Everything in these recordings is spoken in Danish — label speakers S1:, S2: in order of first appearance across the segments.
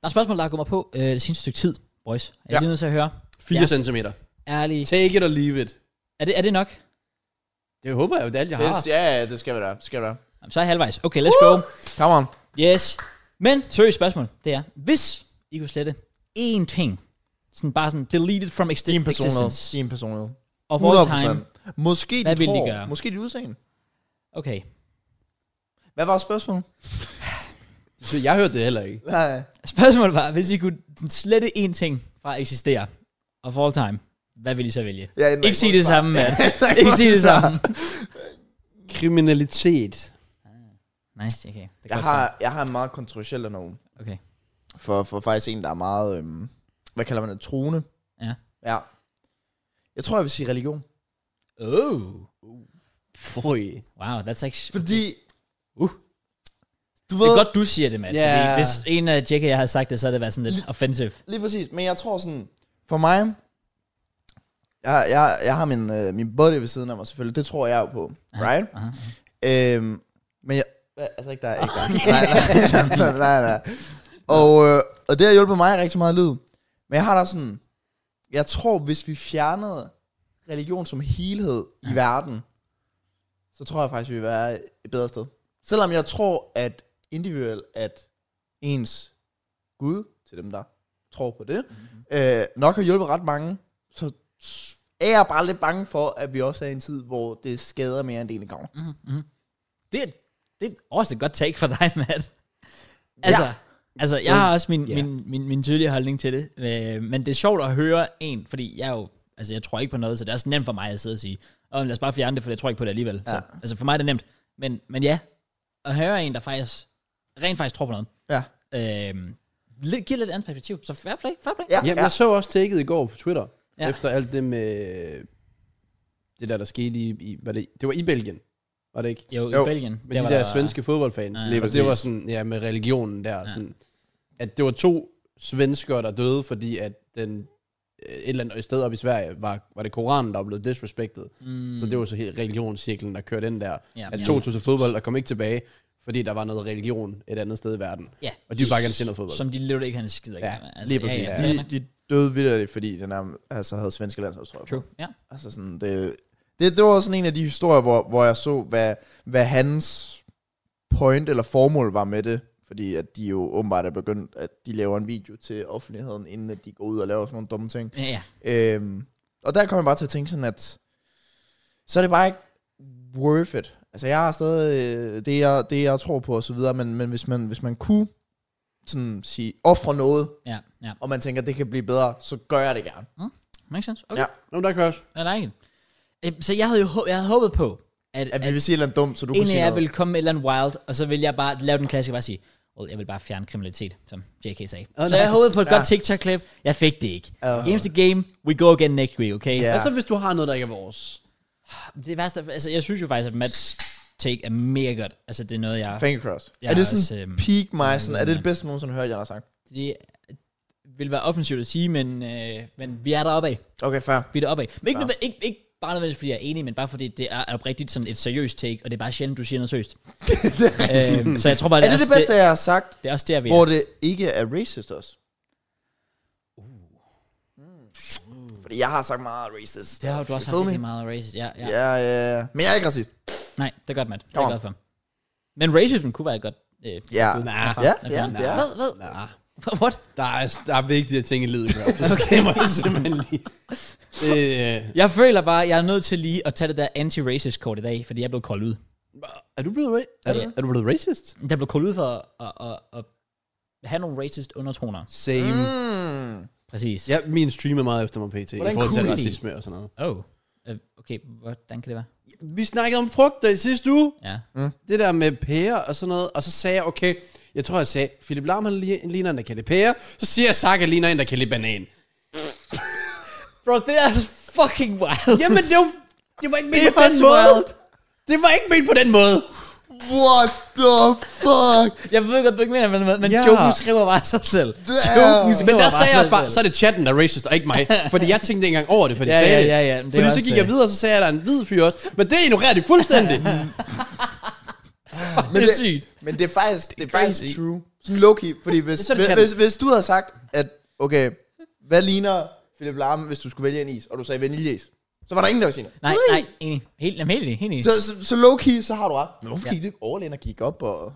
S1: Der er spørgsmål, der har gået mig på øh, det seneste stykke tid, boys. Er ja.
S2: Ja.
S1: I lige nødt til at høre?
S2: 4
S1: Yes.
S2: yes. centimeter.
S1: Ærlig.
S2: Take it or leave it.
S1: Er det, er det nok?
S2: Det håber jeg jo, det er alt, jeg
S3: Det,
S2: har.
S3: ja, ja, det skal være der. Det skal være der.
S1: Jamen, så er jeg halvvejs. Okay, let's go.
S3: Come on.
S1: Yes. Men, seriøst spørgsmål, det er, hvis I kunne slette én ting, sådan bare sådan deleted from exi-
S3: Din personlighed.
S1: existence,
S3: Din personlighed.
S1: of all time,
S3: 100%. Måske
S1: Hvad
S3: dit
S1: ville I
S3: hår.
S1: gøre?
S3: Måske dit udseende.
S1: okay,
S3: Hvad var spørgsmålet?
S2: Så jeg hørte det heller ikke.
S3: Nej.
S1: Spørgsmålet var, hvis I kunne sådan slette én ting fra at eksistere, of all time, hvad vil I så vælge?
S3: Ja, nej,
S1: Ikke sige det samme, Matt.
S3: nej,
S1: Ikke sige det
S3: nej.
S1: samme.
S2: Kriminalitet.
S1: Nice, okay. Det er
S3: Jeg
S1: godt
S3: har, jeg har en meget kontroversiel af nogen.
S1: svar. Okay.
S3: For, for faktisk en, der er meget, øhm, hvad kalder man det, troende.
S1: Ja.
S3: Ja. Jeg tror, jeg vil sige religion.
S1: Oh.
S2: Oj.
S1: Wow, that's actually...
S3: Fordi,
S1: Uh.
S3: du
S1: Det
S3: ved,
S1: er godt, du siger det, Matt.
S2: Ja.
S1: Yeah. Hvis en af Jack og jeg havde sagt det, så havde det været sådan lidt offensive.
S3: lige præcis, men jeg tror sådan, for mig, jeg, jeg, jeg har min, øh, min body ved siden af mig selvfølgelig, det tror jeg jo på, right?
S1: aha,
S3: Øhm, men jeg, hva- altså ikke dig, ikke dig. Nej, nej, nej, nej. Og, øh, og det har hjulpet mig rigtig meget i livet. Men jeg har da sådan, jeg tror, hvis vi fjernede religion som helhed i verden, så tror jeg faktisk, vi vil være et bedre sted. Selvom jeg tror, at individuelt, at ens Gud, til dem, der tror på det, mm-hmm. øh, nok har hjulpet ret mange, så er jeg bare lidt bange for, at vi også er i en tid, hvor det skader mere end det egentlig gavner.
S1: Det er, det er også et godt take for dig, Matt. Altså, ja. altså jeg har også min,
S2: Ja.
S1: yeah. min, min, min tydelige holdning til det. Øh, men det er sjovt at høre en, fordi jeg er jo, altså jeg tror ikke på noget, så det er også nemt for mig at sidde og sige, Åh, lad os bare fjerne det, for jeg tror ikke på det alligevel. Ja.
S3: Ja.
S1: Så, altså for mig er det nemt. Men, men ja, at høre en, der faktisk, rent faktisk tror på noget,
S3: Ja.
S1: øh, lidt, giver lidt andet perspektiv. Så fair play, fair play.
S3: Ja,
S2: Jamen,
S3: ja.
S2: jeg så også taket i går på Twitter,
S1: Ja.
S2: ja. efter alt det med det der, der skete i, i var det, det var i Belgien, var det ikke?
S1: Jo, i
S3: Jo,
S1: Belgien.
S2: Med de der svenske fodboldfans.
S1: Ja.
S2: Ja,
S3: Lige
S2: det var
S3: præcis.
S2: sådan, ja, med religionen der.
S1: Ja.
S2: Ja. Sådan, at det var to svenskere, der døde, fordi at den, øh, et eller andet sted op i Sverige, var, var det Koranen, der var blevet disrespected.
S1: Mm,
S2: Så det var så helt religionscirklen, der kørte den der.
S1: Ja,
S2: Ja, at
S1: ja.
S2: 2000 fodbold, der kom ikke tilbage, fordi der var noget religion et andet sted i verden.
S1: ja.
S2: Og de vil bare gerne se noget fodbold.
S1: Som de lidt ikke kan skide
S2: Ja,
S1: af.
S2: lige præcis.
S1: Altså, Ja, ja, ja.
S3: De, de døde vildt, fordi den her, altså, havde svenske landsholdstrøje. på.
S1: True. Ja.
S3: Altså sådan, det, det, det var sådan en af de historier, hvor, hvor jeg så, hvad, hvad hans point eller formål var med det. Fordi at de jo åbenbart er begyndt, at de laver en video til offentligheden, inden at de går ud og laver sådan nogle dumme ting.
S1: ja, ja.
S3: Øhm, og der kom jeg bare til at tænke sådan, at så er det bare ikke worth it. Altså jeg har stadig øh, det, jeg, det, jeg tror på og så videre, men, men hvis, man, hvis man kunne sådan sige, ofre noget,
S1: Ja, ja.
S3: og man tænker, at det kan blive bedre, så gør jeg det gerne.
S1: Makes sense. Okay.
S3: Ja.
S2: Nå, men der kan jeg også.
S1: I like it. Øh, Så jeg havde jo hå- jeg havde håbet på, at,
S3: At
S1: at,
S3: vi vil sige et eller andet dumt, så du
S1: en
S3: kunne
S1: af
S3: sige
S1: jer
S3: noget.
S1: ville komme med et eller andet wild, og så ville jeg bare lave den klassiker og bare sige, well, jeg vil bare fjerne kriminalitet, som JK sagde. Oh, så
S2: nice.
S1: jeg håbede på et
S3: Ja.
S1: godt TikTok-klip. Jeg fik det ikke.
S3: Oh.
S1: Games to game, we go again next week, okay?
S3: Ja.
S2: Ja. Og så hvis du har noget, der ikke er vores.
S1: Det værste, altså jeg synes jo faktisk, at Mats take er mega godt. Altså det er noget, jeg...
S3: Finger cross.
S1: Jeg
S3: er
S1: har
S3: det sådan
S1: også, øhm,
S3: peak mig? Sådan, er det
S1: men-
S3: det bedste, nogen sådan hørt, jeg har sagt?
S1: Det vil være offensivt at sige, men, øh, men vi er deroppe af.
S3: Okay, fair.
S1: Vi er deroppe af. Men ikke,
S3: Ja.
S1: ja. ikke, ikke bare nødvendigvis, fordi jeg er enig, men bare fordi det er oprigtigt sådan et seriøst take, og det er bare sjældent, du siger noget seriøst. øh, så jeg tror bare,
S3: Er det det
S1: også
S3: bedste, jeg har sagt,
S1: Det er også der, vi
S3: hvor
S1: er.
S3: det ikke er racist også? Mm. Fordi jeg har sagt meget
S1: Uh.
S3: racist.
S1: Det har du
S3: You
S1: også
S3: feel
S1: haft
S3: me?
S1: rigtig meget racist. Ja, ja. Yeah.
S3: Ja, ja, ja. Men jeg er ikke racist.
S1: Nej, det er godt, Matt. Det er
S3: Come
S1: jeg glad
S3: on.
S1: for. Men racism kunne være et godt... Øh,
S3: Ja.
S2: Nej.
S3: Ja,
S1: erfaring.
S3: ja, ja.
S1: Hvad, hvad?
S2: Nej.
S1: What?
S2: Der er, der er vigtige ting i livet, bro. Det skal man simpelthen lige. Det, øh,
S1: Jeg føler bare, jeg er nødt til lige at tage det der anti-racist kort i dag, fordi jeg blev koldt ud.
S2: er du blevet, ra- er, du,
S1: Ja.
S2: er du blevet racist?
S1: Jeg blev koldt ud for at, at, at, at have nogle racist undertoner.
S2: Same. Mm.
S3: Mm.
S1: Præcis.
S2: Ja, min stream er meget efter mig pt.
S3: Hvordan
S2: I forhold til
S3: kunne I?
S2: racisme og sådan noget.
S1: Oh. Øh, Okay, hvordan kan det være?
S2: Vi snakkede om frugter i sidste uge.
S1: Ja.
S3: Mm.
S2: det der med pære og sådan noget, og så sagde jeg, okay, jeg tror, jeg sagde, Philip Lahm han li- ligner en, der kan lide pære, så siger jeg, Saka ligner en, der kan lide banan.
S1: Bro, det er altså fucking wild.
S2: Jamen, det var, det var ikke ment
S1: Det
S2: på
S1: var
S2: den
S1: også
S2: måde.
S1: wild.
S2: Det var ikke ment på den måde.
S3: What the fuck?
S1: Jeg ved godt, du ikke mener, men, men
S2: Ja.
S1: Joken skriver bare sig selv.
S3: Damn.
S1: skriver
S2: Men der
S1: bare
S2: sagde jeg
S1: sig
S2: også bare,
S1: selv.
S2: så er det chatten, der er racist, og ikke mig. Fordi jeg tænkte ikke engang over det, for de
S1: Ja,
S2: sagde
S1: ja,
S2: det.
S1: ja, ja, men det er
S2: fordi så
S1: også,
S2: gik jeg
S1: øh,
S2: videre, og så sagde jeg, at der er en hvid fyr også. Men det ignorerer de fuldstændig.
S1: Det er sygt.
S3: Men det er faktisk, det er faktisk
S1: crazy.
S3: true. Sådan low-key, fordi hvis,
S2: Så er det
S3: hvis,
S2: chatten.
S3: hvis, hvis du havde sagt, at okay, hvad ligner Philip Lahm, hvis du skulle vælge en is, og du sagde vaniljeis, så var der ingen, der ville sige noget.
S1: Nej, nej, enig. Helt, jamen, helt enig. Helt enig.
S3: Så, så, så low-key, så har du ret. Men hvorfor
S1: Ja.
S3: gik du ikke all in og gik op og...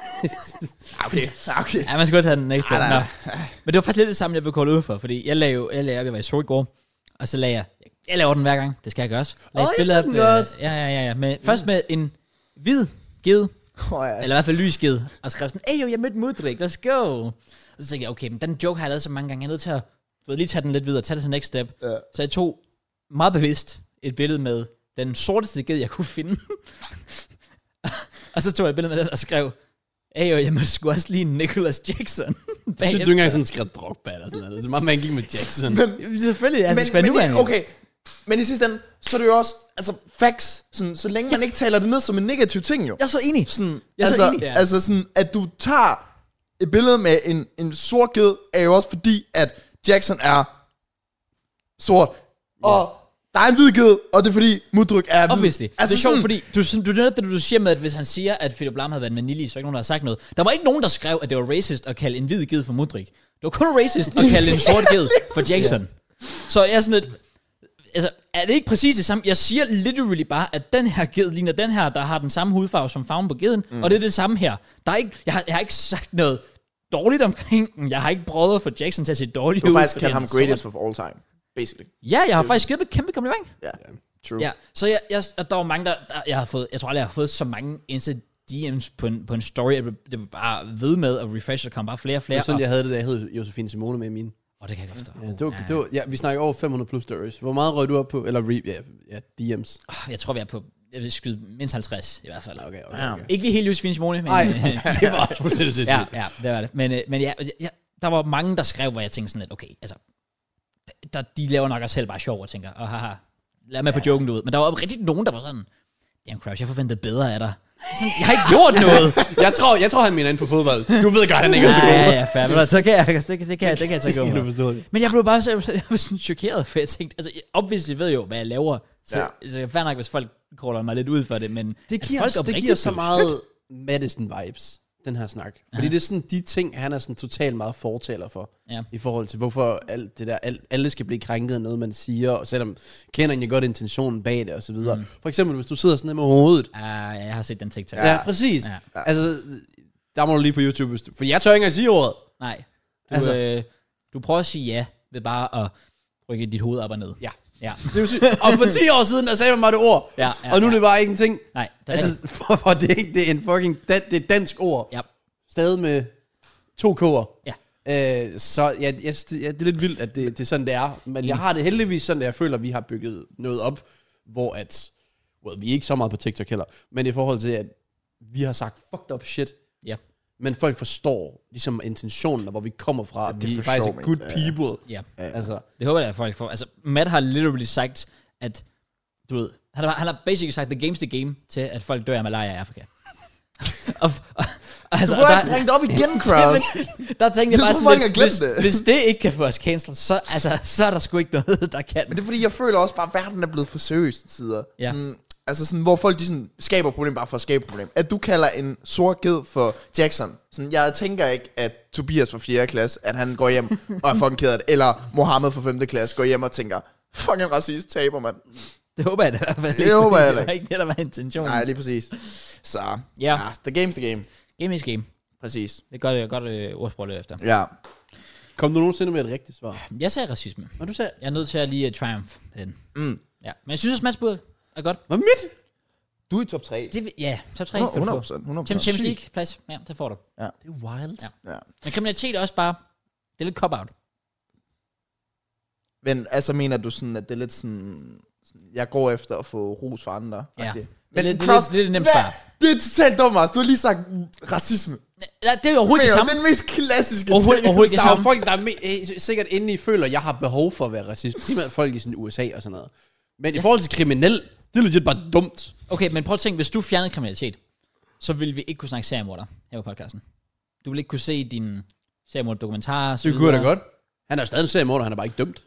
S3: Ah, okay, Ah, okay.
S1: Ja, man skal godt tage den næste.
S3: Ej, nej,
S1: Nå. Men det var faktisk lidt det samme, jeg blev kaldt ud for, fordi jeg lagde jo, jeg lagde op, jeg var i sort i går, og så lagde jeg, jeg laver den hver gang, det skal jeg gøre også. Lagde
S2: Åh,
S1: et
S2: jeg
S1: billede
S2: så den
S1: øh,
S2: godt.
S1: Ja, ja, ja, ja. Med, først med en hvid ged,
S3: Oh, ja.
S1: eller i hvert fald lys ged, og skrev sådan, hey, jo, jeg mødte Mudrik, let's go. Og så tænkte jeg, okay, men den joke har jeg lavet så mange gange, jeg er nødt til at du ved, lige tage den lidt videre, tage det til next step.
S3: Ja.
S1: Så jeg tog meget bevidst et billede med den sorteste ged, jeg kunne finde. og så tog jeg et billede med den og skrev, hey, jo, jeg må sgu også lige Nicholas Jackson.
S2: Jeg synes, du
S1: bagefter."
S2: ikke engang sådan skrev Drogba eller sådan noget. Det var man gik med Jackson.
S1: Jamen, Selvfølgelig, altså, det skal
S3: men,
S1: være
S3: men,
S1: nuværende.
S3: i- okay, men i sidste ende, så er det jo også, altså facts, sådan, så længe man ikke taler det ned som en negativ ting jo.
S1: Jeg er så enig.
S3: Sådan,
S1: Jeg er så
S3: altså,
S1: enig.
S2: Ja.
S3: altså sådan, at du tager et billede med en, en sort ged, er jo også fordi, at Jackson er sort, og der er en hvid ged, og det er fordi, Mudryk er hvid.
S1: Obviously. Altså, det er sjovt,
S3: sådan-
S1: fordi du, du, du, netop det, du siger med, at hvis han siger, at Philip Lahm havde været en vanilje, så er ikke nogen, der har sagt noget. Der var ikke nogen, der skrev, at det var racist at kalde en hvid ged for Mudrik. Det var kun racist at kalde en sort ged for Jackson. Så jeg er sådan lidt... Altså, er det ikke præcis det samme? Jeg siger literally bare, at den her ged ligner den her, der har den samme hudfarve som farven på geden, mm. og det er det samme her. Der er ikke, jeg, har, jeg har ikke sagt noget dårligt omkring den. Jeg har ikke prøvet at få Jackson til at se dårlig
S3: Du
S1: ud.
S3: har faktisk
S1: fordi
S3: kaldt
S1: han
S3: ham
S1: er
S3: greatest of all time, basically.
S1: sort. Ja, jeg har faktisk givet dem et kæmpe kompliment.
S3: Ja, true.
S1: Ja, så jeg, jeg, og der var mange, der, der jeg har fået, jeg tror aldrig, jeg har fået så mange Insta DM's på en, på en story, at det var bare ved med at refresh, der kom bare flere og
S2: Det
S1: flere.
S2: var sådan,
S1: og,
S2: jeg havde det, da jeg hed Josefine Simone med i min.
S1: og, det kan jeg godt forstå.
S2: Ja, det var, det var, ja, vi snakker over 500 plus stories. Hvor meget røg du op på? Eller re, ja, ja, DM's.
S1: Ah, Jeg tror, vi er på, jeg vil skyde mindst 50 i hvert fald. Okay.
S2: Okay, okay. okay.
S1: Ikke lige helt Josefine Simone, men...
S2: Nej, det var også fuldstændig
S1: ja,
S2: sindssygt.
S1: ja, det var det. Men, øh, men ja, ja, der var mange, der skrev, hvor jeg tænkte sådan lidt, okay, altså, der, de laver nok også selv bare sjov og tænker, og haha, lad mig på joken ud. Men der var rigtig nogen, der var sådan, damn Crouch, jeg forventede bedre af dig. Sådan, jeg har ikke gjort noget.
S2: Jeg tror, jeg tror han mener inden for fodbold. Du ved godt, han ikke er så
S1: Ja,
S2: god.
S1: ja, ja, fair. Men så kan jeg, det kan, det kan, det kan jeg så gå
S2: Kan du
S1: med.
S2: forstå det?
S1: Men jeg blev bare så, jeg blev sådan chokeret, for jeg tænkte, altså, jeg- obviously ved jo, hvad jeg laver, så, ja.
S3: Ja.
S1: så jeg fair nok, hvis folk caller mig lidt ud for det, men
S2: Det
S1: at
S2: giver,
S1: folk
S2: os, det
S1: oprigtigt
S2: giver så
S1: blev
S2: meget Madison-vibes, den her snak. Fordi det er sådan de ting, han er sådan totalt meget fortaler for.
S1: Ja.
S2: I forhold til, hvorfor alt det der, alt, alle skal blive krænket af noget, man siger, og selvom kender jeg godt intentionen bag det, og så videre. Mm. For eksempel, hvis du sidder sådan her med hovedet.
S1: Ah, ja, jeg har set den TikTok.
S2: Ja, ja præcis.
S1: Ja.
S2: Ja. Altså, der må du lige på YouTube, hvis du, for jeg tør ikke engang sige ordet.
S1: Nej. Du, altså.
S2: Altså-
S1: øh, du prøver at sige ja, ved bare at rykke dit hoved op og ned.
S2: Ja.
S1: Ja,
S2: Det er jo sygt. og for 10 år siden, der sagde man bare det ord.
S1: Ja, ja,
S2: og nu
S1: ja.
S2: er det bare ikke en ting.
S1: nej. Det er altså,
S2: Altså, for, for det, er ikke, det er en fucking, dan, det er et dansk ord.
S1: ja.
S2: Stadig med to k'er.
S1: ja.
S2: Øh, så ja, jeg, synes, det, ja, det er lidt vildt, at det, det er sådan, det er. Men jeg har det heldigvis sådan, at jeg føler, at vi har bygget noget op, hvor at... Well, vi er ikke så meget på TikTok heller, men i forhold til, at vi har sagt fucked up shit,
S1: Ja.
S2: men folk forstår ligesom intentionen, og hvor vi kommer fra. Ja,
S3: det
S2: vi er
S3: forstår
S2: faktisk
S3: man.
S2: er good
S3: Ja, ja.
S2: people.
S1: Ja.
S2: Altså,
S1: Det håber jeg, at folk får. Altså, Matt har literally sagt, at, du ved, han har, han har basically sagt, the game's the game, til at folk dør af malaria i Afrika. og, og, altså,
S3: Du
S1: og
S3: burde have
S1: der,
S3: bringet det op igen,
S1: der
S3: crowd.
S1: tænkte jeg
S3: Jeg
S1: bare
S3: tror,
S1: sådan
S3: folk
S1: lidt,
S3: har glemt
S1: hvis,
S3: det.
S1: hvis det ikke kan få os cancelled, så, altså, så er der sgu ikke noget, der kan.
S3: Men det er fordi, jeg føler også bare, at verden er blevet for seriøs til tider.
S1: Ja.
S3: Sådan, altså sådan, hvor folk de sådan, skaber problem bare for at skabe problem. At du kalder en sort ged for Jackson. Sådan, jeg tænker ikke, at Tobias fra 4. klasse, at han går hjem og er fucking ked af det. Eller Mohammed fra 5. klasse går hjem og tænker, fucking racist taber, mand.
S1: Det håber jeg da i hvert fald
S3: Det håber jeg
S1: fordi
S3: heller
S1: Det var ikke det, der var intentionen.
S3: Nej, lige præcis. Så,
S1: Ja.
S3: ja, the game's the game.
S1: Game is game.
S3: Præcis.
S1: Det er godt, øh, godt øh, ordsprog at løbe efter.
S3: Ja.
S2: kom du nogensinde med et rigtigt svar?
S1: Jeg sagde racisme.
S2: Og du sagde,
S1: Jeg er nødt til at lige uh, triumph den.
S3: Mm.
S1: Ja. Men jeg synes også, Mads Burg er godt.
S2: hvad mit?
S3: Du er i top 3.
S1: Det, vil- ja, top 3
S3: 100
S1: kan du få.
S3: 100
S1: Champions Champions League plads. Ja, det får du.
S2: Det er wild.
S1: Ja.
S2: Ja.
S3: Ja.
S1: Men kriminalitet er også bare, det er lidt cop-out.
S3: Men altså mener du sådan, at det er lidt sådan, sådan jeg går efter at få ros fra andre?
S1: Ja.
S3: agtigt?
S1: Det er
S3: Men
S1: lidt- det er
S3: Cross,
S1: lidt- det er lidt nemt
S3: hvad?
S1: svar.
S3: Det er totalt dumt, Mars. Du har lige sagt mm, racisme.
S1: Nej, det er jo overhovedet
S3: Det
S1: det
S3: er jo
S1: samme.
S3: den mest klassiske
S1: Overhovedet-
S3: ting.
S1: overhovedet ikke
S2: Der
S1: det
S2: er jo
S1: samme.
S2: folk, der er me- øh, sikkert indeni føler, at jeg har behov for at være racist. Primært folk i sådan USA og sådan noget. Men ja. i forhold til kriminel, det er legit bare dumt.
S1: Okay, men prøv at tænke, hvis du fjernede kriminalitet, så ville vi ikke kunne snakke seriemorder her på podcasten. Du ville ikke kunne se din seriemorder dokumentarer.
S2: Det kunne jeg da godt. Han er jo stadig en seriemorder, han er bare ikke dømt.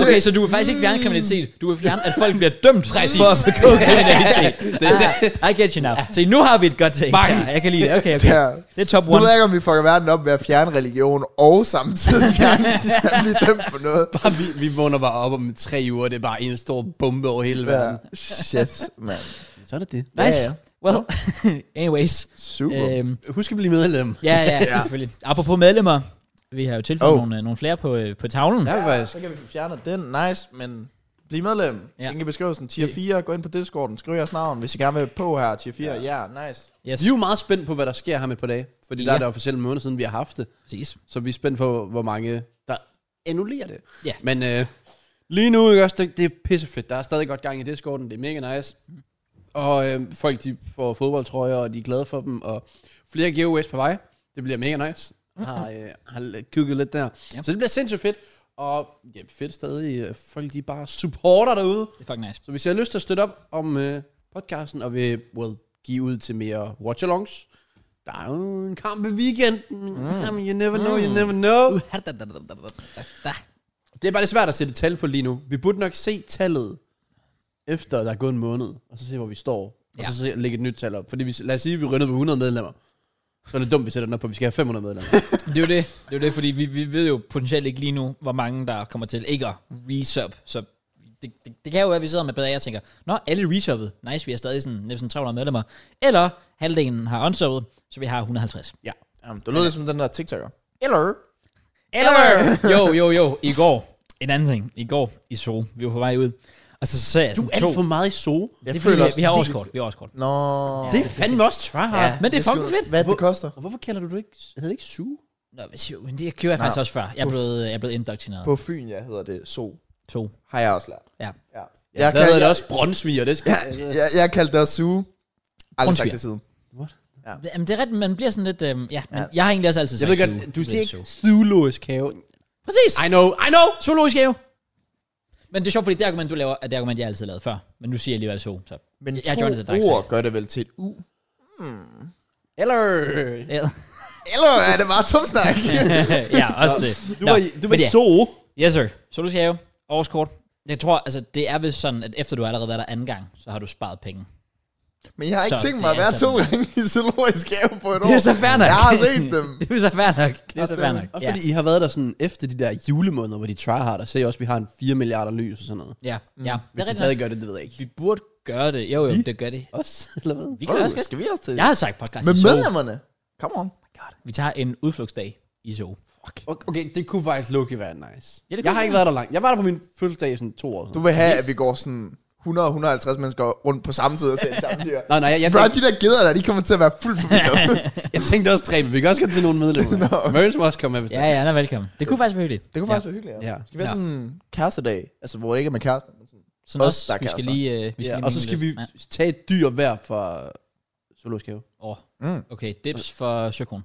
S1: Okay, så du vil faktisk ikke fjerne kriminalitet. Du vil fjerne, at folk bliver dømt for at begå kriminalitet. Ah, I get you now. Så nu har vi et godt ting.
S2: Bang.
S1: Ja, jeg kan lide det. Okay, okay.
S3: Ja.
S1: Det er top
S3: Nu
S1: one.
S3: ved jeg ikke, om vi fucker verden op ved at fjerne religion og samtidig fjerne, at blive dømt for noget.
S2: Bare Ah, vi, vi vågner bare op om tre uger, det er bare en stor bombe over hele
S3: Ja.
S2: verden.
S3: Shit, man.
S2: Så er det det.
S1: Nice.
S3: Ja, ja.
S1: Well, anyways.
S3: Super.
S1: Øhm,
S2: Husk at blive medlem.
S1: ja, ja, selvfølgelig. Apropos medlemmer. Vi har jo tilføjet
S3: Oh.
S1: oh. nogle, øh, nogle flere på, øh, på tavlen.
S2: Ja, faktisk.
S3: Så kan vi få fjernet den. Nice, men bliv medlem.
S1: Ja.
S3: Ja. Ingen beskrivelsen. Tier 4. Gå ind på Discorden. Skriv jeres navn, hvis I gerne vil på her. Tier 4. Ja, yeah, nice.
S1: Yes,
S2: Vi er jo meget spændt på, hvad der sker her med et par dage. Fordi der
S1: Ja.
S2: er det officielle måned siden, vi har haft det.
S1: præcis.
S2: Så vi er spændt på, hvor mange, der annullerer det.
S1: Ja.
S2: Men øh, lige nu, ikke også, det, det er pissefedt. Der er stadig godt gang i Discorden. Det er mega nice. Og øh, folk, de får fodboldtrøjer, og de er glade for dem. Og flere giveaways på vej. Det bliver mega nice. Har, øh, har lidt- kigget lidt der.
S1: Ja.
S2: Ja. Så det bliver sindssygt fedt. Og ja, fedt stadig. øh, Folk, de bare supporter derude.
S1: Det er fucking nice.
S2: Så hvis I har lyst til at støtte op om øh, podcasten, og vil well, give ud til mere watch-alongs, der er jo en kamp i weekenden. Mm. Jamen, you never know, you never
S1: Uh,
S2: know. Det er bare lidt svært at sætte et tal på lige nu. Vi burde nok se tallet, efter der er gået en måned, og så se, hvor vi står. Og
S1: Ja.
S2: så se, lægge et nyt tal op. Fordi vi, lad os sige, at vi ryndede på 100 medlemmer. Så er det dumt, vi sætter den op på, at vi skal have 500 medlemmer.
S1: Det er jo det. Det er jo det, fordi vi, vi ved jo potentielt ikke lige nu, hvor mange der kommer til ikke at resub. Så det, det, det kan jo være, at vi sidder med bedre og tænker, Nå, alle resubbet. Nice, vi er stadig sådan, næsten 300 medlemmer. Eller halvdelen har unsubbet, så vi har 150.
S2: ja.
S3: Jamen, det lød lidt som den der TikToker. Eller.
S1: Eller! Jo, jo, jo. I går. En anden ting. I går i Zoo. Vi var på vej ud. Og så sagde jeg
S2: Du
S1: sådan
S2: er alt for meget i zoo.
S3: Jeg
S1: det er,
S3: føler
S1: fordi, vi,
S3: også,
S1: vi har
S3: de-
S1: årskort. Vi har årskort.
S3: Nå.
S2: Det er fandme også tryhard. Ja.
S1: men det er fucking
S3: sgu-
S1: fedt.
S3: Hvad det koster.
S2: Og hvorfor kalder du det ikke, hedder det ikke zoo?
S1: Nå, men jo, men det gjorde jeg faktisk også før. Jeg er
S3: På-
S1: blevet, jeg er blevet indoktrineret.
S3: På Fyn, ja, hedder det so.
S1: To.
S3: Har jeg også lært.
S1: Ja.
S3: Ja.
S2: Ja, jeg der hedder det også bronsviger. Det skal,
S3: Jeg, jeg, jeg kaldte det også suge. Aldrig
S1: Grundtvig.
S3: sagt det siden.
S1: Jamen, det er rigtigt, man bliver sådan lidt... Øhm, ja, men
S3: Ja.
S1: jeg har egentlig også altid
S2: Jeg
S1: sagt
S2: ved
S1: zoo.
S2: godt, du
S1: Det
S2: siger
S1: er
S2: ikke
S1: zoo.
S2: zoologisk have.
S1: Præcis!
S2: I know, I know!
S1: Zoologisk have. Men det er sjovt, fordi det argument, du laver, er det argument, jeg altid lavede før. Men nu siger jeg alligevel zoo, så...
S3: Men
S1: Jeg-
S3: jeg,
S1: jeg joined the
S3: to
S1: dark side.
S3: ord gør det vel til et u.
S2: Eller...
S1: Ja,
S3: Eller er det bare tomsnak?
S1: ja også det.
S2: Du
S1: Nå,
S2: var, i- du var
S1: men ja.
S2: så.
S1: Yes, sir. Zoologisk have. Årskort. Jeg tror, altså, det er vist sådan, at efter du allerede har været der anden gang, så har du sparet penge.
S3: Men jeg har ikke
S1: Så
S3: tænkt
S1: det
S3: mig at
S1: er
S3: være to
S1: sådan.
S3: gange i zoologisk have på et år.
S1: Det er så fair nok.
S3: Jeg har set dem.
S1: det er så fair nok. Det er så fair nok.
S2: Og
S1: Ja.
S2: fordi I har været der sådan efter de der julemåneder, hvor de tryhard, og ser I også, at vi har en 4 milliarder lys og sådan noget.
S1: Ja, ja. Det
S2: Hvis
S1: er
S2: de
S1: rigtigt.
S2: stadig
S1: nok.
S2: gør det, det ved jeg ikke.
S1: Vi burde gøre det. Jo, jo, det gør det.
S2: Os, eller hvad?
S1: Vi kan
S3: Wow,
S1: også altså, gøre det.
S3: skal vi også til?
S1: Jeg har sagt podcast
S3: Med
S1: i zoo.
S3: medlemmerne. Come on.
S1: Vi tager en udflugtsdag i zoo.
S2: Okay, okay, det kunne faktisk Loki være nice.
S1: Ja, det
S2: jeg
S1: kunne
S2: har
S1: det.
S2: ikke været der langt. Jeg var der på min fødselsdag i sådan to år.
S3: Du
S2: Sådan.
S3: vil have, at vi går sådan 100-150 mennesker rundt på samme tid og ser et samme dyr.
S2: Nej, nej, jeg, Altså, jeg,
S3: Bro,
S2: tænkte,
S3: de der gæder der, de kommer til at være fuldt forvirret.
S2: jeg tænkte også tre, men vi kan også gå til nogle medlemmer. no. Merge må også komme med, hvis
S1: Ja,
S2: det er.
S1: ja, han er velkommen. Det kunne faktisk være hyggeligt.
S3: Det kunne faktisk være hyggeligt,
S2: Ja.
S3: Skal vi have
S1: Ja.
S3: sådan en kærestedag? Altså, hvor det ikke er med kærester. men sådan-
S1: Sådan
S3: Os,
S1: også,
S3: der
S1: vi skal
S3: kaster.
S1: lige... Øh, vi skal
S2: Ja,
S1: lige
S2: og så
S1: mingle
S2: skal vi
S1: lidt. Ja.
S2: tage et dyr hver fra Zoologisk Have.
S1: Åh,
S3: Mm.
S1: okay. Dips for søkron.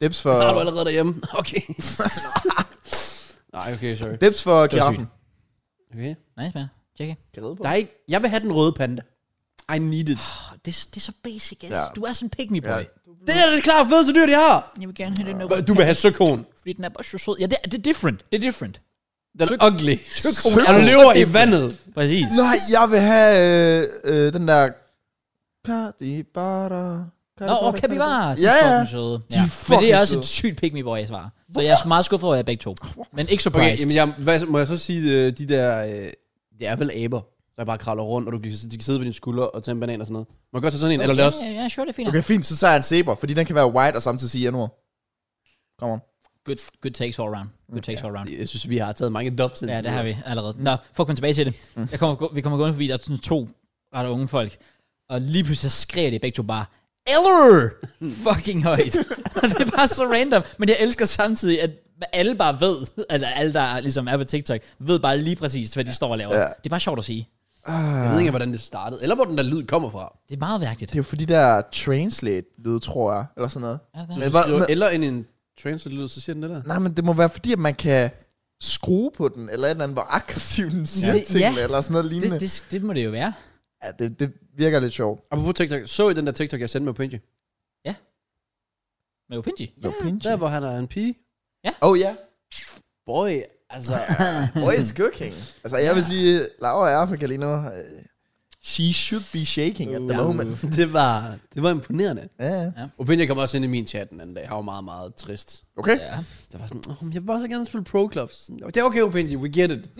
S3: Dips for,
S2: Har du allerede derhjemme? Okay. Nej, okay, sorry.
S3: dips for giraffen.
S2: Okay.
S1: Nice, man. Check it.
S3: Kan jeg ride på?
S2: Der er ikke, jeg vil have den røde panda. I need it.
S1: Oh, det, er- det er så basic, ass.
S3: Ja.
S1: Du er sådan en pygmy boy.
S3: Ja.
S2: Det er det klart fedeste dyr, de har.
S1: Jeg vil gerne have den
S2: Du vil have søkon.
S1: Fordi den er bare så sød. Ja, det, er- det er different. Det er different.
S2: Den er
S1: Sø-
S2: ugly.
S1: Søkron
S2: Han
S1: så
S2: lever i
S1: different.
S2: vandet.
S1: Præcis.
S3: Nej, jeg vil have øh, øh, den der... Capybara.
S1: Nå, og Capybara. De
S3: Ja,
S1: er
S3: ja.
S1: fucking søde.
S3: De er
S1: Men det er
S3: fucking
S1: også et
S3: søde.
S1: sygt pygmy boy, jeg svarer. Så jeg er meget skuffet over jer begge to. Men ikke
S2: Okay,
S1: surprised.
S2: jamen jeg, hvad, må jeg så sige, øh, de der, øh, det er vel aber, der bare kravler rundt, og du kan, de kan sidde på dine skuldre og tage en banan og sådan noget. Man kan godt tage sådan en, eller det er også...
S1: Ja, ja, sure, det er fint. Okay.
S3: Okay, fint, så tager jeg en zebra, fordi den kan være white og samtidig sige januar. Come on.
S1: Good, good takes all around.
S3: Mm,
S1: Good takes all around.
S2: Jeg synes, vi har taget mange dubs.
S1: Ja, det har vi allerede. Nå, fuck men tilbage til det.
S3: Mm.
S1: Jeg kommer, vi kommer gående forbi, der er sådan to ret unge folk. Og lige pludselig så skriger de begge to bare, Eller! Fucking højt. Og det er bare så random. Men jeg elsker samtidig, at alle bare ved, altså alle der ligesom er på TikTok, ved bare lige præcis, hvad de står og laver.
S3: Ja.
S1: Det er bare sjovt at sige.
S2: Jeg ved ikke, hvordan det startede, eller hvor den der lyd kommer fra.
S1: Det er meget værdigt.
S3: Ah, Det er jo fordi der translate lyde tror jeg, eller sådan noget.
S1: Er det det?
S3: Men,
S2: Hvis
S3: hvor,
S2: du skriver
S3: men,
S2: eller ind i en translate lyd, så siger den det der.
S3: nej, men det må være fordi, at man kan skrue på den, eller et eller andet, hvor aggressiv den siger
S1: Ja.
S3: ja. tingene,
S1: Ja.
S3: eller sådan noget lignende.
S1: Det, det, det må det jo være.
S3: Ja, det, det virker lidt sjovt.
S2: Apropos TikTok, så I den der TikTok, jeg sendte med Pinji?
S1: Med Opinji.
S3: Ja,
S2: Der, hvor han er en pige.
S3: Oh ja.
S2: Boy, Altså,
S3: Boys cooking. Altså, jeg vil sige, Laura er Afrika lige nu. øh, She should be shaking at the moment.
S2: øh, det, var, det var imponerende.
S3: Ja, ja.
S2: Opinion kom også ind i min chat den anden dag. Han var meget, meget trist.
S3: Okay.
S1: Ja.
S2: Der var sådan, oh, jeg vil bare så gerne spille Pro Clubs. Sådan, Det er okay, Opinion, we get it.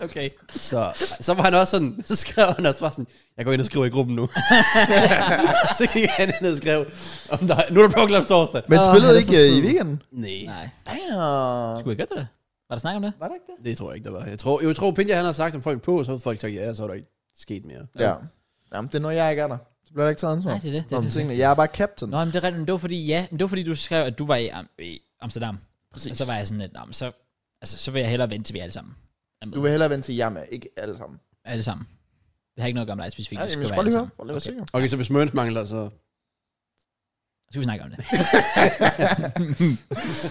S1: Okay.
S2: Så, så var han også sådan, så skrev han også bare sådan, jeg går ind og skriver i gruppen nu. så gik han ind og skrev, om der, nu er der Pro Clubs torsdag.
S3: Men
S2: Åh,
S3: spillede
S2: han er
S3: ikke
S2: så
S3: øh, i
S2: sød.
S3: weekenden?
S2: Nej,
S1: Nej.
S3: Damn.
S1: Skulle jeg gøre det? da? Var der snak om det?
S3: Var det ikke det?
S2: det tror jeg ikke, der var. Jeg tror, jeg tror Opinion, han har sagt, om folk på, så havde folk sagt ja, så er der ikke sket mere.
S3: Ja. Jamen, det er noget, jeg ikke er der. Så bliver der ikke taget ansvar.
S1: Nej, det er det, det er
S3: om
S1: det.
S3: tingene. Jeg er bare captain.
S1: Nå, men det er rigtigt. Men det var fordi, ja, men det var fordi, du skrev, at du var i, Am- i Amsterdam. Præcis. Og så var jeg sådan lidt, "Nå, men så, altså, så vil jeg hellere vente til vi alle sammen. Er med.
S3: Du vil hellere vente til jer med, ikke alle sammen.
S1: Alle sammen. Det har ikke noget at gøre med dig specifikt.
S3: Ja,
S1: det
S3: jamen, jeg skal
S1: være
S3: bare lige
S1: alle
S3: høre. Bare lige være
S1: sammen.
S3: sikker.
S2: Okay, så hvis Mørens mangler, så...
S1: Okay, så skal vi snakke om det.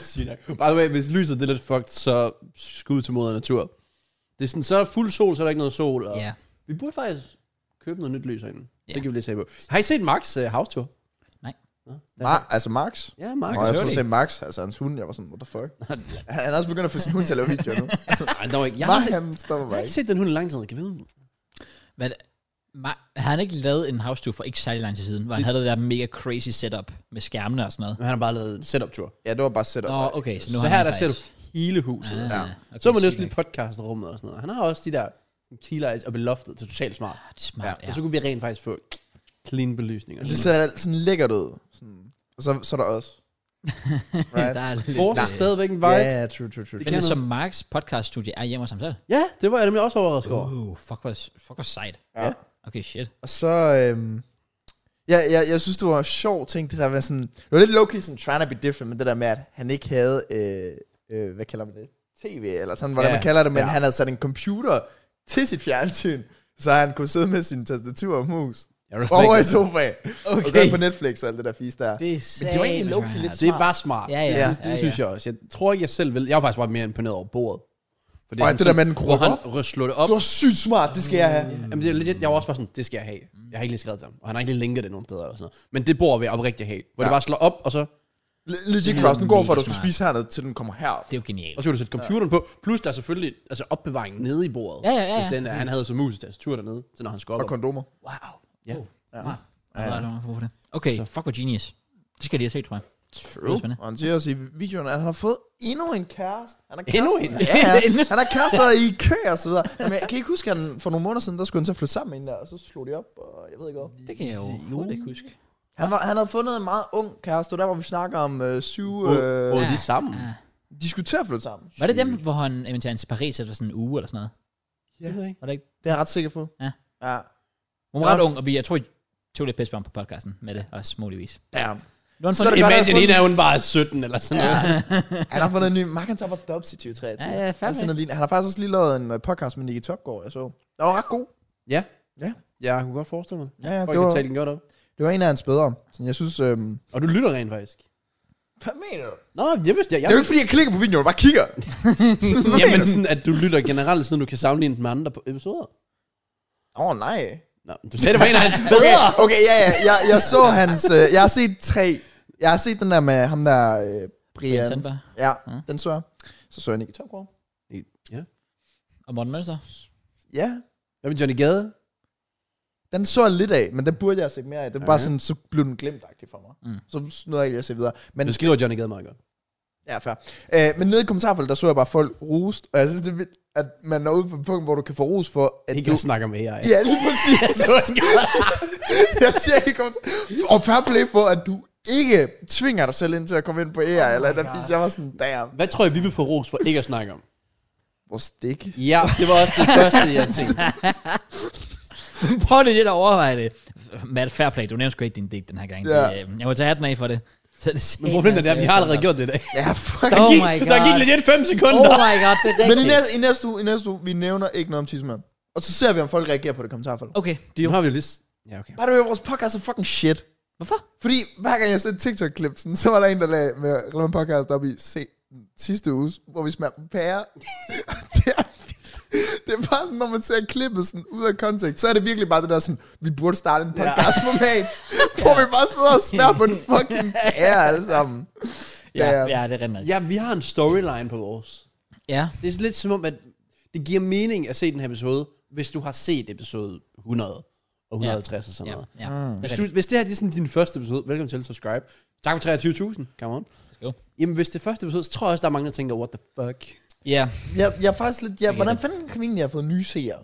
S2: Sygt nok. By the way, hvis lyset det er lidt fucked, så skud til moder natur. Det er sådan, så er der fuld sol, så er der ikke noget sol. Og
S1: ja.
S2: Vi burde faktisk købe noget nyt lys herinde.
S1: Ja.
S2: Det kan vi lige se på. Har I set Max uh, house tour?
S1: Nej.
S2: Nå, der-
S3: Ma- altså, Max.
S2: Ja, Max.
S3: Og jeg
S1: Hørte
S3: tror
S1: I?
S3: til Max, altså hans hund, jeg var sådan, what the fuck? Han er også begyndt at få sin hund til at lave videoer nu.
S2: Ej, dog ikke. Jeg,
S3: Max,
S2: har, jeg
S3: han stopper
S2: har
S3: bare
S2: ikke
S3: ikke.
S2: set den hund i lang tid. Kan jeg vide?
S1: Hvad, ma- har han ikke lavet en house tour for ikke særlig lang tid siden, hvor han havde det der mega crazy setup med skærmene og sådan noget?
S2: Men han har bare lavet en setup tour.
S3: Ja, det var bare setup.
S1: Nå, okay, så nu
S2: Så
S1: har
S2: her
S1: han
S2: der ser du
S1: faktisk-
S2: hele
S1: Ah,
S2: huset. Ja.
S1: okay,
S2: Så er man
S1: sygt
S2: næsten
S1: nok.
S2: lige podcastrummet og sådan noget. Han har også de der key lights oppe i loftet. Det er totalt smart.
S1: Ah, Det er smart, ja.
S2: Og så kunne vi rent faktisk få clean belysninger.
S3: Det ser sådan lækkert ud. Sådan. Og så, så er der os. Right?
S1: der er lidt,
S2: Vores er
S1: Nej.
S2: stadigvæk en
S3: Ja,
S2: vibe.
S3: ja, true, true, true.
S1: Men det som Marks podcaststudie er hjemme hos ham selv?
S2: Ja, det var jeg nemlig også overrasket over.
S1: Oh, fuck, hvor, fuck, hvor sejt.
S3: Ja.
S1: Okay, shit.
S3: Og så, øhm, ja, jeg, jeg synes, det var en sjov ting, det der med sådan, det var lidt low-key sådan, trying to be different, men det der med, at han ikke havde, øh, øh, hvad kalder man det, tv, eller sådan, hvordan
S2: Ja,
S3: man kalder det, men
S2: ja.
S3: han havde sat en computer til sit fjernsyn, så han kunne sidde med sin tastatur og mus
S2: Jeg respect
S3: over i
S2: det.
S3: sofaen, okay. og
S1: Okay.
S3: gå på Netflix og alt det der fisk der.
S1: Det er
S3: Men det var egentlig low-key lidt
S2: Det
S3: smart.
S2: er bare smart.
S1: Ja, ja,
S2: Det,
S1: ja,
S2: det, det
S1: ja,
S2: synes jeg også. Jeg tror ikke, jeg selv vil. Jeg var faktisk bare mere imponeret over bordet. For
S3: Og
S2: sådan
S3: det der med, den kunne
S2: hvor
S3: rykke
S2: han op. slog det op.
S3: Det var sygt smart, det skal jeg have.
S2: Jamen, det er legit, jeg var også bare sådan, det skal jeg have. Jeg har ikke lige skrevet det om, og han har ikke lige linket det nogen steder eller sådan noget. Men det bord vil jeg oprigtigt have, hvor ja. det
S3: Ja.
S2: bare slår op, og så,
S3: Le- Legit Cross, den går for, at du
S1: mega
S3: skulle
S1: smart.
S3: spise hernede, til den kommer herop.
S1: Det er jo genialt.
S2: og så kan du sætte computeren på. Plus der er selvfølgelig altså opbevaringen nede i bordet.
S1: Ja, ja, ja, ja.
S2: Hvis den er, han havde så mus tastatur dernede, så når han skal op.
S3: Og kondomer.
S1: Wow.
S2: Ja.
S1: Oh, wow. Ja, ja. det. Okay,
S2: Så-
S1: fuck, hvor genius. Det skal jeg lige have set, tror jeg. Det er
S3: True.
S1: spændende.
S3: Og han siger også i videoen, at han har fået endnu en kæreste. Han er
S2: Endnu
S3: kæreste-
S2: en?
S3: Ja, ja. Han har kærester i kø og så videre. Jamen, jeg kan I ikke huske, at han for nogle måneder siden, der skulle han til at flytte sammen med en der, og så slog de op, og jeg ved ikke hvad.
S1: Det kan jeg jo overhovedet ikke huske.
S3: Han, var, han havde fundet en meget ung kæreste, og der hvor vi snakker om øh, syv...
S2: Både
S3: Øh,
S2: de er sammen.
S1: Ja.
S3: de skulle til at flytte sammen.
S1: Var det dem, hvor han inviterede hende til Paris efter sådan en uge eller sådan noget?
S2: Ja. Det ved jeg ikke.
S1: Var det ikke?
S3: Det er jeg ret sikker på.
S1: Ja.
S3: Ja.
S1: Hun var ret ung, og vi, jeg tror, I tog lidt pis på ham på podcasten med det også, muligvis.
S3: Damn.
S1: Det var en
S3: Så er det godt, at
S2: Imagine,
S3: han
S2: en
S3: har
S2: er hun bare 17 eller sådan noget.
S3: fundet- Han har fundet en ny... Mark, han tager på Dubs i 2023.
S1: Ja, ja, fair
S3: Han, sender lige- han har faktisk også lige lavet en øh, podcast med Nicky Topgaard, jeg så. Det var ret god.
S2: Ja.
S3: Ja.
S2: Jeg kunne godt forestille mig.
S3: Ja, ja,
S2: Folk
S3: det
S2: kan
S3: var,
S2: tale den godt op.
S3: det var en af hans bedre. Så jeg synes... Øhm,
S2: Og du lytter rent faktisk.
S3: Hvad mener du?
S2: Nå, jeg vidste, jeg, jeg
S3: Det er jo ikke, fordi jeg klikker på videoen, jeg bare kigger.
S2: Jamen sådan, at du lytter generelt, sådan du kan sammenligne den med andre på- episoder.
S3: Åh, oh, nej.
S2: Nå, du sagde, det var en af hans
S3: Okay,
S2: bedre.
S3: okay ja, ja. Jeg, jeg så hans... Øh, jeg har set tre... Jeg har set den der med ham der... Øh, Brian.
S1: Sandberg
S3: Ja,
S1: Ja.
S3: den så jeg. Så så jeg Nicky Topgaard.
S2: Ja.
S1: og Morten Mønster.
S3: Ja,
S2: Hvad med Johnny Gade?
S3: den så jeg lidt af, men den burde jeg have set mere af. Det var bare
S2: Okay.
S3: sådan, så blev den glemt for mig.
S1: Mm.
S3: Så nåede jeg ikke lige at se videre. Men
S2: Du skriver Johnny Gade meget godt.
S3: Ja, fair. Øh, men nede i kommentarfeltet, der så jeg bare folk rost, og jeg synes, det er vildt, at man er ude på et punkt, hvor du kan få ros for, at
S2: Ikke
S3: du...
S2: at snakke med jer.
S3: Ja, lige præcis. jeg tjekker ikke kommentar- Og fair play for, at du ikke tvinger dig selv ind til at komme ind på AI, oh eller der, jeg var sådan, damn,
S2: Hvad tror jeg, vi vil få ros for ikke at snakke om?
S3: hvor stik.
S2: Ja, det var også det første, jeg tænkte.
S1: Prøv lige lidt at overveje det. Matt, fair play. Du nævnte sgu ikke din dig den her gang.
S3: Ja.
S1: Det, øh, jeg må tage hatten af for det. Så det
S2: Men problemet er, at vi har allerede gjort det i dag.
S3: Ja, fuck.
S1: Oh
S2: Der gik,
S1: my
S2: der
S1: God.
S2: gik legit 5
S1: Oh
S2: sekunder.
S1: my god, det er
S3: Men i
S1: rigtigt.
S3: næste, i næste uge, i næste uge, vi nævner ikke noget om tidsmand. Og så ser vi, om folk reagerer på det kommentarfelt.
S1: Okay,
S2: Det har vi jo lige... s- Ja, okay.
S3: Bare du hører, vores podcast er fucking shit.
S1: hvorfor?
S3: Fordi hver gang jeg så et TikTok-klip, sådan, så var der en, der lagde med relevant podcast op i se, sidste uge, hvor vi smagte på pære. det, er, det er bare sådan, når man ser klippet sådan, ud af kontekst, så er det virkelig bare det der sådan, vi burde starte en podcast-format, hvor vi bare sidder og smager på en fucking pære alle sammen.
S1: Ja,
S3: Ja.
S1: ja det er rent nok.
S2: Ja, vi har en storyline på vores.
S1: Ja.
S2: Det er lidt som om, at det giver mening at se den her episode, hvis du har set episode 100 og 150 og sådan
S1: Ja.
S2: noget.
S1: ja.
S2: Hvis, du, hvis det her det er sådan din første episode, velkommen til, subscribe. Tak for 23.000, come on.
S1: go.
S2: Jamen, hvis det er første episode, så tror jeg også, der er mange, der tænker, what the fuck?
S1: Ja.
S3: Jeg, jeg er faktisk lidt... Jeg,
S1: kan
S3: hvordan
S1: det.
S3: fanden kan vi egentlig have fået nye seere?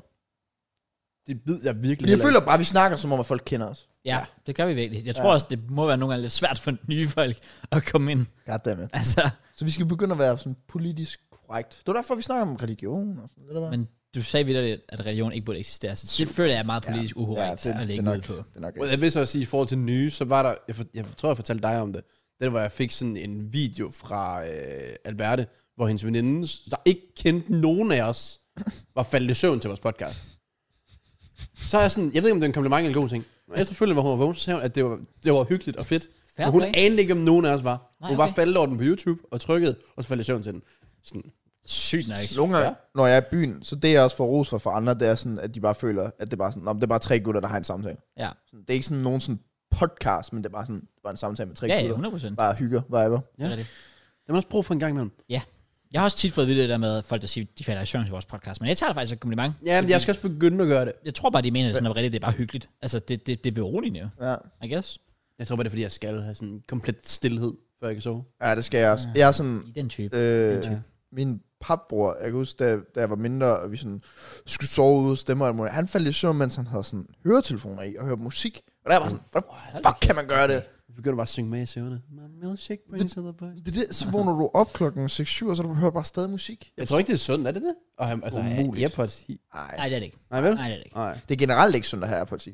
S2: Det ved jeg virkelig
S3: Fordi jeg
S2: heller
S3: føler bare, at vi snakker som om, at folk kender os.
S1: Ja, det gør vi virkelig. Jeg tror også, det må være nogle gange lidt svært for nye folk at komme ind.
S3: Goddammit.
S1: Altså,
S3: Så vi skal begynde at være sådan politisk korrekt. Det var derfor, vi snakker om religion og sådan noget.
S1: men du sagde videre, at religion ikke burde eksistere, så det føler jeg er meget politisk ja. uhorrekt ja, at
S3: det, er
S1: lægge
S3: nok,
S1: ud på.
S3: det er nok
S2: Well, jeg vil så også sige, i forhold til nye, så var der, jeg, for, jeg tror, jeg fortalte dig om det, det var, jeg fik sådan en video fra øh, Alberte, hvor hendes veninde, der ikke kendte nogen af os, var faldet i søvn til vores podcast. Så er jeg sådan, jeg ved ikke, om det er en kompliment eller en god ting. Men efterfølgende, hvor hun var vågen, så sagde hun, at det var, det var hyggeligt og fedt.
S1: Fair
S2: men hun
S1: play.
S2: anede ikke, om nogen af os var.
S1: Nej,
S2: Nej, hun var
S1: okay.
S2: faldet over den på YouTube og trykkede, og så faldt i søvn til den. Sådan,
S1: Sygt nok.
S3: Nogle gange, ja. når jeg er i byen, så det jeg også får ros for fra andre, det er sådan, at de bare føler, at det er bare sådan, "Nå, men det er bare tre gutter, der har en samtale.
S1: Ja,
S3: Sådan, det er ikke sådan nogen sådan podcast, men det er bare sådan, det er bare en samtale med tre
S1: ja, ja
S3: gutter.
S1: 100 procent.
S3: Bare hygger, viber.
S1: Ja.
S2: Ja.
S1: Det.
S2: det man også brug for en gang imellem.
S1: Jeg har også tit fået at vide det der med folk, der siger, de falder i søvn til vores podcast, men jeg tager det faktisk som et kompliment.
S2: Ja, men jeg skal også begynde at gøre det.
S1: Jeg tror bare, de mener det sådan, at Reddit, det er bare hyggeligt. Altså, det, det, det er beroligende jo,
S3: Ja.
S1: I guess.
S2: Jeg tror bare, det er, fordi jeg skal have sådan en komplet stillhed, før jeg kan sove.
S3: ja, det skal jeg også. Jeg er sådan,
S1: I den type.
S3: øh,
S2: Ja.
S3: min papbror, jeg kan huske, da, da jeg var mindre, og vi sådan skulle sove ude og stemme og alt muligt, han faldt i søvn, mens han havde sådan høretelefoner i og hørte musik. Og der var sådan, hvordan fuck kan man gøre det?
S2: Jeg begynder bare at synge med i søvne. My milkshake brings other boys.
S3: det, er det så vågner du op klokken 6-7, og så har du hørt bare stadig musik.
S2: Jeg tror ikke, det er sundt, er det det? Og han, altså,
S3: Umuligt.
S2: Umuligt. Airpods i.
S3: Nej,
S1: Nej, det er det ikke.
S2: Nej, vel?
S1: Nej, det er det ikke.
S2: Nej.
S3: det er generelt ikke sådan, der her på at sige.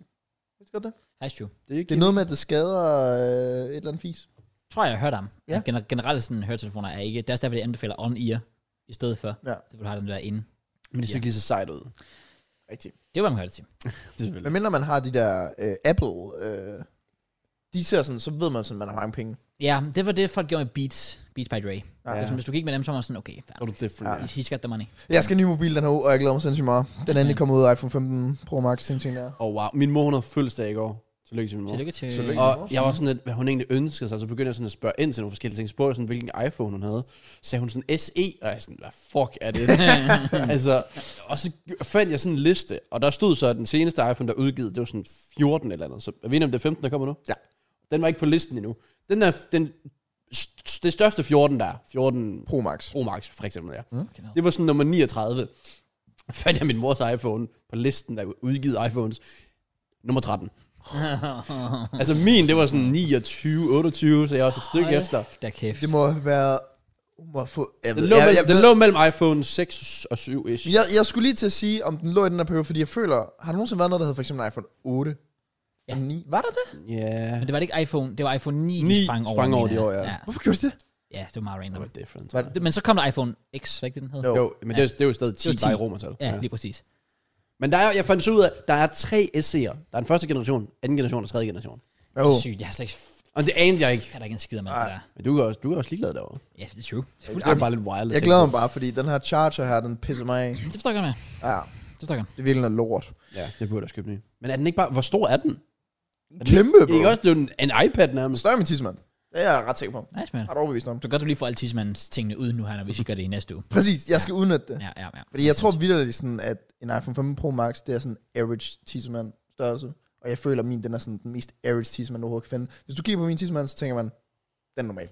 S3: Ved du godt det?
S1: Faktisk jo.
S2: Det er ikke
S3: Det er noget med, at det skader øh, et eller andet fis.
S1: Jeg tror, jeg har hørt om.
S3: Ja.
S1: Ja. Gener- generelt sådan høretelefoner er ikke. Det er også derfor, jeg anbefaler on-ear i stedet for.
S3: Ja.
S1: Det vil have den der inde.
S2: Men det ser ikke lige så sejt ud.
S3: Rigtigt.
S1: Det var, man hørte til.
S3: Men mindre man har de der øh, Apple, øh, de ser sådan, så ved man sådan, man har mange penge.
S1: Ja, det var det, folk gjorde med Beats. Beats by Dre. Ja.
S3: Ja.
S1: Hvis du gik med dem, så var man sådan, okay, fair.
S2: Så er du different.
S3: Ja.
S2: Ja.
S1: He's got the money.
S3: Jeg skal have en ny mobil den her uge, og jeg glæder mig sindssygt meget. Den er endelig kommet ud af iPhone 15 Pro Max, sindssygt der.
S2: Og wow, min mor, hun havde fødselsdag i går. Tillykke til min mor.
S1: Tillykke til...
S3: Tillykke.
S2: Og jeg var sådan lidt, hvad hun egentlig ønskede sig, så begyndte jeg sådan at spørge ind til nogle forskellige ting. Så spurgte jeg sådan, hvilken iPhone hun havde. Så sagde hun sådan SE, og jeg sådan, hvad fuck er det? altså, og så fandt jeg sådan en liste, og der stod så, at den seneste iPhone, der er udgivet, det var sådan 14 eller andet. Så er vi enige om, det er 15, der kommer nu? Ja. Den var ikke på listen endnu. Den er den, st- det største 14, der er. 14
S3: Pro Max.
S2: Pro Max, for eksempel, ja.
S1: Genau.
S2: Det var sådan nummer 39. Fandt jeg min mors iPhone på listen, der er udgivet iPhones. Nummer 13. Altså min, det var sådan 29, 28, så jeg er også et stykke
S1: Hold
S2: efter.
S1: Da kæft.
S3: Det må være... Hun må få... Jeg,
S2: Det
S3: ved,
S2: lå,
S3: jeg,
S2: mellem,
S3: jeg,
S2: det
S3: ved-
S2: lå mellem iPhone 6 og 7 ish.
S3: jeg, jeg skulle lige til at sige, om den lå i den her periode, fordi jeg føler... Har der nogensinde været noget, der hed for eksempel en iPhone 8?
S1: Ja.
S3: Ja. 9? Var der det?
S2: Ja.
S1: Men det var det ikke iPhone, det var iPhone 9, de
S2: 9
S1: sprang over.
S2: sprang over
S1: mener
S2: de
S1: jeg.
S2: år, ja.
S1: ja.
S3: Hvorfor gjorde de det?
S1: Ja, det var meget random.
S2: Det var different.
S3: Var
S1: Men så kom der iPhone X, var ikke det, den hed?
S3: Jo.
S2: Jo, men det, er, det er jo stadig 10,
S1: Det var 10.
S2: bare i romertal.
S1: Ja, lige præcis.
S2: Men der er, jeg fandt så ud af, der er tre SC'er. Der er den første generation, anden generation og tredje generation.
S3: Jo.
S1: Sygt, jeg har slet ikke...
S2: Og det anede jeg ikke.
S1: Jeg der ikke en skid med det der.
S2: Men du er også, du er også ligeglad derovre.
S1: Ja, det er true. Det, er
S2: Det
S1: fuldstændig-
S2: er bare lidt wild. at
S3: Jeg
S2: tænke
S3: glæder
S2: på.
S3: mig bare, fordi den her charger her, den pisser mig af.
S1: det forstår jeg godt med.
S3: Ja,
S1: Det forstår jeg godt.
S3: det er virkelig noget lort.
S2: Ja, det burde jeg også købe ny. Men er den ikke bare, hvor stor er den? Er den
S3: Kæmpe,
S2: ikke, ikke
S3: bro.
S2: også, det er jo en, en iPad nærmest.
S3: Større end min tidsmand. Det er jeg ret sikker på.
S1: Nice, man.
S3: Ret overbevist om.
S1: Så godt, du lige får alle tidsmandens tingene ud nu her, når vi gør det i næste uge.
S3: Præcis, jeg skal udnytte det.
S1: Ja, ja, ja.
S3: Fordi jeg tror vildt sådan, at en iPhone 15 Pro Max, det er sådan average tidsmand størrelse. Og jeg føler, at min den er sådan den mest average tidsmand, du overhovedet kan finde. Hvis du kigger på min tidsmand, så tænker man, den er normal.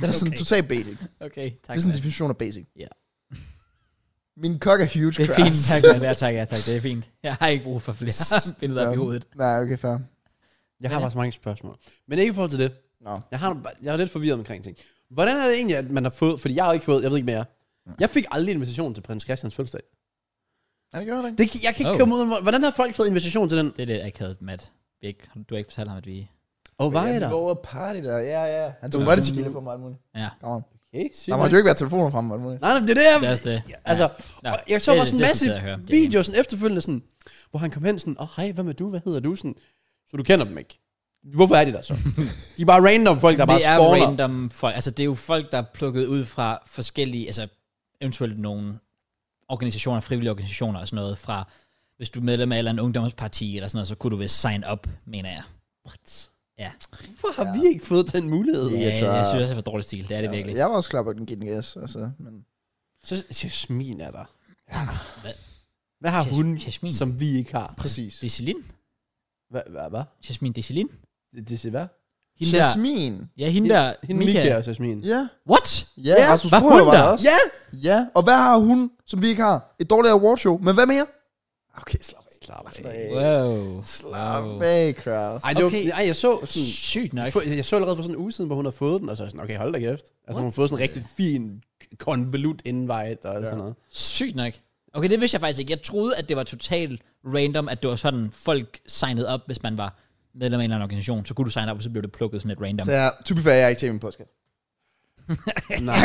S3: Den er sådan
S1: Okay.
S3: totalt basic. Tak,
S1: Okay, tak.
S3: det er sådan en definition af basic.
S1: Ja.
S3: Min kok er huge,
S1: Det er
S3: Kraus.
S1: fint, tak, mand. Ja, tak, ja, tak. Det er fint. Jeg har ikke brug for flere billeder op i
S3: Ja.
S1: hovedet.
S3: Nej, okay, fair.
S2: Jeg har
S1: Ja.
S2: bare så mange spørgsmål. Men ikke i forhold til det.
S3: Nå.
S2: Jeg, har, jeg er lidt forvirret omkring ting. Hvordan er det egentlig, at man har fået... Fordi jeg har ikke fået... Jeg ved ikke mere. Jeg fik aldrig invitation til prins Christians fødselsdag.
S3: Er det gjort, ikke?
S2: Det, kan- jeg kan ikke
S1: Oh.
S2: oh. komme ud af... Hvordan har folk fået invitation til den?
S1: Det er lidt akavet, Matt. Vi ikke, du har ikke fortalt ham, at vi...
S2: Åh, oh, var
S3: ja,
S2: jeg
S3: vi
S2: der?
S3: var over party der, ja, ja. Han tog godt tequila på mig, alt muligt.
S1: Ja,
S3: Come on.
S2: Okay, sygt.
S3: Der
S2: Nej,
S3: måtte jo ikke være telefoner fremme, alt muligt.
S2: nej, det er det, jeg...
S1: det er også det.
S2: Altså,
S1: Nå,
S2: og jeg så
S1: det er
S2: bare
S1: det, det
S2: sådan en
S1: er
S2: masse
S1: fedt at høre. Det er
S2: videoer sådan efterfølgende, sådan, hvor han kom hen sådan, åh, oh, hej, hvem er du, hvad hedder du? Sådan, så du kender dem ikke. Hvorfor er de der så? de er bare random folk, der
S1: det
S2: bare
S1: er
S2: spawner.
S1: random folk. Altså, det er jo folk, der er plukket ud fra forskellige, altså eventuelt nogle organisationer, frivillige organisationer og sådan noget, fra hvis du er medlem af en eller anden ungdomsparti eller sådan noget, så kunne du vist sign up, mener jeg. Ja,
S2: Hvorfor har vi ikke fået den mulighed?
S1: ja jeg,
S3: tror-
S1: jeg synes også, det er for dårlig stil. Det er det virkelig.
S3: Jeg var også klar på, at den gik den gas, altså. Men
S2: Så Jasmin er der.
S1: Hvad?
S2: Hvad har
S1: Jas-
S2: hun,
S1: Jasmin?
S2: som vi ikke har?
S3: præcis.
S1: Decelin?
S2: Hvad? Hvad? Hva?
S1: Jasmin Decelin?
S2: Det, det siger hvad?
S1: Hende der,
S3: Jasmin.
S1: ja, hende der,
S2: Hende
S1: Mika.
S2: Mika og Jasmin.
S3: Ja.
S1: What?
S3: Ja,
S2: Ja,
S3: Rasmus
S1: var
S3: Broder
S1: hun
S3: var der
S1: der?
S3: også. Ja. ja. Og hvad har hun, som vi ikke har? Et dårligt awardshow. Men hvad mere?
S2: Okay, slap af. Slap af.
S3: af.
S1: Wow.
S3: Slap
S1: Wow.
S3: af, Kraus.
S2: Ej, det var,
S1: Okay.
S2: ej, jeg så sådan,
S1: Sygt nok.
S2: jeg, jeg så allerede for sådan en uge siden, hvor hun havde fået den, og så er jeg sådan, okay, hold da kæft. Altså, hun har fået sådan en rigtig fin, konvolut invite og ja. sådan noget.
S1: Sygt nok. Okay, det vidste jeg faktisk ikke. Jeg troede, at det var totalt random, at det var sådan, folk signede op, hvis man var medlem af en eller anden organisation. Så kunne du signe op, og så blev det plukket sådan lidt random.
S3: Så jeg, to be fair, jeg har ikke tjent min påskat.
S2: Nej,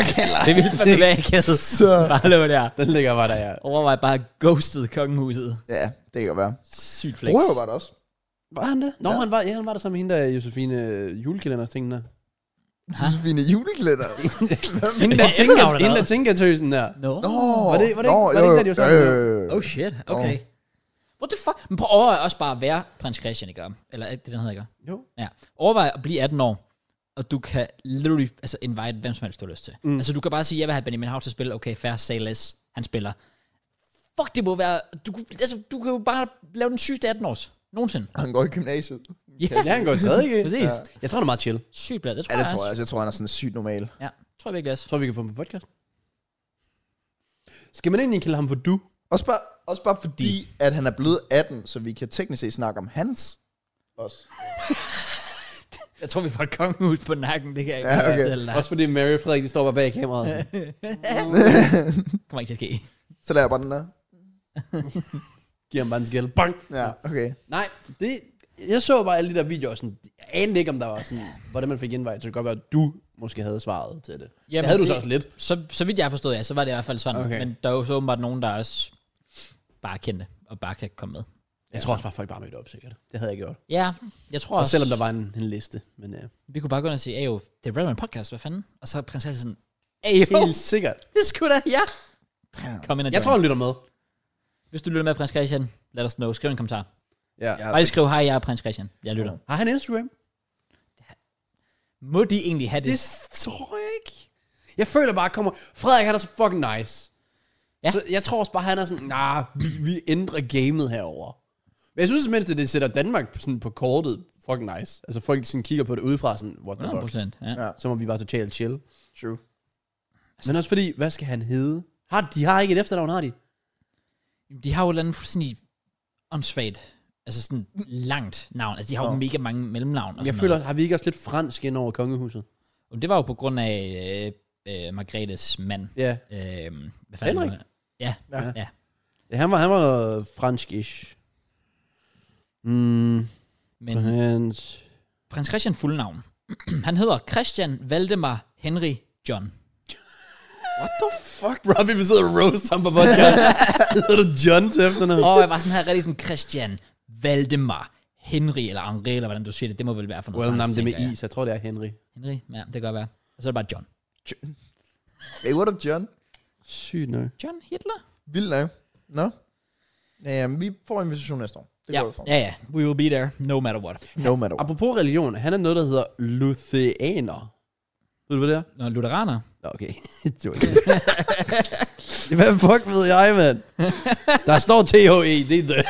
S1: Det ville fandme være akavet.
S3: Så,
S1: Bare lå der.
S2: den ligger bare der, ja.
S1: Overvej bare ghostet kongehuset.
S3: ja, det kan godt være.
S1: Sygt flex.
S3: Broder var der også.
S2: Var han det? Nå,
S3: Ja.
S2: ja. han, var, ja, han var der sammen med hende der, Josefine øh, julekalender og tingene.
S3: Josefine juleklæder.
S2: Hende
S1: der
S2: der
S1: tænker-
S2: tænker,
S1: hende
S2: hende
S1: der
S2: der tænker der.
S1: Nå.
S3: Nå,
S2: Var det- var det
S3: nå,
S2: ikke- var det
S3: jo,
S2: ikke der, de var sammen?
S3: jo, jo, jo.
S1: Oh shit, okay. What the fuck? Men prøv at overveje også bare at være prins Christian, ikke? Eller er det den hedder, ikke?
S2: Jo.
S1: Ja. Overvej at blive 18 år, og du kan literally altså, invite hvem som helst, du har lyst til. Mm. Altså, du kan bare sige, jeg vil have Benjamin Hav til at spille. Okay, fair, say less. Han spiller. Fuck, det må være... Du, kunne- altså, du kan jo bare lave den sygeste 18-års. Nogensinde.
S3: Han går i gymnasiet.
S1: Ja,
S2: Ja, han går i tredje, ikke?
S1: præcis. Ja.
S2: Jeg tror, det er meget chill.
S1: Sygt blad, det tror
S3: Ja, det tror jeg
S1: også.
S3: også. Jeg tror, han er sådan sygt normal.
S1: Ja, tror jeg virkelig også.
S2: Tror vi kan få ham på podcast. Skal man egentlig kalde ham for du?
S3: Også bare, også bare fordi, at han er blevet 18, så vi kan teknisk set snakke om hans. Også.
S1: Jeg tror, vi får et kongehus på nakken, det kan jeg ikke
S3: Ja, okay.
S1: fortælle dig.
S2: Også fordi Mary og Frederik, de står bare bag kameraet. og Sådan.
S1: kommer ikke til at ske.
S3: Så lader jeg bare den der.
S2: Giver ham bare en skæld. Bang!
S3: Ja, okay.
S2: Nej, det... Jeg så bare alle de der videoer, og sådan, jeg anede ikke, om der var sådan, hvordan man fik invite. Så det kan godt være, at du måske havde svaret til det. Jamen, det havde du så
S1: det-
S2: også lidt.
S1: Så, så vidt jeg har forstået, ja, så var det i hvert fald sådan. Okay.
S2: Okay.
S1: Men der er jo så åbenbart nogen, der også bare kendte og bare kan komme med.
S2: Jeg tror også bare, folk bare mødte op, sikkert. Det havde jeg gjort.
S1: Ja, jeg tror
S2: Og
S1: også,
S2: selvom der var en, en liste. Men øh, ja.
S1: vi kunne bare gå ind og sige, Ayo, det er Redman Podcast, hvad fanden? Og så er prins Christian sådan, Ayo,
S2: Helt sikkert.
S1: det skulle da, ja. Kom ind og
S2: Jeg
S1: join.
S2: tror, han lytter med.
S1: Hvis du lytter med, prins Christian, lad os know. Skriv en kommentar.
S2: Ja.
S3: Ja,
S1: Bare lige skriv, hej, jeg er prins Christian. Jeg lytter.
S2: Har han Instagram?
S1: Må de egentlig have det?
S2: Det tror jeg ikke. Jeg føler bare, kommer... Frederik, han er så fucking nice.
S1: Ja.
S2: Ja. Så jeg tror også bare, han er sådan, nah, vi, vi ændrer gamet herover. Men jeg synes mindst, at det sætter Danmark på- sådan på kortet fucking nice. Altså folk sådan kigger på det udefra sådan, what the fuck.
S1: 100%. Ja.
S3: Ja.
S2: Så må vi bare totalt chill.
S3: True.
S2: Men også fordi, hvad skal han hedde? Har, de har ikke et efternavn, har de?
S1: De har jo et eller andet fuldstændig åndssvagt, altså sådan langt navn. Altså, de har jo
S3: Nå.
S1: mega mange mellemnavn. Og
S2: Jeg
S1: sådan
S2: føler, har vi ikke også lidt fransk ind over kongehuset?
S1: Noget. Det var jo på grund af øh, øh, Margrethes mand.
S2: Ja.
S1: Øh, hvad fanden
S2: Henrik?
S1: var det? Ja, ja.
S3: Ja.
S1: ja.
S2: ja han, var, han var noget fransk-ish. Mm,
S1: Men
S2: hans...
S1: prins Christian fuld navn. han hedder Christian Valdemar Henry John.
S3: What the fuck?
S2: Robbie, vi sidder og roast ham på podcast. Hedder du John til efternavn?
S1: Og jeg var sådan her rigtig sådan, Christian Valdemar Henry, eller Henri, eller hvordan du siger det. Det må vel være for noget.
S2: Well,
S1: fransk,
S2: navn det
S1: tænker
S2: med
S1: jeg.
S2: I, så jeg tror, det er Henry.
S1: Henry, ja, det kan godt være. Og så er det bare John.
S3: Hey, what up, John?
S2: Sygt nok.
S1: John Hitler?
S3: Vildt nok. Nå? Ja, ja, men vi får invitation næste år. Det
S1: ja,
S3: går vi for.
S1: ja, ja. We will be there, no matter what.
S3: No matter what.
S2: Apropos religion, han er noget, der hedder Lutheraner. Ved du, hvad det er?
S1: Når lutheraner,
S2: Nå, okay. det var ikke det. hvad fuck ved jeg, mand? Der står THE, det er det.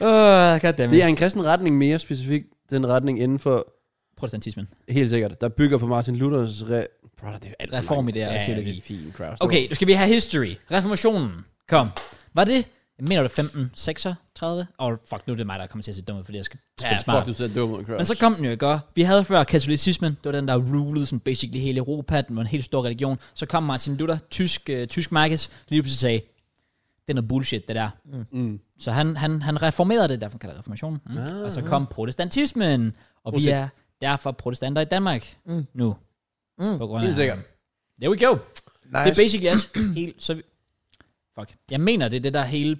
S1: Åh, oh, goddammit.
S2: Det
S1: er
S2: er en kristen retning mere specifikt, den retning inden for,
S1: protestantismen.
S2: helt sikkert, der bygger på Martin Luthers re... Brother, det er alt for langt.
S1: Reformidéer og
S2: ja,
S1: teologi.
S2: det er fint, Kraus.
S1: Okay, nu skal vi have history. Reformationen. Kom. Var det, jeg mener det 15, 36? Åh, oh, fuck, nu er det mig, der kommer til at se dum ud, fordi jeg skal spille
S2: Ja,
S1: smart.
S2: fuck, du ser dum ud, Kraus.
S1: Men så kom den jo, ikke? også? Vi havde før katolicismen, det var den, der rulede sådan basically hele Europa, den var en helt stor religion. Så kom Martin Luther, tysk, øh, tysk Markes, lige pludselig sagde, det er noget bullshit, det der.
S2: Mm.
S1: Så han, han, han reformerede det, derfor kalder det reformationen. Mm.
S2: Ah.
S1: og så kom protestantismen, og vi
S2: Prosit.
S1: er derfor protestanter i Danmark
S3: Mm.
S1: nu.
S3: Mm.
S1: På grund
S2: Helt sikkert.
S1: There we go.
S3: Nice.
S1: Det er basically også helt... Så vi, fuck. Jeg mener, det er det der hele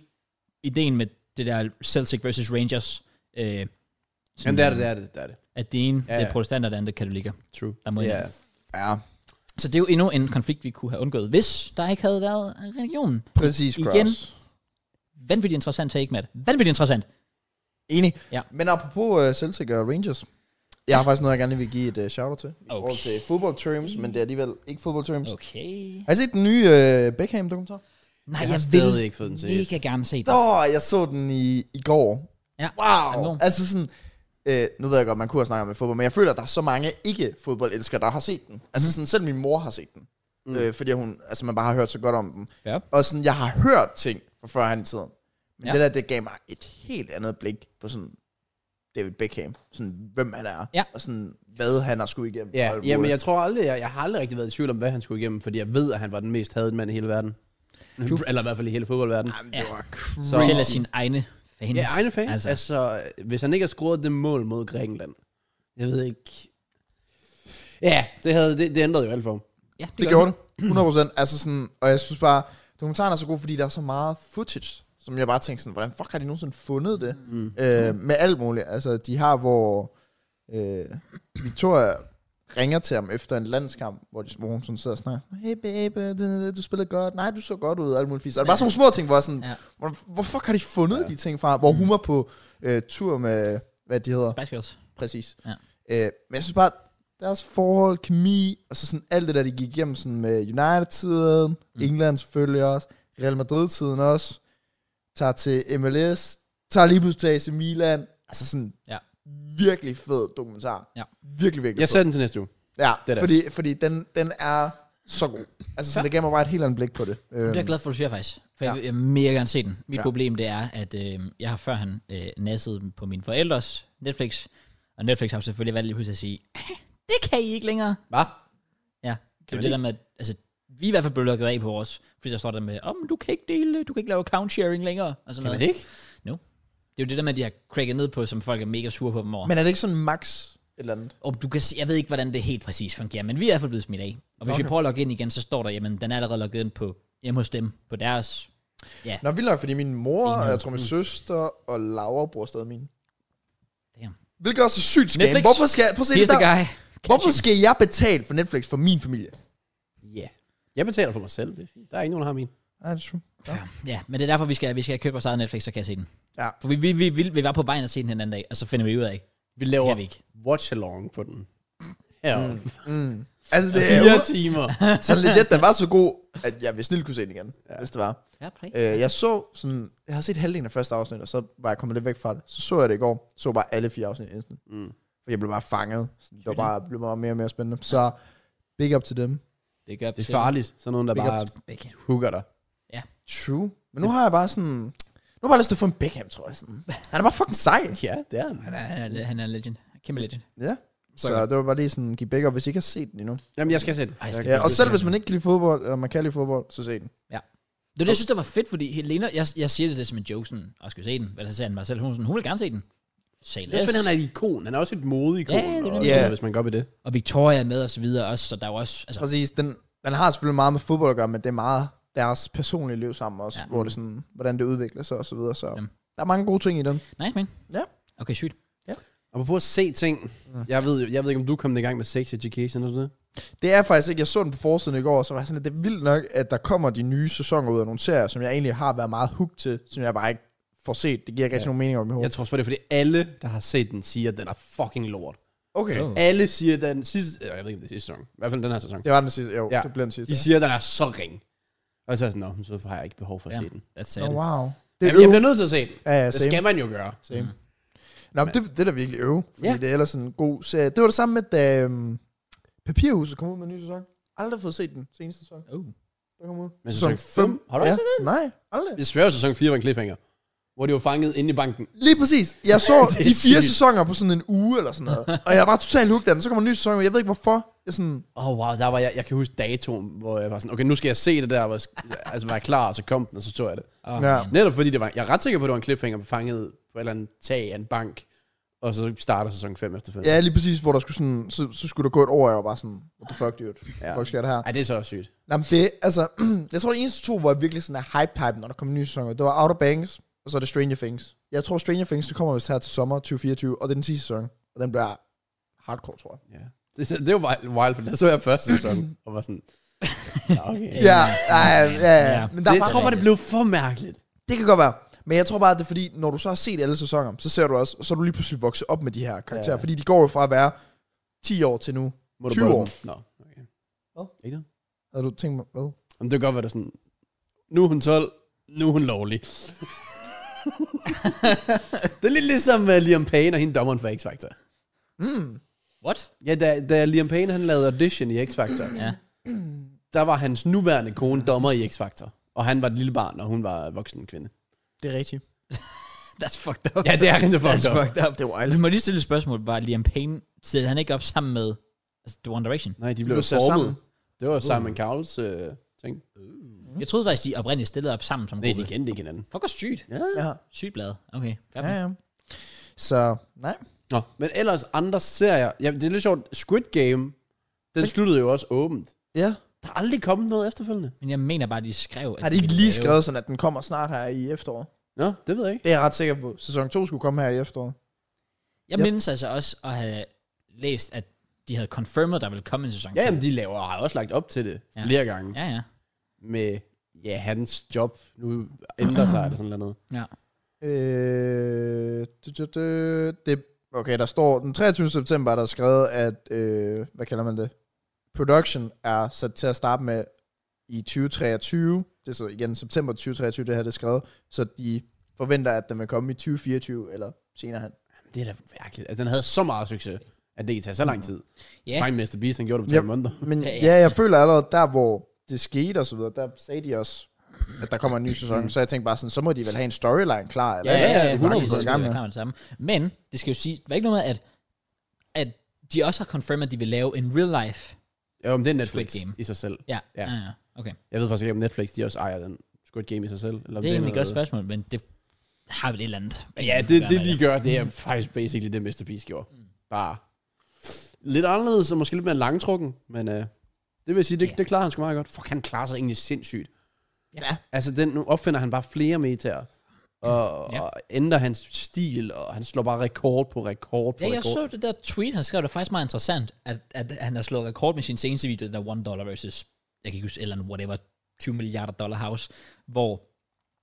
S1: ideen med det der Celtic versus Rangers. Øh, sådan,
S2: Jamen, det er det, det er det, det er det.
S1: At det ene ja,
S2: Ja,
S1: ja.
S2: ja.
S1: er protestanter, og det andet er katolikker.
S2: True.
S1: Der må
S2: Ja.
S1: yeah.
S3: Ja,
S1: Så det er jo endnu en konflikt, vi kunne have undgået, hvis der ikke havde været religion.
S3: præcis, Kraus.
S1: Igen. Vanvittigt interessant take, Matt. Vanvittigt interessant.
S3: Enig.
S1: Ja.
S3: Men apropos uh, Celtic og Rangers. Jeg har faktisk noget, jeg gerne vil give et uh, shout-out til. I
S1: Okay.
S3: forhold til football terms, men det er alligevel ikke football terms. Okay.
S1: Okay.
S3: Har I set den nye uh,
S1: Nej,
S3: Beckham-dokumentar?
S2: Jeg
S1: jeg,
S2: har
S1: jeg
S2: stadig
S1: vil
S2: ikke fået den set.
S1: mega gerne se den.
S3: Åh, jeg så den i, i går.
S1: Ja.
S3: Wow!
S1: Kanon.
S3: Altså sådan, øh, nu ved jeg godt, man kunne have snakket om fodbold, men jeg føler, at der er så mange ikke-fodboldelskere, der har set den. Altså sådan, selv min mor har set den. Mm. Øh, fordi hun, altså man bare har hørt så godt om den.
S1: Ja.
S3: Og sådan, jeg har hørt ting fra førhen i tiden.
S1: Ja.
S3: Men ja. det der, det gav mig et helt andet blik på sådan David Beckham. Sådan, hvem han er.
S1: Ja.
S3: Og sådan, hvad han har skulle igennem.
S2: Ja,
S3: og alt
S2: ja, men
S3: muligt.
S2: jeg tror aldrig, jeg, jeg har aldrig rigtig været i tvivl om, hvad han skulle igennem, fordi jeg ved, at han var den mest hadede mand i hele verden. Eller i hvert fald i hele fodboldverdenen.
S3: Jamen, det
S1: Ja.
S3: var
S2: Så-
S3: crazy.
S1: Selv af sine egne fans.
S2: Ja, egne fans. Altså.
S1: Altså,
S2: altså, hvis han ikke har scoret det mål mod Grækenland, jeg ved ikke... Ja, det, havde, det, det ændrede jo alt for ham.
S1: ja,
S3: Det gjorde det. 100%. altså sådan, og jeg synes bare, dokumentaren er så god, fordi der er så meget footage, som jeg bare tænkte sådan, hvordan fuck har de nogensinde fundet det? Mm. Øh, med alt muligt. Altså, de har, hvor øh, Victoria ringer til ham efter en landskamp, hvor, de, hvor hun sådan sidder og snakker, hey babe, det- det- du spillede godt, nej, du så godt ud, og alt muligt fisk. Og det er bare sådan nogle små ting, hvor jeg sådan,
S1: Ja.
S3: ja. hvor, hvor fuck har de fundet ja. Mm. de ting fra? Hvor hun var på øh, tur med, hvad de hedder,
S1: Spice Girls.
S3: Præcis.
S1: Ja.
S3: Øh, men jeg synes bare, deres forhold, kemi, og så sådan alt det der, de gik igennem sådan med United-tiden, mm. England selvfølgelig også, Real Madrid-tiden også, tager til MLS, tager lige pludselig til AC Milan, altså sådan
S1: Ja.
S3: virkelig fed dokumentar.
S1: Ja.
S3: Virkelig, virkelig
S2: Jeg
S3: fed.
S2: ser den til næste uge. det
S3: Ja,
S2: er det.
S3: fordi, fordi den, den er så god. Altså
S1: Ja.
S3: sådan, det gav mig bare et helt andet blik på det. Øhm,
S1: Det er jeg glad for, du siger faktisk. For ja.
S3: Ja.
S1: jeg, vil- jeg vil mega gerne se den. Mit ja.
S3: Ja.
S1: problem det er, at øh, jeg har førhen øh, nasset dem på mine forældres Netflix. Og Netflix har jo selvfølgelig valgt lige pludselig at sige, "Ah, det kan I ikke længere.
S2: Hvad?
S1: Ja, det er
S2: man
S1: jo det der med, at- altså, vi er i hvert fald blevet lukket af på os. Fordi der står der med, om oh, du kan ikke dele, du kan ikke lave account sharing længere. Og sådan
S2: Kan
S1: noget.
S2: man ikke?
S1: Det er jo det der med, at de har cracket ned på, som folk er mega sure på dem over. Men,
S3: Men er det ikke sådan max et eller andet?
S1: og du kan se, jeg ved ikke, hvordan det helt præcis fungerer, men vi er i hvert fald blevet smidt af. Og hvis okay. vi
S3: Okay.
S1: prøver at logge ind igen, så står der, jamen, den er allerede logget ind på hjemme hos dem, på deres.
S3: Nå, vildt nok, fordi min mor,
S1: Ingen
S3: og
S1: havde-
S3: jeg tror min søster og Laura bruger stadig min.
S1: Damn.
S3: Hvilket også er sygt skam.
S1: Netflix.
S3: Hvorfor skal, prøv at se,
S1: Here's
S3: der,
S1: the guy.
S3: hvorfor skal jeg betale for Netflix for min familie?
S2: Ja. Yeah. Jeg betaler for mig selv. Det er fint. Der er ikke nogen, der har min.
S3: Ja, det er true.
S1: Ja. ja, men det er derfor, vi skal, vi skal købe vores eget Netflix, så kan jeg se den.
S3: Ja.
S1: For vi, vi, vi, vi, vi var på vejen at se den en anden dag, og så finder vi ud af,
S2: Vi
S1: det
S2: laver
S1: kan vi ikke.
S2: watch-along på den. Ja. Mm.
S3: Mm. Altså, det er
S2: Fire timer.
S3: jo- sådan legit, den var så god, at jeg vil snildt kunne se den igen, ja. hvis det var.
S1: Ja, præg.
S3: Øh, jeg så sådan, jeg har set halvdelen af første afsnit, og så var jeg kommet lidt væk fra det. Så så jeg det i går, så bare alle fire afsnit instant.
S2: Mm.
S3: For jeg blev bare fanget. Sådan, Det var bare, blev bare mere og mere spændende. Så big up til dem.
S1: Det gør
S2: Det er farligt. Sådan nogen, der
S3: Big up
S2: bare
S1: Begge.
S2: hooker dig.
S3: True. Men nu har jeg bare sådan, nu har jeg bare lyst til at få en Beckham, tror jeg. Sådan. Han er bare fucking sej.
S2: Ja, det er den.
S1: Han er, han er, han er legend. Kæmpe legend.
S3: Ja.
S1: Så-
S3: Så det var bare lige sådan, give big up, hvis I ikke har set den endnu.
S2: Jamen, jeg skal se den.
S1: Ej, jeg skal
S3: Ja, og selv hvis man ikke kan lide fodbold, eller man kan lide fodbold, så se den.
S1: Det er det, jeg synes, der var fedt, fordi Helena, jeg, jeg siger det, det som en joke, sådan, og skal vi se den, hvad så sagde han mig selv, hun, er sådan, hun vil gerne se den. Say
S2: Det er også,
S1: less.
S2: fordi han er et ikon. Han er også et modeikon.
S1: Ja, det er
S2: og
S1: nemlig
S2: sådan
S3: det.
S2: noget, Hvis man går op i det.
S1: Og Victoria er med og så videre også, så der er jo også, altså,
S3: Præcis, den, den har selvfølgelig meget med fodbold at gøre, men det er meget deres personlige liv sammen også,
S1: Ja.
S3: ja. hvor det sådan, hvordan det udvikler sig og så videre. Så
S1: Jamen.
S3: der er mange gode ting i den.
S1: nice man.
S3: Ja.
S1: Okay, sygt.
S2: Og på at se ting. Jeg ved, jo- jeg ved ikke, om du kom i gang med sex education eller sådan noget.
S3: Det er faktisk ikke, jeg så den på forsiden i går, og så var jeg sådan, at det er vildt nok, at der kommer de nye sæsoner ud af nogle serier, som jeg egentlig har været meget hooked til, som jeg bare ikke får set. Det giver ikke rigtig nogen mening om i
S2: Jeg
S3: hovedet.
S2: tror også på det, er, fordi alle, der har set den, siger, at den er fucking lort.
S3: Okay.
S1: Oh.
S2: Alle siger, at den sidste... eller Jeg ved ikke, om det er sidste sæson. I hvert fald den her sæson.
S3: Det var den sidste, jo,
S2: Ja.
S3: ja. det blev den sidste.
S2: De siger, at den er så ring. Og så er jeg sådan, Nå, så har jeg ikke behov for at
S1: Ja.
S2: se den.
S1: That's sad.
S3: Oh, wow. Det er
S2: Jamen, jeg
S3: øv.
S2: bliver nødt til at se den.
S3: Ja, ja,
S2: Det
S3: same.
S2: skal man jo gøre.
S3: Same. Nå, men det, det er da virkelig øve, fordi
S2: Ja.
S3: ja. det er ellers sådan en god serie. Det var det samme med, da øhm, Papirhuset kom ud med en ny sæson. Aldrig fået set den seneste sæson,
S1: Oh.
S3: der kom ud.
S2: Men sæson fem? Har du ikke
S3: set den? Nej, aldrig.
S2: Jeg sværger, sæson 4 var en cliffhanger. Hvor de var fanget inde i banken.
S3: Lige præcis. Jeg så
S2: Det
S3: de
S2: er
S3: fire
S2: sygt.
S3: sæsoner på sådan en uge eller sådan noget. Og jeg var bare totalt hooked af den. Så kommer en ny sæson, og jeg ved ikke hvorfor. Jeg sådan,
S2: Åh, oh, wow, der var jeg, jeg kan huske datoen, hvor jeg var sådan, okay, nu skal jeg se det der, hvor jeg, altså var jeg klar, og så kom den, og så så jeg det.
S1: Oh,
S3: Ja.
S1: man.
S2: Netop fordi det var, jeg er ret sikker på, at det var en cliffhanger fanget på et eller andet tag af en bank, og så starter sæson 5 efterfølgende.
S3: ja, lige præcis, hvor der skulle sådan, så, så skulle der gå et år, og jeg var bare sådan, what the fuck, dude?
S2: Ja.
S3: Ja. Hvor sker det her?
S2: Ej, det er så også sygt.
S3: Nå, men det, altså, jeg tror, det eneste to, hvor jeg virkelig sådan er hype-hype, når der kommer en ny sæson, ud, det var Outer Banks, og så er det Stranger Things. Jeg tror, Stranger Things, det kommer vist her til sommer 2024, og det er den sidste sæson, og den bliver hardcore, tror jeg.
S2: Ja. Det, det var wild- wild, for der så jeg første sæson, og var sådan, "Nå, okay.
S1: Ja,
S3: Ja, ja, ja.
S1: ja.
S3: ja. Men der
S2: det,
S3: det,
S2: jeg
S3: var,
S2: tror
S3: tror,
S2: bare, det blev for mærkeligt.
S3: det kan godt være. Men jeg tror bare, at det er fordi, når du så har set alle sæsoner, så ser du også, så er du lige pludselig vokset op med de her karakterer.
S2: Ja.
S3: Ja. Fordi de går jo fra at være 10 år til nu.
S2: Må du
S3: 20
S2: bolde
S3: år.
S2: den? Nå, okay.
S3: Hvad?
S2: Ikke noget?
S3: Havde du tænkt mig, hvad?
S2: Jamen, det kan godt være, det er sådan, nu er hun 12, nu er hun lovlig. det er lidt ligesom uh, Liam Payne og hende dommeren for X-Factor.
S3: Mm.
S1: What?
S2: Ja, da, da Liam Payne han lavede audition i X-Factor,
S1: Ja.
S2: der var hans nuværende kone dommer i X-Factor. Og han var et lille barn, og hun var voksen kvinde.
S3: Det er rigtigt.
S1: That's fucked up.
S2: Ja, det er rigtig
S1: That's
S2: fucked up.
S1: fucked up.
S3: Det var
S1: Du må lige stille et spørgsmål. Var Liam Payne, sidder han ikke op sammen med altså, The One Direction?
S2: Nej, de
S3: blev
S2: blev
S3: sat sammen.
S2: formet. Det var Simon Cowells øh, ting.
S1: Jeg troede faktisk, de oprindeligt stillede op sammen som
S2: Mm-hmm. Nej,
S1: gruppe.
S2: de kendte ikke hinanden.
S1: Fuck, hvor sygt.
S3: Ja.
S1: Sygt blad. Okay. fair
S3: ja,
S1: play.
S3: ja. Så, nej.
S2: Nå, men ellers andre serier. Ja, det er lidt sjovt. Squid Game, den sluttede jo også åbent.
S3: Ja.
S2: Der er aldrig kommet noget efterfølgende.
S1: Men jeg mener bare, de skrev... At
S3: Har de ikke
S1: ville
S3: lige
S1: lave-
S3: skrevet sådan, at den kommer snart her i efteråret?
S2: Nå, det ved jeg ikke.
S3: Det er jeg ret sikker på. Sæson 2 skulle komme her i efteråret.
S1: Jeg
S3: Yep.
S1: mindes altså også at have læst, at de havde confirmed, at der ville komme en sæson
S2: Ja,
S1: to.
S2: jamen, de laver og har også lagt op til det
S1: Ja.
S2: ja. flere gange. Ja.
S1: ja, ja.
S2: Med, ja, hans job. Nu ændrer sig eller sådan noget.
S3: Øh, du, du, du, det, okay, der står den 23. september, er der er skrevet, at, øh, hvad kalder man det? Production er sat til at starte med i 2023. Det er så igen september 2023, det her det er skrevet. Så de forventer, at den vil komme i 2024 eller senere hen.
S2: Det er da virkelig. Altså, den havde så meget succes, at det kan tage så lang tid.
S1: Ja.
S2: Yeah. Spine Mr. Beast, han gjorde det på tre
S3: Yep.
S2: måneder.
S3: Men
S1: Ja,
S3: ja,
S1: ja.
S3: ja. jeg føler allerede, der hvor det skete og så videre, der sagde de også, at der kommer en ny sæson. Så jeg tænkte bare sådan, så må de vel have en storyline klar. Eller
S1: Mm. Ja, ja,
S3: et eller andet,
S1: ja,
S3: de
S1: ja,
S3: bare
S1: præcis.
S3: kan gå i
S1: Det
S3: gang
S1: er
S3: med.
S1: klart det samme. Men det skal jo sige, det var ikke noget med, at, at de også har confirmed, at de vil lave en real life.
S2: Ja, om det er Netflix
S1: Squid Game.
S2: i sig selv.
S1: Ja, ja,
S2: Ja.
S1: ja. Okay.
S2: Jeg ved faktisk ikke, om Netflix de også ejer den Squid Game i sig selv. Eller om
S1: Det er egentlig et
S2: noget-
S1: godt spørgsmål, men det har vel et eller andet.
S2: Ja, det, det de gør, det er faktisk basically det, Mr. Beast gjorde.
S1: Mm.
S2: Bare lidt anderledes, og måske lidt mere langtrukken, men øh, det vil sige, det,
S1: Ja.
S2: det klarer han sgu meget godt. Fuck, han klarer sig egentlig sindssygt.
S1: Ja.
S2: Altså, den, nu opfinder han bare flere metaer, og,
S1: Ja.
S2: og ændrer hans stil, og han slår bare rekord på rekord på
S1: Ja, jeg
S2: rekord.
S1: så det der tweet, han skrev, det er faktisk meget interessant, at, at han har slået rekord med sin seneste video, den der 1 dollar versus, jeg kan ikke huske, et eller andet, whatever, 20 milliarder dollar house, hvor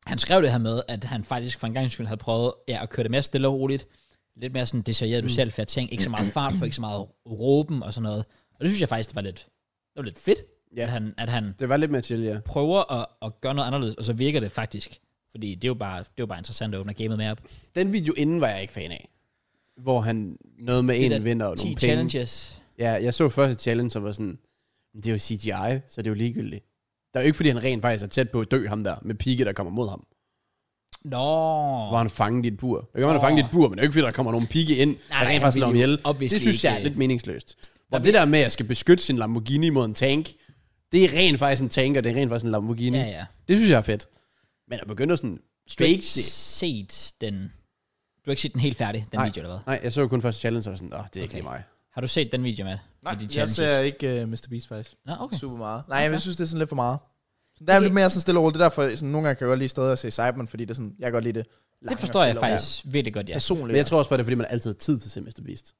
S1: han skrev det her med, at han faktisk for en gang skyld havde prøvet ja, at køre det mere stille og roligt, lidt mere sådan detaljeret, du
S2: Mm.
S1: selv færd ting, ikke så meget fart på, ikke så meget råben og sådan noget. Og det synes jeg faktisk, det var lidt, det var lidt fedt,
S2: Ja.
S1: at han, at han
S2: Det var lidt mere chill, ja.
S1: prøver at, at gøre noget anderledes, og så virker det faktisk. Fordi det er jo bare, det er jo bare interessant at åbne gamet mere op.
S2: Den video inden var jeg ikke fan af. Hvor han noget med
S1: der
S2: en vinder og
S1: 10
S2: nogle penge.
S1: challenges.
S2: Ja, jeg så første challenge, som var sådan, "Men det er jo CGI, så det er jo ligegyldigt. Der er jo ikke, fordi han rent faktisk er tæt på at dø ham der, med pigge, der kommer mod ham.
S1: Nå.
S2: Hvor han fanget i et bur. Det kan man
S1: Åh.
S2: oh. fanget i et bur, men det er jo ikke, fordi der kommer nogen pigge ind,
S1: Nej,
S2: nej, der
S1: nej,
S2: rent faktisk
S1: han
S2: slår ham
S1: ville jo
S2: ihjel.
S1: obviously
S2: Det synes jeg er
S1: ikke- øh,
S2: lidt meningsløst. Hvor
S1: Der
S2: det der med, at jeg skal beskytte sin Lamborghini mod en tank, det er rent faktisk en tank, og det er rent faktisk en Lamborghini.
S1: Ja, ja.
S2: Det synes jeg er fedt. Men at begynde at sådan
S1: Du har
S2: fake
S1: ikke
S2: det.
S1: set den... Du har ikke set den helt færdig, den
S2: Nej.
S1: video, eller hvad?
S2: Nej, jeg så kun første challenge, og var sådan, åh, det er ikke
S1: Okay.
S2: lige mig.
S1: Har du set den video, Matt? Med de
S3: Nej, jeg
S1: challenges?
S3: ser ikke uh, Mr. Beast faktisk.
S1: Nå, okay.
S3: okay. super meget. Nej, okay. jeg synes, det er sådan lidt for meget. Så der
S1: Okay.
S3: er lidt mere sådan stille og roligt. Det er derfor, sådan, nogle gange kan jeg godt lide stadig at se Cyberman, fordi det er sådan, jeg kan godt lide det.
S1: Det
S3: lange
S1: forstår
S3: og
S1: jeg
S3: stille og roligt.
S1: faktisk virkelig godt, ja.
S3: Personligt.
S2: Men jeg tror også bare, det er, fordi man altid har tid til at se Mr. Beast.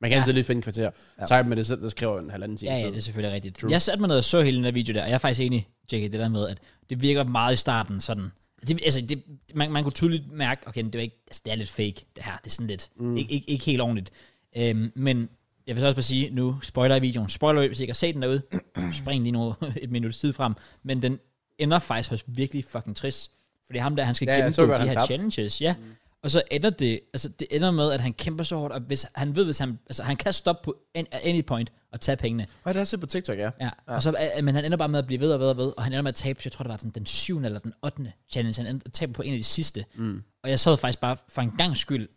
S2: Man kan
S1: Ja.
S2: altid lige finde et kvarter. Ja. Sejt med det selv, der skriver en halvanden time.
S1: Ja, ja,
S2: tid.
S1: det er selvfølgelig rigtigt. True. Jeg satte mig ned og så hele den der video der, og jeg er faktisk enig, JK, det der med, at det virker meget i starten sådan. Det, altså, det, man, man kunne tydeligt mærke, okay, det, var ikke, altså, det er lidt fake, det her. Det er sådan lidt, mm. ikke, ikke, ikke helt ordentligt. Øhm, men jeg vil så også bare sige, nu spoiler i videoen. Spoiler, hvis I ikke har set den derude, spring lige nu et minut tid frem. Men den ender faktisk også virkelig fucking trist. Fordi ham der, han skal
S2: Ja,
S1: ja,
S2: jeg
S1: gennemgå
S2: så godt,
S1: de
S2: han
S1: her
S2: tabte.
S1: challenges, ja. Mm. Og så ender det, altså det ender med, at han kæmper så hårdt, og hvis, han ved, hvis han, altså han kan stoppe på an- at any point og tage pengene.
S3: Ej, det har jeg set på TikTok, ja.
S1: Ja. Og så, er- men han ender bare med at blive ved og ved og ved, og han ender med at tabe, så jeg tror, det var den, den 7. eller den 8. challenge, han ender- taber på en af de sidste. Mm. Og jeg sad faktisk bare for en gang skyld,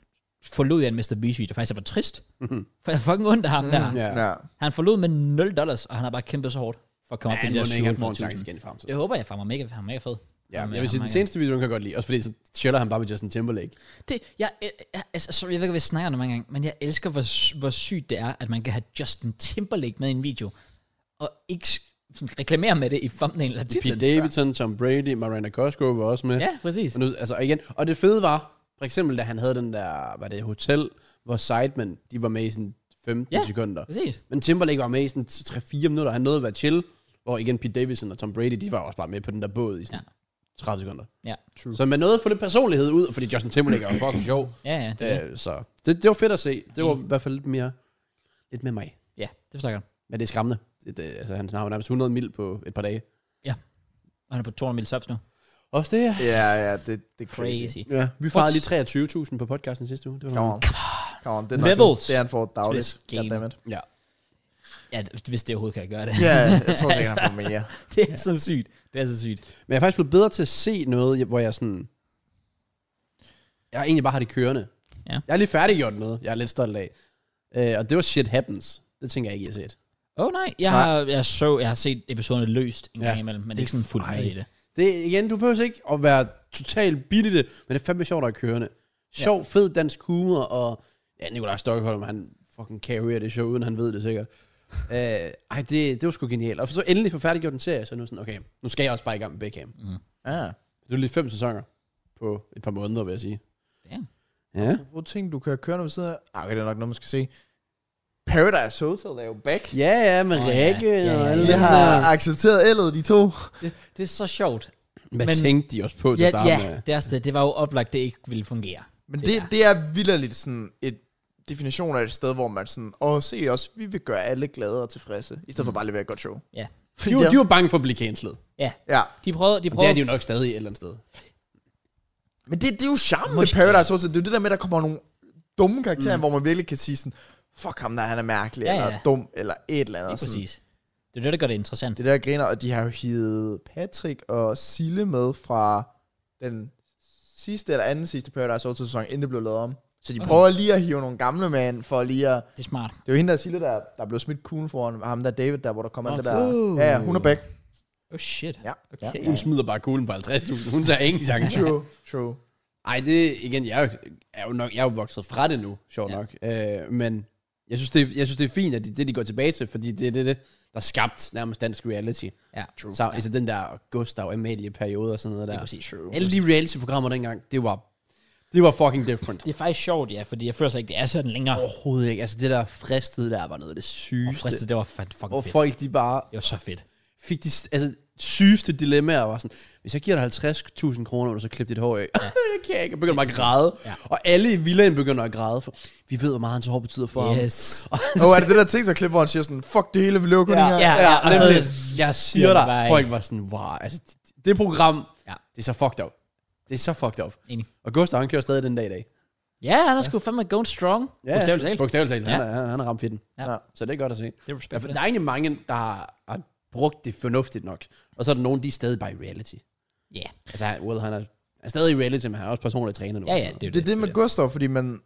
S1: forlod jeg en Mr. Beast video, faktisk jeg var trist, mm-hmm. for jeg havde fucking ondt af ham mm, der.
S2: Ja.
S3: ja.
S1: Han forlod med 0 dollars, og han har bare kæmpet så hårdt for at komme
S2: Ja,
S1: op på de
S2: mon
S1: der
S2: ikke, han får en
S1: 700.000.
S2: chance igen i fremtiden.
S1: Jeg håber, jeg får mig mega, han er mega fed.
S2: Ja,
S1: Ham,
S2: jeg
S1: øh,
S2: vil sige,
S1: ham
S2: den
S1: her.
S2: seneste video, den kan jeg godt lide. Også fordi så chiller han bare med Justin Timberlake.
S1: Det, jeg, jeg, jeg, altså, sorry, jeg ved ikke, hvad jeg snakker om det mange gange, men jeg elsker, hvor, s- hvor sygt det er, at man kan have Justin Timberlake med i en video, og ikke s- sådan, reklamere med det i thumbnail eller
S2: Pete
S1: titlen.
S2: Davidson, Tom Brady, Miranda Cosgrove var også med.
S1: Ja, præcis.
S2: Og, nu, altså, og igen, og det fede var, for eksempel da han havde den der, var det hotel, hvor Sidemen, de var med i sådan 15
S1: Ja.
S2: sekunder.
S1: Præcis.
S2: Men Timberlake var med i sådan 3-4 minutter, og han nåede at være chill. Hvor igen, Pete Davidson og Tom Brady, de var også bare med på den der båd i sådan 30 sekunder.
S1: Ja.
S2: True. Så man nåede at få lidt personlighed ud, fordi Justin Timberlake er jo fucking sjov.
S1: Ja, ja, det, er det.
S2: Øh, så det, det var fedt at se. Det var i hvert fald lidt mere, lidt med mig.
S1: ja, det forstår jeg godt.
S2: Men det er skræmmende. Det, det, altså, han har jo nærmest 100 mil på et par dage.
S1: Og han er på 200 mil subs nu.
S2: Også det,
S3: Ja, ja, det, det er crazy.
S1: Crazy.
S2: ja. Vi farede lige 23.000 på podcasten sidste uge. Det var
S3: Come on. Come on. Det er nok
S1: Levels.
S3: Det, han får dagligt.
S1: This game.
S3: Goddammit.
S2: Ja.
S1: Ja, d- hvis det overhovedet kan gøre det.
S3: Ja, jeg tror sikkert, han får mere.
S1: det er så sygt. Det er så sygt.
S2: Men jeg er faktisk blevet bedre til at se noget, hvor jeg sådan... Jeg egentlig bare har det kørende.
S1: Ja.
S2: Jeg har lige færdiggjort noget, jeg er lidt stolt af. Øh, og det var Shit Happens. Det tænker jeg ikke, I har set.
S1: Åh oh, nej, jeg
S3: Nej.
S1: har, jeg, så, jeg har set episoderne løst en
S2: Ja.
S1: gang imellem, men det er ikke sådan fuldt med i det.
S2: Det er, igen, du behøver ikke at være totalt bidt i det, men det er fandme sjovt at være kørende. Sjov, ja. fed dansk humor, og ja, Nikolaj Stockholm, han fucking carrier det show, uden han ved det sikkert. øh, ej, det, det var sgu genialt. Og så endelig få færdiggjort den serie, så nu er jeg sådan, okay, nu skal jeg også bare i gang med Beckham.
S1: Mhm.
S3: Ja.
S2: Det er lige fem sæsoner på et par måneder, vil jeg sige.
S1: Damn.
S2: Ja.
S3: Hvor ting, du kan køre ved siden af. Ah, okay, det er nok noget, man skal se. Paradise Hotel er jo back.
S2: Ja, ja, med
S1: Åh,
S2: oh,
S1: ja.
S2: Rikke
S1: Ja, ja,
S2: og alle
S1: ja.
S2: dem
S3: Vi har
S2: der.
S3: accepteret ældet, de to.
S1: Det er så sjovt.
S2: Hvad
S1: Men-
S2: øh, men, tænkte de også på til
S1: Ja,
S2: at starte
S1: ja
S2: med?
S1: det, er, også det. det var jo oplagt, det ikke ville fungere.
S3: Men
S1: Det
S3: det,
S1: er-
S3: det er vildt sådan et definition af et sted, hvor man sådan, åh, se os, vi vil gøre alle glade og tilfredse, i stedet for bare at levere et godt show.
S1: Mm. Ja.
S3: Fordi
S2: De, var-
S3: jeg-
S2: de var bange for at blive cancelet.
S1: Ja,
S3: ja.
S1: de prøvede... De
S2: Og det
S1: prøvede
S2: er de jo nok stadig et eller andet sted.
S3: Men det, det er jo charmen med Paradise Hotel. Det er jo det der med, at der kommer nogle dumme karakterer, mm. hvor man virkelig kan sige sådan, fuck ham der, han er mærkelig,
S1: Ja,
S3: ja, eller
S1: ja.
S3: dum, eller et eller andet.
S1: Lige
S3: sådan.
S1: præcis. Det er det, der gør det interessant.
S3: Det der griner, og de har jo hivet Patrick og Sille med fra den sidste eller anden sidste Paradise Hotel sæson, inden det blev lavet om. Så de
S1: Okay.
S3: okay. prøver lige at hive nogle gamle mænd for lige at...
S1: Det er smart.
S3: Det er jo hende der Sille, der, der blev smidt kuglen foran ham der David der, hvor der kommer
S2: Nå,
S3: alt det der...
S2: true.
S3: Ja, ja, hun er back.
S1: Oh shit.
S3: Ja.
S1: Okay.
S3: Ja.
S2: Hun smider bare kuglen på 50.000. Hun tager ingen chance.
S3: True, true.
S2: Ej, det igen, jeg er jo, er jo nok, jeg er jo vokset fra det nu, sjovt
S1: Ja.
S2: ja. nok. Øh, men jeg synes, det, er- jeg synes, det er fint, at det, er det de går tilbage til, fordi det er det, det der skabte nærmest dansk reality.
S1: Ja.
S2: Så, ja. Altså den der Gustav Amalie-periode og sådan noget
S1: Det er
S2: der.
S1: præcis. True.
S2: Alle de reality-programmer dengang, det var, det var fucking different.
S1: Det er faktisk sjovt, ja, fordi jeg føler sig ikke, det er sådan længere. Oh,
S2: Overhovedet ikke. Altså det der fristede der var noget af det sygeste.
S1: fristet, det var fandme fucking
S2: Hvor
S1: fedt.
S2: folk de bare
S1: Det var så fedt.
S2: fik de altså, sygeste dilemmaer og var sådan, hvis jeg giver dig 50.000 kroner, vil du så klippe dit hår af? Ja. jeg kan ikke. Og begynder bare at græde.
S1: Ja.
S2: Ja. Og alle i villaen begynder at græde, for vi ved, hvor meget hans hår betyder for ham.
S1: Yes.
S3: Og er det det der ting, så klipper, hvor han siger sådan, fuck det hele, vi lever kun ja, her.
S1: ja, ja, og så-
S2: nemlig. jeg
S1: Ja,
S2: siger
S1: det var
S2: dig, folk var sådan, wow, altså, det, det program,
S1: Ja.
S2: ja. det er så fucked up. Det er så fucked up.
S1: Enig.
S2: Og Gustav, han kører stadig den dag i dag.
S1: Ja, han er sgu fandme going strong. Ja, Bogstaveligt talt.
S2: Bogstaveligt talt. Han,
S1: Ja.
S2: er, han- han er ramt fitten.
S1: Ja.
S2: Ja. Så det er godt at se.
S1: Det er respekt for
S2: Der
S1: det.
S2: er ikke mange, der har, har brugt det fornuftigt nok. Og så er der nogen, de er stadig bare i reality.
S1: Ja,
S2: Altså, han- Will, han er, er stadig i reality, men han er også personlig træner nu.
S1: ja, ja, det er jo
S3: Det er det med Gustav, fordi man...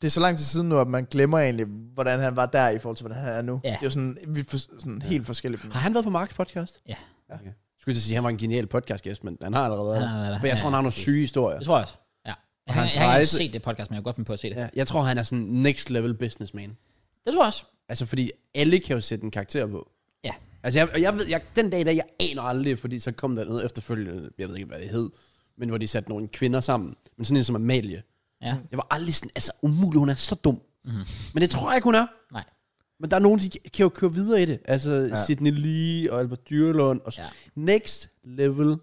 S3: Det er så lang tid siden nu, at man glemmer egentlig, hvordan han var der i forhold til, hvordan han er nu.
S1: Ja.
S3: Det er jo sådan, vi er for, sådan helt forskellige.
S2: Har han været på Marks podcast?
S1: Ja.
S2: Okay. Jeg Skulle til at sige, at han var en genial podcastgæst, men han har allerede
S1: Han har været der.
S2: For jeg tror,
S1: Ja,
S2: han har nogle
S1: præcis.
S2: syge historier.
S1: Det tror jeg også. Ja. Jeg har,
S2: hans
S1: jeg har ikke
S2: rejse-
S1: set det podcast, men jeg har godt finde på at se det. Ja.
S2: Ja, jeg tror, han er sådan next level businessman.
S1: Det tror jeg også.
S2: Altså, fordi alle kan jo sætte en karakter på.
S1: Ja.
S2: Altså, jeg, og jeg ved, jeg, den dag i dag, jeg aner aldrig, fordi så kom der noget efterfølgende, jeg ved ikke, hvad det hed, men hvor de satte nogle kvinder sammen. Men sådan en som Amalie.
S1: Ja.
S2: Jeg var aldrig sådan, altså umuligt, hun er så dum. Mm. Men det tror jeg ikke, hun er.
S1: Nej.
S2: Men der er nogen, de kan jo køre videre i det. Altså ja. Sidney Lee og Albert Dyrlund. Og
S1: Ja.
S2: ja. Next level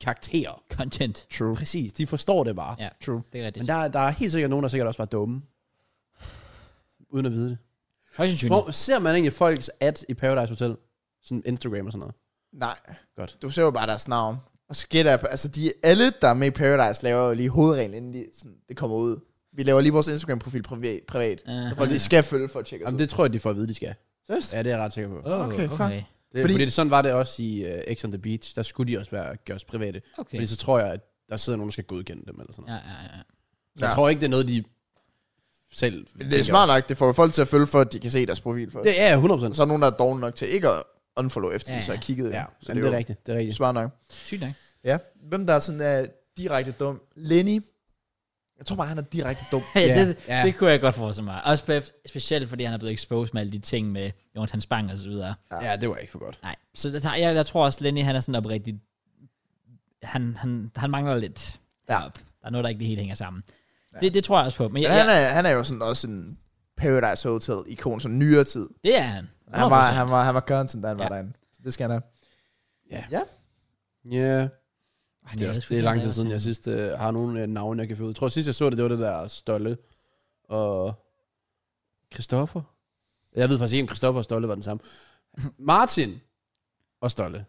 S2: karakterer.
S1: Content.
S2: True. Præcis, de forstår det bare.
S1: Ja.
S3: True.
S1: Det er rigtigt.
S2: Men der, er- der er helt sikkert nogen, der sikkert også bare er dumme. Uden at vide det.
S1: Højst sandsynligt.
S2: Hvor ser man egentlig folks ad i Paradise Hotel? Sådan Instagram og sådan noget.
S3: Nej.
S2: Godt.
S3: Du ser jo bare deres navn. Og så gætter jeg på, altså de, alle, der er med i Paradise, laver jo lige hovedreglen, inden de, sådan, det kommer ud. Vi laver lige vores Instagram-profil privat, privat
S1: Ja.
S3: så folk de skal følge for at tjekke os
S2: Jamen,
S3: ud.
S2: det tror jeg, de får at vide, de skal.
S3: Seriøst?
S2: Ja, det er jeg ret sikker på.
S1: Oh,
S3: Okay, fuck.
S2: Det,
S3: Fordi-
S2: fordi, fordi det, sådan var det også i uh, X on the Beach. Der skulle de også være gøres private. Okay.
S1: Okay.
S2: Fordi så tror jeg, at der sidder nogen, der skal godkende dem eller sådan noget.
S1: Ja, ja, ja.
S2: Ja. Jeg
S3: Ja.
S2: tror ikke, det er noget, de selv
S3: det er
S2: tænker.
S3: smart nok, det får jo folk til at følge for, at de kan se deres profil først.
S2: Det
S3: Det.
S2: er jeg 100%.
S3: Så er nogen, der er dogne nok til ikke at unfollow, efter
S1: Ja,
S3: ja, de så
S1: ja.
S3: har kigget.
S2: Ja,
S3: så
S2: Jamen, det,
S3: jo
S2: er rigtigt. Det er rigtigt.
S3: Smart nok.
S1: Sygt nok.
S3: Ja. Hvem der er sådan er direkte dum? Lenny. Jeg tror bare, han er direkte dum.
S1: Ja,
S2: Ja,
S1: det,
S2: ja.
S1: det kunne jeg godt forestille mig. Også spe- specielt, fordi han er blevet exposed med alle de ting med Jonathan Spang og så videre.
S2: Ja, det var ikke for godt.
S1: Nej, så det, tager- jeg, jeg tror også, Lenny, han er sådan oprigtigt... Han, han, han mangler lidt.
S3: Ja.
S1: deroppe. Der er noget, der ikke lige helt hænger sammen. Ja. Det, det tror jeg også på. Men jeg,
S3: Men han
S1: jeg,
S3: er, han er jo sådan også en Paradise Hotel-ikon, sådan nyere tid.
S1: det er han. altså.
S3: Han var, han var, han var content, da han ja.
S1: Ja.
S3: var derinde. Det skal han have.
S2: Ja.
S3: Ja.
S2: Ja.
S1: Ej,
S2: Det er, også,
S1: sgu
S2: det er
S1: da
S2: lang tid
S1: værre,
S2: siden, jeg
S1: fandme.
S2: sidst øh, har nogle øh, navne, jeg kan få ud. Jeg tror, sidst jeg så det, det var det der Stolle og Christoffer. Jeg ved faktisk ikke, om Christoffer og Stolle var den samme. Martin og Stolle.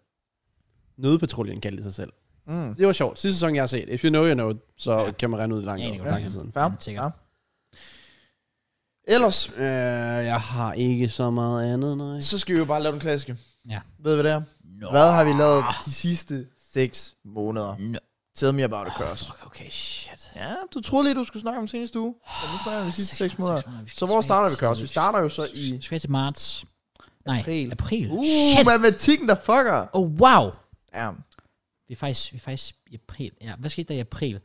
S2: Nødepatruljen kaldte de sig selv.
S3: Mm.
S2: Det var sjovt. Sidste sæson, jeg har set. If you know, you know. Så
S1: Ja.
S2: ja. kan man regne ud langt,
S1: Ja,
S2: ja,
S1: det kan
S2: lang
S1: man.
S2: tid siden.
S3: Fair.
S1: Sikkert.
S3: Fair. Ellers,
S2: Øh, jeg har ikke så meget andet, nej.
S3: så skal vi jo bare lave den klassiske.
S1: Ja.
S3: Ved vi det er?
S1: Nå.
S3: Hvad har vi lavet de sidste 6 måneder?
S1: Nå.
S3: Tell me about it, Cross.
S1: Fuck, okay, shit.
S3: Ja, du troede lige, du skulle snakke om seneste uge. Men nu snakker vi om de sidste 6 måneder.
S1: Altså, Vi skal
S3: Så hvor
S1: tilbage
S3: starter vi,
S1: til-
S3: Kraus? Vi starter jo så i...
S1: Tilbage til marts. Nej, april.
S3: April.
S1: april.
S3: Uh,
S1: shit.
S3: matematikken, der fucker.
S1: Oh, wow.
S3: Ja,
S1: Vi er faktisk, vi er faktisk i april. Ja, hvad skete der i april? Øhm,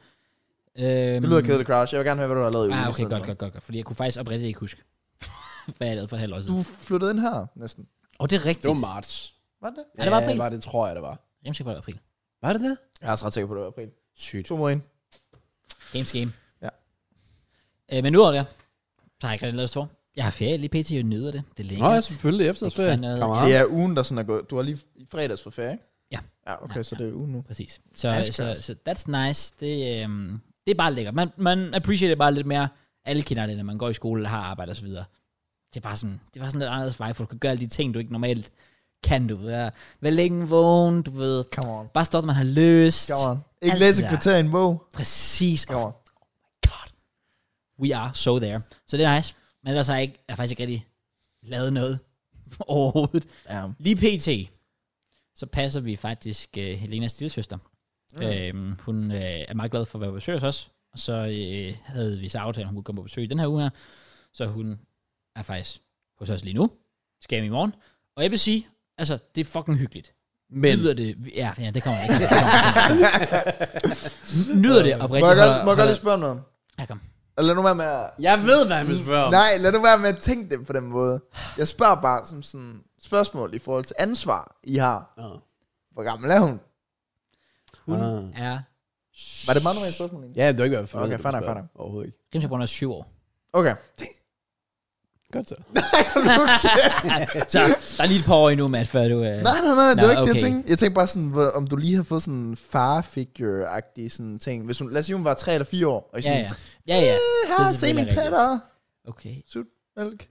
S3: det lyder kedeligt, Kraus. Jeg vil gerne høre, hvad du har lavet i ugen
S1: Ah,
S3: i
S1: okay,
S3: stedet
S1: godt,
S3: for.
S1: godt, godt, godt. Fordi jeg kunne faktisk oprigtigt ikke huske, hvad jeg lavede for et halvt år
S3: Du
S1: siden.
S3: flyttede ind her, næsten.
S1: Åh, oh, det er rigtigt.
S2: Det var marts.
S3: Var det det?
S1: Ja, det var april.
S2: Ja, var det, tror jeg, det var.
S1: Jamen, sikkert var det april.
S2: Var det det?
S3: Jeg er også ret sikker på, det var april.
S2: Sygt.
S3: To mod en.
S1: Games game.
S3: Ja.
S1: Øh, men nu er det, så har jeg ikke rigtig lavet så. Jeg har ferie lige pt. Jeg nyder det. Det er
S2: Nå,
S1: lækkert.
S2: ja, selvfølgelig. Efterårsferie.
S1: Det kan noget,
S2: Kammerat.
S3: Det er ugen, der sådan er gået. Du har lige i fredags for ferie, ikke?
S1: Ja.
S3: Ja, okay, så det er ugen nu.
S1: Præcis. Så,
S3: Nice,
S1: så,
S3: Kraus.
S1: så, that's nice. Det, øhm, det er bare lækkert. Man, man appreciater bare lidt mere alle kender det, når man går i skole, har arbejde og så videre. Det er bare sådan, det er bare sådan lidt anderledes vej, for du kan gøre alle de ting, du ikke normalt kan. Du ved, være længe vågen, du ved.
S3: Come on.
S1: Bare stå, at man har lyst.
S3: Come on. Ikke
S1: Alt
S3: læse
S1: det der.
S3: et kvarter i en bog.
S1: Præcis. Oh,
S3: Come on.
S1: God. We are so there. Så det er nice. Men ellers har jeg, ikke, jeg har faktisk ikke rigtig lavet noget overhovedet.
S3: Ja.
S1: Lige pt. Så passer vi faktisk uh, Helenas lillesøster. Mm. Øhm, hun øh, er meget glad for at være på besøg hos os. Og så øh, havde vi så aftalt, at hun kunne komme på besøg i den her uge her. Så hun er faktisk hos os lige nu. Skal hjem i morgen. Og jeg vil sige, altså, det er fucking hyggeligt.
S2: Men.
S1: Nyder det, ja, ja, det kommer jeg ikke. Det kommer jeg ikke. Nyder det
S3: Må jeg
S1: oprigtigt.
S3: godt, må jeg
S1: Hold-
S3: godt lige spørge noget?
S1: Ja, kom.
S3: Eller lad nu være med at...
S2: Jeg ved, hvad han vil
S1: Mm.
S2: spørge om.
S3: Nej, lad nu være med at tænke det på den måde. Jeg spørger bare som sådan spørgsmål i forhold til ansvar, I har.
S2: Ah.
S3: Hvor gammel er hun?
S1: Hun
S2: Ah.
S1: er...
S3: Var det et meget normalt spørgsmål? egentlig?
S2: Ja, det var ikke været
S3: Okay, fair nok, fair nok.
S2: Overhovedet ikke.
S1: Gennemsnit på, hun er syv år.
S3: Okay.
S2: Godt så.
S1: Så der er lige et par år endnu, Matt, før du... Øh...
S3: Nej, nej, nej, det
S1: Nå,
S3: var ikke det,
S1: okay.
S3: jeg tænkte. Jeg tænkte bare sådan, hvor, om du lige har fået sådan en far-figure-agtig sådan ting. Hvis hun, lad os sige, hun var 3 eller 4 år, og
S1: Ja,
S3: I sådan,
S1: ja. Ja, ja.
S3: "Øh, her
S1: Det er
S3: se
S1: selvfølgelig
S3: min
S1: rigtigt.
S3: patter,
S1: Okay.
S3: mælk.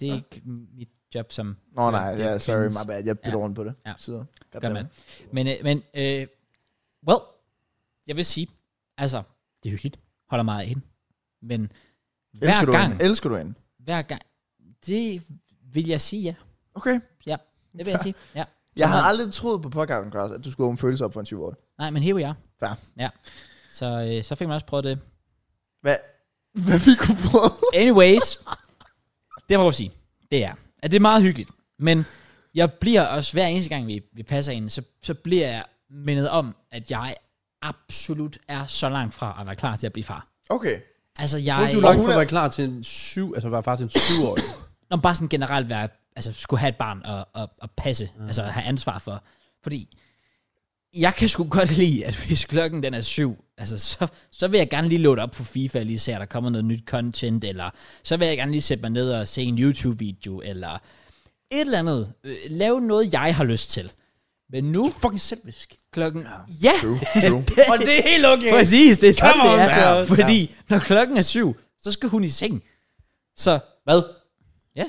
S1: Det er ikke mit job som...
S3: Nå nej,
S1: det
S3: ja,
S1: er
S3: sorry,
S1: kvindens.
S3: my bad. Jeg bytter
S1: Ja.
S3: rundt på det.
S1: Ja.
S3: Ja. Sider.
S1: Gør man. Men, øh, men øh, well, jeg vil sige, altså, det er hyggeligt. Holder meget af hende. Men hver
S3: Elsker du
S1: gang,
S3: hende? Elsker du hende?
S1: hver gang, det vil jeg sige ja.
S3: Okay.
S1: Ja, det vil jeg sige. Ja.
S3: Jeg havde aldrig troet på podcasten, Kraus, at du skulle åbne følelser op for en 20-årig.
S1: Nej, men here we are.
S3: Fair.
S1: Ja. Så, øh, så fik man også prøvet det.
S3: Hvad? Hvad vi kunne prøve?
S1: Anyways, det jeg prøver at sige, det er, at det er meget hyggeligt, men jeg bliver også, hver eneste gang vi, vi passer ind, så, så bliver jeg mindet om, at jeg absolut er så langt fra at være klar til at blive far.
S3: Okay.
S1: Altså
S2: Tror
S1: jeg,
S2: du
S3: nok-
S2: langt
S3: hun
S2: for at
S3: er-
S2: være klar til en syv, altså være far til en syvårig?
S1: når bare sådan generelt være, altså skulle have et barn og, og, og passe, mm. altså have ansvar for, fordi jeg kan sgu godt lide, at hvis klokken den er syv, altså så, så vil jeg gerne lige låne op for FIFA, lige se, at der kommer noget nyt content, eller så vil jeg gerne lige sætte mig ned og se en YouTube-video, eller et eller andet. Øh, Lave noget, jeg har lyst til. Men nu
S2: Fucking selvisk.
S1: klokken... Ja,
S3: True, true.
S2: Og det er helt okay.
S1: præcis, det er sådan,
S2: Come on,
S1: det er.
S3: Claus.
S1: Fordi når klokken er syv, så skal hun i seng. Så
S2: Hvad?
S1: ja,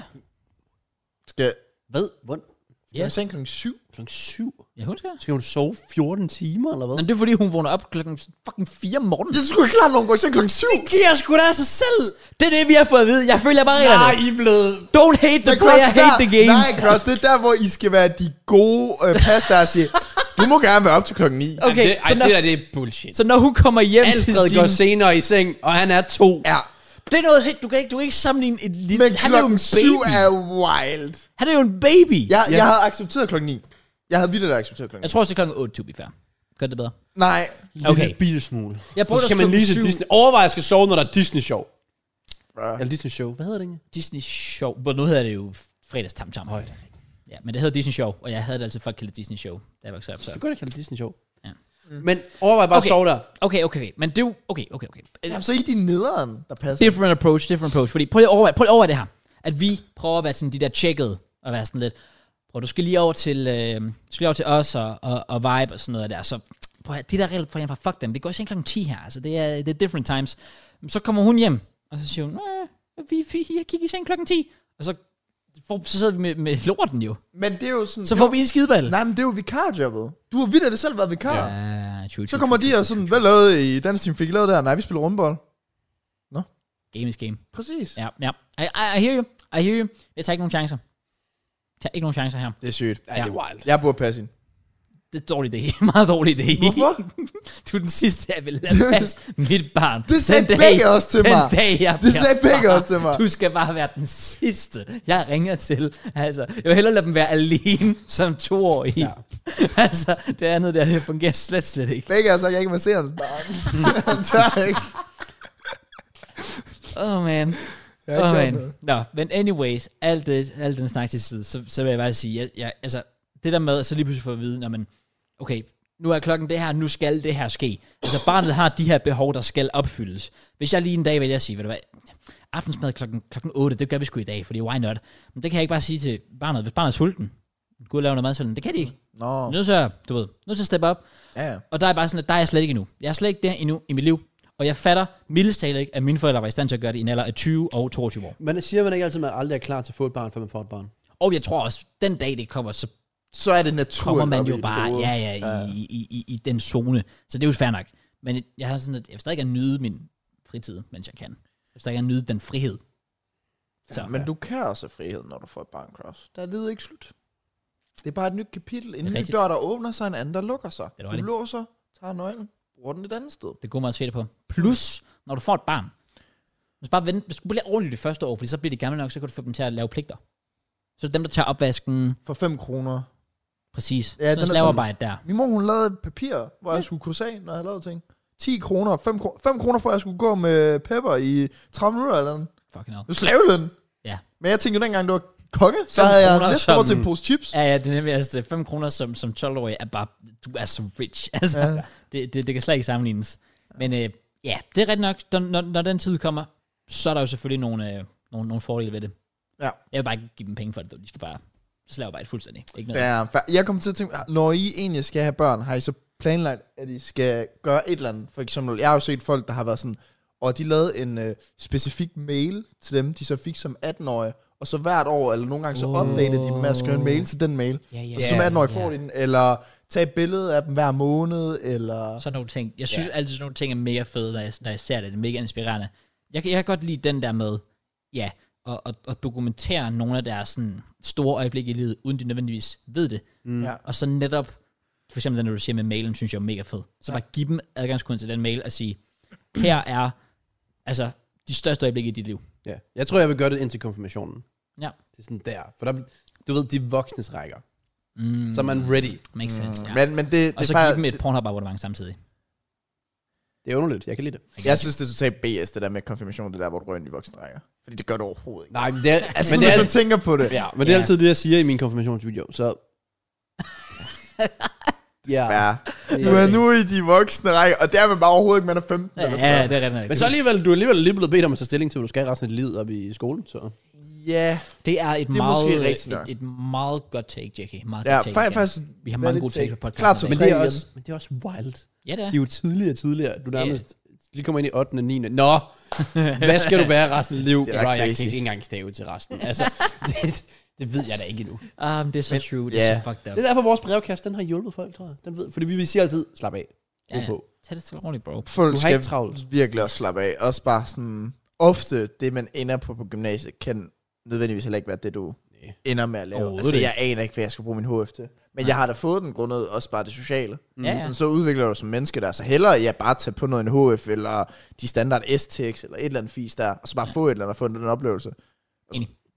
S3: Skal,
S2: Hvad? Hvordan?
S3: skal
S1: Ja.
S3: vi seng klokken 7?
S2: Klokken syv?
S1: ja hun skal.
S2: Skal hun sove 14 timer, eller hvad?
S1: Men det er fordi, hun vågner op klokken fucking 4 om morgenen.
S3: Det skulle ikke klart, når hun går i seng klokken 7.
S2: giver sgu da sig selv.
S1: Det er det, vi har fået at vide. Jeg føler bare reglerne.
S2: Nej, I er blevet...
S1: Don't hate the
S3: Men
S1: player,
S3: Cross,
S1: hate
S3: der-
S1: the game.
S3: Nej, Cross, det er der, hvor I skal være de gode øh, pas, der siger, du må gerne være op til klokken 9.
S1: Okay,
S2: Ej,
S1: så,
S2: det,
S1: når,
S2: ej, det der, det er bullshit.
S1: så når hun kommer hjem
S2: Alfred
S1: til
S2: går
S1: sin...
S2: senere i seng, og han er to.
S3: Ja,
S1: Det er noget helt... Du kan ikke, du kan ikke sammenligne et lille...
S3: men
S1: han er jo
S3: klokken
S1: en
S3: 7
S1: baby.
S3: er wild.
S1: Han er jo en baby.
S3: Jeg, jeg havde accepteret klokken 9. Jeg havde vildt accepteret klokken
S1: Jeg
S3: 9.
S1: tror også, det er klokken 8, to be fair. Gør det bedre.
S3: Nej.
S1: Okay.
S2: Lille bitte smule.
S1: Jeg prøvede
S2: så skal
S1: også
S2: man lige
S1: klokken
S2: til
S1: syv.
S2: Disney. Overvej, at jeg skal sove, når der er Disney-show.
S3: Bruh.
S2: Eller Disney-show. Hvad hedder det egentlig?
S1: Disney Show. Men nu hedder det jo fredags tam tam. Ja, men det hedder Disney Show, og jeg havde det altid for at kalde det Disney Show, da jeg voksede op. Så.
S2: Det er godt at kalde det Disney-show.
S1: Ja.
S2: Mm. Men overvej bare
S1: Okay.
S2: at sove der.
S1: Okay, okay, okay. Men det er jo... Okay, okay, okay.
S3: Jamen, så er I de nederen, der passer.
S1: Different approach, different approach. Fordi prøv lige at overveje, prøv lige at overveje det her. At vi prøver at være sådan de der tjekkede, og være sådan lidt, prøv du skal lige over til, øh, du skal lige over til os og, og, og vibe og sådan noget der. Så prøv at, høre, de der regler på hjemme fuck dem, vi går i seng klokken 10 her, altså det er, det er different times. Så kommer hun hjem, og så siger hun, "Øh, vi, vi, jeg gik i seng klokken 10, og så, for, så sidder vi med, med lorten jo.
S3: Men det er jo sådan...
S1: Så
S3: det
S1: får
S3: var-
S1: vi en skideball.
S3: Nej, men det er jo vikarjobbet. Du har vidt det selv været vikar.
S2: Ja.
S3: Ja.
S1: Ah, true,
S3: Så
S1: true,
S3: kommer
S1: true,
S3: de
S1: true, true,
S3: og sådan,
S1: true.
S3: hvad lavede I i dansk team? Fik I lavet der? Nej, vi spiller rundbold.
S1: Game is game.
S3: Præcis.
S1: Ja, ja. I, I, I hear you. I hear you. Jeg tager ikke nogen chancer. Jeg tager ikke nogen chancer her.
S3: Det er sygt.
S2: Ej, det er wild.
S3: Jeg burde passe hende.
S1: Det er dårlig idé. Meget dårlig idé.
S3: Hvorfor?
S1: Du er den sidste, jeg vil lade passe mit barn.
S3: Det sagde begge os til
S1: den
S3: mig.
S1: dag, jeg
S3: Det
S1: bliver
S3: sagde begge
S1: far.
S3: os til mig.
S1: Du skal bare være den sidste, jeg ringer til. Altså, jeg vil hellere lade dem være alene som to år i. Ja.
S2: Ja.
S1: altså, det andet der, det fungerer slet, slet ikke.
S3: Begge har sagt, jeg ikke må se hans barn. Han tør ikke.
S1: Åh, oh, man.
S3: Jeg har
S1: Åh,
S3: ikke
S1: oh,
S3: gjort
S1: man.
S3: noget.
S1: Nå, men anyways, alt, det, alt den snak til side, så, så vil jeg bare sige, jeg, jeg, altså, det der med, at så lige pludselig få at vide, når man, okay, nu er klokken det her, nu skal det her ske. Altså barnet har de her behov, der skal opfyldes. Hvis jeg lige en dag vælger at sige, ved du hvad, aftensmad klokken, klokken 8, det gør vi sgu i dag, fordi why not? Men det kan jeg ikke bare sige til barnet, hvis barnet er sulten, gå ud og lave noget mad til dem. Det kan de ikke.
S3: Nå.
S1: Oh. Nødt til at, du ved, nødt til at steppe op.
S3: Ja, ja.
S1: Og der er bare sådan, at der er jeg slet ikke endnu. Jeg er slet ikke der endnu i mit liv. Og jeg fatter mildest talt ikke, at mine forældre var i stand til at gøre det i en alder af 20 og 22 år.
S2: Man siger man ikke altid, at man aldrig er klar til at få et barn, før man får et barn.
S1: Og jeg tror også, den dag det kommer, så
S3: Så er det naturligt.
S1: kommer man
S3: oppe i
S1: jo
S3: dit
S1: bare
S3: hoved.
S1: ja, ja, i, i, i, i, den zone. Så det er jo fair nok. Men jeg har sådan, at jeg vil stadig kan nyde min fritid, mens jeg kan. Jeg vil stadig kan nyde den frihed. Så,
S3: Men du kan også have frihed, når du får et barn, Cross. Der er livet ikke slut. Det er bare et nyt kapitel. En
S1: Det er
S3: ny
S1: rigtigt.
S3: dør, der åbner sig, en anden, der lukker sig.
S1: er
S3: Du
S1: rigtigt.
S3: låser, tager nøglen, bruger den et andet sted.
S1: det er god måde at se det på. Plus, når du får et barn, man skal bare vente, man skal blive ordentligt det første år, fordi så bliver de gamle nok, så kan du få dem til at lave pligter. Så er det dem, der tager opvasken,
S3: For 5 kroner.
S1: præcis.
S3: Ja,
S1: Ja,
S3: den
S1: sådan
S3: er
S1: slavearbejde der.
S3: Min mor, hun lavede et papir, hvor jeg skulle krydse af, når jeg lavede ting. 10 kroner, 5 kroner, 5 kroner for, at jeg skulle gå med Pepper i 30 minutter eller andet.
S1: Fucking hell.
S3: Det var slaveløn.
S1: Ja.
S3: Men jeg tænkte jo dengang, det var konge, så
S1: Fem
S3: havde
S1: kroner
S3: jeg næste år
S1: som-
S3: til en pose chips.
S1: Ja, ja, det er nemlig, altså, 5 kroner som, som 12-årig er bare, du er så rich. Altså, ja.
S3: Ja.
S1: det, det, det kan slet ikke sammenlignes. Men øh, ja, det er rigtigt nok, når, når, når den tid kommer, så er der jo selvfølgelig nogle, øh, nogle, nogle fordele ved det.
S3: Ja.
S1: Jeg vil bare ikke give dem penge for det, de skal bare slavearbejde fuldstændig. Ikke noget.
S3: Ja, fa- jeg kom til at tænke, når I egentlig skal have børn, har I så planlagt, at I skal gøre et eller andet? For eksempel, jeg har jo set folk, der har været sådan, og de lavede en øh, specifik mail til dem, de så fik som 18-årige, og så hvert år, eller nogle gange så
S1: Oh.
S3: updated de dem med at skrive en mail til den mail.
S1: Ja, ja,
S3: Og så som 18-årig får de den, eller tage et billede af dem hver måned, eller...
S1: Sådan nogle ting. Jeg synes ja. altid, sådan nogle ting er mega fede, når jeg, når jeg ser det. Det er mega inspirerende. Jeg, kan- jeg kan godt lide den der med, ja, og, og, og dokumentere nogle af deres sådan, store øjeblikke i livet, uden de nødvendigvis ved det.
S2: Mm.
S3: Ja.
S1: Og så netop, for eksempel den, du siger med mailen, synes jeg er mega fed. Så
S3: Ja.
S1: bare give dem adgangskoden til den mail og sige, her er altså de største øjeblikke i dit liv.
S2: Ja. Jeg tror, jeg vil gøre det indtil konfirmationen.
S1: Ja.
S2: Det er sådan der. For der, du ved, de voksnes rækker.
S1: Mm,
S2: Mm. Så er man ready.
S1: Makes sense, ja.
S3: Mm, men, men det, det
S1: Og
S3: er
S1: så give
S3: faktisk,
S1: dem et Pornhub-abonnement samtidig.
S2: Det er underligt. Jeg kan lide det.
S3: Jeg synes, det er totalt BS, det der med konfirmation, det der, hvor du rører ind i voksenrækker. Fordi det gør du overhovedet ikke.
S2: Nej, men det er,
S3: Altså,
S2: men
S3: men
S2: det er,
S3: hvis du tænker på det.
S2: ja, men det er
S1: Ja.
S2: altid det, jeg siger i min konfirmationsvideo. Så... ja.
S3: Ja. Du er nu i de voksne rækker, og det er man bare overhovedet ikke, man er 15
S1: Ja,
S3: eller
S1: ja,
S3: sådan noget.
S1: det er rigtigt.
S2: Men så alligevel, du er alligevel lige blevet bedt om at tage stilling til, hvad du skal resten af dit liv op i skolen. Så.
S3: Ja,
S1: Det er et, det
S3: er
S1: meget,
S3: måske rigtigt
S1: et,
S3: nok.
S1: et, meget godt take, Jackie. Meget
S3: ja
S1: godt take,
S3: fa-
S1: igen.
S3: faktisk.
S1: Vi har mange
S3: valid
S1: gode
S3: take.
S1: ting på podcasten.
S3: Klar til
S1: i
S2: Men
S1: dag.
S2: det, er
S3: igen.
S2: også, men det er også wild.
S1: Ja, det er.
S2: De er jo tidligere og tidligere. Du nærmest lige kommer ind i 8. og 9. Nå, hvad skal du være resten af dit liv?
S3: Det
S2: Det
S3: er
S2: er
S3: ret
S2: Bro, jeg
S3: crazy.
S2: kan ikke engang stave til resten. Altså, det, det ved jeg da ikke endnu.
S1: Ah, men det er så true. Det
S3: ja.
S1: er så fucked up.
S2: Det er derfor, vores brevkast, den har hjulpet folk, tror jeg. Den ved, fordi vi, vi siger altid, slap af.
S1: Ja,
S2: Ja,
S1: ja.
S2: på.
S1: Tag det til ordentligt, bro.
S3: Folk
S2: Du har
S3: skal
S2: ikke travlt.
S3: virkelig også slappe af. Også bare sådan, ofte det, man ender på på gymnasiet, kan nødvendigvis heller ikke være det, du
S2: Nej.
S3: ender med at lave.
S1: Overhovedet
S3: Altså,
S1: ikke.
S3: jeg aner ikke, hvad jeg skal bruge min HF til. Men
S1: Nej. Mm.
S3: jeg har da fået den grundet også bare det sociale.
S1: Ja, ja.
S3: Ja. Så udvikler du dig som menneske der. Så hellere ja, bare tage på noget en HF, eller de standard STX, eller et eller andet fis der, og så bare få et eller andet og få den oplevelse.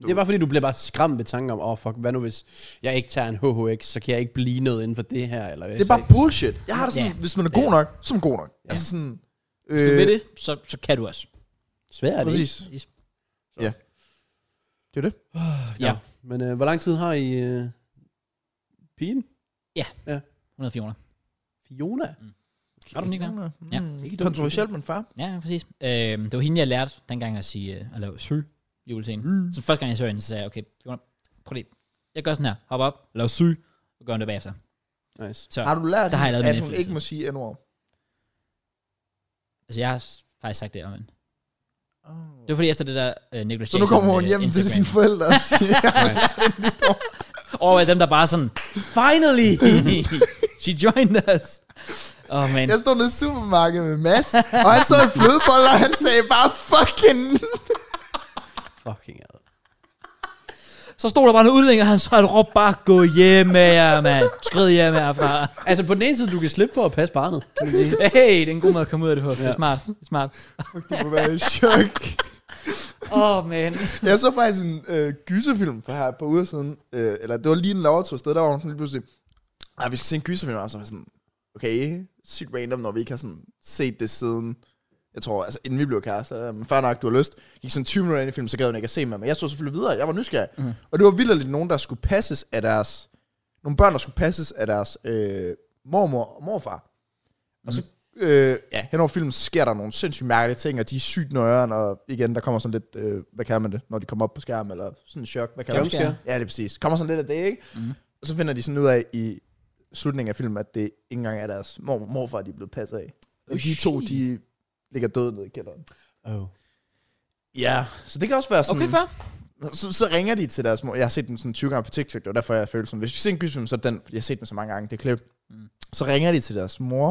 S2: Det er bare fordi, du bliver bare skræmt ved tanken om, åh oh, fuck, hvad nu hvis jeg ikke tager en HHX, så kan jeg ikke blive noget inden for det her, eller hvad
S3: Det er bare bullshit. Jeg har det sådan,
S1: Ja.
S3: hvis man er god nok, så er man god nok. Ja. Altså sådan... Øh,
S1: Hvis du ved det, så, så kan du også.
S2: svært,
S3: Præcis. Det er det.
S2: Ikke? Ja. Men øh, hvor lang tid har I øh, pigen?
S1: 100 400.
S2: Fiona?
S1: Har du den ikke der? Ja.
S3: Mm. Kontroversielt, men far.
S1: Ja, ja, præcis. Øhm, det var hende, jeg lærte dengang at sige, øh, at lave syg julescenen. Mm. Så første gang, jeg så hende, så sagde jeg, okay, Fiona, prøv lige. Jeg gør sådan her, hop op, lav syg, og gør hun det bagefter.
S2: Nice.
S1: Så,
S3: Har du lært,
S1: Der har jeg lavet
S3: at
S1: min
S3: hun
S1: indflydelse.
S3: ikke må sige n-ord?
S1: altså, jeg har s- faktisk sagt det om hende.
S3: Oh.
S1: Det var fordi efter det der øh, Nicholas
S3: Så nu kommer hun hjem til sine forældre og siger,
S1: Og øh, dem, der bare sådan, finally, she joined us. Åh, oh, man.
S3: jeg stod nede i supermarkedet med Mads, og han så en flødebolle, og han sagde bare, fucking...
S2: Fucking ad.
S1: Så stod der bare en udlænger, og han så, han råbte bare, gå hjem med jer, mand. Skrid hjem herfra.
S2: Altså på den ene side, du kan slippe for at passe barnet, kan man sige.
S1: Hey, det er en god måde at komme ud af det på. Det er
S2: Ja.
S1: smart, det er smart.
S3: Fuck, du må være i chok.
S1: Åh, oh, man.
S3: Jeg så faktisk en øh, gyserfilm for her på uger siden, øh, eller det var lige en lavertog sted, der var hun sådan lige pludselig, nej, vi skal se en gyserfilm, og så var jeg sådan, okay, sygt random, når vi ikke har sådan set det siden, jeg tror, altså inden vi blev kærester, men før nok, du har lyst, gik sådan 20 minutter ind i filmen, så gad hun ikke at se mig, men jeg så selvfølgelig videre, jeg var nysgerrig,
S1: Mhm.
S3: mm. og det var vildt lidt nogen, der skulle passes af deres, nogle børn, der skulle passes af deres øh, mormor og morfar, og så,
S1: Mhm.
S3: øh, ja, henover filmen sker der nogle sindssygt mærkelige ting, og de er sygt nøjeren, og igen, der kommer sådan lidt, øh, hvad kalder man det, når de kommer op på skærmen, eller sådan en chok, hvad kalder man det?
S1: Jumpscare.
S3: Ja, det er præcis. Kommer sådan lidt af det, ikke?
S1: Mhm.
S3: Og så finder de sådan ud af i slutningen af filmen, at det ikke engang er deres mor, morfar, de er blevet passet af. Og
S1: Oh,
S3: de to,
S1: shit.
S3: de ligger døde nede i kælderen.
S2: Oh.
S3: Ja, så det kan også være sådan...
S1: Okay, før.
S3: så, så, ringer de til deres mor. Jeg har set den sådan 20 gange på TikTok, og derfor jeg føler sådan, hvis vi ser en gyserfilm, så er det den, fordi jeg har set den så mange gange, det klip.
S1: Mm.
S3: Mm. Så ringer de til deres mor,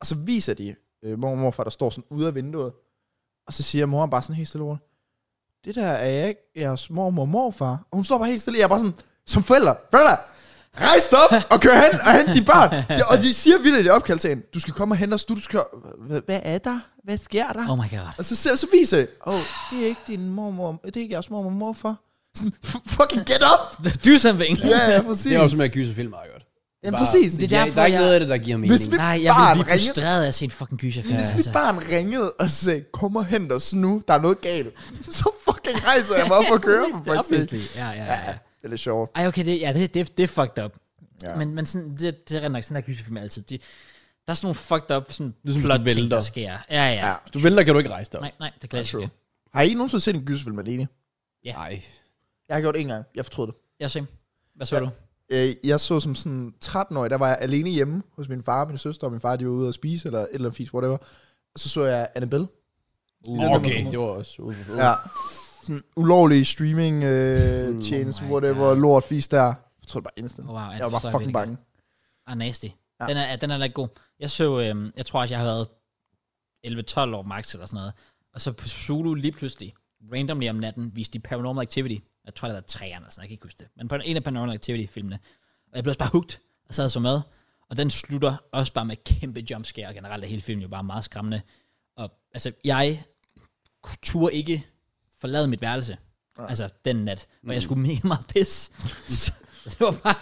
S3: og så viser de øh, mor og morfar, der står sådan ude af vinduet, og så siger moren bare sådan helt stille og roligt, det der er jeg ikke jeres mormor og morfar. Og hun står bare helt stille, jeg er bare sådan, som forældre, brother, rejs dig op og kør hen og hent de børn. Det- og de siger vildt i det opkald til hende, du skal komme og hente os, du, du skal... Hva- Hvad er der? Hvad sker der?
S1: Oh my god.
S3: Og så, ser- så viser jeg, åh, oh, det er ikke din mormor, det er ikke jeres mormor og morfar. Sådan, "F- fucking get up!
S1: Do something.
S3: Ja, ja, præcis.
S2: Det er jo som med at gyse film, har jeg godt.
S3: Jamen,
S2: Bare-
S3: præcis.
S1: Det er
S2: Ja,
S1: derfor,
S2: der er ikke
S1: jeg-
S2: noget af det, der giver mening.
S3: Hvis vi-
S1: Nej, jeg blev
S3: Barn
S1: lige
S3: ringede.
S1: frustreret af at se en fucking altså. gyserfilm.
S3: Hvis mit barn ringede og sagde, kom og hent os nu, der er noget galt, så fucking rejser jeg mig op og kører mig,
S1: Ja,
S3: faktisk.
S1: obviously. Ja, ja, ja.
S3: Ja, det er lidt sjovt.
S1: Ej, okay, det, ja, det, det, det er fucked up. Ja.
S3: Ja.
S1: Men, men sådan, det, det er rent nok sådan, der gyserfilm altid. De, der er sådan nogle fucked up sådan
S2: Ligesom, hvis
S1: plot
S2: du
S1: ting,
S2: vælter.
S1: der sker. Ja, ja. ja.
S3: Ja.
S2: Hvis du vælter, kan du ikke rejse dig. op.
S1: Nej, nej, det glæder jeg
S3: True.
S1: ikke.
S3: Har I nogensinde set en gyserfilm alene?
S1: Ja.
S2: Nej.
S3: Jeg har gjort det en gang, jeg fortrød det.
S1: Jeg ser. Hvad så
S3: Ja.
S1: du?
S3: Øh, Jeg så som sådan 13-årig, der var jeg alene hjemme hos min far og min søster, og min far de var ude at spise, eller et eller andet fisk, whatever. Og så så jeg Annabelle.
S2: Uh, okay, det var også... Uh, uh.
S3: Ja. Sådan ulovlige streaming øh, tjeneste,
S1: my
S3: oh whatever,
S1: God.
S3: lort fisk der. Jeg tror det bare instant.
S1: Wow,
S3: jeg var bare fucking bange.
S1: Ah, nasty. Ja.
S3: Ja.
S1: Den er, ja, den er da ikke god. Jeg så, øhm, jeg tror også, jeg har været 11-12 år max eller sådan noget. Og så på Zulu lige pludselig, randomly om natten, viste de Paranormal Activity. Jeg tror, det var træerne eller sådan, jeg kan ikke huske det. Men på en af Paranormal Activity-filmene. Og jeg blev også bare hugt, og sad så med. Og den slutter også bare med kæmpe jumpscare, og generelt er hele filmen jo bare meget skræmmende. Og altså, jeg turde ikke forlade mit værelse.
S3: Nej. Mm.
S1: Altså, den nat. Hvor jeg skulle mega meget pisse. Så det var bare,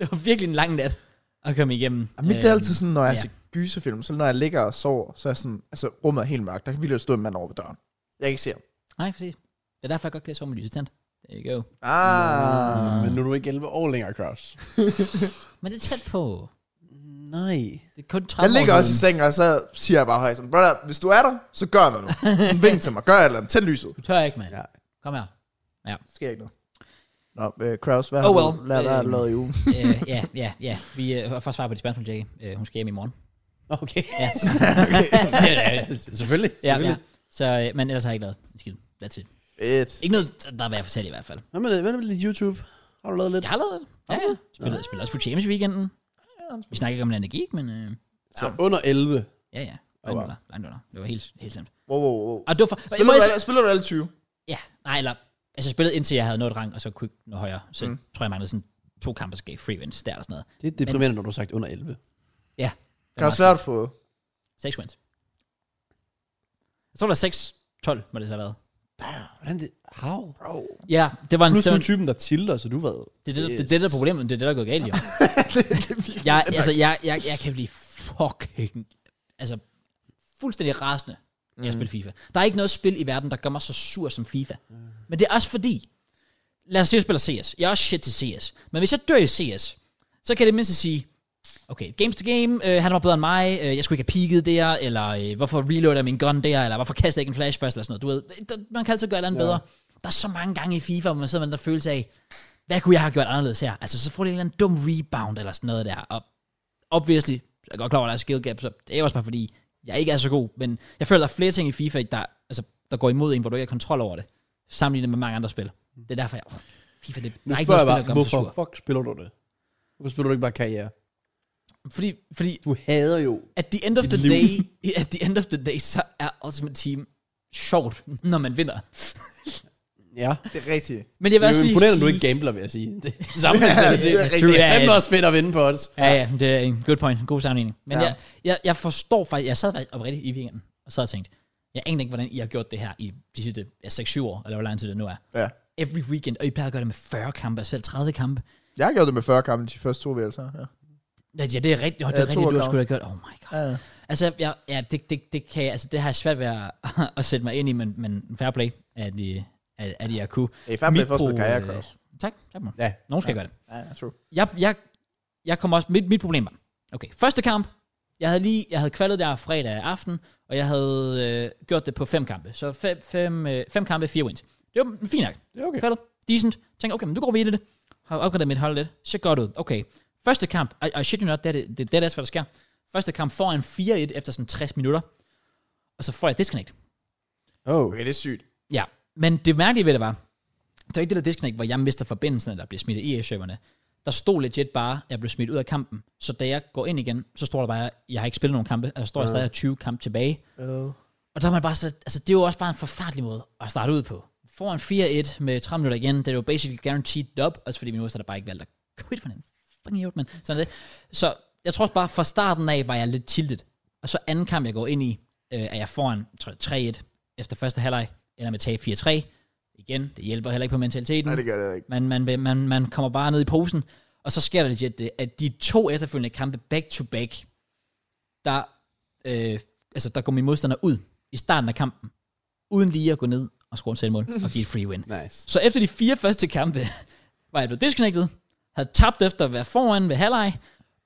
S1: det var virkelig en lang nat at komme igennem. Øhm,
S3: Og mit det er altid sådan, når jeg
S1: ja.
S3: ja. ser gyserfilm, så når jeg ligger og sover, så er jeg sådan, altså rummet er helt mørkt, der kan virkelig stå en mand over ved døren. Jeg kan ikke se ham.
S1: Nej, præcis. Det er derfor, jeg godt kan lide at sove med lyset tændt. There you go.
S3: Ah.
S2: Men nu er du ikke 11 år længere, Kraus.
S1: Men det er tæt på.
S2: Nej.
S1: Det er kun 30
S3: Jeg ligger
S1: år
S3: også i
S1: siden.
S3: sengen, og så siger jeg bare højt, sådan, brother, hvis du er der, så gør noget nu. Sådan, Vink til mig, gør et eller andet, tænd lyset.
S1: Du tør ikke, mand.
S2: Ja.
S1: Kom her.
S3: Det sker ikke noget. Nå, øh, Kraus,
S1: Oh
S3: hvad
S1: well.
S3: har du lavet
S1: Øhm.
S3: øh, lavet i ugen?
S1: Øh, Ja, ja, ja. Vi øh, har faktisk svar på dit spørgsmål, Jackie. Øh, Hun skal hjem i morgen.
S2: Okay.
S1: Ja.
S2: Selvfølgelig.
S1: ja,
S2: selvfølgelig.
S1: ja. Så, øh, men ellers har jeg ikke lavet en skid. That's it.
S3: Fedt.
S1: Ikke noget, der er værd at fortælle i hvert fald.
S2: Hvad med, det, hvad med lidt YouTube? Har du lavet lidt?
S1: Jeg har lavet det. Ja, ja. Spillede, spillede også for James i weekenden. Vi snakker ikke om Lande Geek, men øh,
S2: Så under 11.
S1: ja, ja.
S2: wow.
S1: Langt under, langt under. Det var helt, helt slemt.
S3: Wow, wow, wow.
S1: Og det var for,
S3: Spiller
S1: må
S3: du,
S1: Altså, jeg-
S3: alle, spiller du alle 20?
S1: Ja, nej, eller... Altså, jeg spillede indtil jeg havde nået rang, og så kunne jeg ikke nå højere. Så mm.
S3: Mm.
S1: tror jeg, jeg manglede sådan to kampe, der gav free wins der eller sådan noget.
S2: Det er deprimerende, når du har sagt under 11.
S1: Det
S3: Kan også være, at få...
S1: 6 wins. Jeg tror, der var 6-12, må det så have været.
S2: Hvordan det? How?
S3: Bro.
S1: Ja, det var en...
S2: Plus
S1: Det,
S2: du
S1: var,
S2: er typen, der tilter, så du var...
S1: det, er det, det, er det, der er problemet, det er det, der er gået galt, jo. jeg, altså, jeg, jeg, jeg kan blive fucking... Altså, fuldstændig rasende, når jeg spiller FIFA. Der er ikke noget spil i verden, der gør mig så sur som FIFA. Men det er også fordi... Lad os sige, at jeg spiller CS. Jeg er også shit til CS. Men hvis jeg dør i CS, så kan jeg det mindste sige, okay, games to game, øh, han var bedre end mig, øh, jeg skulle ikke have peaked der, eller øh, hvorfor reloader jeg min gun der, eller hvorfor kaster jeg ikke en flash først, eller sådan noget. Du ved, der, man kan altid gøre et eller andet
S2: Ja.
S1: bedre. Der er så mange gange i FIFA, hvor man sidder med den der følelse af, hvad kunne jeg have gjort anderledes her? Altså, så får du en eller anden dum rebound, eller sådan noget der, og obviously, jeg er godt klar over, at der er skill gap, så det er også bare fordi, jeg ikke er så god, men jeg føler, der er flere ting i FIFA, der, altså, der går imod en, hvor du ikke har kontrol over det, sammenlignet med mange andre spil. Det er derfor, jeg... Oh, FIFA, det
S2: Nu
S1: der er ikke
S2: spørger jeg
S1: noget spil, der gør
S2: bare,
S1: mig så
S2: hvorfor
S1: sur.
S2: fuck spiller du det? Hvorfor spiller du ikke bare karriere?
S1: Fordi, fordi
S2: Du hader jo.
S1: at the end of
S2: Et
S1: the
S2: liv.
S1: day, at the end of the day, så er Ultimate Team sjovt, når man vinder.
S2: Ja.
S3: Det er rigtigt.
S1: Men jeg
S2: Det
S1: vil
S2: er
S1: også
S2: jo
S1: lige
S2: imponerende,
S1: sige...
S2: at du ikke gambler, vil jeg sige. Det er
S1: samme mentalitet.
S3: det er rigtigt.
S2: det er fandme
S1: ja,
S2: også fedt at vinde på odds.
S1: ja, ja, det er en good point. En god sammenligning. Men
S3: Ja.
S1: ja. jeg, jeg, jeg forstår faktisk... Jeg sad faktisk oprigtigt i weekenden og sad og tænkte, jeg aner ikke, hvordan I har gjort det her i de sidste ja, 6-7 år, eller hvor lang tid det nu er.
S3: Ja.
S1: Every weekend, og I plejer at gøre det med 40 kampe, og selv 30 kampe.
S3: Jeg har gjort det med 40 kampe de første to VL'er. Ja.
S1: Ja, det er rigtigt, og det
S3: Ja,
S1: er rigtigt, du har
S3: toerkamp.
S1: skulle have gjort. Oh my god.
S3: Ja. ja.
S1: Altså, jeg, ja, det, det, det, kan jeg, altså, det har jeg svært ved at, at sætte mig ind i, men, men fair play, at I, at, at I har kunne.
S3: Hey, fair play
S1: Mit
S3: først med
S1: pro-
S3: karriere,
S1: øh,
S3: Kraus.
S1: Tak, tak man.
S2: Ja.
S1: Nogen skal ja. gøre det.
S3: Ja, ja, true.
S1: Jeg, jeg, jeg kom også, mit, mit problem var, okay, første kamp, jeg havde lige, jeg havde kvalet der fredag aften, og jeg havde øh, gjort det på fem kampe. Så fem, fem, øh, fem kampe, fire wins. Det var fint nok.
S2: Det er okay.
S1: Kvalet, decent. Tænkte, okay, men nu går vi i det. Har opgraderet mit hold lidt. Så godt ud. Okay. Første kamp, I, I shit you not, det er det, det, det er det, hvad der sker. Første kamp får jeg en 4-1 efter sådan 60 minutter, og så får jeg disconnect.
S2: Oh.
S3: Okay, det er sygt.
S1: Ja, men det mærkelige ved det var, det var ikke det der disconnect, hvor jeg mister forbindelsen, eller bliver smidt af EA-serverne. Der stod legit bare, at jeg blev smidt ud af kampen. Så da jeg går ind igen, så står der bare, at jeg har ikke spillet nogen kampe. Altså står jeg
S2: Ja.
S1: stadig og har 20 kampe tilbage.
S3: Uh,
S1: Og der er man bare så, altså det er jo også bare en forfærdelig måde at starte ud på. Får en 4-1 med 30 minutter igen, det er jo basically guaranteed dub, også fordi min modstander bare ikke valgte at quit for den. Fucking idiot, men sådan er det. Så jeg tror også bare, fra starten af var jeg lidt tiltet. Og så anden kamp, jeg går ind i, øh, er jeg foran tror jeg, 3-1 efter første halvleg, ender med tab 4-3. Igen, det hjælper heller ikke på mentaliteten.
S3: nej, det gør det ikke.
S1: Man, man, man, man kommer bare ned i posen, og så sker der legit det, at de to efterfølgende kampe back-to-back, der, øh, altså, der går min modstander ud i starten af kampen, uden lige at gå ned og score en selvmål og give et free win.
S2: Nice.
S1: Så efter de fire første kampe, var jeg blevet disconnected, havde tabt efter at være foran ved halvleg,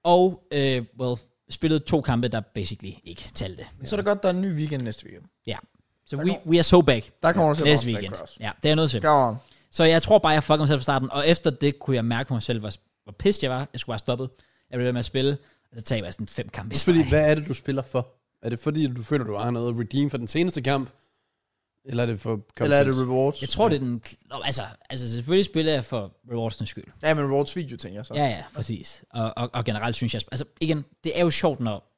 S1: og øh, well, spillede to kampe, der basically ikke talte.
S3: Men så er det godt, der er en ny weekend næste weekend.
S1: Ja. Så we, we are so back
S3: Der kommer du til at
S1: næste
S3: bounce back,
S1: weekend.
S3: Kraus.
S1: Ja, det er jeg nødt til.
S3: Come on.
S1: Så jeg tror bare, jeg fuckede mig selv fra starten, og efter det kunne jeg mærke på mig selv, hvor, hvor pissed jeg var. Jeg skulle bare stoppe. Jeg blev ved med at spille, og så taber jeg sådan fem kampe. i
S2: Fordi,
S1: streg.
S2: hvad er det, du spiller for? Er det fordi, du føler, du har noget at redeem for den seneste kamp? Eller er det for content?
S3: Eller er det rewards?
S1: Jeg tror, det er den... Nå, altså, altså, selvfølgelig spiller jeg for rewardsens skyld.
S3: Ja, men rewards video, tænker jeg så.
S1: Ja, ja, præcis. Og, og, og generelt synes jeg... Altså, igen, det er jo sjovt, når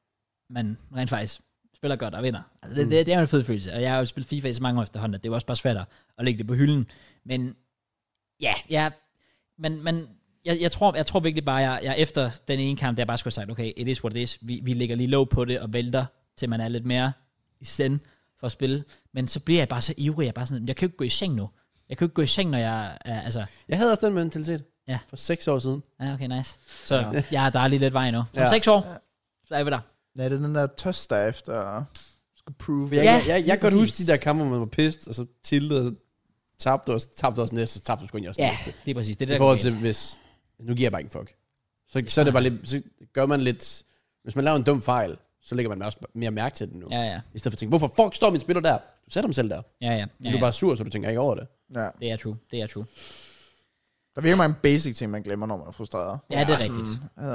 S1: man rent faktisk spiller godt og vinder. Altså, det, mm. det, det er jo en fed følelse, og jeg har jo spillet FIFA i så mange år efterhånden, at det er jo også bare svært at at lægge det på hylden. Men ja, ja men, men jeg, jeg, tror, jeg tror virkelig bare, jeg, jeg efter den ene kamp, der bare skulle have sagt, okay, it is what it is. Vi, vi ligger lige låg på det og vælter, til man er lidt mere i send for at spille. Men så bliver jeg bare så ivrig, jeg er bare sådan, jeg kan jo ikke gå i seng nu. Jeg kan jo ikke gå i seng, når jeg er, altså,
S2: Jeg havde også den mentalitet.
S1: Ja.
S2: For seks år siden.
S1: Ja, okay, nice. Så ja. jeg er der er lige lidt vej nu. Som
S2: Ja.
S1: ja. seks år, så er vi der.
S3: Nej, det er den der tørst, der er efter skal prove.
S2: Jeg,
S1: Ja,
S2: ja, jeg, jeg, jeg
S1: lige
S2: kan godt huske
S1: præcis.
S2: de der kampe, hvor man var pissed, og så tiltede, og så tabte du også, tabte du også næste, så tabte du sgu egentlig også
S1: Ja,
S2: næste.
S1: lige præcis. Det er
S2: I
S1: det, der
S2: forhold
S1: til...
S2: til, hvis... Nu giver jeg bare ikke en fuck. Så, så, er det bare lidt, så gør man lidt... Hvis man laver en dum fejl, så lægger man også mere mærke til den nu. Ja.
S1: Ja, ja.
S2: I stedet for at tænke, hvorfor fuck står min spiller der? Du sætter ham selv der.
S1: Ja, ja.
S2: Ja,
S1: ja,
S2: Du er
S1: ja.
S2: bare sur, så du tænker ikke over det.
S3: Ja.
S1: Det er true. Det er true.
S3: Der virker mange basic ting, man glemmer, når man er frustreret. Altså,
S1: Ja, det er rigtigt.
S3: Ja.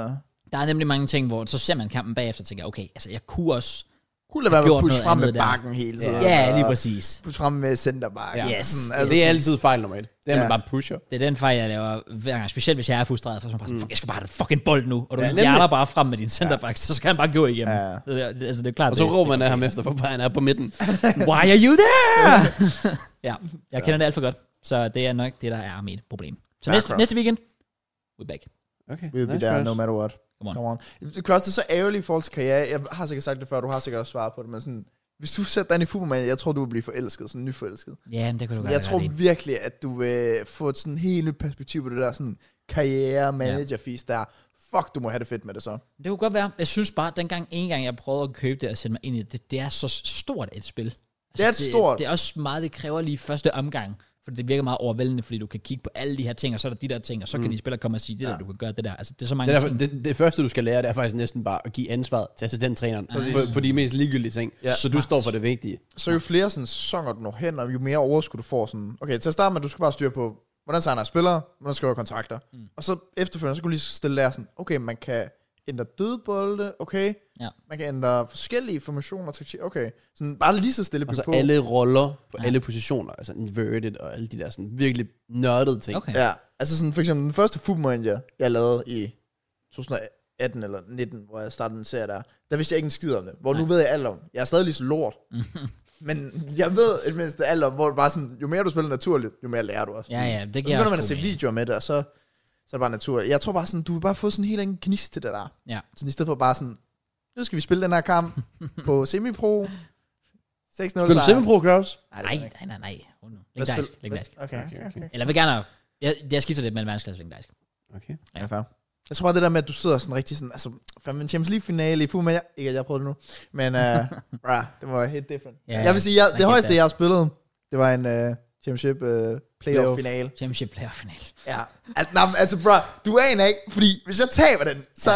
S1: Der er nemlig mange ting, hvor så ser man kampen bagefter og tænker, okay, altså jeg kunne også...
S3: Kunne lade være med
S1: gjort
S3: at push
S1: noget
S3: frem med
S1: andet der.
S3: bakken hele tiden.
S1: Ja, lige
S3: og
S1: præcis.
S3: Push frem med centerbakken.
S1: Ja. Yes.
S3: Sådan,
S2: Altså, det er altid fejl nummer et. Det er, at man
S3: Ja.
S2: bare pusher.
S1: Det er den fejl, jeg laver hver gang. Specielt hvis jeg er frustreret, for så er man bare sådan, fuck, jeg skal bare have den fucking bold nu. Og du
S2: Mm. Ja,
S1: ja,
S2: nemlig.
S1: hjerter bare frem med din centerback, så skal han bare gå igennem.
S3: Ja.
S1: Så det, er- altså det er klart.
S2: Og så
S1: det-
S2: råber man af ham efter, hvorfor han er på midten.
S1: Why are you there? ja, jeg kender det alt for godt. Så det er nok det, der er mit problem. Så
S3: Fair
S1: næste,
S3: crop.
S1: næste weekend, we're back.
S2: Okay.
S3: We'll be
S2: nice,
S3: there
S2: nice.
S3: no matter what.
S1: Come on.
S3: Come on. Cross, det er så ærgerligt i forhold til karriere. Jeg har sikkert sagt det før, du har sikkert også svaret på det, men sådan, hvis du sætter dig ind i fodboldmand, jeg tror, du vil blive forelsket, sådan nyforelsket.
S1: Ja, men det kunne du godt
S3: Jeg
S1: have
S3: tror
S1: ret i.
S3: virkelig, at du vil få et sådan helt nyt perspektiv på det der sådan karriere manager fis der. Fuck, du må have det fedt med det så.
S1: Det kunne godt være. Jeg synes bare, dengang en gang jeg prøvede at købe det og sætte mig ind i det, det er så stort et spil. Altså,
S3: Det er et stort-
S1: Det er også meget, det kræver lige første omgang. For det virker meget overvældende, fordi du kan kigge på alle de her ting, og så er der de der ting, og så kan de spillere komme og sige, det der,
S3: Mm. Ja.
S1: du kan gøre det der. Altså, det er så mange
S2: Det, er derfor,
S1: ting.
S2: det, det første, du skal lære, det er faktisk næsten bare at give ansvaret til assistenttræneren
S3: Præcis.
S2: på, på de mest ligegyldige ting.
S3: Ja.
S2: Ja. Så du står for det vigtige.
S3: Så jo flere sådan, sæsoner du når hen, og jo mere overskud du får. Sådan, okay, til at starte med, du skal bare styre på, hvordan signer jeg spillere, hvordan skriver jeg kontrakter. Mm. Og så efterfølgende, så kan du lige stille lære sådan, okay, man kan ændre dødbolde, okay.
S1: Ja.
S3: Man kan ændre forskellige formationer, taktik, okay. Sådan bare lige så stille
S2: Og
S3: bygge
S2: så
S3: på.
S2: Altså alle roller på
S1: Ja.
S2: alle positioner, altså inverted og alle de der sådan virkelig nørdede ting.
S1: Okay.
S3: Ja, altså sådan for eksempel den første Fubmoin, jeg, jeg lavede i 2018 eller 19, hvor jeg startede en serie der, der vidste jeg ikke en skid om det. Hvor nu
S1: Nej.
S3: ved jeg alt om det. Jeg er stadig lige så lort. men jeg ved et mindste alt om, hvor det bare sådan, jo mere du spiller naturligt, jo mere lærer du også.
S1: Ja, ja, det
S3: Så
S1: giver
S3: begynder
S1: også
S3: man at
S1: god
S3: se
S1: mening.
S3: videoer med det, og så, så er det bare natur. Jeg tror bare sådan, du vil bare få sådan helt en gnist til det der.
S1: Ja.
S3: Så i stedet for bare sådan, nu skal vi spille den her kamp på semipro. 6-0
S2: Spiller du
S3: sejr.
S2: Semipro, Kraus?
S3: Nej, det ved
S1: Nej,
S3: jeg ikke.
S1: nej, nej, nej. Hold nu.
S3: Hvad
S1: Læg dask,
S3: spil-
S1: læg
S3: hvad-
S1: dask.
S3: Okay, okay, okay.
S1: Eller jeg vil gerne... Jeg, jeg skifter lidt mellem verdensklasse og læg dask.
S2: Okay.
S3: Ja, fair. Jeg tror bare det der med, at du sidder sådan rigtig sådan, altså, fandme en Champions League-finale i Fuma, jeg, ikke at jeg har prøvet det nu, men uh, rah, det var helt different.
S1: Ja,
S3: jeg vil sige, jeg,
S1: man
S3: det
S1: kan
S3: højeste,
S1: det.
S3: jeg har spillet, det var en uh, championship uh, playoff-finale.
S1: Championship player final.
S3: Ja. Altså, nej, men altså, bro, du aner ikke, fordi hvis jeg taber den, så...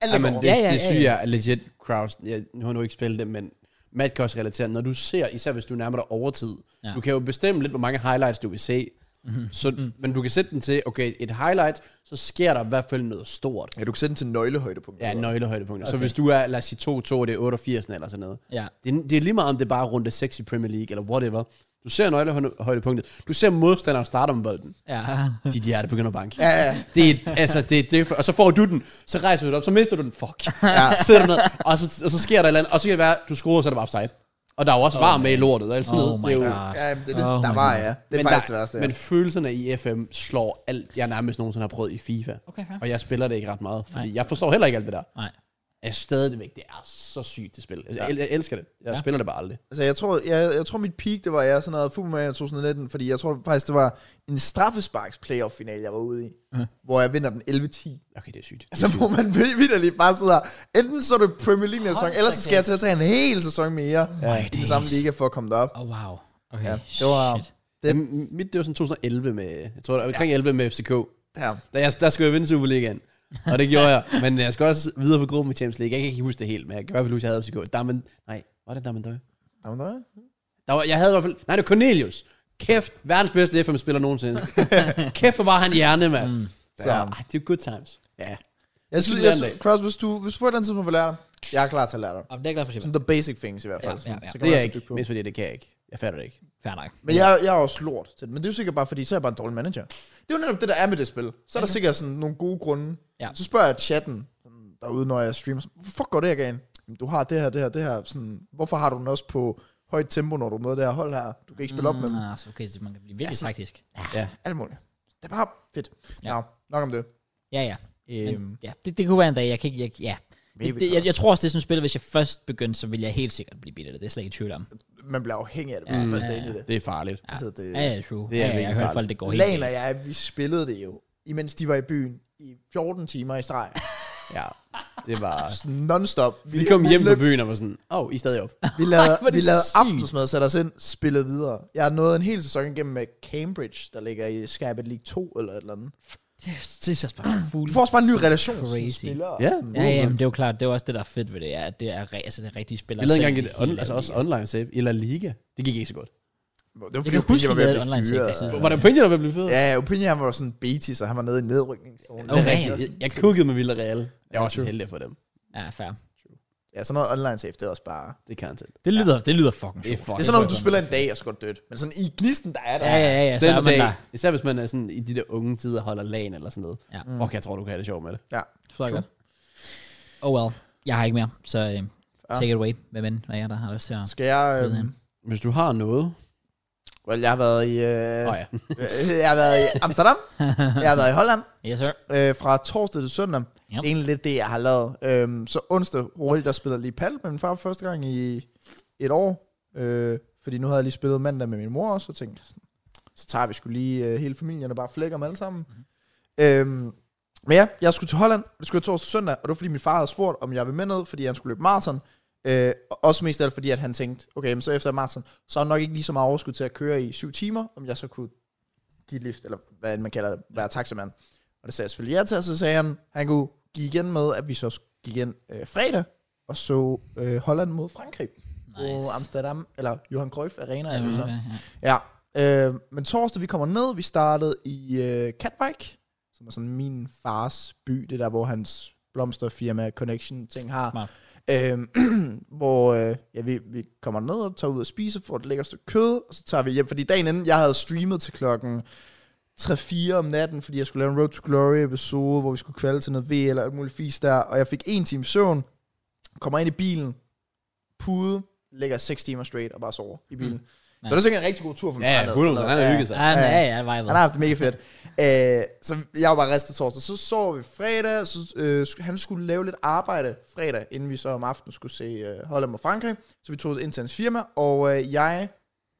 S3: Alle
S2: Jamen,
S3: går.
S2: det,
S1: Ja, ja,
S2: det
S1: ja,
S2: syge
S1: ja.
S2: er legit, Kraus. Jeg, nu har du ikke spillet det, men Matt kan også relatere. Når du ser, især hvis du nærmer dig overtid,
S1: Ja.
S2: ja. du kan jo bestemme lidt, hvor mange highlights du vil se.
S3: Mhm.
S2: Mm-hmm. Så, Men du kan sætte den til, okay, et highlight, så sker der i hvert fald noget stort.
S3: Ja, du kan sætte den til nøglehøjdepunkt.
S2: Ja, nøglehøjdepunkter. Okay. Så hvis du er, lad os sige 2-2, og det er 88 eller sådan noget.
S1: Ja.
S2: Det, er- det er lige meget, om det er bare runde 6 i Premier League, eller whatever. Du ser nøglehøjdepunktet. Du ser modstanderen starte om bolden.
S1: Ja.
S2: Dit hjerte begynder at banke.
S3: Ja, ja.
S2: Det er, altså, det er different. Og så får du den, så rejser du den op, så mister du den. Fuck. Ja. Så sidder du ned, og så, og så sker der et eller andet. Og så kan det være, du skruer, så er det bare offside. Og der er jo også oh, var med i lortet. Og alt sådan
S1: Oh
S2: noget.
S1: my
S2: det er jo,
S1: god.
S3: ja jamen, det, er det,
S1: Oh
S3: der
S1: my
S3: var
S1: God.
S3: ja. Det er
S2: Men
S3: faktisk
S2: der-
S3: det værste. Ja.
S2: Men følelserne i FM slår alt, jeg nærmest nogensinde har prøvet i FIFA.
S1: Okay, fair.
S2: Og jeg spiller det ikke ret meget, fordi
S1: Nej.
S2: jeg forstår heller ikke alt det der.
S1: Nej.
S2: Jeg stadigvæk, det er så sygt, det spil. Altså, jeg, jeg elsker det. Jeg
S1: Ja.
S2: ja. spiller det bare aldrig.
S3: Altså, jeg tror, jeg, jeg tror mit peak, det var jeg sådan noget Fuma i 2019, fordi jeg tror faktisk, det var en straffesparks playoff finale jeg var ude i, uh-huh. hvor jeg vinder den 11-10.
S2: Okay, det er sygt.
S3: Altså, hvor man vidderligt bare sidder, enten så er det Premier League næste sæson, ellers så skal jeg til at tage en hel sæson mere
S1: my
S3: i den samme
S1: days.
S3: liga for at komme derop.
S1: Oh, wow. Okay,
S3: Ja, det var-
S1: shit.
S3: Det-
S2: Det. Jamen, mit, det var sådan 2011 med, jeg tror, det var omkring 11 med FCK.
S3: Ja.
S2: Der, jeg, der skulle jeg vinde Superligaen. Og det gjorde jeg. Men jeg skal også videre på gruppen i Champions League. Jeg kan ikke huske det helt, men jeg kan i hvert fald huske, at jeg havde FCK. Dammen, nej, var det Dammen Døje?
S3: Jamen, der er-
S2: Der var, jeg havde i hvert fald, nej, det var Cornelius. Kæft, verdens bedste FM-spiller nogensinde. Kæft, hvor var han hjerne, mand. Mm, så,
S3: Damn.
S1: ah,
S2: ej, det er good times. Ja.
S3: Jeg
S2: skal
S3: synes, jeg
S2: vi lære en
S3: synes, Kraus, hvis du, hvis du på et eller andet tidspunkt vil lære dig, jeg er klar til at lære dig.
S1: Og det er jeg glad for, Simon.
S3: Sådan the basic things i hvert fald.
S1: Ja, ja, ja.
S3: Så kan
S2: Det er
S3: man
S2: jeg
S3: altid
S2: ikke.
S3: bygge på.
S2: Mest fordi, det kan jeg ikke. Jeg fatter det ikke.
S1: Fair nok.
S3: Men jeg, jeg er også lort til det. Men det er jo sikkert bare, fordi så er jeg bare en dårlig manager. Det er jo netop det, der er med det spil. Så er der sikkert sådan nogle gode grunde.
S1: Ja.
S3: Så spørger jeg chatten sådan derude, når jeg streamer. sådan, Hvorfor går det her galt? Jamen, Du har det her, det her, det her. Sådan, hvorfor har du den også på højt tempo, når du er med det her hold her? Du kan ikke spille op med dem. Altså,
S1: Ah, så okay, så man kan blive virkelig taktisk.
S3: Alt muligt. Det er bare fedt.
S1: Ja.
S3: Ja. Nå, nok om det.
S1: Ja, ja.
S3: Øhm,
S1: Men, ja, det, det kunne være en dag, jeg kan ikke, jeg, ja. Det,
S3: Maybe
S1: det, jeg, jeg, tror også, det er sådan et spil, hvis jeg først begyndte, så ville jeg helt sikkert blive bitter. af Det Det er jeg slet ikke i tvivl om.
S3: man bliver afhængig af det, hvis ja,
S1: Ja,
S3: du først er
S1: ja,
S3: inde i det.
S2: Det er farligt.
S1: Ja.
S3: Altså, det,
S1: Ja, ja, true.
S2: Det
S1: Det er ja, ja,
S2: er
S1: jeg
S2: virkelig
S1: har hørt
S2: farligt.
S1: folk, det går helt
S3: Lan og
S1: galt.
S3: jeg, vi spillede det jo, imens de var i byen i 14 timer i streg.
S2: Ja, det var...
S3: Non-stop.
S2: Vi kom hjem på byen og var sådan, åh, oh, I er stadig op.
S3: Vi lavede,
S1: hvor er det
S3: vi lavede
S1: sygt.
S3: aftensmad, satte os ind, spillede videre. Jeg har nået en hel sæson igennem med Cambridge, der ligger i Skype League 2 eller et eller andet.
S1: Det, det er så bare
S3: Du
S1: fuld.
S3: får også bare en ny relation til
S1: Crazy.
S3: spillere.
S2: Ja.
S1: Ja, ja, men det er jo klart, det er jo også det, der er fedt ved det, er, at det er, re- altså, det er rigtige spillere.
S2: Vi lavede
S1: selv,
S2: engang
S1: de
S2: et,
S1: helt
S2: on, altså
S1: laver
S2: også online save, i La Liga. Det gik ikke så godt.
S3: Det var
S1: kan
S3: fordi,
S1: jeg huske,
S3: Opinion var ved
S1: vi
S3: at
S1: havde
S3: blive
S1: online
S3: fyret.
S1: check, altså.
S2: Var der Pinja, der var blevet fyret?
S3: Ja, ja, Opinion han var jo sådan Betis, og han var nede i nedrykningszonen.
S1: Ja, det er
S2: Jeg, jeg, jeg kuggede med Villarreal. Jeg var også
S3: true.
S2: heldig for dem.
S1: Ja, fair.
S3: Ja, sådan noget online safe, det er også bare...
S2: Det kan han selv.
S1: Det lyder, det lyder fucking
S2: Det er
S1: sjovt.
S2: fucking
S3: Det er sådan noget, du spiller en dag og så går du dødt. Men sådan i gnisten, der er der.
S1: Ja, ja, ja, ja, så
S2: Den
S1: er man
S2: dag,
S1: der.
S2: især hvis man er sådan i de der unge tider holder lagen eller sådan noget.
S1: Ja.
S3: Mm.
S2: Ja. Fuck, jeg tror, du kan have det sjovt med det.
S3: ja.
S1: Så godt. Oh well, jeg har ikke mere, så øh,
S3: Ja.
S1: take it away. Hvem end er jeg, der har lyst til at...
S3: Skal jeg...
S1: Ved
S3: Øhm,
S1: han.
S2: Hvis du har noget...
S3: well, jeg har været i... Øh,
S2: Åh oh, ja.
S3: jeg har været i Amsterdam. jeg har været i Holland.
S1: Yes, sir.
S3: øh, fra torsdag til søndag.
S1: Ja.
S3: Yep. Det er egentlig lidt det, jeg har lavet. Øhm, så onsdag hurtigt, der spillede jeg lige pal med min far for første gang i et år. Øh, fordi nu havde jeg lige spillet mandag med min mor også, og tænkte, jeg sådan, så tager vi skulle lige øh, hele familien og bare flækker dem alle sammen. Mm. Øhm, men ja, jeg skulle til Holland, og det skulle jeg torsdag til søndag, og det var fordi min far havde spurgt, om jeg ville med ned, fordi han skulle løbe maraton. Øh, og også mest af alt fordi, at han tænkte, okay, men så efter maraton, så er han nok ikke lige så meget overskud til at køre i syv timer, om jeg så kunne give lift, eller hvad man kalder det, være taxamand. Og det sagde jeg selvfølgelig ja til, og så sagde han, han kunne give igen med, at vi så gik ind øh, fredag, og så øh, Holland mod Frankrig.
S1: Nice.
S3: På Amsterdam, eller Johan Cruyff Arena,
S1: Ja,
S3: er det så.
S1: okay, ja.
S3: Ja, øh, men torsdag vi kommer ned, vi startede i øh, Katwijk, som er sådan min fars by, det der, hvor hans blomsterfirma connection ting har.
S1: Smart.
S3: Øhm, hvor øh, ja, vi, vi kommer ned og tager ud og spiser, får et lækkert stykke kød, og så tager vi hjem. Fordi dagen inden, jeg havde streamet til klokken 3-4 om natten, fordi jeg skulle lave en Road to Glory episode, hvor vi skulle kvalde til noget V eller alt muligt fis der, og jeg fik en time søvn, kommer ind i bilen, pude, ligger 6 timer straight og bare sover i bilen. Mm. Så det er sikkert en rigtig god tur for mig.
S2: Ja, 100%, han har hygget sig.
S1: Ja, han
S3: Altså, Ja.
S1: er, ja, vibet.
S3: Han har haft det mega fedt. Øh, så jeg var bare ristet torsdag. Så sov vi fredag. Så, øh, sk- han skulle lave lidt arbejde fredag, inden vi så om aftenen skulle se øh, Holland og Frankrig. Så vi tog ind til hans firma, og øh, jeg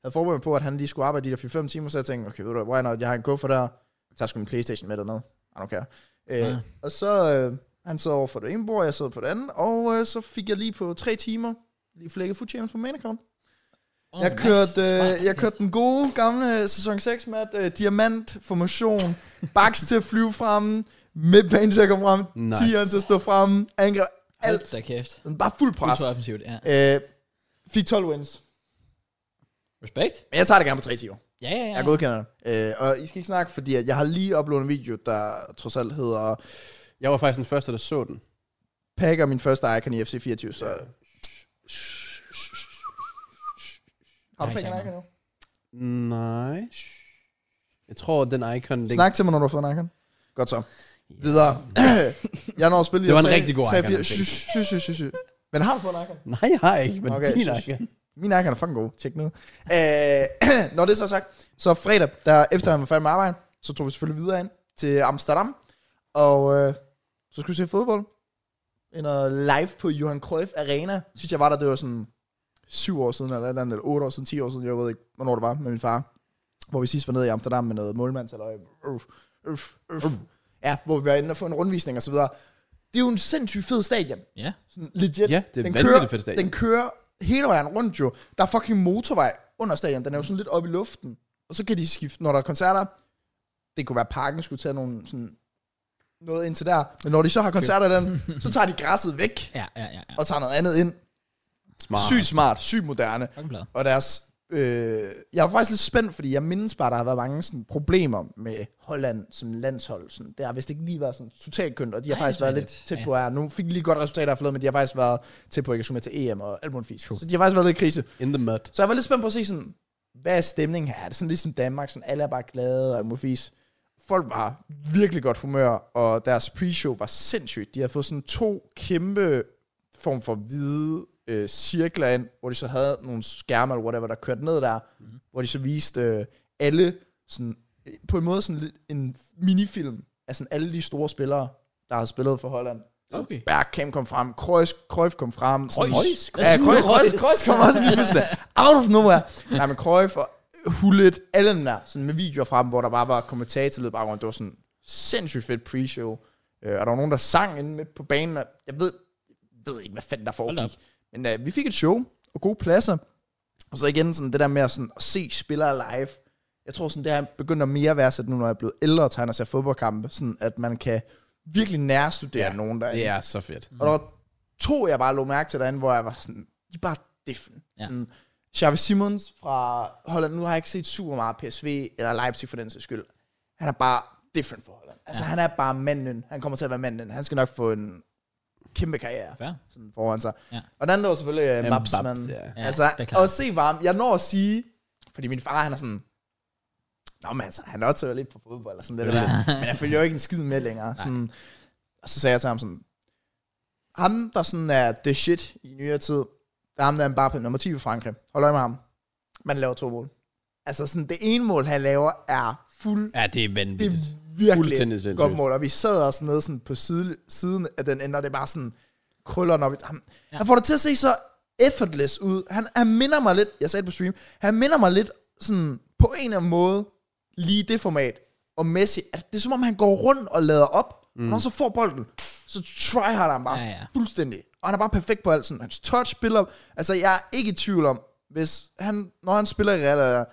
S3: havde forberedt mig på, at han lige skulle arbejde de der 4-5 timer, så jeg tænkte, okay, ved du hvad, why not? jeg har en kuffer der, jeg tager sgu min Playstation med dernede. I don't care. Øh,
S1: Ja.
S3: Og så, øh, han sad over for det ene bord, jeg sad på det andet, og øh, så fik jeg lige på 3 timer, lige flækket food champs på main account.
S1: Oh,
S3: Jeg
S1: nice.
S3: kørte, øh,
S1: Smart.
S3: jeg kørte den gode gamle sæson 6 mat, øh, diamant, formation, baks til at flyve frem, midtbane til at komme frem,
S2: Nice.
S3: nice. tieren til at stå frem, angreb,
S1: Hold
S3: alt.
S1: da kæft.
S3: Den bare fuld pres.
S1: Ultra offensivt, ja.
S3: Øh, fik 12 wins.
S1: Respekt.
S3: Men jeg tager det gerne på 3 timer.
S1: Ja, ja, ja.
S3: Jeg godkender det. Øh, og I skal ikke snakke, fordi at jeg har lige uploadet en video, der trods alt hedder
S2: Jeg var faktisk den første, der så den.
S3: Packer min første icon i FC 24, så... Har du
S1: Nej,
S3: Packer
S1: tak.
S3: en icon nu?
S2: Nej. Jeg tror, den icon... Den,
S3: Snak til mig, når du har fået en icon. Godt så. Videre. jeg når at spille
S2: Det var en rigtig god icon,
S3: 4,
S2: jeg
S3: sy,
S2: fik.
S3: sy, sy, sy, sy. Men har du fået en icon?
S2: Nej, jeg har ikke, men
S3: Okay,
S2: okay, din
S3: jeg synes-
S2: icon.
S3: Min icon er fucking god. Tjek nu. Øh, når det er så sagt, så fredag, der efter han var færdig med arbejde, så tog vi selvfølgelig videre ind til Amsterdam. Og øh, så skulle vi se fodbold. Ind og live på Johan Cruyff Arena. Synes jeg var der, det var sådan syv år siden, eller, et eller, andet, eller otte år siden, ti år siden, jeg ved ikke, hvornår det var, med min far. Hvor vi sidst var nede i Amsterdam med noget målmands, eller øh, øh, øh, øh.
S2: Uh.
S3: Ja, hvor vi var inde og få en rundvisning og så videre. Det er jo en sindssygt fed stadion.
S1: Ja.
S3: Sådan legit.
S2: Ja, det er
S3: den
S2: vanvittigt
S3: kører,
S2: fedt stadion.
S3: Den kører hele vejen rundt jo. Der er fucking motorvej under stadion. Den er jo sådan lidt oppe i luften. Og så kan de skifte, når der er koncerter. Det kunne være, parken skulle tage nogle sådan noget ind til der. Men når de så har koncerter i den, så tager de græsset væk
S1: Ja, ja, ja. ja.
S3: og tager noget andet ind.
S2: Smart.
S3: Sygt smart, sygt moderne.
S1: Fucking blad.
S3: Og deres... Øh, jeg var faktisk lidt spændt, fordi jeg mindes bare, der har været mange sådan, problemer med Holland som landshold. Sådan, det har vist ikke lige været sådan, totalt kønt, og de har
S1: Nej,
S3: faktisk
S1: det er
S3: været lidt
S1: rigtigt.
S3: tæt
S1: Ja.
S3: på her. Nu fik de lige godt resultat af forleden, men de har faktisk været tæt på ikke at skulle med til EM og alt muligt fisk. Så de har faktisk været lidt i krise.
S2: In the mud.
S3: Så jeg var lidt spændt på at se sådan, hvad er stemningen her? Er det sådan ligesom Danmark, sådan alle er bare glade og mofis? Folk var virkelig godt humør, og deres pre-show var sindssygt. De havde fået sådan to kæmpe form for hvide øh, cirkler ind, hvor de så havde nogle skærme eller whatever, der kørte ned der, mm. hvor de så viste øh, alle sådan, øh, på en måde sådan lidt en minifilm af sådan alle de store spillere, der har spillet for Holland.
S1: Okay.
S3: Bergkamp kom frem, Cruyff, Cruyff kom frem. sådan-
S1: Cruyff?
S3: Ja, Cruyff, Cruyff,
S1: Cruyff.
S3: Cruyff kom også lige pludselig. Out of nowhere. Nej, men Cruyff og Hullet, alle dem der, sådan med videoer frem, hvor der bare var kommentatorlyd bare rundt. Det var sådan sindssygt fedt pre-show. Øh, og der var nogen, der sang inde midt på banen. og Jeg ved, jeg ved ikke, hvad fanden der
S1: Hold
S3: foregik. Men øh, vi fik et show og gode pladser. Og så igen sådan det der med at, sådan, at se spillere live. Jeg tror sådan, det har begyndt at mere værdsætte nu, når jeg er blevet ældre og tegner sig fodboldkampe. Sådan at man kan virkelig nærstudere ja,
S2: Ja,
S3: nogen der.
S2: Det er så fedt.
S3: Og der var to, jeg bare lå mærke til derinde, hvor jeg var sådan, de er bare diffen.
S1: Ja.
S3: Ja. Sådan, Xavi Simons fra Holland, nu har jeg ikke set super meget PSV eller Leipzig for den sags skyld. Han er bare different for Holland. Altså, ja. han er bare manden. Han kommer til at være manden. Han skal nok få en kæmpe karriere
S1: Fair.
S3: sådan foran sig.
S1: Ja.
S3: Og den anden var selvfølgelig uh,
S2: Ja,
S3: Maps,
S2: Babs,
S3: man.
S2: ja.
S1: Ja,
S3: altså,
S1: det er klart.
S3: og se varm. Jeg når at sige, fordi min far, han er sådan, Nå, men altså, han også lidt på fodbold, og sådan det der. Men jeg følger jo ikke en skid med længere. Sådan, og så sagde jeg til ham sådan, ham, der sådan er the shit i nyere tid, der er ham, der er Mbappé, nummer 10 i Frankrig. Hold øje med ham. Man laver to mål. Altså sådan, det ene mål, han laver, er fuld
S2: Ja, det er
S3: det
S2: vanvittigt.
S3: er virkelig
S2: Fuldstændig
S3: et godt
S2: sindssygt.
S3: mål, og vi sad også nede sådan på side, siden af den ende, og det er bare sådan krøller, når vi... Han, ja. han får det til at se så effortless ud. Han, han minder mig lidt, jeg sagde det på stream, han minder mig lidt sådan på en eller anden måde, lige i det format, og Messi, at det er som om han går rundt og lader op, mm. og når han så får bolden, så tryharder han bare
S1: Ja, ja.
S3: fuldstændig. Og han er bare perfekt på alt, sådan hans touch, spiller, altså jeg er ikke i tvivl om, hvis han, når han spiller i Real, eller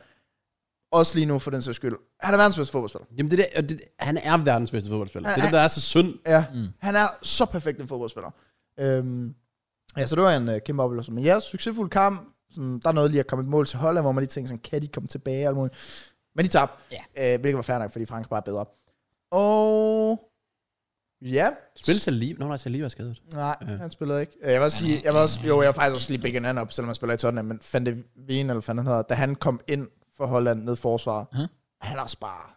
S3: også lige nu for den sags skyld, han er verdens bedste fodboldspiller.
S2: Jamen, det der, og det, han er verdens bedste fodboldspiller. Det er
S3: Han-
S2: det, der er så synd.
S3: Ja, mm. han er så perfekt en fodboldspiller. Øhm, ja, så det var en øh, kæmpe oplevelse. Men ja, succesfuld kamp. Sådan, der er noget lige at komme et mål til Holland, hvor man lige tænker sådan, kan de komme tilbage og alt muligt. Men de tabte,
S1: Ja.
S3: øh, hvilket var fair nok, fordi Frank bare er bedre. Og vi Ja.
S2: Spil Saliba. Nå, nej, Saliba er skadet.
S3: Nej,
S2: Ja.
S3: han spillede ikke. Øh, Jeg vil også sige, jeg var også, jo, jeg var faktisk også lige begge anden op, selvom jeg spiller i Tottenham, men fandt det Vien, eller fandt han hedder, da han kom ind for Holland ned forsvar,
S1: Mhm.
S3: han er også bare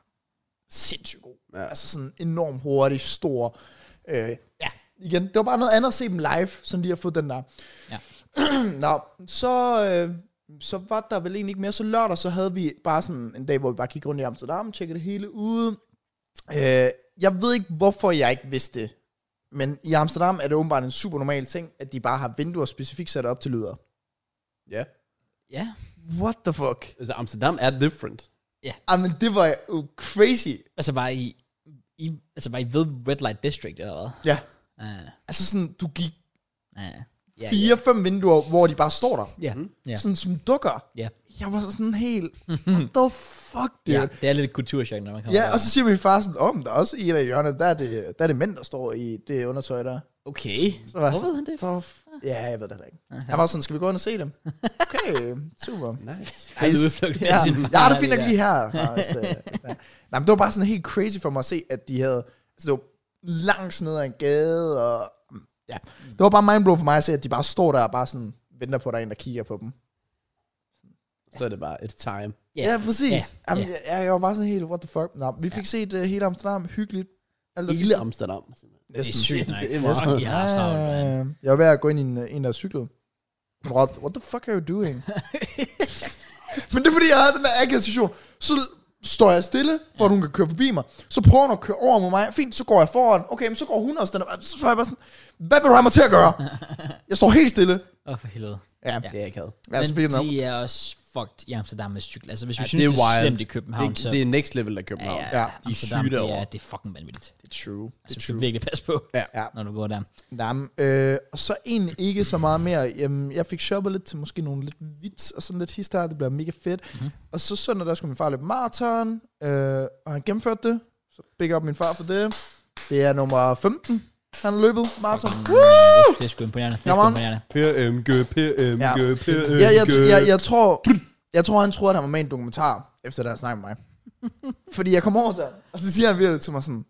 S3: sindssygt god.
S2: Ja.
S3: Ja. Altså sådan enormt hurtig, stor. Øh, ja, igen, det var bare noget andet at se dem live, sådan lige at få den der.
S1: Ja.
S3: Nå, så, øh, så var der vel egentlig ikke mere. Så lørdag, så havde vi bare sådan en dag, hvor vi bare kiggede rundt i Amsterdam, tjekkede det hele ud. Øh, jeg ved ikke, hvorfor jeg ikke vidste det, men i Amsterdam er det åbenbart en super normal ting, at de bare har vinduer specifikt sat op til lyder.
S2: Ja.
S1: Ja.
S3: What the fuck?
S2: Altså, Amsterdam er different.
S3: Jamen, Ah, det var jo crazy.
S1: Altså var I, I, altså var I ved Red Light District eller hvad?
S3: Ja,
S1: Ja,
S3: altså sådan, du gik
S1: ja, ja.
S3: fire-fem vinduer, hvor de bare står der.
S1: Ja, ja.
S3: Ja. Sådan som dukker.
S1: Ja. Mhm.
S3: Jeg var sådan helt, what the fuck, dude?
S1: ja.
S3: Ja.
S1: Det er lidt kulturchok, når man kommer
S3: Ja, og så siger min far sådan, om oh, der er også en af hjørnerne, der er, det, der er det mænd, der står i det undertøj der.
S1: Okay.
S3: Så var jeg
S1: Hvor ved
S3: sådan,
S1: han det?
S3: "Hvor f- Ja, jeg ved det heller ikke. Jeg var sådan, skal vi gå ind og se dem? Okay, super.
S2: Nice.
S1: Ej, udflugt med
S3: ja.
S1: sin
S3: Jeg har det
S1: far,
S3: fint
S1: det
S3: nok
S1: der.
S3: lige her. Faktisk. Øh, ja. Nej, men det var bare sådan helt crazy for mig at se, at de havde... Altså, det var langs ned ad en gade, og... Ja, det var bare mindblow for mig at se, at de bare står der og bare sådan venter på, at der er en, der kigger på dem.
S2: Så er det bare et time.
S1: Ja.
S3: Ja, præcis.
S1: Ja.
S3: Ja. Jamen, ja. Jeg, jeg var bare sådan helt, what the fuck. Nå, vi fik ja. set uh, hele Amsterdam, hyggeligt. Alt var
S2: Hele
S3: fint.
S2: Amsterdam.
S1: Det er
S3: Næsten.
S1: sygt nok.
S2: Det er meget-
S1: Fuck, I har travlt, mand.
S3: Ja, Øhm, jeg var ved at gå ind i en, øh, en der cyklede. Hun råbte, what the fuck are you doing? Men det er fordi, jeg havde den der akavet situation. Så står jeg stille, for at hun kan køre forbi mig. Så prøver hun at køre over mod mig. Fint, så går jeg foran. Okay, men så går hun også. Den er, så er jeg bare sådan, hvad vil du have mig til at gøre? Jeg står helt stille.
S1: Åh, for helvede.
S3: Ja, ja.
S1: Ja.
S2: Det er ikke had.
S3: Jeg er så
S1: Men
S3: fint nok.
S1: de er også fucked i Amsterdam med cykel. Altså, hvis vi
S2: Ja,
S1: synes, det
S2: det
S1: er,
S2: er wild.
S1: slemt i København, så...
S2: Det, det er next level af København.
S1: ja,
S3: Ja,
S1: ja,
S3: de
S2: er
S1: Amsterdam,
S2: syge
S1: det, er,
S2: derovre.
S1: det er fucking vanvittigt.
S3: Det er true.
S1: Altså, du skal virkelig passe på,
S2: Ja.
S3: Ja.
S1: når du går der.
S3: Jamen, øh, og så egentlig ikke så meget mere. Jamen, jeg fik shoppet lidt til måske nogle lidt vits og sådan lidt hister. Det bliver mega fedt.
S1: Mhm.
S3: Mm-hmm. Og så søndag, der skulle min far løbe maraton, øh, og han gennemførte det. Så big op min far for det. Det er nummer 15, han har løbet maraton.
S1: Fucking, øh, Det er sgu imponerende. Det er sgu
S3: Uh! Come on.
S1: imponerende.
S2: PMG, PMG,
S3: Ja.
S2: PMG.
S3: Jeg, jeg, jeg, jeg, tror, jeg tror, han troede, at han var med i en dokumentar, efter da han snakkede med mig. Fordi jeg kom over der, og så siger han virkelig til mig sådan,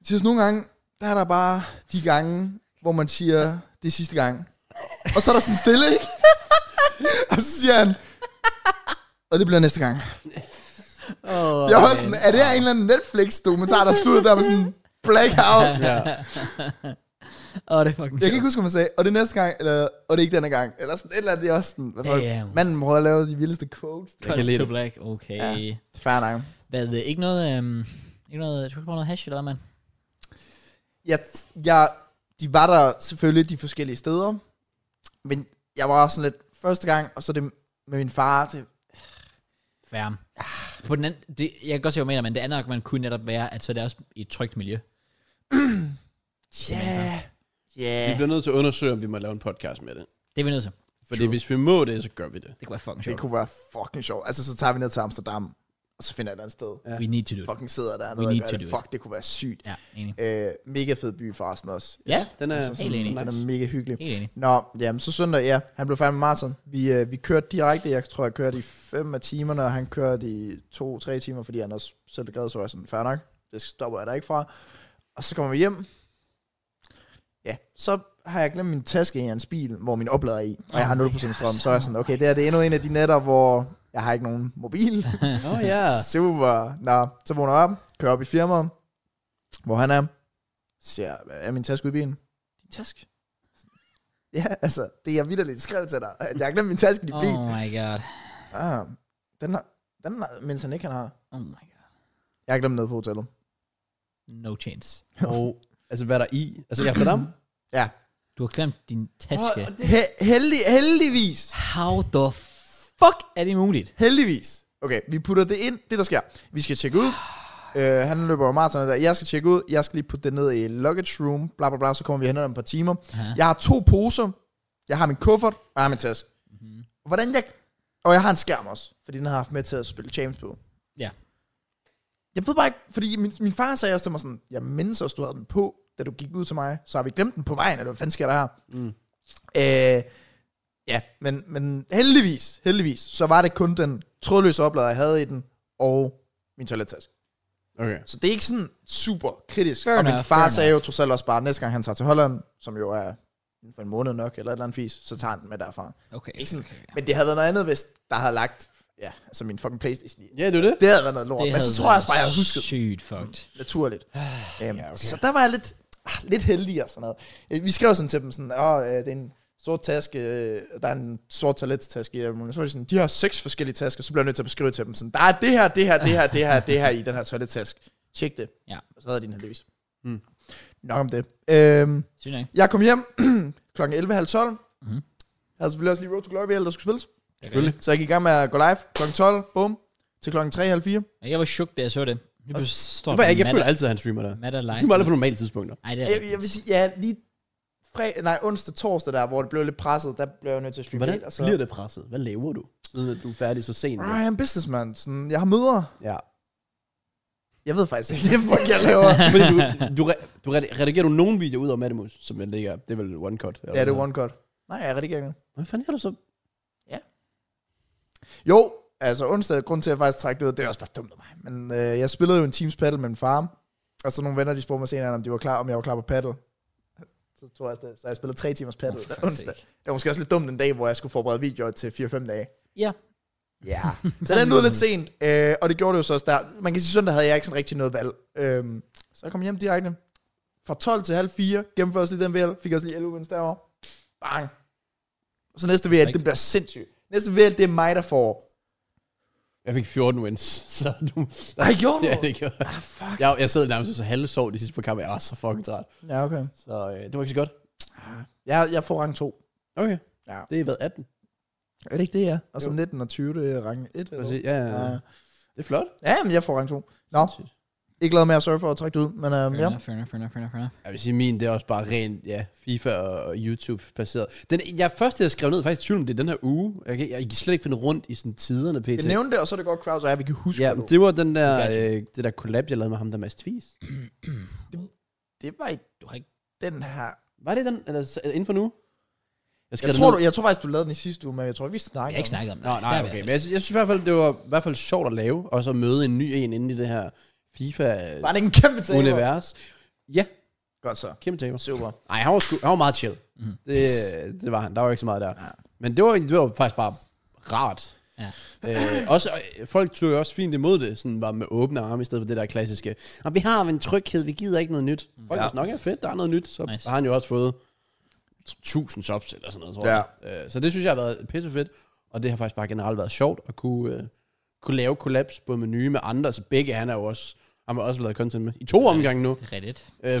S3: Mathias, nogle gange, der er der bare de gange, hvor man siger, det er sidste gang. Og så er der sådan stille, ikke? og så siger han, og det bliver næste gang.
S1: Oh,
S3: Jeg var sådan, er det her en eller anden Netflix-dokumentar, der slutter der med sådan, blackout?
S2: Ja.
S1: Åh, det er fucking
S3: Jeg kan ikke huske, hvad man sagde, og det er næste gang, eller, og det er ikke denne gang. Eller sådan et eller andet, det er også sådan, hvad folk,
S1: Damn.
S3: manden prøver at lave de vildeste quotes.
S1: Cuts
S2: kan lide
S1: to
S2: det.
S1: black, okay.
S3: Ja. Fair nok.
S1: Hvad, øh, ikke noget, øhm, ikke noget, du kan få noget hash, eller hvad, mand?
S3: jeg, jeg, de var der selvfølgelig de forskellige steder, men jeg var også sådan lidt første gang, og så det med min far, det,
S1: Færm.
S3: Ah.
S1: På den anden, det, jeg kan godt se, hvad du mener, men det andet argument kunne netop være, at så er det også i et trygt miljø.
S3: ja,
S2: Vi
S3: ja.
S2: bliver nødt til at undersøge, om vi må lave en podcast med det.
S1: Det er vi nødt til.
S2: Fordi hvis vi må det, så gør vi det.
S1: Det kunne være fucking
S3: Det
S1: sjovt.
S3: kunne være fucking sjovt. Altså, så tager vi ned til Amsterdam, og så finder jeg et andet sted.
S1: We need to do it.
S3: Fucking sidder der
S1: We
S3: og
S1: need
S3: gør
S1: to
S3: det.
S1: do
S3: Fuck, det kunne være sygt.
S1: Ja, enig.
S3: Øh, mega fed by forresten også.
S1: Ja,
S2: Den er
S3: Altså, sådan,
S1: helt enig.
S3: Den er mega hyggelig.
S1: helt enig.
S3: Nå, jamen så søndag, ja, han blev færdig med maraton. Vi, øh, vi kørte direkte, jeg tror, jeg kørte i fem af timerne, og han kørte i to-tre timer, fordi han også selv gad, så var jeg sådan, fair nok, det stopper jeg da ikke fra. Og så kommer vi hjem. Ja, så har jeg glemt min taske i hans bil, hvor min oplader er i, og jeg har 0% strøm, så er jeg sådan, okay, det her det er endnu en af de nætter, hvor jeg har ikke nogen mobil.
S2: Åh oh, ja.
S3: Super. Nå, så vågner jeg op, kører op i firmaet, hvor han er. Så siger jeg, er min taske ude i bilen? Din taske? Ja, altså, det jeg vidderligt skrev til dig, at jeg har glemt min taske i bilen.
S1: Oh my god.
S3: Oh. Ah, den har, den har, mens han ikke han har.
S1: Oh my god.
S3: Jeg har glemt noget på hotellet.
S1: No chance.
S2: Og, altså, hvad er der i? Altså, i Amsterdam?
S3: Ja.
S1: Du har glemt din taske.
S3: He- heldig, heldigvis.
S1: How the fuck er det muligt?
S3: Heldigvis. Okay, vi putter det ind, det der sker. Vi skal tjekke ud. Øh, han løber jo maraton der. Jeg skal tjekke ud. Jeg skal lige putte det ned i luggage room. Bla bla bla. Så kommer vi hen om et par timer.
S1: Aha.
S3: Jeg har to poser. Jeg har min kuffert, og jeg har min taske.
S1: Mhm.
S3: Hvordan jeg... Og jeg har en skærm også, fordi den har jeg haft med til at spille James på.
S1: Ja.
S3: Jeg ved bare ikke, fordi min, min far sagde også til mig sådan, jeg mindes også, du havde den på, da du gik ud til mig, så har vi glemt den på vejen, eller hvad fanden sker der her?
S2: Mm.
S3: Øh, ja, men, men heldigvis, heldigvis, så var det kun den trådløse oplader, jeg havde i den, og min toilettaske.
S2: Okay.
S3: Så det er ikke sådan super kritisk.
S1: Fair
S3: og min
S1: enough,
S3: far
S1: fair
S3: sagde jo trods alt også bare, at næste gang han tager til Holland, som jo er inden for en måned nok, eller et eller andet fis, så tager han den med derfra.
S1: Okay.
S3: Ikke sådan, men det havde været noget andet, hvis der havde lagt, ja, altså min fucking Playstation i.
S2: Ja, det er det.
S3: Det havde været noget lort, men så
S1: havde
S3: tror jeg også bare,
S1: været
S3: jeg havde husket
S1: Sygt fucked.
S3: naturligt. Øhm, ja, okay. Så der var jeg lidt, ah, lidt heldig og sådan noget. Øh, Vi skrev sådan til dem sådan, åh, øh, det er en sort taske, øh, der er en sort toilettaske i, og så var de sådan, de har seks forskellige tasker, så blev jeg nødt til at beskrive til dem sådan, der er det her, det her, det her, det her, det her i den her toilettaske. Tjek det.
S1: Ja.
S3: Og så havde de den heldigvis.
S2: Mm.
S3: Nok om det. Øhm,
S1: Sygt nok.
S3: jeg kom hjem klokken 11.30. Mm.
S1: Mhm.
S3: Jeg havde selvfølgelig også lige Road to Glory, der skulle spilles.
S2: Selvfølgelig.
S3: Så jeg gik i gang med at gå live klokken 12, bum, til klokken 3.30.
S1: Jeg var chok, da jeg så det. Det blev stort.
S2: Det var jeg ikke. Jeg føler altid, at han streamer der.
S1: Matter
S2: Han
S1: live.
S2: streamer aldrig på normale tidspunkter.
S1: Nej, det er
S3: Jeg, jeg vil sige, ja, lige fred, nej, onsdag, torsdag der, hvor det blev lidt presset, der blev jeg nødt til at streame
S2: Hvordan
S3: lidt, og så...
S2: bliver det presset? Hvad laver du, siden at du er færdig så sent?
S3: Ah, jeg er en businessman. Sådan, jeg har møder.
S2: Ja.
S3: Jeg ved faktisk ikke, det fuck, jeg laver.
S2: Fordi du, du, re- du re- redigerer du nogen videoer ud af Mattemus, som jeg ligger, det er vel one cut? eller
S3: ja, det er
S2: hvad?
S3: one cut. Nej, jeg er rigtig gerne.
S2: Hvordan fanden har du så?
S3: Jo, altså onsdag, grund til at jeg faktisk trak det ud, det er også bare dumt af mig. Men øh, jeg spillede jo en teams paddle med min far, og så nogle venner, de spurgte mig senere, om, de var klar, om jeg var klar på paddle. Så tror jeg, afsted. så jeg spillede tre timers paddle oh, onsdag. Det var måske også lidt dumt den dag, hvor jeg skulle forberede videoer til 4-5 dage.
S1: Ja.
S3: Ja. Så den nåede lidt sent, øh, og det gjorde det jo så også der. Man kan sige, søndag havde jeg ikke sådan rigtig noget valg. Øhm, så jeg kom hjem direkte. Fra 12 til halv 4, gennemførte også lige den VL, fik også lige 11 wins derovre. Bang. Så næste VL, det bliver sindssygt. Næste VL, det er mig, der får.
S2: Jeg fik 14 wins, så du...
S3: Nej, gjorde du?
S2: Ja, det gjorde jeg.
S3: Ah, fuck.
S2: jeg. Jeg sad nærmest og så halvsov de sidste par kampe. Jeg var så fucking træt.
S3: Ja, okay.
S2: Så øh, det var ikke så godt.
S3: Jeg, jeg får rang 2.
S2: Okay.
S3: Ja.
S2: Det er været 18.
S3: Er det ikke det, ja? Og så
S2: Jo.
S3: 19 og 20, det er rang 1. Eller?
S2: Præcis. Ja, ja, ja.
S3: Ja.
S2: Det er flot.
S3: ja, men jeg får rang 2. Nå, ikke glad med at sørge for at trække det ud, men øhm,
S1: Fair
S3: ja.
S1: enough, fair enough, fair enough, fair enough, fair enough.
S2: Jeg vil sige, min det er også bare rent ja, FIFA og og YouTube-baseret. Den, jeg første, jeg skrev ned, faktisk i tvivl om det er den her uge. Jeg kan, jeg kan slet ikke finde rundt i sådan tiderne,
S3: Jeg
S2: pt.
S3: nævnte det, og så er det godt, Kraus og jeg, vi kan huske
S2: Ja,
S3: det.
S2: det var den der,
S1: Gotcha.
S2: øh, det der collab, jeg lavede med ham der Mads Tvis.
S3: Det var ikke
S1: Du har ikke...
S3: den her.
S2: Var det den, eller så- inden for nu? skal
S3: Jeg tror, du, jeg tror faktisk, du lavede den i sidste uge, men jeg tror, vi
S1: Jeg
S3: snakkede
S1: har ikke snakket om det.
S2: Nå,
S1: Der
S2: nej,
S1: er vi
S2: okay.
S1: altså
S2: Men jeg, sy- jeg synes i hvert fald, det var i hvert fald sjovt at lave, og så møde en ny en inde i det her
S3: Var det ikke en kæmpe taber?
S2: FIFA-univers. Ja,
S3: Godt så.
S2: kæmpe tema.
S3: Super.
S2: Nej, han var, sgu, han var meget chill. Mm. Det, det var han. Der var ikke så meget der. Men det var, det var faktisk bare rart.
S1: Ja.
S2: Øh, også, øh, folk tog jo også fint imod det, sådan var med åbne arme, i stedet for det der klassiske, og vi har en tryghed, vi gider ikke noget nyt. Folk ja.
S3: Ja.
S2: hvis nok er fedt, der er noget nyt, så nice.
S1: Nice.
S2: har han jo også fået 1000 subs eller sådan noget, tror
S3: Ja.
S2: jeg. Øh, så det synes jeg har været pissefedt, og det har faktisk bare generelt været sjovt at kunne, øh, kunne lave kollaps både med nye med andre, så begge han er jo også, han har også lavet content med i to omgange nu.
S1: Reddit.
S2: Øh,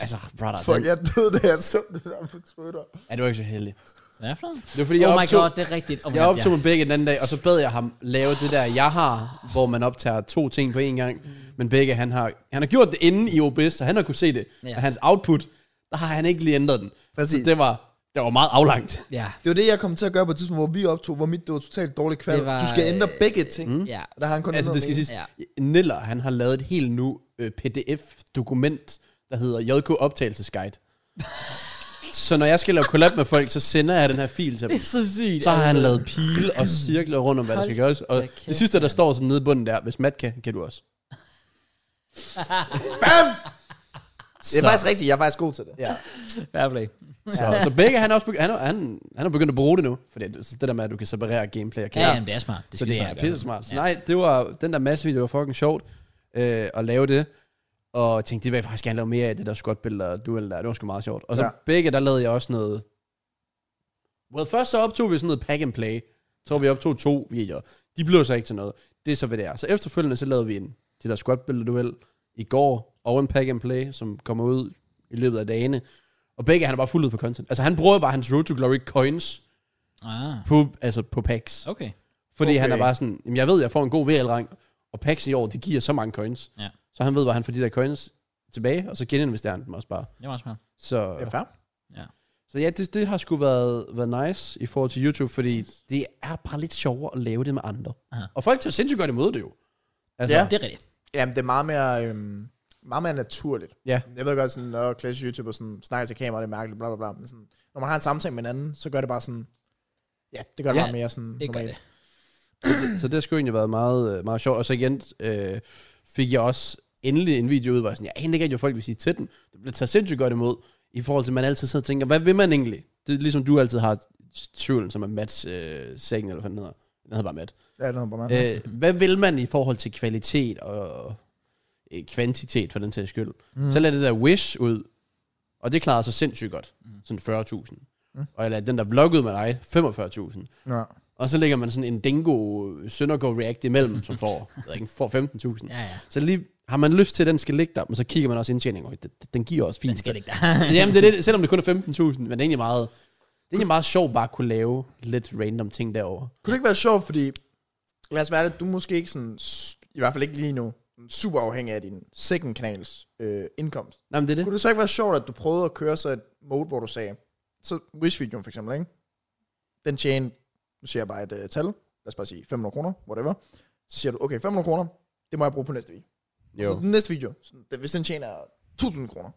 S2: altså, brother,
S3: Fuck,
S2: den,
S3: jeg døde, da jeg så det der på Twitter.
S2: er du ikke så heldig.
S1: Hvad er det for noget?
S2: Det var fordi, jeg
S1: Oh my
S2: optog,
S1: god, det er rigtigt. Oh my
S2: jeg
S1: god,
S2: optog med begge den anden dag, og så bad jeg ham lave det der, jeg har, hvor man optager to ting på én gang. Men begge, han har, han har gjort det inde i OBS, så han har kunne se det.
S1: Ja.
S2: Ja. Og hans output, der har han ikke lige ændret den.
S3: Præcis.
S2: Så det var, det var meget aflangt.
S1: Ja.
S3: Det var det, jeg kom til at gøre på et tidspunkt, hvor vi optog, hvor mit det var totalt dårlig kval.
S1: Det var,
S3: du skal ændre
S1: øh,
S3: begge ting. Mm.
S1: Ja.
S3: Der har han kun
S2: Altså,
S3: ændret
S2: det skal
S3: den ene.
S2: siges, Niller, han har lavet et helt nu øh, PDF-dokument, der hedder JK Optagelsesguide. så når jeg skal lave collab med folk, så sender jeg den her fil til dem.
S1: Det er så sygt.
S2: Så har han lavet pile og cirkler rundt om, hvad der skal gøres. Og
S1: da kæft,
S2: det sidste, der står sådan nede i bunden der, hvis Matt kan, kan du også.
S3: Bam! Det er
S2: Så.
S3: faktisk rigtigt, jeg er faktisk god til det.
S2: Ja.
S1: Fair play.
S2: Så, så begge, han er, også begy- han, er, han, han er begyndt at bruge det nu. For det, det der med, at du kan separere gameplay og
S1: Ja,
S2: kamera.
S1: jamen, det er smart. altså.
S2: så det er pisse smart. Så
S1: Ja.
S2: nej, det var, den der massevideo var fucking sjovt øh, at lave det. Og jeg tænkte, det vil jeg faktisk gerne lave mere af, det der squatbilleder og duel der. Det var sgu meget sjovt. Og så
S3: Ja.
S2: begge, der lavede jeg også noget... Well, først så optog vi sådan noget pack and play. Jeg tror, vi optog to videoer. De blev så ikke til noget. Det er så, hvad det er. Så efterfølgende, så lavede vi en, det der squatbilleder duel i går, og en pack and play, som kommer ud i løbet af dagene. Og begge, han er bare fuldt ud på content. Altså, han bruger bare hans Road to Glory coins
S1: Ah,
S2: på, altså på packs.
S1: okay.
S2: Fordi okay. han er
S3: Okay.
S2: bare sådan, jamen jeg ved, jeg får en god VL-rang, og packs i år, det giver så mange coins.
S1: Ja.
S2: Så han ved, hvor han får de der coins tilbage, og så geninvesterer han dem også bare.
S1: Det var smart.
S2: Så,
S3: Det er fair.
S2: så ja, det, det har sgu været, været nice i forhold til YouTube, fordi det er bare lidt sjovere at lave det med andre.
S1: Aha.
S2: Og folk tager sindssygt godt imod det jo. Altså,
S3: Ja.
S1: Det er rigtigt.
S3: Jamen, det er meget mere, øhm, meget mere naturligt.
S2: Ja.
S3: Jeg ved godt, sådan, når klassisk YouTuber sådan, snakker til kamera, det er mærkeligt, bla bla bla. Men sådan, når man har en samtale med hinanden, så gør det bare sådan, ja, det gør det
S1: Ja,
S3: ja, bare mere sådan
S1: Det gør
S3: normalt.
S1: det.
S2: Så det har sgu egentlig været meget, øh, meget sjovt. Og så igen øh, fik jeg også endelig en video ud, hvor jeg sådan, jeg aner ikke rigtig, hvad folk vil sige til den. Det bliver taget sindssygt godt imod, i forhold til, at man altid sidder og tænker, hvad vil man egentlig? Det er ligesom du altid har tvivlen, som er Mats øh, Sagen, eller hvad den hedder. Den hedder bare Matt.
S3: Ja, det er noget på mig.
S2: Øh, hvad vil man i forhold til kvalitet og øh, kvantitet, for den sags skyld? Mm. Så lader det der Wish ud, og det klarede sig sindssygt godt. Sådan 40.000. Mm. Og jeg lader den der vlog ud med dig, 45.000.
S3: Ja.
S2: Og så lægger man sådan en dingo øh, Søndergaard React imellem, som får, jeg ved ikke, får 15.000.
S1: Ja, ja.
S2: Så lige har man lyst til, at den skal ligge der, men så kigger man også indtjening, og den, den giver også fint.
S1: Den skal ikke der.
S2: Jamen, det er det, selvom det kun er 15.000, men det er egentlig meget, det er egentlig meget sjovt bare at kunne lave lidt random ting derovre.
S3: Kunne det ikke være sjovt, fordi, lad os være det, du er måske ikke sådan, s- i hvert fald ikke lige nu, super afhængig af din second kanals øh, indkomst.
S2: Nej, men det er det.
S3: Kunne det så ikke være sjovt, at du prøvede at køre så et mode, hvor du sagde, så Wish-videoen for eksempel, ikke? Den tjente, nu siger jeg bare et uh, tal, lad os bare sige 500 kroner, whatever. Så siger du, okay, 500 kroner, det må jeg bruge på næste video. Jo. Så
S2: Jo.
S3: den næste video, så den- hvis den tjener 2.000 kroner,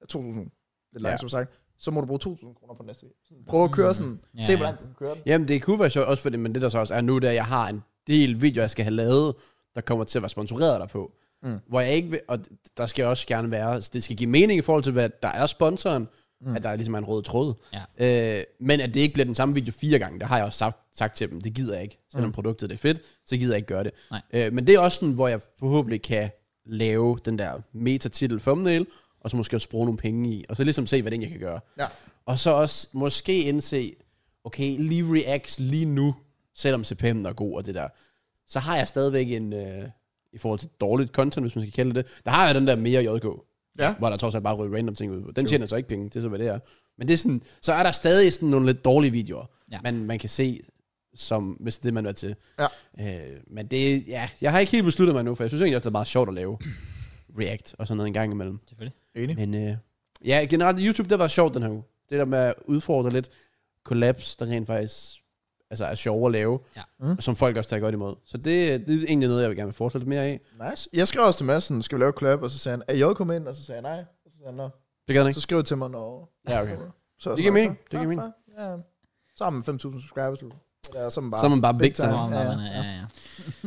S3: ja, 2.000, lidt
S2: Ja.
S3: langsomt sagt, så må du bruge 2.000 kroner på den næste video. Sådan, prøv at køre sådan,
S1: Ja,
S3: se
S1: ja.
S3: hvor langt du kan køre den.
S2: Jamen, det kunne være sjovt også, fordi, men det der så også er nu, det er, at jeg har en del videoer, jeg skal have lavet, der kommer til at være sponsoreret derpå.
S3: Mm.
S2: Mm. Hvor jeg ikke vil, og der skal også gerne være, altså, det skal give mening i forhold til, hvad der er sponsoren, mm. at der ligesom er en rød tråd. Øh, men at det ikke bliver den samme video fire gange, det har jeg også sagt, sagt til dem, det gider jeg ikke. Selvom mm. produktet er fedt, så gider jeg ikke gøre det.
S1: Nej.
S2: Øh, men det er også sådan, hvor jeg forhåbentlig kan lave den der meta-titel thumbnail, og så måske også bruge nogle penge i, og så ligesom se, hvad den jeg kan gøre.
S3: Ja.
S2: Og så også måske indse, okay, lige reacts lige nu, selvom CPM'en er god og det der, så har jeg stadigvæk en, øh, i forhold til dårligt content, hvis man skal kalde det det, der har jeg den der mere JK,
S3: Ja.
S2: hvor der trods alt bare rød random ting ud. Den tjener så ikke penge, det er så hvad det er. Men det er sådan, så er der stadig sådan nogle lidt dårlige videoer,
S1: Ja.
S2: man, man kan se, som, hvis det er det, man er til.
S3: Ja.
S2: Øh, men det, ja, jeg har ikke helt besluttet mig nu, for jeg synes egentlig også, det er meget sjovt at lave React og sådan noget en gang imellem.
S1: Selvfølgelig.
S3: Enig.
S2: Men øh, ja, generelt YouTube, det var sjovt den her uge. Det der med at udfordre lidt kollaps, der rent faktisk altså, er sjov at lave,
S1: Ja.
S2: mm. som folk også tager godt imod. Så det, det er egentlig noget, jeg vil gerne vil fortsætte lidt mere af.
S3: Nice. Jeg skrev også til Mads, sådan, skal vi lave et collab, og så sagde han, er jeg kommet ind? Og så sagde jeg nej. Og så sagde han, nå.
S2: Det gør den
S3: Så
S2: ikke.
S3: skriv til mig, når...
S2: Ja, okay.
S3: Så er
S2: Det
S3: jeg sådan,
S2: giver mening.
S3: "Fair,
S2: Det giver
S3: fair,
S2: mening.
S3: fair." Ja. Så har man 5.000 subscribers. Eller, eller så er man bare...
S2: Så er man bare big time.
S1: Hvor meget man er- Ja, ja.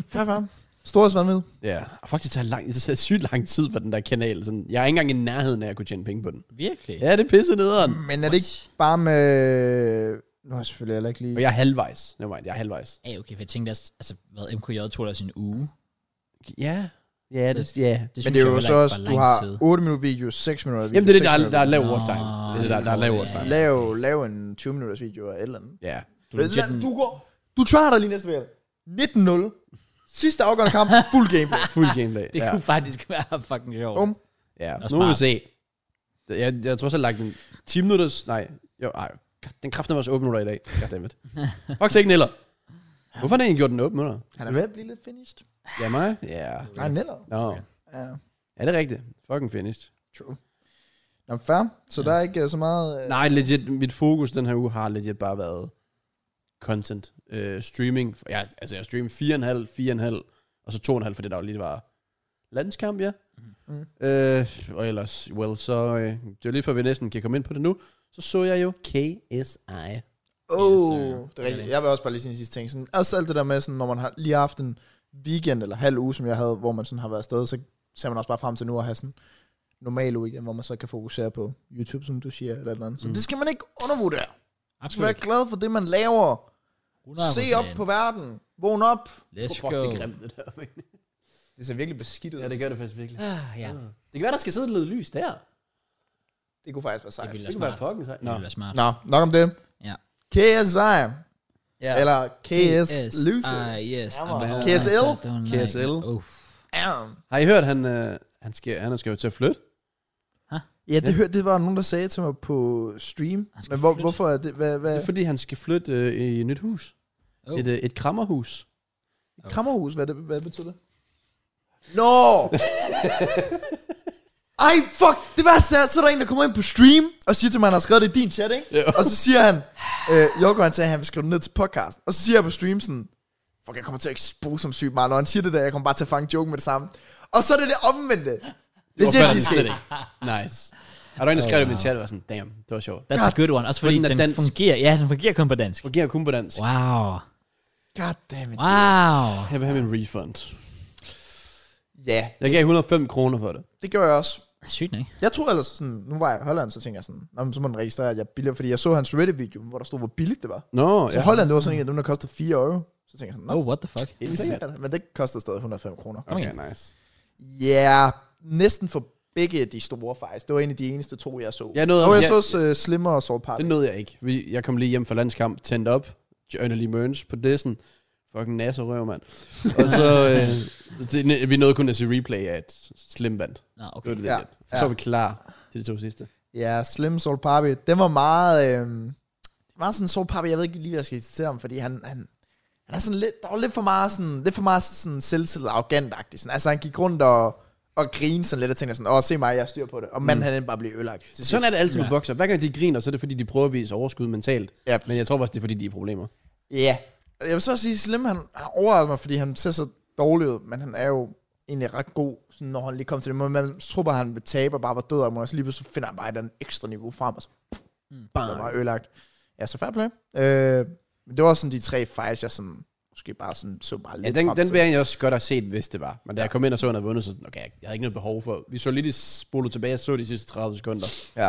S3: Fair, fair. Storest vanvid.
S2: Ja, og faktisk tager lang, det tager sygt lang tid for den der kanal. Sådan, jeg er ikke engang i nærheden af at kunne tjene penge på den.
S1: Virkelig?
S2: Ja, det er pisse nederen.
S3: Men er det ikke bare med... Nu har jeg selvfølgelig heller ikke lige...
S2: Og jeg er halvvejs. Never mind, jeg er halvvejs.
S1: Ja, okay, for jeg tænkte, altså, altså, hvad MKJ tog der sin uge.
S2: Ja. Ja, det, ja.
S1: Det
S3: Men
S1: synes
S3: det er
S1: jeg
S3: jo
S1: heller
S3: så
S1: ikke
S3: også,
S1: var
S3: du
S1: lang
S3: har
S1: tid.
S3: 8 minutter video, 6 minutter video.
S2: Jamen, det er det, der,
S3: seks
S2: er- der er lav
S3: minutter
S1: Nå,
S2: watch time. Det er det, der, der er lav watch
S1: ja,
S2: time.
S1: ja.
S3: video. Lav, lav en 20 minutters video eller et eller andet.
S2: Ja.
S1: Du er legit en-
S3: Du går... Du tryharder dig lige næste VM. 19-0. Sidste afgørende kamp, fuld gameplay.
S2: Fuld gameplay.
S1: Det
S2: ja.
S1: kunne faktisk være fucking sjovt.
S3: Bum.
S2: Ja,
S1: Og
S2: nu må vi
S1: smart.
S2: se. Jeg, jeg tror så, jeg lagt en 10 minutters... Nej, jo, ej. God, Den kræfter mig også 8 minutter i dag. Goddammit. Fuck ikke Neller. Hvorfor har den egentlig gjort den 8 minutter?
S3: Han er ved at blive lidt finished.
S2: Ja, mig? Ja.
S3: Nej, netop.
S2: Nå,
S3: Ja.
S2: er det rigtigt? Fucking finished.
S3: True. Nå, men fair. Så ja. der er ikke øh, så meget... Øh,
S2: Nej, legit, mit fokus den her uge har legit bare været content. Øh, streaming. Jeg, altså, jeg streamede 4,5, 4,5, og så 2,5, for det der jo lige var landskamp, ja.
S3: Mm.
S2: Øh, og ellers, well, så... Øh, det er jo lige før, vi næsten kan komme ind på det nu. Så så jeg jo KSI.
S3: Oh,
S1: Ja, så-
S3: det er rigtigt.
S1: det.
S3: Jeg vil også bare lige sige en sidste ting. Sådan, også alt det der med, sådan, når man har lige haft en weekend eller halv uge, som jeg havde, hvor man sådan har været afsted, så ser man også bare frem til nu at have sådan en normal uge igen, hvor man så kan fokusere på YouTube, som du siger, eller et eller andet. Så mm.
S2: Mm.
S3: det skal man ikke undervurdere. Man skal
S1: Absolut.
S3: være glad for det, man laver.
S1: 100%.
S3: Se op på verden. Vågn op.
S1: Let's
S2: Fuck,
S1: go.
S2: det er grimt, det der.
S3: Det ser virkelig beskidt ud.
S2: ja, det gør det faktisk virkelig.
S1: Ah, ja.
S2: Det kan være, der skal sidde lidt lys der.
S3: Det kunne faktisk være
S1: Det
S3: sejt.
S1: ville
S2: Det
S1: være
S2: kunne
S1: smart.
S2: være fucking sejt.
S1: Det
S2: Nå.
S1: ville være smart.
S3: Nå, nok om det.
S1: Ja.
S3: KSI,
S2: Ja.
S3: eller KS, Loser.
S1: Ah, yes.
S3: Jammer.
S1: Ah,
S3: KSL?
S1: altså, det var nej.
S2: KSL.
S1: Uff.
S3: Damn.
S2: Har I hørt, han, øh, han, skal, han skal jo til at flytte?
S3: Ja, det, hørte, det var nogen, der sagde til mig på stream.
S1: Han skal
S3: Men hvor,
S1: flytte.
S3: hvorfor er det? Hvad,
S2: Det
S3: hvad?
S2: er, fordi han skal flytte øh, i et nyt hus.
S1: Oh.
S2: Oh. Et, øh, et krammerhus.
S3: Krammerhus, hvad, det, hvad betyder det? Nå! Ej, fuck! Det værste er, så er der en, der kommer ind på stream, og siger til mig, han har skrevet det i din chat, ikke?
S2: Jo.
S3: Og så siger han, øh, Jokko, han sagde, at han vil skrive det ned til podcast. Og så siger jeg på stream sådan, fuck, jeg kommer til at expose som sygt meget, når han siger det der, jeg kommer bare til at fange joken med det samme. Og så er det det omvendte. Det er
S2: Hvorfor
S3: det,
S2: han
S3: de
S2: slet
S3: skal.
S2: ikke? Nice. Er der en, der skrev det i min chat, og var sådan, damn, det var sjovt.
S1: That's a good one. Også fordi
S2: den er
S1: den,
S2: dansk.
S1: fungerer. Ja, den fungerer kun på dansk.
S2: Fungerer kun på dansk.
S1: Wow.
S3: God damn it.
S1: Wow.
S2: Jeg vil have min refund.
S3: Ja,
S2: Jeg gav 105 kroner for det.
S3: det gjorde jeg også.
S1: Sygt, ikke?
S3: Jeg troede ellers sådan, nu var jeg i Holland, så tænkte jeg sådan, Nå, men så må den registrere, at jeg er billigere, fordi jeg så hans Reddit-video, hvor der stod, hvor billigt det var.
S2: Nå,
S3: Så ja. Holland, det var sådan en af dem, der kostede 4 euro. Så tænkte jeg sådan,
S1: Oh,
S3: nå,
S1: what the fuck?
S3: helt sikkert. Men det koster stadig 105 kroner.
S1: Kom igen.
S2: Okay, nice.
S3: Ja, yeah, næsten for begge de store faktisk. Det var en af de eneste to, jeg så.
S2: Jeg nåede,
S3: og jeg
S2: jeg-
S3: så også uh, Slimmer og Soul Party.
S2: Det nåede jeg ikke. Vi, jeg kom lige hjem fra landskamp, tændte op, joiner lige merch på dissen. Fucking nasser røv, mand. Og så, øh, det, vi nåede kun at se replay af et slim vandt.
S1: Nå,
S2: Det
S1: okay.
S2: var det,
S3: Ja,
S2: ja. Så var
S3: ja.
S2: vi klar til de to sidste.
S3: Ja, Slim Soul Party. Den var meget... Øh, det var sådan Soul Party, jeg ved ikke lige, hvad jeg skal citere ham, fordi han... han han er sådan lidt, der var lidt for meget sådan, lidt for meget sådan selvtillid og arrogant sådan. Altså han gik rundt og, og grinede sådan lidt og tænkte sådan, åh, se mig, jeg styrer på det. Og manden mm. han endte bare blev ødelagt. til sidst.
S2: Sådan er det altid med
S1: Ja.
S2: bokser. Hver gang de griner, så er det fordi, de prøver at vise overskud mentalt.
S3: Ja.
S2: Men jeg tror faktisk, det er fordi, de er i problemer.
S3: Ja. Jeg vil så sige, Slim, han, han overrasker mig, fordi han ser så dårlig ud, men han er jo egentlig ret god, sådan, når han lige kommer til det. Men man tror bare, han vil tabe og bare var død af mig, og så lige pludselig så finder han bare et eller andet ekstra niveau frem, og så
S2: Mm. Bang.
S3: er bare ødelagt. Ja, så fair play. Øh, men det var sådan de tre fights, jeg sådan, måske bare sådan, så bare
S2: Ja,
S3: lidt
S2: den,
S3: frem
S2: den
S3: til.
S2: ville jeg egentlig også godt have set, hvis det var. Men da jeg kom ind og så, at han havde vundet, så sådan, okay, jeg havde ikke noget behov for. Vi så lige de spolet tilbage, og så de sidste 30 sekunder.
S3: Ja.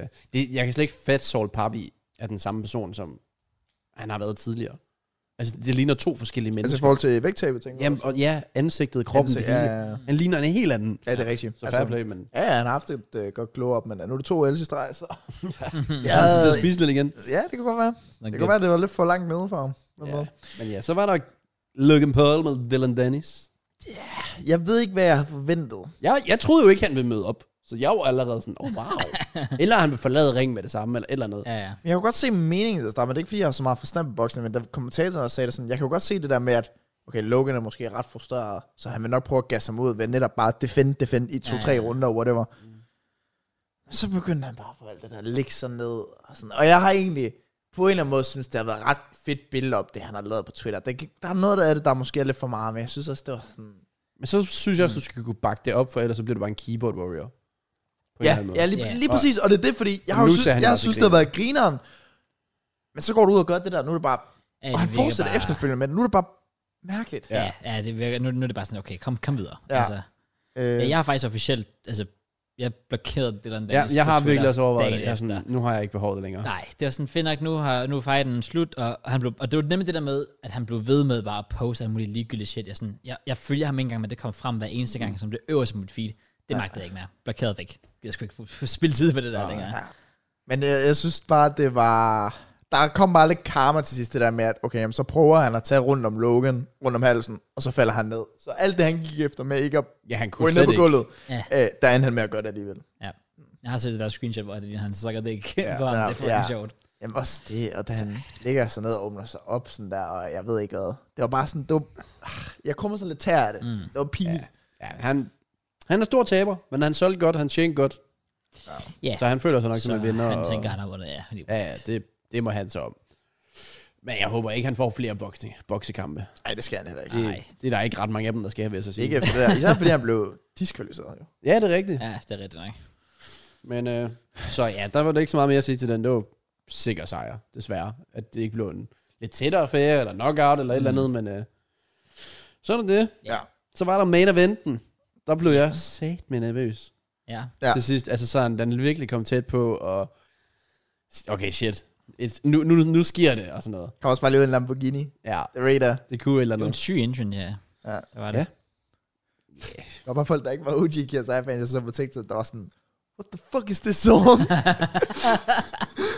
S2: Øh, det, jeg kan slet ikke fatte, Saul Papi er den samme person, som han har været tidligere. Altså, det ligner to forskellige
S3: Altså i
S2: mennesker.
S3: forhold til vægttabet, tænker
S2: Jamen, og ja, ansigtet, kroppen,
S3: Ansigt,
S2: det hele.
S3: ja, ja, ja.
S2: Han ligner en helt anden.
S3: Ja, det er rigtigt.
S2: Så altså, fair play, men
S3: Ja, ja, han har haft et øh, godt glow up, men øh, nu er det to else i streg, så... ja,
S2: han skal til at spise lidt igen.
S3: ja, det kan godt være.
S1: Sådan
S3: Det kan
S1: lidt-
S3: godt være, det var lidt for langt nede for ham.
S2: Ja. Men ja, så var der Logan Paul med Dylan Dennis.
S3: Jeg ved ikke, hvad jeg havde forventet.
S2: Jeg, jeg troede jo ikke, han ville møde op. Så jeg var allerede sådan, oh, wow. eller han vil forlade ringen med det samme, eller, eller andet.
S1: Ja, ja.
S3: Jeg kunne godt se meningen i det, men det er ikke, fordi jeg har så meget forstand på boksning, men da kommentatoren også sagde det sådan, jeg kan jo godt se det der med, at okay, Logan er måske ret frustreret, så han vil nok prøve at gasse ham ud ved netop bare defend, defend i
S1: Ja, ja. Mm.
S3: to-tre runder, whatever. Så begyndte han bare for alt det der, ligge sådan ned. Og, sådan. og jeg har egentlig på en eller anden måde synes, det har været ret fedt build-up, det han har lavet på Twitter. Der, gik- der er noget af det, der måske er lidt for meget, men jeg synes også, det var sådan...
S2: Men så synes jeg
S3: Mm.
S2: også, du skal kunne bakke det op, for ellers så bliver du bare en keyboard warrior. På
S3: Ja,
S2: anden måde.
S3: ja lige,
S1: Ja.
S3: yeah. lige præcis, og det er det, fordi jeg
S2: Og
S3: har jo
S2: nu
S3: synes,
S2: ser han
S3: jeg
S2: også
S3: synes, det har
S2: grineren.
S3: været grineren, men så går du ud og gør det der, nu er det bare
S1: Ja,
S3: Og
S1: det
S3: han
S1: virker
S3: fortsætter
S1: bare-
S3: bare... efterfølgende med det. Nu er det bare mærkeligt.
S1: Ja, ja det virker, nu, nu er det bare sådan, okay, kom, kom videre.
S3: Ja.
S1: Altså,
S3: Øh,
S1: ja, jeg har faktisk officielt, altså, jeg blokerede det der
S2: Ja, jeg har virkelig også overvejet det. Jeg er sådan, nu har jeg ikke behovet det længere.
S1: Nej, det var sådan, fedt nok, nu, har, nu er fighten slut, og, han blev, og det var nemlig det der med, at han blev ved med bare at poste alle mulige ligegyldige shit. Jeg, sådan, jeg, jeg følger ham ikke engang, men det kom frem hver eneste
S2: Mm.
S1: gang, som det øverste på mit feed. Det magtede jeg ikke mere. Blokeret væk. Jeg skulle ikke spille tid på det der længere.
S3: ja. Men jeg, jeg synes bare, det var... Der kom bare lidt karma til sidst, det der med, at okay, jamen, så prøver han at tage rundt om Logan, rundt om halsen, og så falder han ned. Så alt det, han gik efter med ikke at
S2: Ja, han
S3: gå
S2: kunne
S3: ned
S2: slet
S3: på
S2: ikke.
S3: gulvet,
S1: Ja.
S3: ja. øh, der endte han med at gøre det alligevel.
S1: Ja. Jeg har set det der screenshot, hvor det ligner, han sukker det ikke ja,
S2: Ja,
S1: på ham.
S3: ja,
S1: det er fucking
S3: ja.
S1: sjovt.
S3: Jamen også det, og da han ligger sig ned og åbner sig op sådan der, og jeg ved ikke hvad. Det var bare sådan, det var, ah, jeg kommer sådan lidt tær af det. Mm. Det var pinligt. Ja.
S2: Ja, han, han er stor taber, men han solgte godt, han tjente godt.
S1: Ja,
S2: Så han føler sig nok som en vinder.
S1: han
S2: og-
S1: tænker, han har vundet, ja. Lige
S2: Ja, ja, det, det må han så om. Men jeg håber ikke, han får flere boksning, boksekampe.
S3: Nej, det skal han heller ikke.
S2: Det,
S1: Nej.
S2: det er der ikke ret mange af dem, der skal have, vil jeg så sige.
S3: Ikke efter det der. Især fordi han blev diskvalificeret. Jo.
S2: Ja, det er rigtigt. Ja.
S1: Ja, det er rigtigt nok.
S2: Men øh, så ja, der var det ikke så meget mere at sige til den. Det var sikker sejr, desværre. At det ikke blev en lidt tættere affære, eller knockout, eller et eller andet, men øh, sådan er det.
S3: Mm. Ja.
S2: Så var der main eventen. Der blev jeg sat med nervøs.
S1: Ja.
S2: Ja.
S3: Ja.
S2: Til sidst, altså sådan, den virkelig kom tæt på, og okay, shit. It's, nu, nu, nu sker det, og sådan noget.
S3: Kom også bare lige ud i en Lamborghini.
S2: Ja,
S3: The Raider.
S2: det kunne et eller
S1: Det var
S2: andet.
S1: en syg engine, ja.
S3: Ja.
S1: Det var det.
S2: Ja.
S3: Der var bare folk, der ikke var OG Gears fans jeg så på TikTok, der var sådan, what the fuck is this song?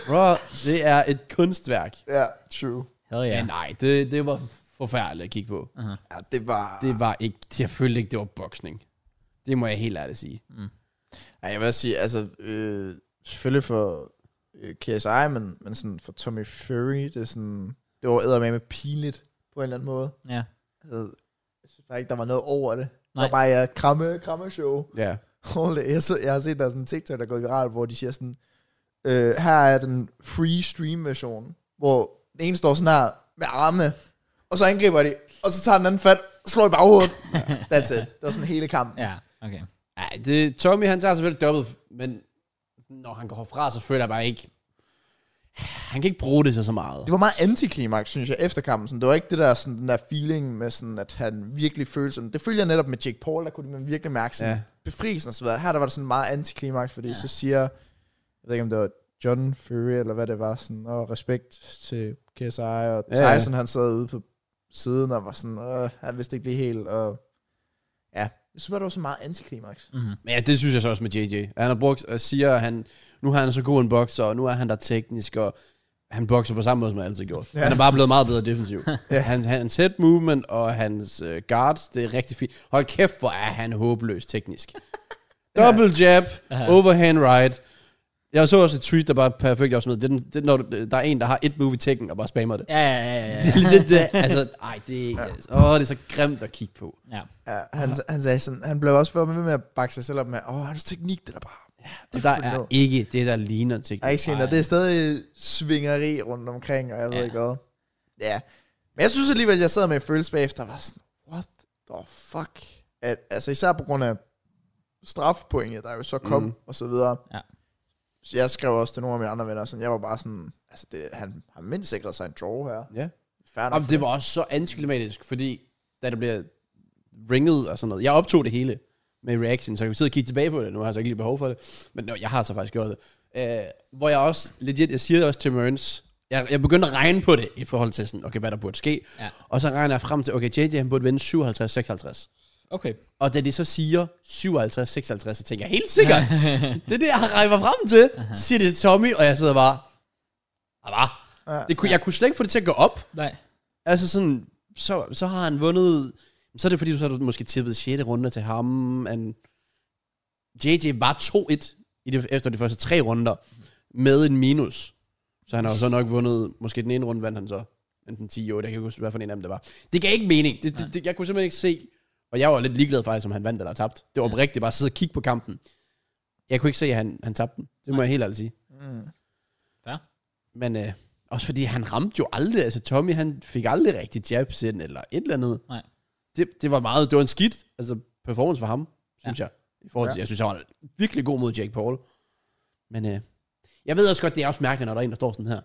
S2: Bro, det er et kunstværk.
S3: ja, true.
S1: Hell
S2: Ja.
S1: yeah.
S2: Men nej, det, det var forfærdeligt at kigge på.
S3: Ja, det var... Det...
S2: Det var ikke, jeg følte ikke, det var boksning. Det må jeg helt ærligt sige.
S3: Ja, jeg vil også sige, altså, øh, selvfølgelig for øh, KSI, men, men sådan for Tommy Fury, det er sådan, det var eddermame pinligt på en eller anden måde.
S1: Ja.
S3: Altså, jeg synes bare ikke, der var noget over det. Nej.
S1: Nej.
S3: Det var bare ja, kramme, kramme show.
S2: Ja.
S3: Hold det. Jeg, så, jeg har set, der er sådan en TikTok, der er gået viralt, hvor de siger sådan, øh, her er den free stream version, hvor den ene står sådan her med armene, og så angriber de, og så tager den anden fat, og slår i baghovedet. That's it. Det var sådan hele kampen.
S1: Ja, okay.
S2: Ej, det, Tommy, han tager selvfølgelig dobbelt, men når han går herfra, så føler jeg bare ikke... Han kan ikke bruge det så, så meget.
S3: Det var meget antiklimaks, synes jeg, efter kampen. Sådan, det var ikke det der, sådan, den der feeling med, sådan, at han virkelig følte sådan. Det følger jeg netop med Jake Paul, der kunne man virkelig mærke sådan,
S2: Ja.
S3: ja. befrielsen og så videre. Her der var det sådan meget antiklimaks, fordi ja. så siger, jeg ved ikke om det var John Fury, eller hvad det var, sådan, og respekt til KSI, og
S2: Ja, ja.
S3: Tyson, ja. han sad ude på siden og var sådan, Åh, han vidste ikke lige helt, og ja. Jeg synes bare, det var så meget antiklimaks.
S1: Mm-hmm.
S2: Men ja, det synes jeg så også med JJ. Han har brugt og siger, at han, nu har han så god en bokser, og nu er han der teknisk, og han bokser på samme måde, som han altid har gjort. Ja.
S3: Ja.
S2: Han er bare blevet meget bedre defensiv. ja.
S3: Ja.
S2: hans, hans head movement og hans uh, guards, det er rigtig fint. Hold kæft, hvor er han håbløs teknisk. Double jab,
S1: Ja.
S2: overhand right. Jeg så også et tweet, der bare er perfekt også med. Det er, den, det er, når du- der er en, der har et move i tekken og bare spammer det.
S1: Ja, ja, ja, ja,
S2: Det,
S1: ja.
S2: er legit det, altså, ej, det, er- åh, det er så grimt at kigge på.
S1: ja.
S3: Ja, han, han sagde sådan, han blev også ved med at bakke sig selv op med, åh, hans teknik, det er da bare...
S2: Og
S3: det
S2: der
S3: for
S2: er
S3: noget."
S2: ikke det, der ligner en
S3: Jeg har
S2: teknik.
S3: ikke set noget. Det er stadig svingeri rundt omkring, og jeg ved
S1: Ja.
S3: ikke hvad. Ja. Men jeg synes alligevel, at jeg sad med en følelse bagefter, og var sådan, what the fuck? At, altså især på grund af strafpoinget, der jo så kom,
S2: Mhm.
S3: mm. og så videre.
S1: Ja.
S3: Så jeg skrev også til nogle af mine andre venner, sådan, jeg var bare sådan, altså det, han har mindst sikret sig en draw her.
S2: Ja.
S3: Færdig.
S2: Jamen, det var også så antiklimatisk, fordi da det bliver ringet og sådan noget, jeg optog det hele med reaction, så jeg kan sidde og kigge tilbage på det. Nu har jeg så ikke lige behov for det, men nå, jeg har så faktisk gjort det. Øh, hvor jeg også, legit, jeg siger det også til Mørns, jeg, jeg begyndte at regne på det i forhold til sådan, okay, hvad der burde ske.
S1: Ja.
S2: Og så regner jeg frem til, okay, JJ han burde vinde 57-56.
S1: Okay.
S2: Og da de så siger 57-56, så tænker jeg, helt sikkert, det er det, jeg regner mig frem til. Så siger det til Tommy, og jeg sidder bare, ah, hvad?
S3: Ja.
S2: Det kunne, jeg kunne slet ikke få det til at gå op.
S1: Nej.
S2: Altså sådan, så, så har han vundet... Så er det fordi, så har du måske tippet 6. runde til ham. And JJ var 2-1 i det, efter de første tre runder med en minus. Så han har jo så nok vundet... Måske den ene runde vandt han så enten 10 år. Jeg kan ikke huske, hvad for en af dem det var. Det gav ikke mening. Det, det, det, jeg kunne simpelthen ikke se... Og jeg var lidt ligeglad faktisk, om han vandt eller tabte. Det var
S1: Ja.
S2: oprigtigt bare at sidde og kigge på kampen. Jeg kunne ikke se, at han, han tabte den. Det må
S1: Nej.
S2: jeg helt ærligt sige.
S3: Mm.
S2: Men øh, også fordi han ramte jo aldrig, altså Tommy han fik aldrig rigtig jabs ind, eller et eller andet.
S1: Nej.
S2: Det, det var meget, det var en skidt, altså performance for ham, synes jeg. I forhold til,
S3: Ja.
S2: jeg synes han var virkelig god mod Jake Paul. Men øh, jeg ved også godt, det er også mærkeligt, når der er en, der står sådan her.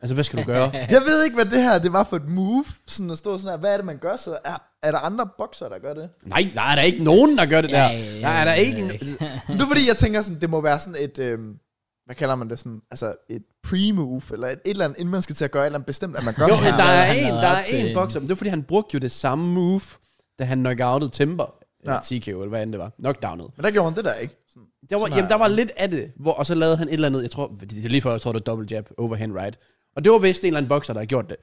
S2: Altså hvad skal du gøre?
S3: Jeg ved ikke, hvad det her det var for et move, sådan at stå sådan her. Hvad er det, man gør så? Er, er der andre bokser, der gør det?
S2: Nej, der er der ikke nogen, der gør det
S1: Ja,
S2: der.
S1: ja, ja,
S2: der er der
S1: ja,
S2: ikke...
S1: ja,
S2: no-
S3: Men det er fordi, jeg tænker sådan, det må være sådan et, øhm, hvad kalder man det sådan, altså et pre-move, eller et, et eller andet, inden man skal til at gøre et eller andet bestemt, at man gør
S2: Jo,
S3: sådan
S2: men
S3: her.
S2: der er
S1: Han
S2: en,
S1: lavede
S2: der
S1: op
S2: er
S1: til
S2: en
S1: en-
S2: bokser. Men det var, fordi han brugte jo det samme move, da han knockoutede Timber. Eller
S3: Ja.
S2: TK, eller hvad end det var. Knockdownet.
S3: Men der gjorde han det der, ikke? Sådan,
S2: Der var,
S3: Sådan
S2: jamen,
S3: der-
S2: der var lidt af det, hvor, og så lavede han et eller andet, jeg tror, det det er lige før, jeg tror, det var double jab, overhand right. Og det var vist en eller anden bokser, der har gjort det.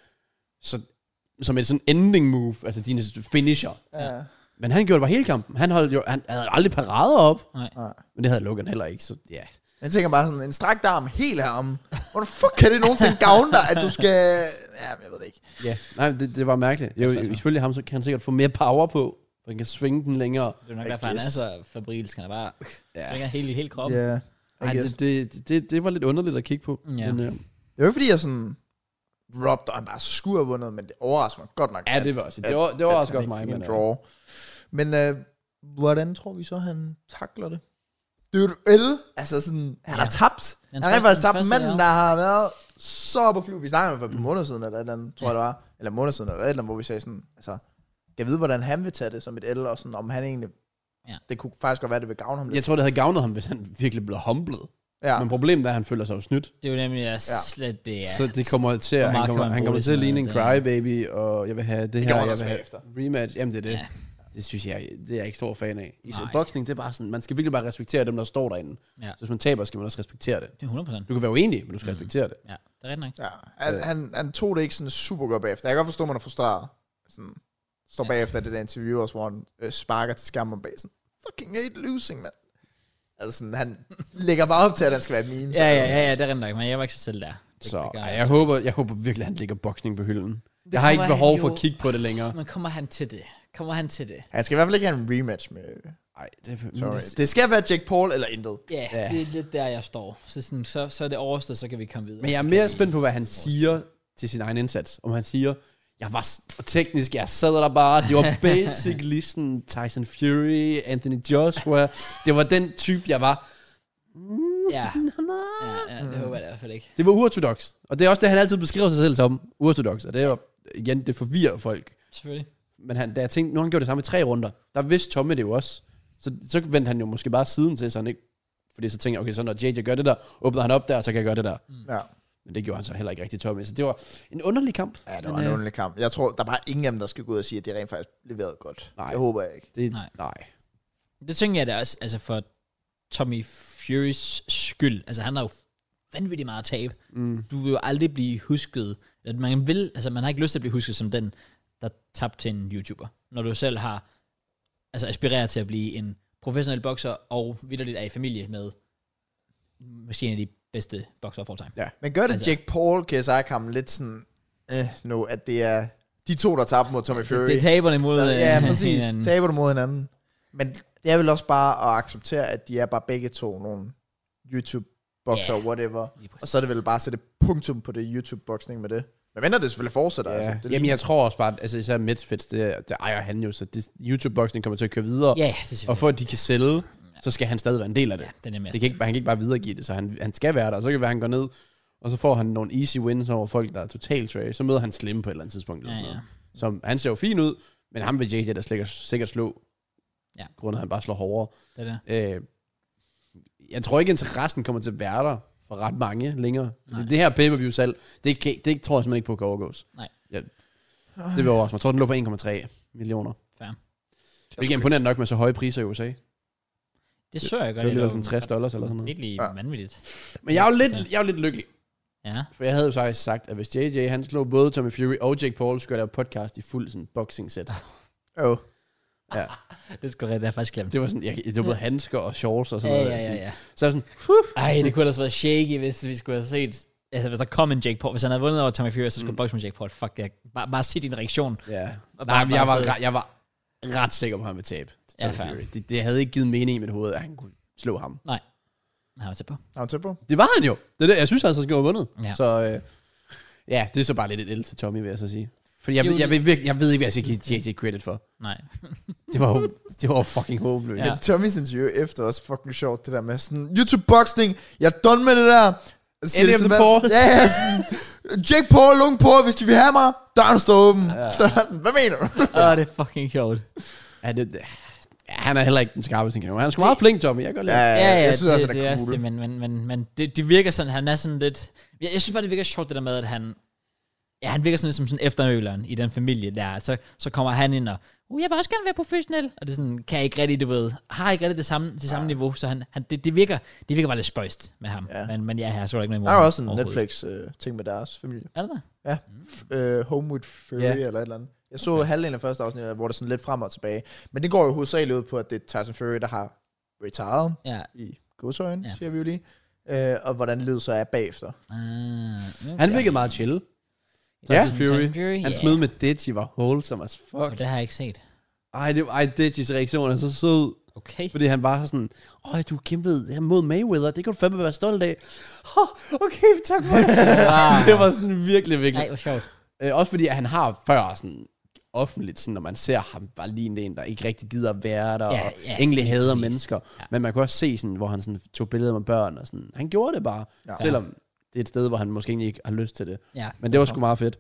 S2: Så, som et sådan ending move, altså dine finisher.
S3: ja.
S2: Men han gjorde det bare hele kampen. Han, holdt jo, han havde aldrig parader op,
S3: Nej.
S2: men det havde Logan heller ikke, så ja.
S3: Jeg tænker bare sådan, en strakt arm, helt arm. Hvor fuck kan det nogensinde gavne dig, at du skal... Ja, men jeg ved det ikke.
S2: Ja, nej, det, det var mærkeligt. Jo, ifølge ham, så kan han sikkert få mere power på, for han kan svinge den længere.
S1: Det er nok
S3: I
S1: derfor, han er
S3: guess.
S1: så fabrilsk. Han er bare
S2: Ja.
S1: svinger hele, hele kroppen.
S3: Ja,
S2: Ej,
S3: I guess.
S2: det, det, det, det, var lidt underligt at kigge på.
S1: Ja.
S2: Men,
S3: Det
S2: øh,
S3: er jo ikke, fordi jeg sådan... Rob, der han bare skulle have vundet, men det overrasker mig godt nok.
S2: ja, det var også, det var, det var også godt mig.
S3: Men,
S2: Men, øh,
S3: draw. men øh, hvordan tror vi så, han takler det? Det er jo et øl. Altså sådan, han
S1: Ja.
S3: har tabt.
S1: Den
S3: Han har rent
S1: første-
S3: faktisk
S1: den
S3: tabt
S1: første,
S3: manden,
S1: ja.
S3: der har været så på flyv. Vi snakkede om det for et par måneder siden, eller et eller andet, tror jeg det var. Eller måneder siden, eller et eller andet, hvor vi sagde sådan, altså, kan jeg vide, hvordan han vil tage det som et el, og sådan, om han egentlig,
S1: Ja.
S3: ja. det kunne faktisk godt være, det vil gavne ham lidt.
S2: jeg tror, det havde gavnet ham, hvis han virkelig blev humblet.
S3: Ja.
S2: Men problemet er, at han føler sig jo snydt.
S1: Det er jo nemlig ja, slet det. Ja.
S2: Så det kommer til at,
S1: Hvor meget
S2: han kommer,
S1: kan man
S2: han
S1: bruge
S2: kommer
S1: det
S2: til at
S1: til
S2: ligne en
S1: noget, det her?
S2: crybaby, og jeg vil have det, her,
S3: gjorde
S2: jeg
S3: han
S2: vil
S3: også
S2: have
S3: bagefter.
S2: rematch. Jamen, det er det.
S1: Ja.
S2: Ja. Det synes jeg, det er jeg ikke stor fan af. I
S1: Nej.
S2: boksning, det er bare sådan, man skal virkelig bare respektere dem, der står derinde.
S1: Ja.
S2: Så hvis man taber, skal man også respektere det.
S1: Det er 100%.
S2: Du kan være uenig, men du skal respektere det.
S1: Ja, det er rigtigt nok.
S3: Ja, han, han, han tog det ikke sådan super godt bagefter. Jeg kan godt forstå, at man er frustreret. Sådan, står bagefter det der interview også, hvor han øh, sparker til skærmen om bag sådan, fucking hate losing, mand. Altså sådan, han lægger bare op til, at han skal være et meme. så-
S1: Ja, ja, ja, ja, det er rigtigt nok, men jeg var ikke så selv der. Det,
S2: Så
S1: det gør
S2: ej,
S1: jeg
S2: jeg
S1: ikke.
S2: håber, jeg håber virkelig, at han lægger boksning på hylden. Jeg har ikke
S1: kommer
S2: behov
S1: han
S2: for
S1: jo-
S2: at kigge på det længere.
S1: Men kommer han til det? Kommer han til det?
S3: Han skal i hvert fald ikke have en rematch med...
S2: Nej, det,
S3: Sorry. Det skal være Jake Paul eller intet.
S1: Ja,
S2: Ja.
S1: yeah, det er lidt der, jeg står. Så, sådan, så, så er det overstået, så kan vi komme videre.
S2: Men jeg er
S1: Så
S2: mere
S1: kan vi-
S2: spændt på, hvad han siger til sin egen indsats. Om han siger, jeg var s- teknisk, jeg sad der bare. Det var basically sådan Tyson Fury, Anthony Joshua. Det var den type, jeg var. Mm,
S1: Ja. ja, ja det håber jeg da i hvert fald ikke.
S2: Det var uortodox. Og det er også det, han altid beskriver sig selv som. Uortodox. Og det er jo, igen, det forvirrer folk.
S1: Selvfølgelig.
S2: Men han, da jeg tænkte, nu har han gjort det samme i tre runder, der vidste Tomme det jo også. Så, så vendte han jo måske bare siden til, så han ikke... Fordi så tænkte jeg, okay, så når JJ gør det der, åbner han op der, så kan jeg gøre det der.
S3: Ja.
S2: Men det gjorde han så heller ikke rigtig Tommy. Så det var en underlig kamp.
S3: Ja, det
S2: Men,
S3: var en
S2: øh,
S3: underlig kamp. Jeg tror, der er bare ingen af dem, der skal gå ud og sige, at de rent faktisk leverede godt.
S2: Nej.
S3: Nej. Jeg håber jeg ikke.
S2: Det, nej.
S1: Nej.
S2: nej.
S1: Det tænker jeg da også, altså for Tommy Furys skyld. Altså han har jo vanvittigt meget tab.
S2: Mm.
S1: Du vil jo aldrig blive husket. At man, vil, altså, man har ikke lyst til at blive husket som den, der tabte til en YouTuber. Når du selv har altså, aspireret til at blive en professionel bokser, og vidderligt er i familie med måske en af de bedste bokser of all time.
S3: Men gør det
S1: Altså-
S3: altså. Jake Paul, KSI-kampen lidt sådan, øh, nu, at det er de to, der tabte mod Tommy Fury.
S1: Det er taberne mod øh,
S3: ja, præcis.
S1: hinanden.
S3: Taber du mod hinanden. Men det er vel også bare at acceptere, at de er bare begge to nogle YouTube-bokser,
S1: Ja.
S3: yeah. whatever.
S1: Lige præcis.
S3: Og så er det vel bare at sætte punktum på det YouTube-boksning med det. Men venter det selvfølgelig fortsætter.
S2: Ja.
S3: Altså, det
S2: Jamen, jeg tror også bare, at altså, især Medfits, det, det ejer han jo, så det, YouTube-boxing kommer til at køre videre.
S1: Ja, det er
S2: Og
S1: selvfølgelig.
S2: for at de kan sælge, så skal han stadig være en del af det.
S1: Ja, den er med.
S2: det kan ikke, han kan ikke bare videregive det, så han, han skal være der. Og så kan det være, at han går ned, og så får han nogle easy wins over folk, der er totalt trash. Så møder han Slim på et eller andet tidspunkt. Eller
S1: Ja,
S2: sådan noget. Som, han ser jo fin ud, men ham vil JJ da slikker, sikkert slå.
S1: Ja.
S2: Grundet, at han bare slår hårdere.
S1: Det der.
S2: Øh, jeg tror ikke, interessen kommer til at være der for ret mange længere. Fordi det her pay-per-view salg, det, kan, det tror jeg simpelthen ikke på kan overgås.
S1: Nej.
S2: Ja, det vil overraske mig. Jeg tror, den lå på 1,3 millioner.
S1: Fair.
S2: Hvilket er imponerende nok med så høje priser i USA. Det
S1: Det sørger jeg godt.
S2: er jo
S1: jeg
S2: sådan 60 dollars eller sådan noget.
S1: Virkelig
S3: Ja.
S1: vanvittigt.
S2: Men jeg er jo lidt, jeg er jo lidt lykkelig.
S1: Ja.
S2: For jeg havde jo faktisk sagt, at hvis JJ han slog både Tommy Fury og Jake Paul, skulle jeg lave podcast i fuld sådan boxing set.
S3: Oh.
S2: Ja.
S1: Det skulle rigtigt, det er faktisk glemt.
S2: Det var sådan, jeg, det var både handsker og shorts og
S1: Ja,
S2: sådan noget.
S1: ja, ja,
S2: Sådan.
S1: ja.
S2: Så jeg var sådan, Fuh,
S1: Ej, det kunne ellers være shaky, hvis vi skulle have set... Altså, hvis der kom en Jake Paul... Hvis han havde vundet over Tommy Fury, så skulle mm. bokse med Jake Paul. Fuck det. er- Bare, bare se din reaktion.
S2: ja.
S1: Og
S2: Nej,
S1: bare-
S2: men jeg var,
S1: bare sidde.
S2: re- jeg var ret sikker på, at han ville tabe. til
S1: Ja,
S2: Tommy
S1: fair.
S2: Fury. Det, det, havde ikke givet mening i mit hoved, at han kunne slå ham.
S1: Han var tæt på.
S3: Har du tæt på?
S2: Det var han jo. Det er det, jeg synes, altså, han så skulle have vundet.
S1: Ja.
S2: Så øh, ja, det er så bare lidt et el til Tommy, vil jeg så sige. Fordi jeg,
S1: Det er
S2: jeg,
S1: jo
S2: jeg, ved, virkelig- jeg ved ikke, hvad jeg skal give JJ credit for.
S1: Nej.
S2: Det var jo det var jo fucking håbløst.
S1: Ja.
S2: Ja.
S3: Tommy synes jo efter også fucking sjovt, det der med sådan, YouTube-boksning, jeg er done med det der. Så siger
S2: Any
S3: det
S2: of the
S3: sådan,
S2: Pauls?
S3: hvad- Ja, ja, sådan, Jake Paul, lung på, hvis de vil have mig, døren står åben. Ja. Så er jeg sådan, hvad mener du?
S1: Åh, det er fucking sjovt.
S2: Ja, det, ja, han er heller ikke den skarpeste han kan være. Han er sgu meget flink, Tommy. Jeg kan godt lide ham.
S3: jeg synes
S1: det,
S3: også,
S1: det
S3: det er
S1: også
S3: cool.
S1: det, men, men, men, men det, det, virker sådan, han er sådan lidt... Jeg, jeg synes bare, det virker sjovt, det der med, at han... Ja, han virker sådan lidt som sådan efternøleren i den familie der. Så, så kommer han ind og, uh, jeg vil også gerne være professionel. Og det er sådan, kan jeg ikke rigtig, du ved, har ikke rigtig det samme, det samme niveau. Så han, han det, det, virker, det virker bare lidt spøjst med ham.
S3: Ja.
S1: Men, men ja, jeg så ikke noget imod
S3: Der er
S1: ham
S3: jo også en
S1: overhovedet.
S3: Netflix-ting med deres familie.
S1: Er det der?
S3: Ja, F- øh, Home with Fury
S2: Ja.
S3: yeah. eller et eller andet. Jeg så halvdelen af første afsnit, hvor det er sådan lidt frem og tilbage. Men det går jo hovedsageligt ud på, at det er Tyson Fury, der har retired
S1: Ja.
S3: i godsøjen,
S1: Ja.
S3: yeah. siger vi jo lige. Øh, og hvordan livet så er bagefter.
S1: Ah, okay.
S2: Han virkede meget chill.
S3: Ja.
S2: Tyson Fury.
S1: Tyson Fury,
S2: Hans
S1: ja.
S2: møde med Deji var wholesome as fuck.
S1: Og det har jeg ikke set.
S2: Ej, det, ej Dejis reaktion er så sød.
S1: Okay.
S2: Fordi han bare sådan, øj, du kæmpede her mod Mayweather, det kan du fandme være stolt af. Oh, okay, tak for det.
S1: Ah.
S2: det var sådan virkelig,
S1: Nej,
S2: virkelig.
S1: hvor sjovt.
S2: Øh, også fordi at han har før sådan offentligt, sådan, når man ser ham bare lige en, der ikke rigtig gider at være der,
S1: Ja,
S2: ja, og
S1: ja,
S2: ja, egentlig
S1: lige
S2: hader
S1: præcis.
S2: mennesker.
S1: Ja.
S2: Ja. Men man kunne også se, sådan, hvor han sådan, tog billeder med børn, og sådan, han gjorde det bare,
S3: Ja.
S2: ja. selvom det er et sted, hvor han måske egentlig ikke har lyst til det.
S1: Ja.
S2: Men det var sgu meget fedt.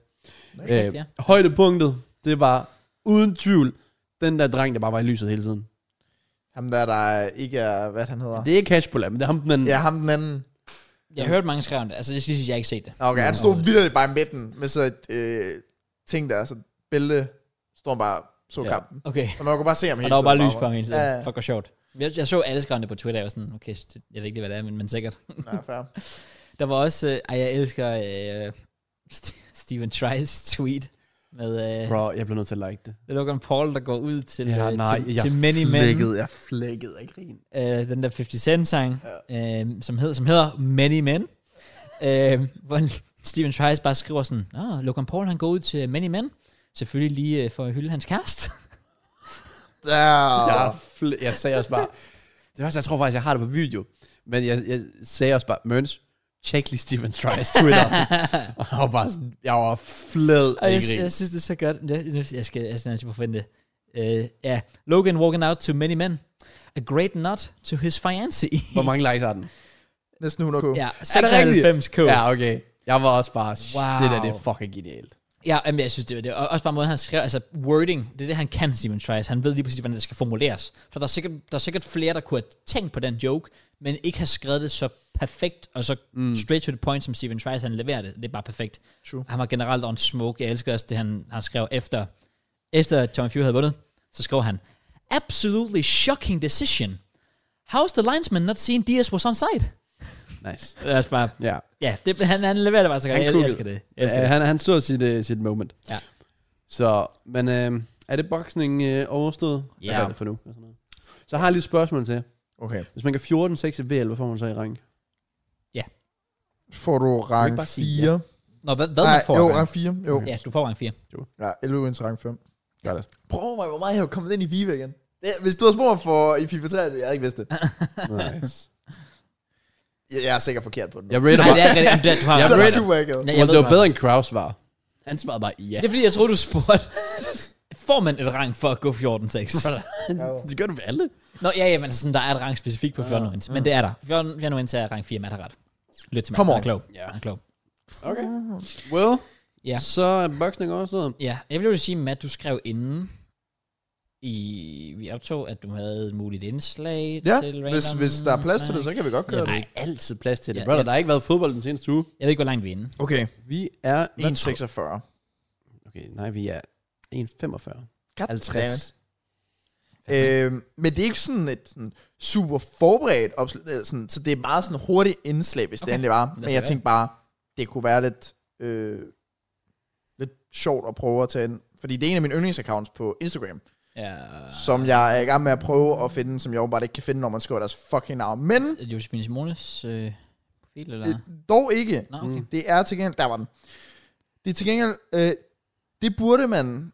S2: Øh,
S1: ja.
S2: højdepunktet, det var uden tvivl, den der dreng, der bare var i lyset hele tiden.
S3: Ham der, der ikke er, hvad han hedder.
S2: Det er ikke Cashpola, men det er ham, den
S3: Ja, ham den anden.
S1: Jeg har hørt mange skrive om det. Altså, det skal sige, jeg har ikke set det.
S3: Nå, Okay, han stod vildt bare i midten med så et øh, ting der, så et bælte, stod han bare så
S2: Ja.
S3: ja. kampen.
S1: Okay.
S3: Og man kunne bare se ham
S1: Og
S3: hele
S1: der var bare
S3: tiden
S1: lys på ham hele tiden.
S3: Ja, ja.
S1: Fuck, hvor sjovt. Jeg, jeg så alle skrive om det på Twitter. Jeg var sådan, okay, shit, jeg ved ikke lige, hvad det er, men, men sikkert.
S3: Ja, fair.
S1: Der var også, øh, ej, jeg elsker øh, St- Steven Trice tweet med øh,
S2: Bro, jeg blev nødt til at like det.
S1: Logan Paul, der går ud til,
S2: Ja,
S1: øh,
S2: nej,
S1: til,
S2: jeg
S1: til Many Men.
S2: jeg flækkede af grin.
S1: øh, den der 50 Cent sang, ja. øh, som, hed, som hedder Many Men, øh, hvor Steven Trice bare skriver sådan, Nå, Logan Paul han går ud til Many Men, selvfølgelig lige øh, for at hylde hans kæreste.
S3: Ja.
S1: Ah.
S2: Jeg, fl- jeg sagde også bare... Det var også, jeg tror faktisk, jeg har det på video. Men jeg, jeg sagde også bare, Mørns, check lige Steven Trice Twitter. og jeg var bare sådan, jeg var flad
S1: Og
S2: af
S1: jeg,
S2: grin.
S1: jeg synes, det er så godt. Jeg, jeg- jeg skal jeg skal næsten forvente det. Øh, ja, Logan walking out to Many Men, a great nod to his fiancée.
S2: Hvor mange likes har den?
S3: Næsten 100k.
S1: Ja,
S2: Er det rigtigt?
S1: 96k. Ja,
S2: Ja, okay. Jeg var også bare, shit,
S1: Wow.
S2: det der, det er fucking genialt.
S1: ja jamen, jeg synes, det var det. Og også bare måden, han skrev, altså wording, det er det, han kan, Simon Trice. Han ved lige præcis, hvordan det skal formuleres. For der er sikkert, der er sikkert flere, der kunne have tænkt på den joke, men ikke har skrevet det så perfekt, og så mm. straight to the point, som Steven Trice, han leverer det. Det er bare perfekt.
S3: True.
S1: Han var generelt on smoke. Jeg elsker også det, han, han skrev efter, efter Tommy Fury havde vundet. Så skrev han, Absolutely shocking decision. How's the linesman not seen Diaz was on side?
S2: Nice.
S1: Det er også bare
S2: Ja.
S1: Ja, det, han, han leverer det bare så godt.
S2: Han
S1: Jeg, jeg
S2: cookede.
S1: elsker det. Jeg elsker
S2: ja
S1: det.
S2: Øh, han, han stod sit, uh, sit moment.
S1: Ja.
S2: Så, men øh, er det boksning øh, overstået?
S1: Ja.
S2: Hvad er det for nu? Og sådan noget. Så har jeg lige et spørgsmål til jer.
S3: Okay.
S2: Hvis man kan 14-6 i VL, hvad får man så i rang?
S3: Får du
S2: ikke
S3: rang
S2: bare sige
S3: 4?
S1: Nå, hvad, hvad man får?
S3: jo,
S1: Rang?
S3: rang 4. Jo.
S1: Ja, du får rang 4.
S3: Ja, 11 uden til rang 5.
S2: Gør det.
S3: Prøv mig, hvor meget jeg har kommet ind i FIFA igen. Det, hvis du har spurgt mig for i FIFA 3, jeg havde ikke vidst det.
S2: Nice.
S3: Jeg, jeg er sikkert forkert på den.
S2: Jeg rater
S1: Nej, det
S2: bare,
S1: er rigtigt. Jamen, det er- Du har
S2: Jeg
S3: så er
S1: rang.
S3: det
S2: rater-
S3: super akavet.
S1: Ja, jeg
S2: well,
S1: ved
S2: det var
S1: bare.
S2: bedre end Kraus var. Han svarede bare, ja.
S1: Det er fordi, jeg troede, du spurgte. Får man et rang for at gå 14-6?
S2: Det gør du ved alle.
S1: Nå, ja, ja, men altså sådan, der er et rang specifikt på 14 Wins, men det er der. 14 14 Wins er rang 4, man har ret. Lyt til mig.
S3: Come
S1: Han
S3: on.
S1: er klog.
S2: Ja.
S1: Han er klog.
S2: Okay. Well,
S1: Ja.
S2: så er boksning overstået.
S1: Ja, jeg vil jo sige, Matt, du skrev inden i, vi optog, at du havde et muligt indslag
S3: Ja,
S1: til
S3: hvis,
S1: random-
S3: hvis der er plads til det, så kan vi godt køre
S2: Der
S3: det.
S2: er altid plads til det.
S1: Ja,
S2: Brother,
S1: ja.
S2: der har ikke været fodbold den seneste uge.
S1: Jeg ved ikke, hvor langt vi er inde.
S3: Okay,
S2: Vi er... hvad tror-
S3: 1,46.
S2: Okay, nej, vi er 1,45.
S3: God
S2: 50.
S3: Øhm, men det er ikke sådan et sådan super forberedt opslag, øh, sådan, så det er meget sådan hurtigt indslag, hvis okay. det
S1: Okay.
S3: endelig var.
S1: os
S3: Men
S1: da
S3: jeg
S1: gøre
S3: tænkte bare, det kunne være lidt, øh, lidt sjovt at prøve at tage ind. Fordi det er en af mine yndlingsaccounts på Instagram,
S1: Ja,
S3: som jeg er i gang med at prøve at finde, som jeg åbenbart ikke kan finde, når man skriver deres fucking navn. Men
S1: Josefine Simones øh, profil, eller?
S3: øh, dog ikke. Mm.
S1: Nå, okay.
S3: Det er til gengæld, der var den. Det er til gengæld, øh, det burde man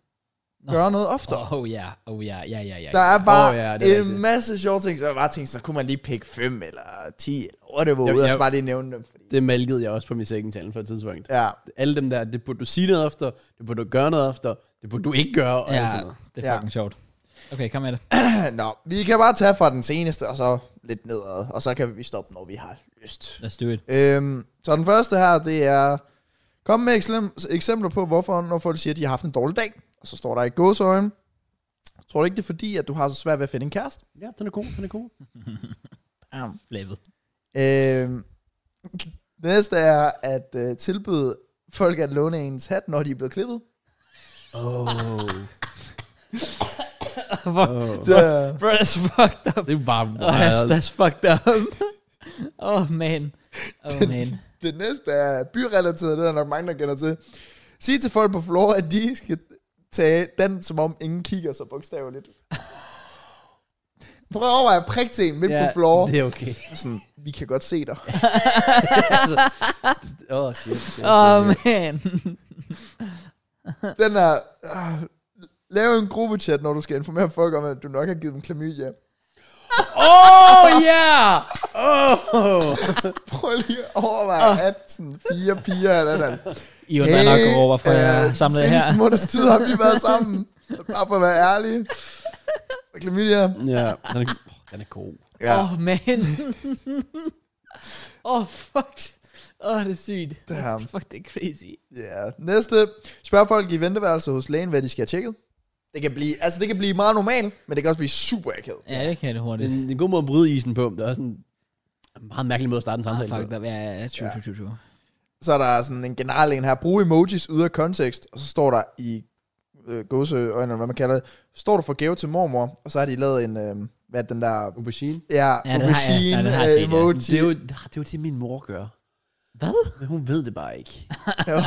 S1: Nå.
S3: gøre noget oftere.
S1: Oh ja, oh ja, ja, ja, ja.
S3: Der er bare
S2: Åh,
S3: oh,
S2: ja,
S3: ja,
S2: det er
S3: en
S2: rigtigt.
S3: masse sjove ting, så jeg bare tænkte, så kunne man lige pikke 5 eller 10 eller whatever
S2: Jeg-
S3: ud, og så
S2: jeg-
S3: bare lige nævne dem. Fordi,
S2: Det malkede jeg også på min second channel for et tidspunkt.
S3: ja,
S2: Alle dem der, det burde du sige noget efter, det burde du gøre noget efter, det burde du ikke gøre, og alt
S1: ja,
S2: sådan noget.
S1: det er fucking sjovt. Okay, kom med det.
S3: nå, vi kan bare tage fra den seneste, og så lidt nedad, og så kan vi stoppe, når vi har lyst.
S1: Let's do it.
S3: Øhm, så den første her, det er, kom med eksem- eksempler på, hvorfor når folk siger, at de har haft en dårlig dag, og så står der i gåsøjne. Tror du ikke, det er fordi, at du har så svært ved at finde en kæreste?
S2: Ja, den er god, den er god.
S3: Ja.
S1: Levet.
S3: Øhm, det næste er at øh, tilbyde folk at låne ens hat, når de er blevet klippet.
S2: Oh.
S1: Hvor-
S2: oh.
S3: Det er,
S1: Bro, that's fucked up.
S2: Det er bare
S1: Oh, that's,
S2: wild.
S1: that's fucked up. oh man. Oh man.
S3: Det næste er byrelateret, det er der nok mange, der kender til. Sig til folk på floor, at de skal tage den, som om ingen kigger så bogstaveligt. Prøv at overveje at prikke til en midt
S2: Ja,
S3: på floor.
S2: Det er okay.
S3: Sådan, vi kan godt se dig.
S2: altså, Åh, oh, shit. shit,
S1: Oh
S2: shit.
S1: man.
S3: Den er... Uh, lave en gruppechat, når du skal informere folk om, at du nok har givet dem klamydia.
S2: Oh, yeah! Oh!
S3: Prøv lige at overveje, at sådan fire piger eller noget.
S1: I var hey, nok over, hvorfor øh, jeg samlede det her.
S3: Seneste måneds tid har vi været sammen. Bare for at være ærlig. Klamydia.
S2: Ja, den er, oh, den er god.
S1: Ja. Oh man. oh fuck. Åh, oh, det er sygt.
S3: Damn.
S1: Fuck, det er crazy.
S3: Ja, næste. Spørg folk i venteværelset hos lægen, hvad de skal have tjekket. Det kan blive, altså det kan blive meget normalt, men det kan også blive super akavet.
S1: Ja, det kan det
S2: Det
S1: hurtigt.
S2: er en, det er en god måde at bryde isen på. Det er også en meget mærkelig måde at starte en
S1: Ah,
S2: samtale
S1: fuck,
S2: på.
S1: der er ja, true, true, true, true.
S3: Så er der sådan en generel en her, brug emojis ude af kontekst, og så står der i øh, gåseøjne, eller hvad man kalder det, står der for gave til mormor, og så har de lavet en, øh, hvad er den der,
S2: Aubergine.
S3: ja,
S1: den har jeg- ja, den har jeg
S3: øh,
S1: set, ja.
S3: emoji.
S2: Det er, jo, det er jo det, min mor gør.
S1: Hvad?
S2: Men hun ved det bare ikke.
S3: Jo.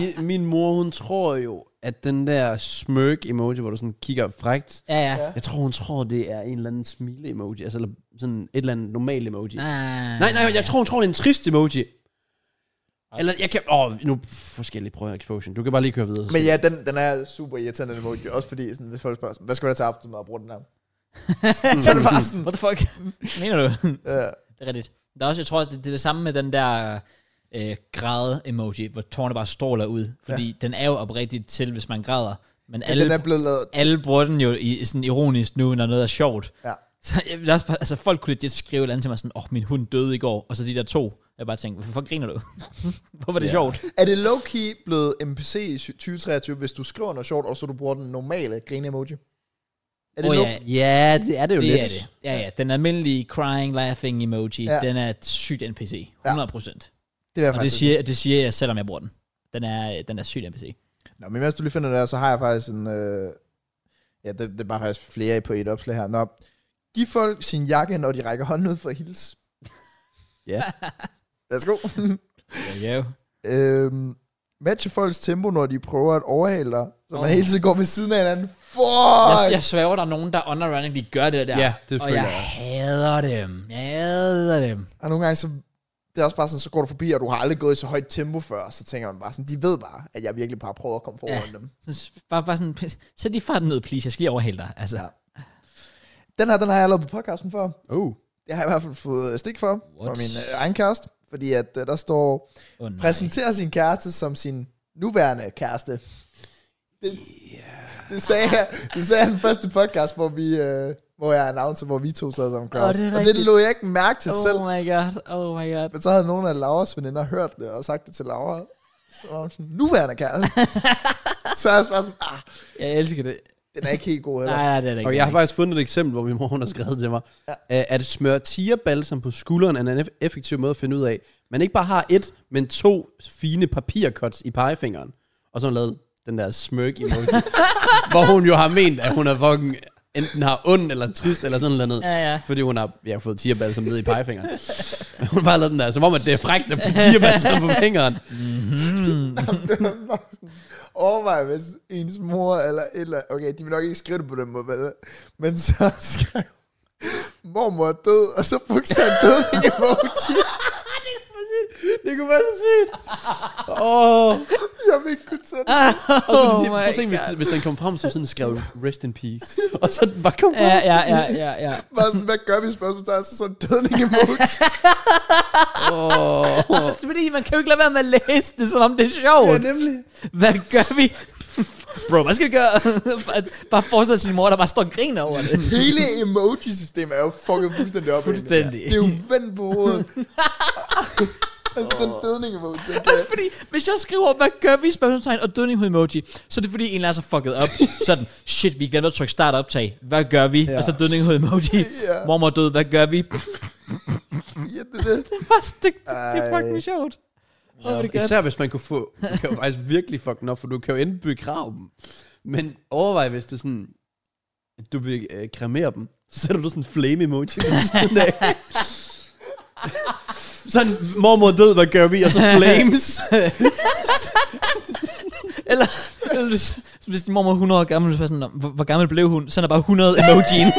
S2: min, min mor, hun tror jo, at den der smirk-emoji, hvor du sådan kigger frægt,
S1: Ja, ja.
S2: jeg tror, hun tror, det er en eller anden smile-emoji, altså eller sådan et eller andet normal emoji. Nej,
S1: Ah.
S2: nej, nej jeg tror, hun tror, det er en trist emoji. Eller jeg kan... Åh, oh, nu pff, forskellige prøver explosion. Du kan bare lige køre videre.
S3: Men ja, den, den er super irriterende, den emoji, også fordi, sådan, hvis folk spørger, sådan, hvad skal du have til aftensmad og bruge den her? så er det bare sådan,
S1: What the fuck? Mener du?
S3: øh,
S1: det er rigtigt. Der er også, jeg tror, også, det, det er det samme med den der øh, græde-emoji, hvor tårerne bare stråler ud. Fordi ja. den er jo oprigtigt til, hvis man græder. Men
S3: den
S1: alle,
S3: er blevet lavet,
S1: alle bruger den jo i, sådan ironisk nu, når noget er sjovt.
S3: Ja.
S1: Så, jeg, der er også bare, altså, folk kunne lidt skrive et eller andet til mig sådan, åh, oh, min hund døde i går, og så de der to. Jeg bare tænkte, hvorfor griner du? Hvorfor er det
S2: Ja.
S1: sjovt?
S3: Er det low-key blevet MPC i 2023, hvis du skriver noget sjovt, og så du bruger den normale grine-emoji? Er det
S1: Åh,
S3: low-
S1: ja,
S2: Ja, det er jo
S1: det
S2: lidt.
S1: er det. Ja, ja, den almindelige crying, laughing emoji,
S3: Ja.
S1: ja. den er et sygt NPC. 100 procent.
S3: Det vil jeg
S1: Og det
S3: faktisk
S1: siger, det siger jeg, selvom jeg bruger den. Den er, den er sygt NPC.
S3: Nå, men mens du lige finder det her, så har jeg faktisk en... Øh... Ja, det, det er bare faktisk flere på et opslag her. Nå, giv folk sin jakke, når de rækker hånden ud for at hilse.
S2: Ja.
S3: Værsgo.
S1: Ja, jo.
S3: øhm, matche folks tempo, når de prøver at overhale dig, så man
S1: Åh.
S3: oh. hele tiden går ved siden af hinanden.
S1: Jeg,
S3: Fuck!
S1: jeg sværger, der er nogen, der under running, de gør det der.
S2: Ja, det
S1: og
S2: føler
S1: jeg,
S2: jeg.
S1: hader dem. Jeg hader dem.
S3: Og nogle gange, så, det er også bare sådan, så går du forbi, og du har aldrig gået i så højt tempo før, så tænker man bare sådan, de ved bare, at jeg virkelig bare prøver at komme foran
S1: Ja.
S3: dem.
S1: Så s- bare, bare sådan, sæt lige farten ned, please. Jeg skal lige overhale dig. Altså.
S3: Ja. Den her, den har jeg lavet på podcasten før.
S2: Oh.
S3: Det har jeg i hvert fald fået stik for, fra
S1: What?
S3: min øh, egen kæreste, fordi at øh, der står,
S1: Oh, nej.
S3: præsenterer sin kæreste som sin nuværende kæreste. Det, yeah. det, sagde, jeg, det sagde han første podcast, hvor, vi, øh, hvor jeg annoncerede, hvor vi to sad sammen. Kraus.
S1: det er
S3: og det
S1: rigtigt.
S3: lå jeg ikke mærke til oh. selv.
S1: Oh my god, oh my god.
S3: Men så havde nogle af Lauras veninder hørt det og sagt det til Laura. Så var hun sådan, nuværende kæreste. så er jeg bare sådan, ah,
S1: Jeg elsker det.
S3: den er ikke helt god heller.
S1: Nej, nej, det er det ikke.
S2: Og jeg har faktisk fundet et eksempel, hvor min mor hun har skrevet til mig, ja. at smøre tigerbalsam på skulderen er en eff- effektiv måde at finde ud af, man ikke bare har et, men to fine papirkots i pegefingeren. Og så har hun lavet den der smirk emoji, hvor hun jo har ment, at hun er fucking enten har ond eller trist eller sådan noget.
S1: Ja, ja.
S2: Fordi hun har ja, fået tigerbalsam ned i pegefingeren. Men hun har bare lavet den der, som om at det er frækt at putte tigerbalsam på fingeren.
S3: Det var bare sådan, Overvej, hvis ens mor eller et eller Okay, de vil nok ikke skrive det på den måde, vel? Men så skrev mormor er død, og så fik han død i emoji.
S2: Det kunne være så sygt. Åh. Oh.
S3: Jeg vil ikke kunne tage det.
S2: Og så, oh
S1: Oh
S2: det, prøv at
S1: my
S2: tænke, hvis,
S1: God.
S2: hvis den kom frem, så sådan skrev rest in peace. Og så den bare kom frem.
S1: Ja, ja, ja, ja, ja.
S3: Bare sådan, hvad gør vi spørgsmålstegn? Så sådan død i emoji.
S2: Oh.
S1: Også fordi man kan jo ikke lade være med at læse det, som om det er sjovt.
S2: nemlig.
S1: Hvad gør vi? Bro, hvad skal vi gøre? Bare- bare fortsætte sin mor, der bare står og griner over det.
S3: Hele emoji-systemet er jo fucket fuldstændig op. i hende.
S1: Fuldstændig.
S3: Det er jo vendt på hovedet. altså, den dødning emoji. den kan-
S1: Også fordi, hvis jeg skriver, hvad gør vi, spørgsmålstegn og dødning emoji, så er det fordi, en eller anden er så fucket op. Sådan, shit, vi glemte at trykke start og optag. Hvad gør vi? Ja. Og så dødning emoji.
S3: Ja.
S1: Ja. Mormor er død, hvad gør vi?
S3: Ja, det er det.
S1: Bare stik, det, det er
S3: Ej.
S1: fucking sjovt. Hvor er det godt.
S2: Især hvis man kunne få, du kan jo faktisk virkelig fuck den op, for du kan jo enten begrave dem, men overvej, hvis det er sådan, at du vil øh, kremere dem, så sætter du sådan en flame emoji på siden af. Sådan, mormor er død, hvad gør vi? Og så flames.
S1: Eller, eller hvis, hvis din mormor er 100 år gammel, så er sådan, "Nå, hvor, hvor gammel blev hun? Så er der bare 100 emojien.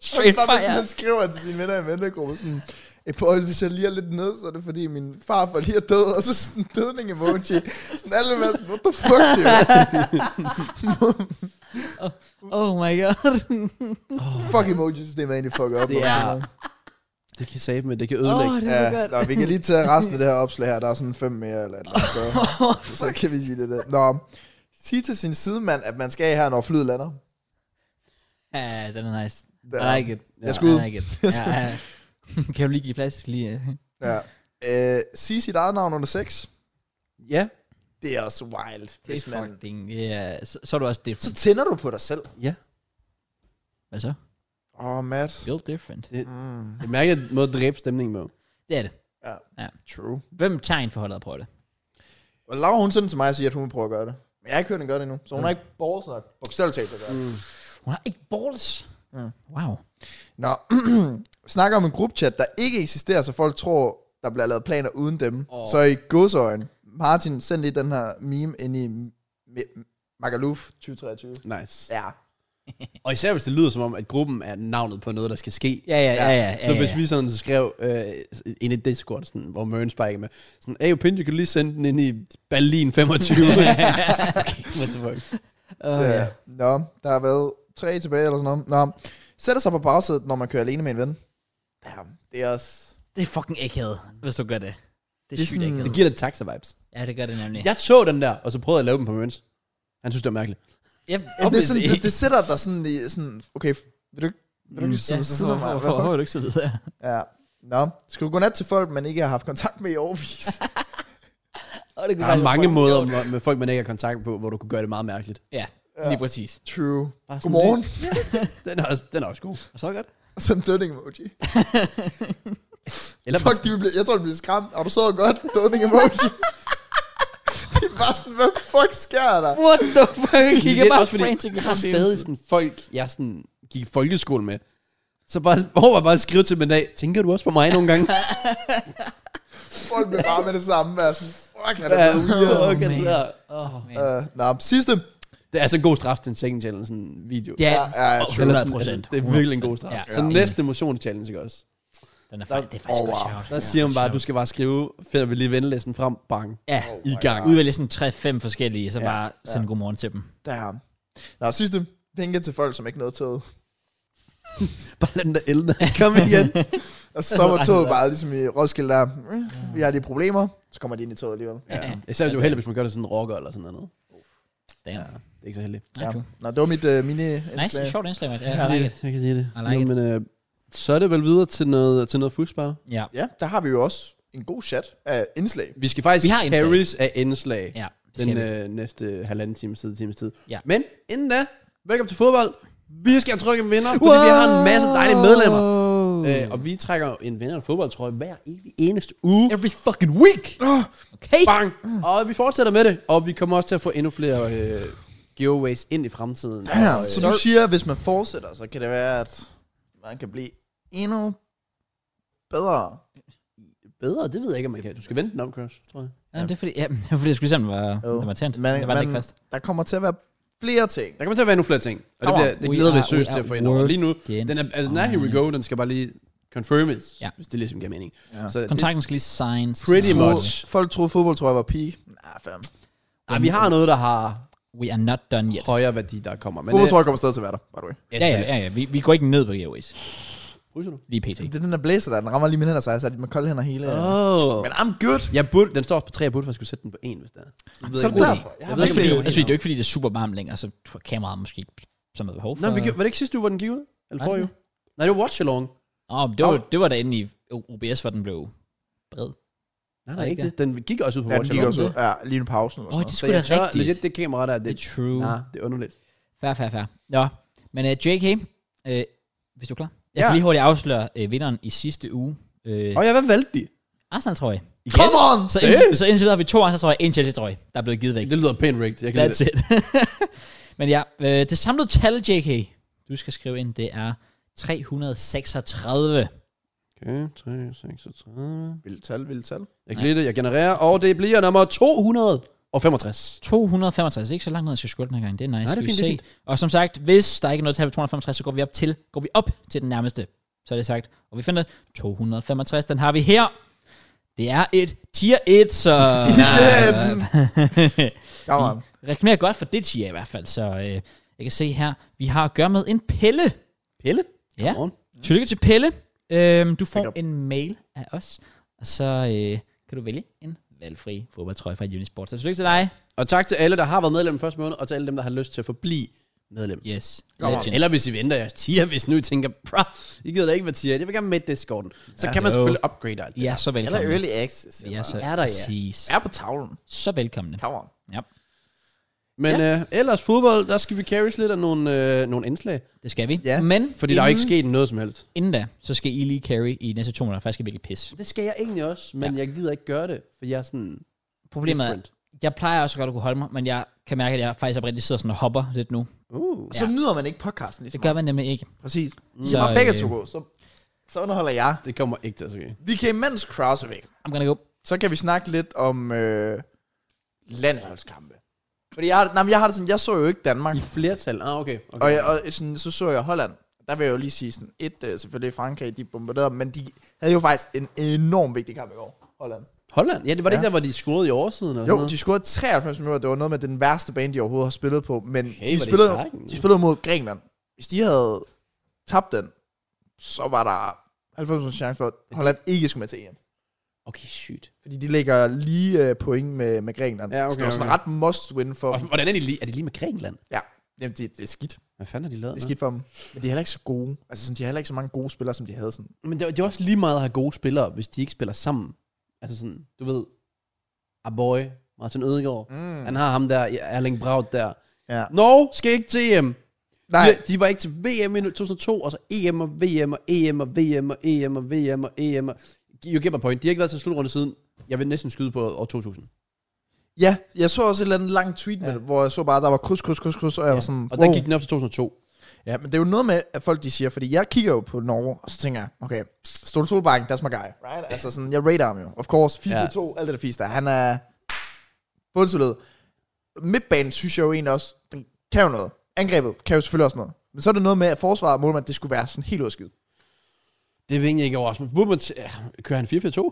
S1: Straight
S3: Bare hvis
S1: fire.
S3: man skriver til sine venner i ventegruppen sådan, "Eh, Paul, hvis jeg lige er lidt ned, så er det fordi min farfar lige er død, og så sådan en dødning emoji. Sådan alle vil være sådan, what the fuck, det er
S1: Oh my god.
S3: Fuck emoji-systemet er egentlig fucker op.
S2: Det er- Det kan sæbe med, det kan ødelægge.
S1: Åh, det er så
S3: Ja,
S1: godt.
S3: nå, vi kan lige tage resten af det her opslag her. Der er sådan fem mere eller et eller andet, så, så kan vi sige det der. Nå, sig til sin sidemand, at man skal af her, når flyet lander.
S1: Ja, den er nice.
S3: Der.
S1: I like it.
S3: Jeg skulle ud.
S1: I like it. Ja, ja. kan du lige give plads? Lige, øh.
S3: Ja. Øh, sig sit eget navn under sex.
S2: Ja,
S3: Det er også wild.
S1: det
S3: Hvis
S1: er
S3: man,
S1: fucking, yeah. så, så er du også
S3: så
S1: different.
S3: tænder du på dig selv.
S2: ja.
S1: Hvad så?
S3: Åh, oh, Matt.
S1: Feel different.
S3: Mm,
S2: Det mærker jeg måde at dræbe stemningen med.
S1: Det er det.
S3: true.
S1: Hvem tager en forholdet og prøver det?
S3: Og Laura, hun sendte til mig og siger, at hun vil prøve at gøre det. Men jeg har ikke hørt hende gøre det endnu, så hun mm. har ikke borget nok bogstaveligt talt at gøre det. Mm.
S1: Hun har ikke balls.
S3: Mm.
S1: Wow.
S3: Nå, snakker om en gruppechat, der ikke eksisterer, så folk tror, der bliver lavet planer uden dem. Oh.
S1: Åh.
S3: Så i godsøjen, Martin, send lige den her meme ind i M- Magaluf 2023.
S2: Nice.
S3: Ja.
S2: Og især hvis det lyder som om, at gruppen er navnet på noget, der skal ske.
S1: Ja, ja, ja, ja. ja,
S2: Så
S1: ja.
S2: hvis vi sådan skrev øh, ind i Discord, sådan, hvor Mørens bare ikke er med, sådan, hey, Pindu, kan du lige sende den ind i Berlin 25? okay, what the fuck?
S1: Åh, ja.
S3: Nå, der har været tre tilbage eller sådan noget. Nå, sætter sig på bagsædet, når man kører alene med en ven. Damn, det er også...
S1: Det er fucking akavet, hvis du gør det. Det er,
S3: Det er
S1: sygt
S3: sådan-
S1: akavet.
S2: Det giver lidt taxa-vibes.
S1: Ja, det gør det nemlig.
S2: Jeg så den der, og så prøvede jeg at lave den på Mørens. Han synes, det var mærkeligt.
S1: Jeg,
S3: Ja, det, er sådan, det, det sætter dig sådan i sådan, okay, Vil du, ikke- vil du
S1: Mm.
S3: ikke sidde ved siden af mig? Hvad
S1: Hvorfor
S3: fuck?
S1: er du ikke så videre?
S3: Ja. Nå, skriv godnat til folk, man ikke har haft kontakt med i årvis.
S1: Og det
S2: Der er mange måder med, med folk, man ikke har kontakt på, hvor du kunne gøre det meget mærkeligt.
S1: Ja, lige præcis.
S3: True.
S1: Bare sådan
S3: Godmorgen.
S2: Den er også, den er også god.
S1: lidt- Så godt.
S3: Og så en dødning emoji.
S2: Eller
S3: Fuck, de vil blive, jeg tror, de bliver skræmt. Og du så godt, dødning emoji. de er bare sådan, hvad fuck sker der?
S1: What the fuck? Jeg kigger
S2: Lidt
S1: bare
S2: også fordi,
S1: frantic
S2: jeg har stadig sådan folk, jeg sådan gik i folkeskole med. Så bare, overvej bare at skrive til dem en dag, tænker du også på mig nogle gange?
S3: Folk vil bare med det samme være sådan, fuck, er det
S2: Ja,
S3: blevet
S1: Åh,
S3: weird.
S2: fuck, er
S1: man.
S2: det der.
S1: Oh,
S3: Uh, nå, sidste.
S2: Det er altså en god straf til en second challenge sådan video.
S1: ja,
S3: Ja, ja,
S1: ja,
S3: ja,
S2: Eller
S1: 100
S2: sådan, altså,
S1: procent.
S2: det er virkelig en god straf.
S1: Ja,
S2: så
S1: ja.
S2: næste motion challenge, ikke også?
S1: Den er faktisk, det er faktisk
S3: Åh,
S1: godt
S3: wow.
S1: sjovt.
S2: Der siger man bare, at du skal bare skrive, før vi lige vende listen frem, bang,
S1: Ja,
S2: i gang.
S1: udvælge sådan 3-5 forskellige, så
S2: Oh Ja,
S1: bare sende godmorgen til dem.
S3: Der. Nå, sidste. Pinke til folk, som ikke nåede toget.
S2: Bare lad den der elde. Kom igen.
S3: Og så stopper
S1: Altså,
S3: toget bare ligesom i Roskilde der. Mm, Vi har lige problemer. Så kommer de ind i toget alligevel.
S2: ja. Især hvis du er heldig, hvis man gør det sådan en rocker eller sådan noget.
S1: Damn.
S2: Ja, det er ikke så heldigt.
S3: Ja.
S1: Ja.
S3: Nå, det var mit uh, mini
S1: Nice,
S3: indslag.
S1: sjovt indslag, mand. Ja,
S2: Jeg
S1: I like it.
S2: Jeg kan lide det.
S1: I like
S2: Nå, men, øh, så er det vel videre til noget, til noget fuldspar.
S1: Ja.
S3: Ja, der har vi jo også en god chat af indslag.
S2: Vi skal faktisk
S1: Vi har indslag.
S2: carries af indslag
S1: Ja, det
S2: den
S1: skal vi.
S2: øh, næste halvanden time tid, times tid.
S1: Ja.
S2: Men inden da, velkommen til fodbold. Vi skal trykke en vinder, fordi vi har en masse dejlige medlemmer.
S1: Mm.
S2: Øh, og vi trækker en vinder af en fodboldtrøje hver evig eneste uge.
S1: Every fucking week! Okay.
S2: Bang! Og vi fortsætter med det, og vi kommer også til at få endnu flere øh, giveaways ind i fremtiden.
S3: Ja,
S2: Og, øh,
S3: så du siger, at hvis man fortsætter, så kan det være, at man kan blive endnu bedre.
S2: bedre, det ved jeg ikke, om man kan. Du skal vente den om, Crush, tror jeg.
S1: Ja, det er fordi, ja, det er fordi, jeg skulle se, om det var,
S3: Jo.
S1: det var tændt.
S3: Men-
S1: det var det
S3: men-
S1: ikke først.
S3: Der kommer til at være flere ting.
S2: Der kommer til at være endnu flere ting, og det,
S3: Come
S2: bliver,
S3: on.
S2: det
S1: We
S2: glæder vi
S1: are-
S2: os seriøst
S1: we
S2: til at
S1: are
S2: få ind over. Lige nu,
S1: working
S2: den er, altså, den er
S1: on
S2: here we go, den skal bare lige confirmes,
S1: Ja.
S2: ja. hvis det ligesom giver mening.
S3: Ja.
S2: Så det,
S1: Kontrakten skal lige signes.
S2: Pretty
S1: Så-
S3: Troede-
S2: much.
S3: Folk troede, fodbold tror jeg var pige. Nej, fam.
S2: nej, vi har noget, der har
S1: We are not done yet.
S2: højere værdi, der kommer. Men,
S3: Fodbold tror jeg kommer stadig til at være der, by the way.
S1: Ja, ja, Oh. ja. ja. Vi, vi går ikke ned på giveaways.
S2: Ryser du?
S1: Lige pt.
S3: Det er den der blæser der, den rammer lige mine hænder, så jeg satte med kolde hænder hele.
S2: Oh.
S3: Men I'm good.
S2: Jeg burde, den står også på 3, jeg burde faktisk skulle sætte den på 1, hvis det er. Så, ved
S3: Så
S2: jeg
S3: er det
S2: ikke.
S3: derfor. Jeg
S2: Jeg
S3: har
S2: ved
S1: Også
S2: ikke,
S1: fordi,
S2: om
S3: det
S2: det
S1: altså, fordi det er jo ikke fordi, det er super varmt længere, så er kameraet måske ikke så meget behov for.
S2: Nå, vi, gjorde- var Altså, det ikke sidste uge, hvor den gik ud? Eller
S1: Var
S2: for
S1: det
S2: jo? Nej, det var Watch Along.
S1: Åh, men det, var, det var da inde i OBS, hvor den blev bred.
S2: Nej,
S1: Var
S2: nej,
S1: det
S2: ikke
S1: ikke
S2: det. Den gik også ud på
S3: Ja, den
S2: Watch
S3: gik
S2: Along.
S3: også ud. Ja, lige en pause.
S1: Åh, det
S2: Så
S1: skulle
S2: jeg
S1: da
S2: tør
S1: rigtigt.
S2: legit, det kamera der,
S1: Det
S2: det,
S1: er true.
S2: nah, det er underligt.
S1: Fair, fair, fair. Nå, men uh, JK, uh, hvis du er klar. Jeg
S3: Ja.
S1: kan lige hurtigt afsløre uh, vinderen i sidste uge. Uh,
S2: Og ja, hvad valgte de?
S1: Arsenal, tror jeg.
S3: Come on!
S1: Så, indtil, så indtil videre har vi to Arsenal, tror jeg, en Chelsea, tror jeg, der er blevet givet væk.
S2: Det lyder pænt rigtigt. Jeg kan lide
S1: That's it. men ja, uh, det samlede tal, JK, du skal skrive ind, det er 336.
S2: Okay, 3, 36.
S3: Vildt tal, vildt tal.
S2: Jeg kan lide det, jeg genererer, og det bliver nummer 265.
S1: 265, det er ikke så langt ned, jeg skal skåle den her gang. Det er nice.
S2: det er
S1: Skal vi
S2: fint, det er
S1: se. Og som sagt, hvis der ikke er noget tal på 265, så går vi op til, går vi op til den nærmeste. Så er det sagt. Og vi finder 265, den har vi her. Det er et tier 1, så...
S3: Yes! Come on.
S1: Reklamer godt for det tier i hvert fald, så øh, jeg kan se her, vi har at gøre med en pille.
S2: Pelle?
S1: Ja.
S2: Godmorgen.
S1: Tillykke til Pelle. Øhm, du får
S3: Sikkert.
S1: en mail af os, og så øh, kan du vælge en valgfri fodboldtrøje fra Unisport. Så tillykke til dig.
S2: Og tak til alle, der har været medlem den første måned, og til alle dem, der har lyst til at forblive medlem.
S1: Yes.
S3: Come on.
S1: Legends.
S2: Eller hvis I venter jeres tier, hvis nu I tænker, bra, I gider da ikke være tier, jeg vil gerne med Discorden. Så kan man
S1: Jo.
S2: selvfølgelig upgrade alt det
S1: Ja, så
S3: Eller
S1: velkommen.
S3: early access.
S1: Ja, så
S2: Er der, ja.
S1: præcis.
S3: Er på tavlen.
S1: Så velkommen.
S3: Come on.
S1: Ja,
S2: Men ja. øh, ellers fodbold, der skal vi carries lidt af nogle, øh, nogle indslag.
S1: det skal vi.
S3: Ja.
S1: Men
S2: Fordi der er jo ikke sket noget som helst.
S1: inden da, så skal I lige carry i næste to måneder. Faktisk skal virkelig pisse.
S2: Det skal jeg egentlig også, men ja. jeg gider ikke gøre det, for jeg er sådan...
S1: Problemet er,
S2: different.
S1: jeg plejer også godt at kunne holde mig, men jeg kan mærke, at jeg faktisk oprindeligt sidder sådan og hopper lidt nu.
S2: Uh.
S3: Så nyder man ikke podcasten lige så
S1: Det gør man nemlig ikke.
S3: meget. Præcis. Mm.
S1: Så,
S3: Så bare begge
S1: øh,
S3: to gå, så, så underholder jeg.
S2: Det kommer ikke til at ske.
S3: Vi kan imens crowds væk.
S1: I'm gonna go.
S3: Så kan vi snakke lidt om øh, landsholdskampe. Fordi jeg, har- nej, men jeg har det sådan, jeg så jo ikke Danmark.
S2: I flertal? Ah, okay. okay.
S3: Og, jeg, og sådan, så så jeg Holland. Der vil jeg jo lige sige sådan, et, øh, selvfølgelig Frankrig, de bombarderede, men de havde jo faktisk en enorm vigtig kamp i går, Holland.
S2: Holland? Ja, det var det
S3: Ja.
S2: ikke der, hvor de scorede i oversiden? Eller
S3: Jo, de scorede 93 minutter, det var noget med den værste bane, de overhovedet har spillet på, men
S2: var
S3: okay, de,
S2: det
S3: spillede,
S2: Grækenland?
S3: de spillede mod Grækenland. Hvis de havde tabt den, så var der 90 chance for, at Holland ikke skulle med til EM.
S2: Okay, sygt.
S3: Fordi de ligger lige øh, point med, med Grækenland.
S2: Ja, okay,
S3: så det var sådan
S2: okay.
S3: ret must win for
S2: Og
S3: dem.
S2: hvordan er de lige? Er de lige med Grækenland?
S3: Ja, jamen det, det er skidt.
S2: Hvad fanden har de lavet?
S3: Det er skidt for dem. Men de er heller ikke så gode. Altså, sådan, de har heller ikke så mange gode spillere, som de havde sådan.
S2: Men det, er- det er også lige meget at have gode spillere, hvis de ikke spiller sammen. Altså sådan, du ved, Aboy, Martin Ødegaard, mm. han har ham der, Erling Braut der.
S3: Ja.
S2: Norge skal ikke til EM.
S3: Nej,
S2: De, de var ikke til VM i 2002, og så EM og VM og EM og VM og EM og VM og EM. Og... You get my point. De har ikke været til slutrunde siden, jeg vil næsten skyde på år 2000.
S3: ja, jeg så også et eller andet langt tweet med det, hvor jeg så bare, der var kryds, kryds, kryds, kryds, og jeg var sådan,
S2: Og der gik den op til 2002.
S3: Ja, men det er jo noget med, at folk de siger, fordi jeg kigger jo på Norge, og så tænker jeg, okay, Stol Solbakken, that's my guy, right? Altså sådan, jeg radar ham jo, of course, FIFA
S2: Ja.
S3: 2, alt det der fisk der, han er bundsolid. Midtbanen synes jeg jo egentlig også, den kan jo noget. Angrebet kan jo selvfølgelig også noget. Men så er det noget med, at forsvaret og målmand, det skulle være sådan helt udskidt.
S2: Det vil egentlig ikke overraske mig. Burde man t- ja, kører han 4-4-2? Altså,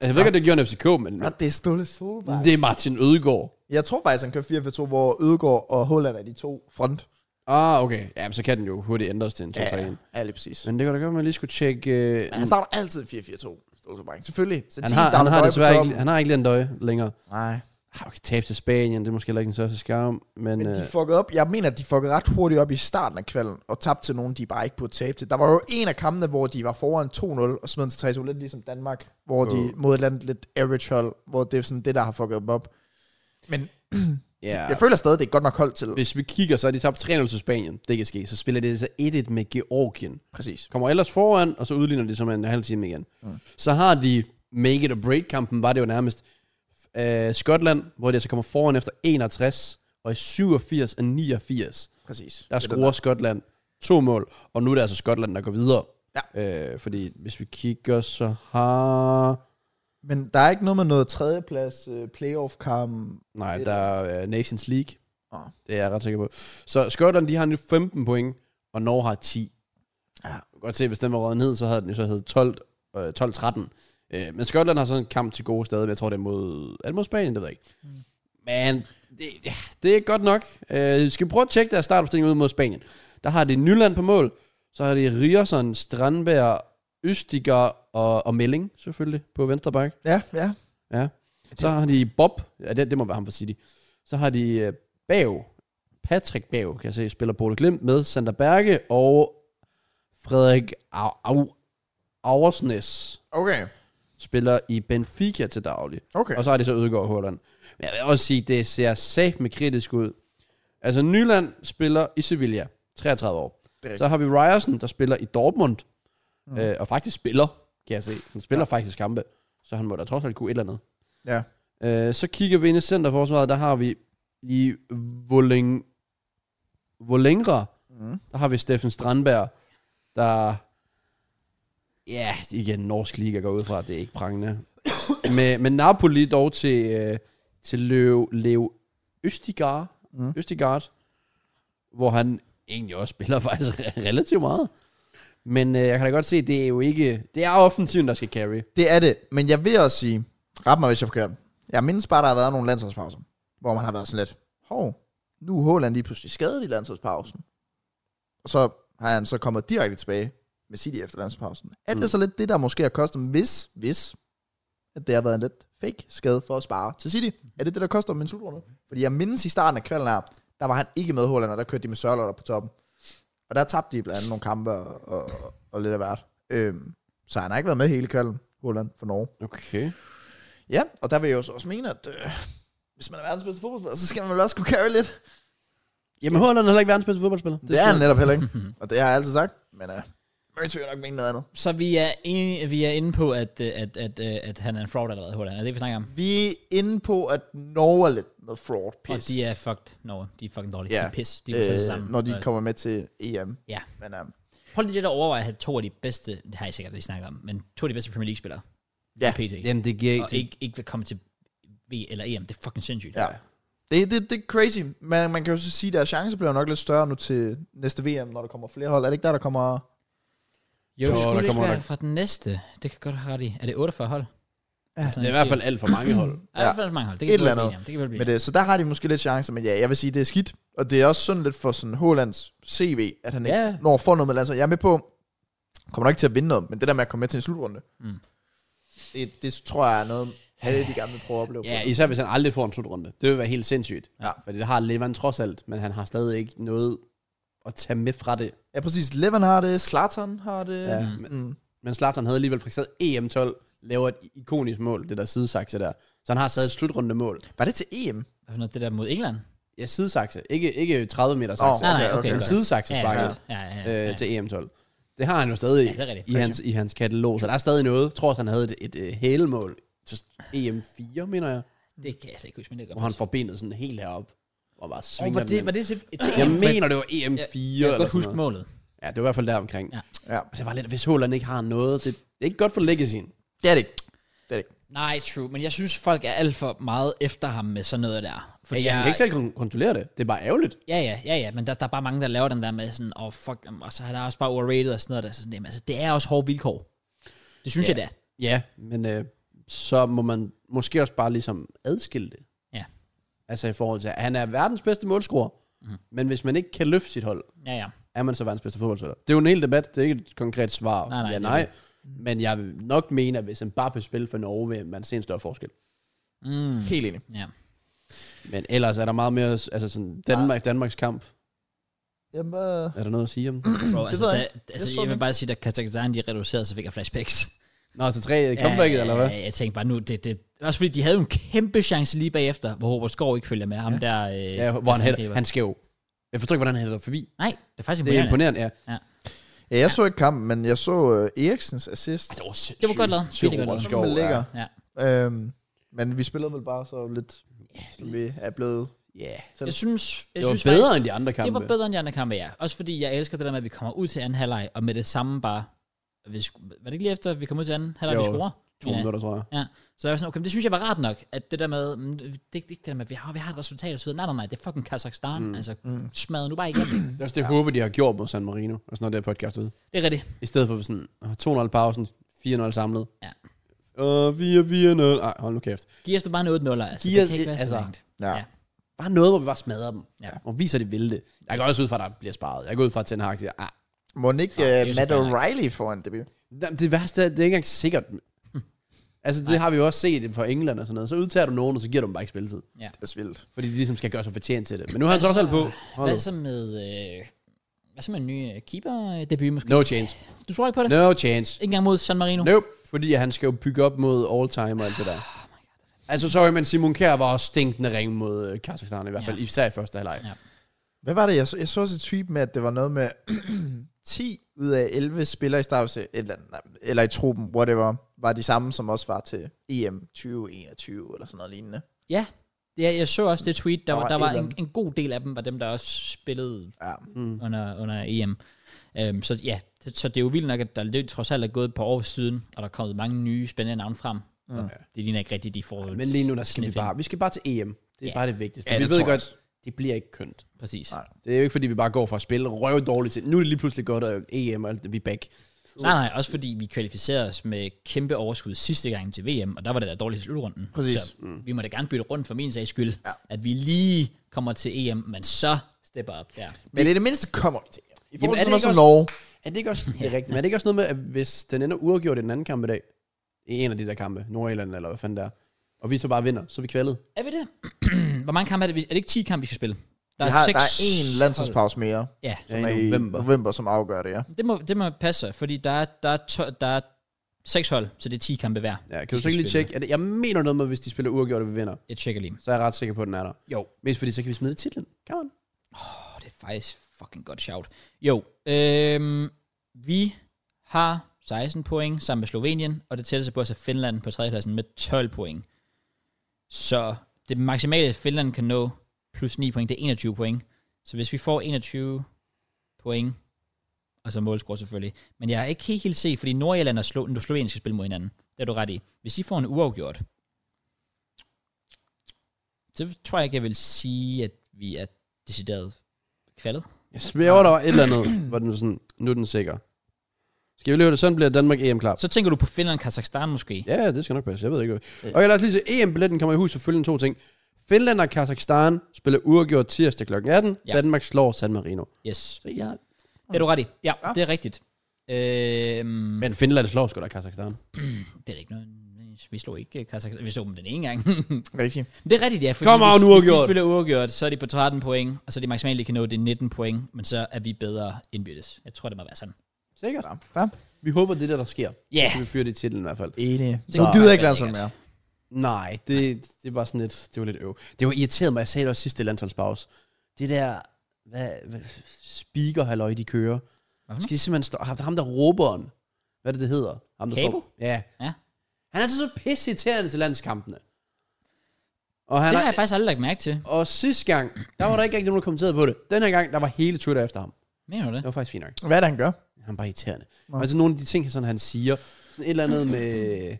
S2: jeg ved ikke, om det gjorde en FCK, men
S3: Og det er Ståle Solbakken.
S2: det er Martin Ødegaard.
S3: Jeg tror faktisk, han kører 4-4-2, hvor Ødegaard og Holland er de to front.
S2: Ah, okay. Ja, men så kan den jo hurtigt ændres til en 2-3-1. Ja.
S3: ja lige præcis.
S2: Men det kan da godt, at man lige skulle tjekke... Øh,
S3: Men han starter altid 4-4-2, Ståle Solbakken. Selvfølgelig. Så
S2: han,
S3: de,
S2: har,
S3: der
S2: han,
S3: er
S2: har
S3: Løje på
S2: desværre ikke,
S3: toppen.
S2: han har ikke Lendøj længere.
S3: Nej.
S2: Ah, okay, tab til Spanien, det er måske heller ikke den største skam, men...
S3: Men
S2: men
S3: de
S2: øh,
S3: fuckede op. Jeg mener, at de fuckede ret hurtigt op i starten af kvalden, og tabte til nogen, de bare ikke burde tabe til. Der var jo en af kampene, hvor de var foran 2-0, og smed til 3-2, lidt ligesom Danmark, hvor de
S2: Øh.
S3: mod et eller andet lidt average hold, hvor det er sådan det, der har fucket dem op. Men ja.
S2: ja.
S3: jeg føler stadig, det er et godt nok hold til.
S2: Hvis vi kigger, så er de tabt 3-0 til Spanien. Det kan ske. Så spiller det så 1-1 med Georgien.
S3: Præcis.
S2: Kommer ellers foran, og så udligner de som en halv time igen. Mm. Så har de make it or break kampen, var det jo nærmest øh, Skotland, hvor de altså kommer foran efter 61, og i 87 og 89,
S3: Præcis.
S2: der
S3: Det er
S2: scorer Skotland to mål, og nu er det altså Skotland, der går videre. Ja. Øh, fordi hvis vi kigger, så har...
S3: det. Men der er ikke noget med noget tredjeplads, øh, playoff-kamp.
S2: Nej, der er øh, Nations League.
S3: Åh.
S2: Det er jeg ret sikker på. Så Skotland, de har nu 15 point, og Norge har 10. Ja. Du kan godt se, hvis den var røget ned, så havde den jo så heddet 12, øh, 12-13. Øh, men Skotland har sådan en kamp til gode stadig, men jeg tror, det er mod, er det mod Spanien, det ved jeg ikke. Men det, ja, det er godt nok. Øh, skal vi prøve at tjekke deres startopstilling ud mod Spanien? Der har de Nyland på mål, så har de Rierson, Strandberg, Østiger og, og Melling selvfølgelig på venstre bak.
S3: Ja, ja.
S2: Ja. Så har de Bob, ja, det, det må være ham fra City. Så har de øh, Bav, Patrick Bav, kan jeg se, spiller Bode Glimt med Sander Berge og Frederik Au- Au- Auersnes
S3: Okay.
S2: spiller i Benfica til daglig.
S3: Okay.
S2: Og så har de så Ødegaard og Holland. Men jeg vil også sige, det ser sagt med kritisk ud. Altså, Nyland spiller i Sevilla, 33 år.
S3: rigtigt.
S2: Så har vi Ryerson, der spiller i Dortmund, mm. øh, og faktisk spiller, kan jeg se. Han spiller ja. faktisk kampe, så han må da trods alt kunne et eller andet.
S3: Ja.
S2: Øh, så kigger vi ind i centerforsvaret, der har vi i Voling... Volengre, mm. der har vi Steffen Strandberg, der... Ja, igen, norsk liga går ud fra, det er ikke prangende. med, med Napoli dog til, øh, til Leo, Leo Østigard, mm. Østigard, hvor han egentlig også spiller faktisk relativt meget. Men øh, jeg kan da godt se, det er jo ikke... Det er offensiven, der skal carry.
S3: Det er det, men jeg vil også sige, ret mig hvis jeg er forkert. Jeg mindes bare, der har været nogle landsholdspauser, hvor man har været sådan lidt, hov, nu er Håland lige pludselig skadet i landsholdspausen. Og så har han så kommet direkte tilbage med City efter landsholdspausen. Er det så lidt det, der måske har kostet dem, hvis, hvis, at det har været en lidt fake skade for at spare til City? Er det det, der koster dem en slutrunde? Fordi jeg mindes i starten af kvelden her, der var han ikke med Håland, og der kørte de med Sørlotter på toppen. Og der tabte de blandt andet nogle kampe og, og, og lidt af hvert. Øhm, så han har ikke været med hele kvelden, Holland, for Norge.
S2: Okay.
S3: Ja, og der vil jeg jo så også mene, at øh, hvis man er verdens bedste fodboldspiller, så skal man vel også kunne carry lidt.
S2: Jamen, Holland er heller ikke verdens bedste fodboldspiller.
S3: Det, det er han netop heller ikke, og det har jeg altid sagt. Men øh, Murray vil nok mene noget andet.
S1: Så vi er, enige, vi er inde på, at, øh, at, at, øh, at han er en fraud allerede, Holland. Er det, vi snakker om?
S3: Vi er inde på, at Norge er lidt noget fraud
S1: Og
S3: pis.
S1: de er fucked. No, de er fucking dårlige.
S3: Ja.
S1: De er pis. De er øh,
S3: øh,
S1: sammen.
S3: når de
S1: Og-
S3: kommer med til EM.
S1: Ja.
S3: Men øh,
S1: Prøv lige lidt at overveje at have to af de bedste, det har jeg sikkert lige snakket om, men to af de bedste Premier League-spillere.
S3: Ja.
S1: i PT.
S2: Jamen, det giver ikke
S1: Og
S2: til.
S1: ikke, ikke vil komme til V eller EM. Det er fucking sindssygt.
S3: ja. Det, det, det er crazy. Man, man kan jo så sige, at deres chance bliver nok lidt større nu til næste VM, når der kommer flere hold. Er det ikke der, der kommer...
S1: Jo,
S2: Jo,
S1: det
S2: der
S1: skulle ikke
S2: kommer
S1: være
S2: nok.
S1: fra den næste. Det kan godt have ret i. Er det 48 hold? Ja,
S2: Det er i hvert fald alt for mange hold.
S1: Ja, i hvert fald mange hold. Det kan
S3: Et
S1: vi vel blive
S3: eller andet.
S1: enige om. Det kan vi vel blive
S3: Men det, så der har de måske lidt chancer, men ja, jeg vil sige, det er skidt. Og det er også sådan lidt for sådan Hålands CV, at han ikke
S2: Ja.
S3: når at få noget med landsholdet. Jeg er med på, kommer nok ikke til at vinde noget, men det der med at komme med til en slutrunde, mm. det, det tror jeg er noget, alle de gerne vil prøve at opleve.
S2: Ja, især hvis han aldrig får en slutrunde. Det vil være helt sindssygt.
S3: Ja.
S2: Fordi det har Levan trods alt, men han har stadig ikke noget at tage med fra det.
S3: Ja, præcis. Levan har det, Slatern har det. Mm.
S2: Ja,
S3: Ja. Sådan,
S2: Men Zlatan havde alligevel for eksempel EM12, laver et ikonisk mål, det der sidesakse der. Så han har stadig et slutrunde mål.
S3: var det til EM?
S1: Hvad for noget, det der mod England?
S2: Ja, sidesakse. Ikke, ikke 30 meter sakse.
S3: Åh, nej,
S1: nej, okay.
S2: Men sidesakse
S1: ja,
S2: sparket
S1: ja, ja, ja,
S2: ja,
S1: ja.
S2: øh, til EM12. Det har han jo stadig
S1: Ja, det er rigtigt.
S2: i, hans, i hans katalog, så der er stadig noget. Jeg tror også, han havde et, et, et hælemål til EM4, mener jeg,
S1: det kan jeg slet ikke huske, men det gør
S2: hvor han får benet sådan helt herop og bare svinger
S1: oh, var, det,
S2: den
S1: var
S2: ind.
S1: det til, til
S2: Jeg
S1: EM?
S2: mener, det var EM4
S1: jeg
S2: ja,
S1: Jeg
S2: eller
S1: kan godt
S2: sådan
S1: huske
S2: noget.
S1: målet.
S2: Ja, det var i hvert fald der omkring.
S1: Ja.
S2: Ja.
S3: Ja.
S2: Og så var lidt, hvis Håland ikke har noget, det, det er ikke godt for legacyen.
S3: Det er det ikke. Det er det ikke.
S1: Nej, true. Men jeg synes, folk er alt for meget efter ham med sådan noget der.
S2: Ja,
S1: Fordi
S2: han kan ikke selv kon- kontrollere det. Det er bare ærgerligt.
S1: Ja, ja, ja, ja, men der, der er bare mange, der laver den der med sådan, oh, fuck, jamen, og så er der også bare overrated og sådan noget der. Sådan, jamen, altså, det er også hårde vilkår. Det synes
S2: Ja.
S1: jeg, det er.
S2: Ja, men øh, så må man måske også bare ligesom adskille det.
S1: Ja.
S2: Altså i forhold til, at han er verdens bedste målscorer,
S1: Mhm.
S2: mm. men hvis man ikke kan løfte sit hold,
S1: Ja, ja.
S2: er man så verdens bedste fodboldspiller? Det er jo en hel debat, det er ikke et konkret svar.
S1: Nej, nej,
S2: ja,
S1: det er
S2: nej. Men jeg vil nok mene, at hvis Mbappé spiller for Norge, vil man se en større forskel.
S1: Mm,
S3: Helt enig.
S1: ja.
S2: Men ellers er der meget mere, altså sådan Danmark, Danmarks kamp.
S3: Jamen, øh,
S2: Er der noget at sige om det?
S1: Bro, altså,
S3: ved jeg
S1: da, altså,
S3: Jeg så
S1: jeg, vil
S3: det.
S1: bare sige, da Kazakhstan de reducerede, så fik jeg flashbacks.
S2: Nå, til tre øh, comebacket, eller hvad?
S1: Ja, jeg tænkte bare nu, det, det, også fordi de havde jo en kæmpe chance lige bagefter, hvor Robert Skov ikke følger med ham ja. der. Øh,
S2: Ja, hvor han,
S1: angriber.
S2: hætter, han skal jo... Jeg forstår ikke, hvordan han hætter forbi.
S1: Nej, det er faktisk
S2: Det er
S1: imponerende.
S2: imponerende, ja.
S3: ja, jeg så ikke kampen, men jeg så øh, Eriksens assist.
S2: Det var,
S1: Det var godt lavet. Virkelig godt lavet.
S3: Skov,
S2: Skov,
S3: man lægger.
S1: Ja.
S3: Øhm, men vi spillede vel bare så lidt, som vi er blevet.
S2: Ja.
S1: Jeg synes, jeg
S2: Det var
S1: synes
S2: bedre
S1: faktisk,
S2: end de andre kampe.
S1: Det var bedre end de andre kampe, ja. Også fordi jeg elsker det der med, at vi kommer ud til anden halvleg, og med det samme bare... Vi, sk- var det ikke lige efter, at vi kom ud til anden halvleg,
S2: Jo,
S1: vi scorer?
S2: To
S1: Ja.
S2: minutter, tror jeg.
S1: Ja. Så jeg var sådan, okay, men det synes jeg var rart nok, at det der med, mm, det, det, det der med, at vi har, vi har et resultat og så videre. Nej, nej, nej, det er fucking Kazakhstan. Mm. Altså, mm. smadret nu bare igen.
S2: Det er også det, jeg håber, de har gjort mod San Marino, og sådan noget der podcast ud.
S1: det er rigtigt.
S2: I stedet for sådan åh, 2-0 pausen, 4-0 samlet.
S1: Ja.
S2: Øh, 4-4-0. Ej, hold nu kæft.
S1: Giv os da bare noget 0 altså.
S2: Giv
S1: Giv
S2: os
S1: det kan ikke
S2: et-
S1: være
S2: altså,
S1: altså, langt.
S3: Ja.
S1: Ja.
S3: ja.
S2: Bare noget, hvor vi bare smadrer dem.
S1: Ja.
S2: Og viser, at de vil det. Jeg går også ud fra, at der bliver sparet. Jeg går ud fra, at Ten Hag siger, ah,
S3: Må den ikke
S1: Nå, det er
S3: øh,
S1: jo så
S3: Matt
S1: fair nok.
S3: O'Reilly få en debut?
S2: Jamen, Det værste er, at det er ikke engang sikkert. Altså, det har vi jo også set fra England og sådan noget. Så udtager du nogen, og så giver du dem bare ikke spilletid.
S3: Det er så vildt.
S2: Fordi de ligesom skal gøre sig fortjent til det. Men nu har han trods alt på. Hold
S1: Altså, Hvad
S2: nu.
S1: så med... Øh, hvad så med en ny øh, keeper-debut måske?
S2: No chance.
S1: Du tror ikke på det?
S2: No chance.
S1: Ikke engang mod San Marino?
S2: Nope. Fordi han skal jo bygge op mod all-time og alt
S1: Oh
S2: det der. Altså, sorry, men Simon Kjær var også stinkende ring mod øh, Kazakhstan i hvert fald.
S1: Ja.
S2: Især i første halvleg.
S1: Ja.
S3: Hvad var det? Jeg så, jeg så også et tweet med, at det var noget med 10 ud af 11 spillere i Stavs, eller, andet- nej, eller i truppen, whatever, var de samme, som også var til E EM 2021 eller sådan noget lignende.
S1: Ja. ja, jeg så også det tweet. Der, der
S3: Der
S1: var,
S3: var
S1: der
S3: et
S1: var
S3: eller
S1: en,
S3: andet.
S1: en god del af dem, var dem, der også spillede
S3: Ja.
S1: mm. under, under EM. Um, så ja, det, så det er jo vildt nok, at der lidt trods alt er gået et par år siden, og der er kommet mange nye spændende navne frem. Mm. Det ligner ikke rigtigt de forhold.
S2: Men lige nu, der skal vi
S1: Sniffing.
S2: bare... Vi skal bare til EM. Det er
S1: Ja.
S2: bare det vigtigste.
S3: Ja,
S2: vi
S3: det
S2: ved
S3: tror jeg
S2: godt, det bliver ikke kønt.
S1: Præcis. Nej.
S3: Nej.
S2: Det er jo ikke, fordi vi bare går for at spille røv dårligt til. Nu er det lige pludselig godt, at EM og alt det, vi er back.
S1: nej, nej, også fordi vi kvalificerede os med kæmpe overskud sidste gang til VM, og der var det da dårligt i slutrunden.
S3: Præcis.
S1: Så mm. vi må da gerne bytte rundt for min sags skyld, ja. at vi lige kommer til EM, men så stepper op der.
S3: Men i det mindste kommer vi til. E I
S2: Jamen,
S3: forhold
S2: er
S3: til
S2: det
S3: sådan noget som
S2: ikke
S3: Norge.
S2: Er det ikke også det er rigtigt? Men er det ikke også noget med, at hvis den ender uafgjort i den anden kamp i dag, i en af de der kampe, Nordirland eller hvad fanden der, og vi så bare vinder, så er vi kvalet.
S1: Er vi det? Hvor mange kampe er det? vi- Er det ikke 10 kampe, vi skal spille?
S3: Der er, har, der er én landsholdspause mere,
S1: Ja,
S2: Ja,
S3: som er i november. november, som afgør det, ja.
S1: det må, det må passe, sig, fordi der er, der, er to, der er seks hold, så det er 10 kampe hver.
S2: Ja, kan
S1: de
S2: du så
S1: skal
S2: ikke lige
S1: spille.
S2: tjekke? Er det, jeg mener noget med, hvis de spiller uafgjort, og vi vinder,
S1: Jeg tjekker lige.
S2: så er jeg ret sikker på, at den er der.
S1: Jo.
S2: Mest fordi, så kan vi smide titlen. Kan man?
S1: Åh, det er faktisk fucking godt shout. Jo, øhm, vi har 16 point sammen med Slovenien, og det tætteste på os er Finland på tredjepladsen med 12 point. Så det maksimale, Finland kan nå plus 9 point, det er 21 point. Så hvis vi får 21 point, og så målscore selvfølgelig. Men jeg har ikke helt, helt set, fordi Nordjylland og Slo- Slovenien skal spille mod hinanden. Det er du ret i. Hvis de får en uafgjort, så tror jeg ikke, jeg vil sige, at vi er decideret kvalet.
S2: Jeg svæver, der var et eller andet, hvor den var sådan, nu er den sikker. Skal vi løbe det? Sådan bliver Danmark EM klar.
S1: Så tænker du på Finland Kazakhstan måske? Ja.
S2: Ja, ja, det skal nok passe. Jeg ved ikke. hvad- Okay, lad os lige se. EM-billetten kommer i hus for følgende to ting. Finland og Kazakhstan spiller uafgjort tirsdag kl. 18.
S1: Ja.
S2: Ja. Danmark slår San Marino.
S1: Yes.
S2: Så ja.
S1: Det er du ret i. Ja, det er rigtigt. Øhm,
S2: Men Finland slår sgu da Kazakhstan.
S1: det er ikke noget. vi slog ikke øh, Kazakhstan. Vi slog dem den ene gang.
S3: Rigtigt.
S1: Men det er rigtigt, ja. Fordi
S2: Come on,
S1: hvis, Hvis de
S2: uafgjort.
S1: spiller uafgjort, så er de på 13 point, og så er de maksimalt, de kan nå, det er 19 point, men så er vi bedre indbyrdes. Jeg tror, det må være sådan.
S2: Sikkert.
S3: Ja.
S2: Vi håber, det er det, der sker.
S1: Ja.
S2: Så vi fyrer det i titlen i hvert fald.
S3: Enig.
S1: Det
S3: Så nu
S1: kunne være
S3: gider jeg ikke lade sådan mere.
S1: lækkert.
S2: Nej, det, det var sådan lidt, det var lidt øv. Det var irriteret mig, jeg sagde det også sidste landsholdspause. Det der, hvad, hvad speaker halløj, de kører.
S1: Hvad for
S2: Skal de simpelthen stå, ham- ham der råberen, hvad er det, det hedder? Ham, der
S1: Cabo?
S2: Står, ja.
S1: Ja.
S2: Han er så, så pisseirriterende til landskampene. Og,
S1: Det
S2: han
S1: har
S2: er,
S1: jeg faktisk aldrig lagt mærke til.
S2: og sidste gang, der var der ikke rigtig nogen, der kommenterede på det. Den her gang, der var hele Twitter efter ham.
S1: Mener du det?
S2: Det var faktisk fint nok.
S3: Hvad er det, han gør?
S2: Han er bare irriterende.
S3: Nå.
S2: Og altså nogle af de ting, sådan, han siger, sådan et eller andet med...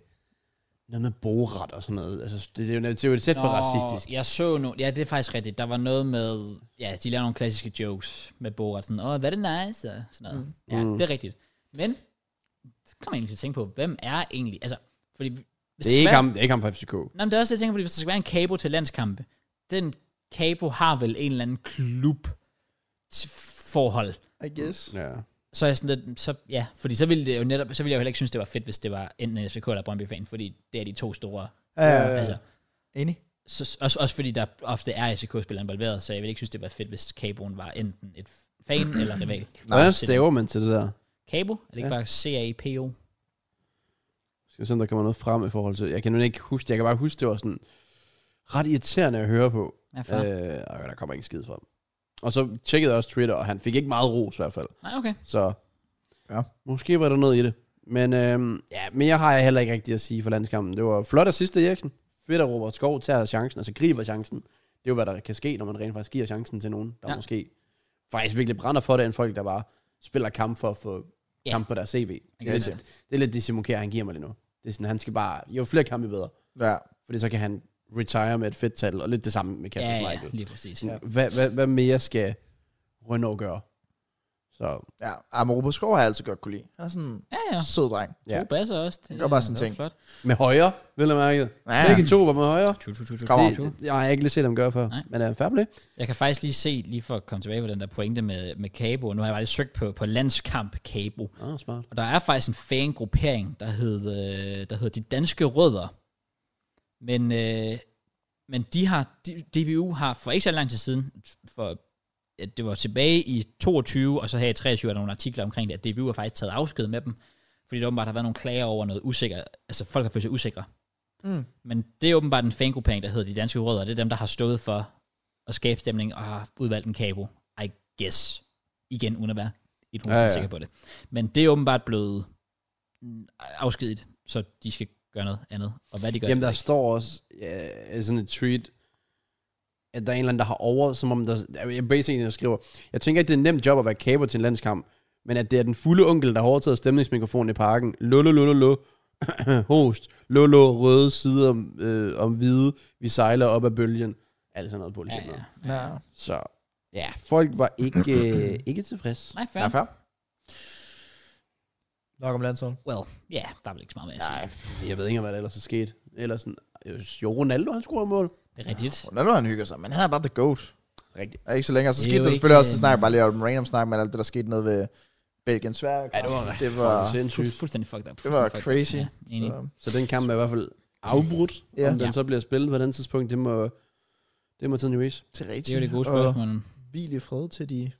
S2: Noget med boret og sådan noget. Altså, det, det, er jo- det er jo tæt på racistisk.
S1: Jeg så nu, ja, det er faktisk rigtigt. Der var noget med, ja, de lavede nogle klassiske jokes med Borat. Sådan, åh, hvad er det nice? Og sådan noget. Mm. Ja, det er rigtigt. Men, så kan man egentlig til at tænke på, hvem er egentlig, altså, fordi... Hvis
S2: Det er, ikke
S1: Sverige-
S2: ham, det er ikke ham fra FCK.
S1: Nej, men det er også det, jeg tænker, fordi hvis der skal være en kabo til landskampe, den kabo har vel en eller anden klub til forhold.
S3: I guess.
S2: Ja.
S1: Så er jeg sådan lidt, så, ja, fordi så ville, det jo netop, så ville jeg jo heller ikke synes, det var fedt, hvis det var enten en FCK eller Brøndby-fan, fordi det er de to store.
S3: Ja, ja,
S1: Øh.
S3: ja.
S1: Altså,
S3: Enig.
S1: så, også, også fordi der ofte er FCK-spillere involveret, så jeg ville ikke synes, det var fedt, hvis kaboen var enten et fan eller rival.
S2: Hvordan staver man til det der?
S1: Kabo? Er det ikke
S2: Ja.
S1: bare C-A-P-O?
S2: Skal vi se, om der kommer noget frem i forhold til... Jeg kan nu ikke huske det. Jeg kan bare huske, det var sådan ret irriterende at høre på.
S1: Ja,
S2: Øh,
S1: fair.
S2: og der kommer ikke en skid frem. Og så tjekkede jeg også Twitter, og han fik ikke meget ros i hvert fald.
S1: Nej, okay.
S2: Så
S3: Ja.
S2: måske var der noget i det. Men øhm, ja, mere har jeg heller ikke rigtigt at sige for landskampen. Det var flot af sidste Eriksen. Fedt at Robert Skov tager chancen, altså griber chancen. Det er jo, hvad der kan ske, når man rent faktisk giver chancen til nogen, der
S1: Ja.
S2: ja. måske faktisk virkelig brænder for det, end folk, der bare spiller kamp for at få
S1: Ja.
S2: ja. kamp på deres CV. Det er, lidt,
S1: det.
S2: det er lidt det Simon han giver mig lige nu. Det er sådan, han skal bare, jo flere kampe, jo bedre.
S3: Ja.
S2: Fordi så kan han retire med et fedt tal, og lidt det samme med Captain
S1: Ja, ja,
S2: Michael.
S1: lige præcis.
S2: Sådan, hvad, hvad, hvad mere skal Renault gøre? Så
S3: Ja, ah, men Robert Skov har jeg altid godt kunne lide. Han er sådan en
S1: Ja, ja.
S3: sød dreng.
S1: To
S2: Ja.
S1: basser også. Det,
S3: gør bare sådan
S1: det var
S3: ting.
S1: Flot.
S2: Med højre, vil jeg mærke.
S3: Ja.
S2: Ja. Begge to var med højre.
S1: Tju, tju, tju, tju,
S3: Kom
S1: tju,
S3: on.
S2: Det,
S1: tju.
S2: det, jeg har ikke lige set ham gøre før,
S1: Nej.
S2: men er uh, fair play.
S1: Jeg kan faktisk lige se, lige for at komme tilbage på den der pointe med, med Cabo, nu har jeg bare lige søgt på, på landskamp Cabo,
S2: Ah, smart.
S1: og der er faktisk en fangruppering, der hedder, øh, der hedder De Danske Rødder. Men, øh, men de har, de, DBU har for ikke så lang tid siden, for ja, det var tilbage i 22, og så her i 23 er der nogle artikler omkring det, at DBU har faktisk taget afsked med dem, fordi der åbenbart har været nogle klager over noget usikker, altså folk har følt sig usikre.
S3: Mm.
S1: Men det er åbenbart en fangruppering, der hedder De Danske Rødder, og det er dem, der har stået for at skabe stemning og har udvalgt en kabo. I guess. Igen, uden at være 100% ja,
S2: Ja,
S1: ja.
S2: ja.
S1: sikker på det. Men det er åbenbart blevet mm, afskediget, så de skal gøre noget andet. Og hvad de gør,
S2: Jamen, der
S1: ved jeg
S2: står også øh, sådan et tweet, at der er en eller anden, der har over, som om der... Jeg basically der skriver, jeg tænker ikke, det er et nemt job at være kaber til en landskamp, men at det er den fulde onkel, der har overtaget stemningsmikrofonen i parken. Lolo, lolo, lolo. Host. Lolo, røde sider om, øh, om hvide. Vi sejler op ad bølgen. Alt sådan noget på
S1: ikke. Ja, ja.
S3: Ja.
S2: Så ja, folk var ikke, øh, ikke tilfredse.
S1: Nej, fair.
S3: Ja, fair. Nok om landsholdet.
S1: Well, ja, yeah, der er vel ikke så meget med at sige.
S2: Nej, jeg ved ikke, hvad der ellers er sket. Eller sådan, øh, jo, Ronaldo, han scorer mål.
S1: Det er rigtigt.
S3: Ronaldo han hygger sig, men han er bare the goat.
S2: Rigtigt.
S3: Er ikke så længe. Og så
S1: Det er
S3: skete
S1: jo
S3: der
S1: ikke,
S3: selvfølgelig også,
S1: øh,
S3: så snakker jeg bare lige om en random snak, men alt det, der skete nede ved Belgien Sverige.
S2: Ja, det var
S3: det var,
S1: Fuld,
S2: sindssygt.
S1: fuldstændig fucked up.
S3: det var
S1: Fuldstændig fucked up.
S3: crazy.
S1: Ja, enig.
S3: Så-
S2: Så den kamp er i hvert fald afbrudt.
S3: Ja.
S2: Ja. Om den så bliver spillet på den tidspunkt, det må, det må tiden jo vise.
S3: Til Reti.
S1: Det er jo det gode
S3: Og
S1: spørgsmål.
S3: hvil i fred til de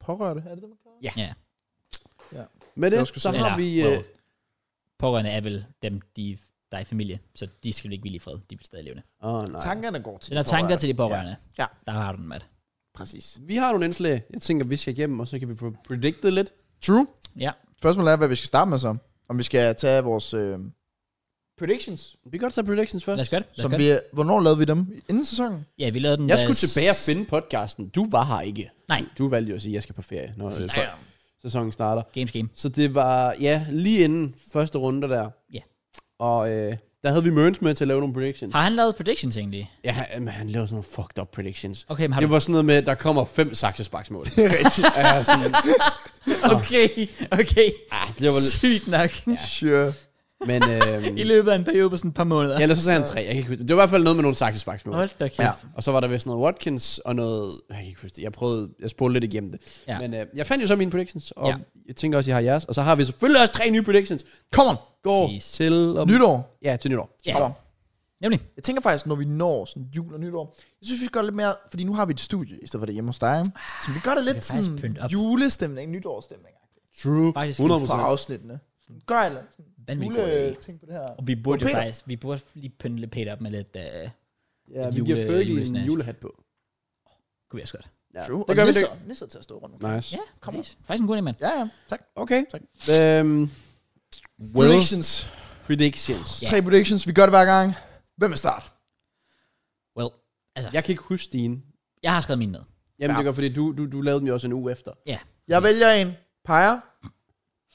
S3: pårørte. Er det det, man kalder det?
S2: Med
S3: Jeg
S2: det,
S3: skulle
S2: så
S1: sige-
S2: har vi...
S1: Eller,
S2: øh,
S1: well. Pårørende er vel dem, de, der er i familie, så de skal vel ikke hvile i fred. De er stadig levende.
S2: Åh, oh, nej.
S3: Tankerne går til
S1: Så der er
S3: de
S1: tanker
S3: pårørende.
S1: til de pårørende.
S3: Ja.
S1: Der har du den, Matt.
S3: Præcis.
S2: Vi har nogle indslag. Jeg tænker, vi skal igennem, og så kan vi få predicted lidt.
S3: True.
S1: Ja.
S3: Spørgsmålet er, hvad vi skal starte med så. Om vi skal tage vores øh, predictions.
S2: Vi kan godt tage predictions
S1: Lad
S2: først.
S1: os gøre det. Lad os
S3: Som
S1: gøre
S3: vi,
S1: det.
S3: hvornår lavede vi dem? Inden sæsonen?
S1: Ja, vi lavede den...
S2: Jeg
S1: da
S2: skulle
S1: s-
S2: tilbage og finde podcasten. Du var her ikke.
S1: Nej.
S2: Du valgte jo at sige, at jeg skal på ferie, når øh, så- sæsonen starter.
S1: Games game.
S2: Så det var, ja, lige inden første runde der.
S1: Ja.
S2: Og øh, der havde vi Mørns med til at lave nogle predictions.
S1: Har han lavet predictions egentlig?
S2: Ja, han, han lavede sådan nogle fucked up predictions.
S1: Okay, men har
S2: Det
S1: du...
S2: var sådan noget med, at der kommer fem saksesparksmål.
S3: Det er rigtigt.
S2: ja, sådan,
S1: Okay, okay.
S2: ah, det var lidt...
S1: Sygt nok.
S3: Sure.
S2: Men øhm,
S1: I løbet af en periode på sådan et par måneder.
S2: ja, eller så sagde han tre. Jeg kan ikke huske. Det var i hvert fald noget med nogle saksesparksmål.
S1: Hold da
S3: Ja.
S1: kæft.
S2: Og så var der vist noget Watkins og noget... Jeg kan ikke huske det. Jeg prøvede... Jeg spolede lidt igennem det.
S1: Ja.
S2: Men øh, jeg fandt jo så mine predictions, og
S1: Ja.
S2: ja. jeg tænker også, at I har jeres. Og så har vi selvfølgelig også tre nye predictions.
S3: Come on.
S2: Går
S1: Præcis.
S2: til... Om,
S3: Nytår.
S2: Ja, til nytår.
S1: Ja.
S3: Come on.
S1: Nemlig.
S3: Jeg tænker faktisk, når vi når sådan jul og nytår, jeg synes, vi skal gøre det lidt mere, fordi nu har vi et studie, i stedet for det hjemme hos dig. Så vi gør det lidt
S1: kan Ah, faktisk pynte
S3: sådan
S1: op.
S3: julestemning, nytårsstemning.
S2: True.
S1: Faktisk
S2: 100
S3: Fra afsnittene. Sådan, gør et eller andet. Sådan
S1: Vanvittigt god
S3: Jule
S1: idé.
S3: ting på det her.
S1: Og vi burde jo
S3: Peter.
S1: faktisk, vi burde lige pynte lidt Peter op med lidt, øh,
S2: Ja, vi
S1: Jule-
S2: giver Fergie en
S1: julesnask.
S2: julehat på.
S1: kunne vi også godt.
S2: Ja.
S3: True.
S2: Det gør
S3: og
S2: vi
S3: nisser,
S2: det.
S3: nisser til at stå rundt. omkring.
S2: Nice.
S1: Ja, kom
S3: Come on.
S1: Faktisk en god idé, mand.
S3: Ja, ja. Tak.
S2: Okay.
S3: Tak.
S2: Øhm,
S3: Predictions.
S2: predictions.
S1: Ja.
S3: Tre predictions. Vi gør det hver gang. Hvem vil starte?
S1: Well,
S2: Jeg kan ikke huske dine.
S1: jeg har skrevet min ned.
S2: Jamen,
S3: Ja.
S2: ja. det gør, fordi du, du, du lavede dem jo også en uge efter.
S1: Ja.
S3: Jeg
S1: præcis.
S3: vælger en. Peger.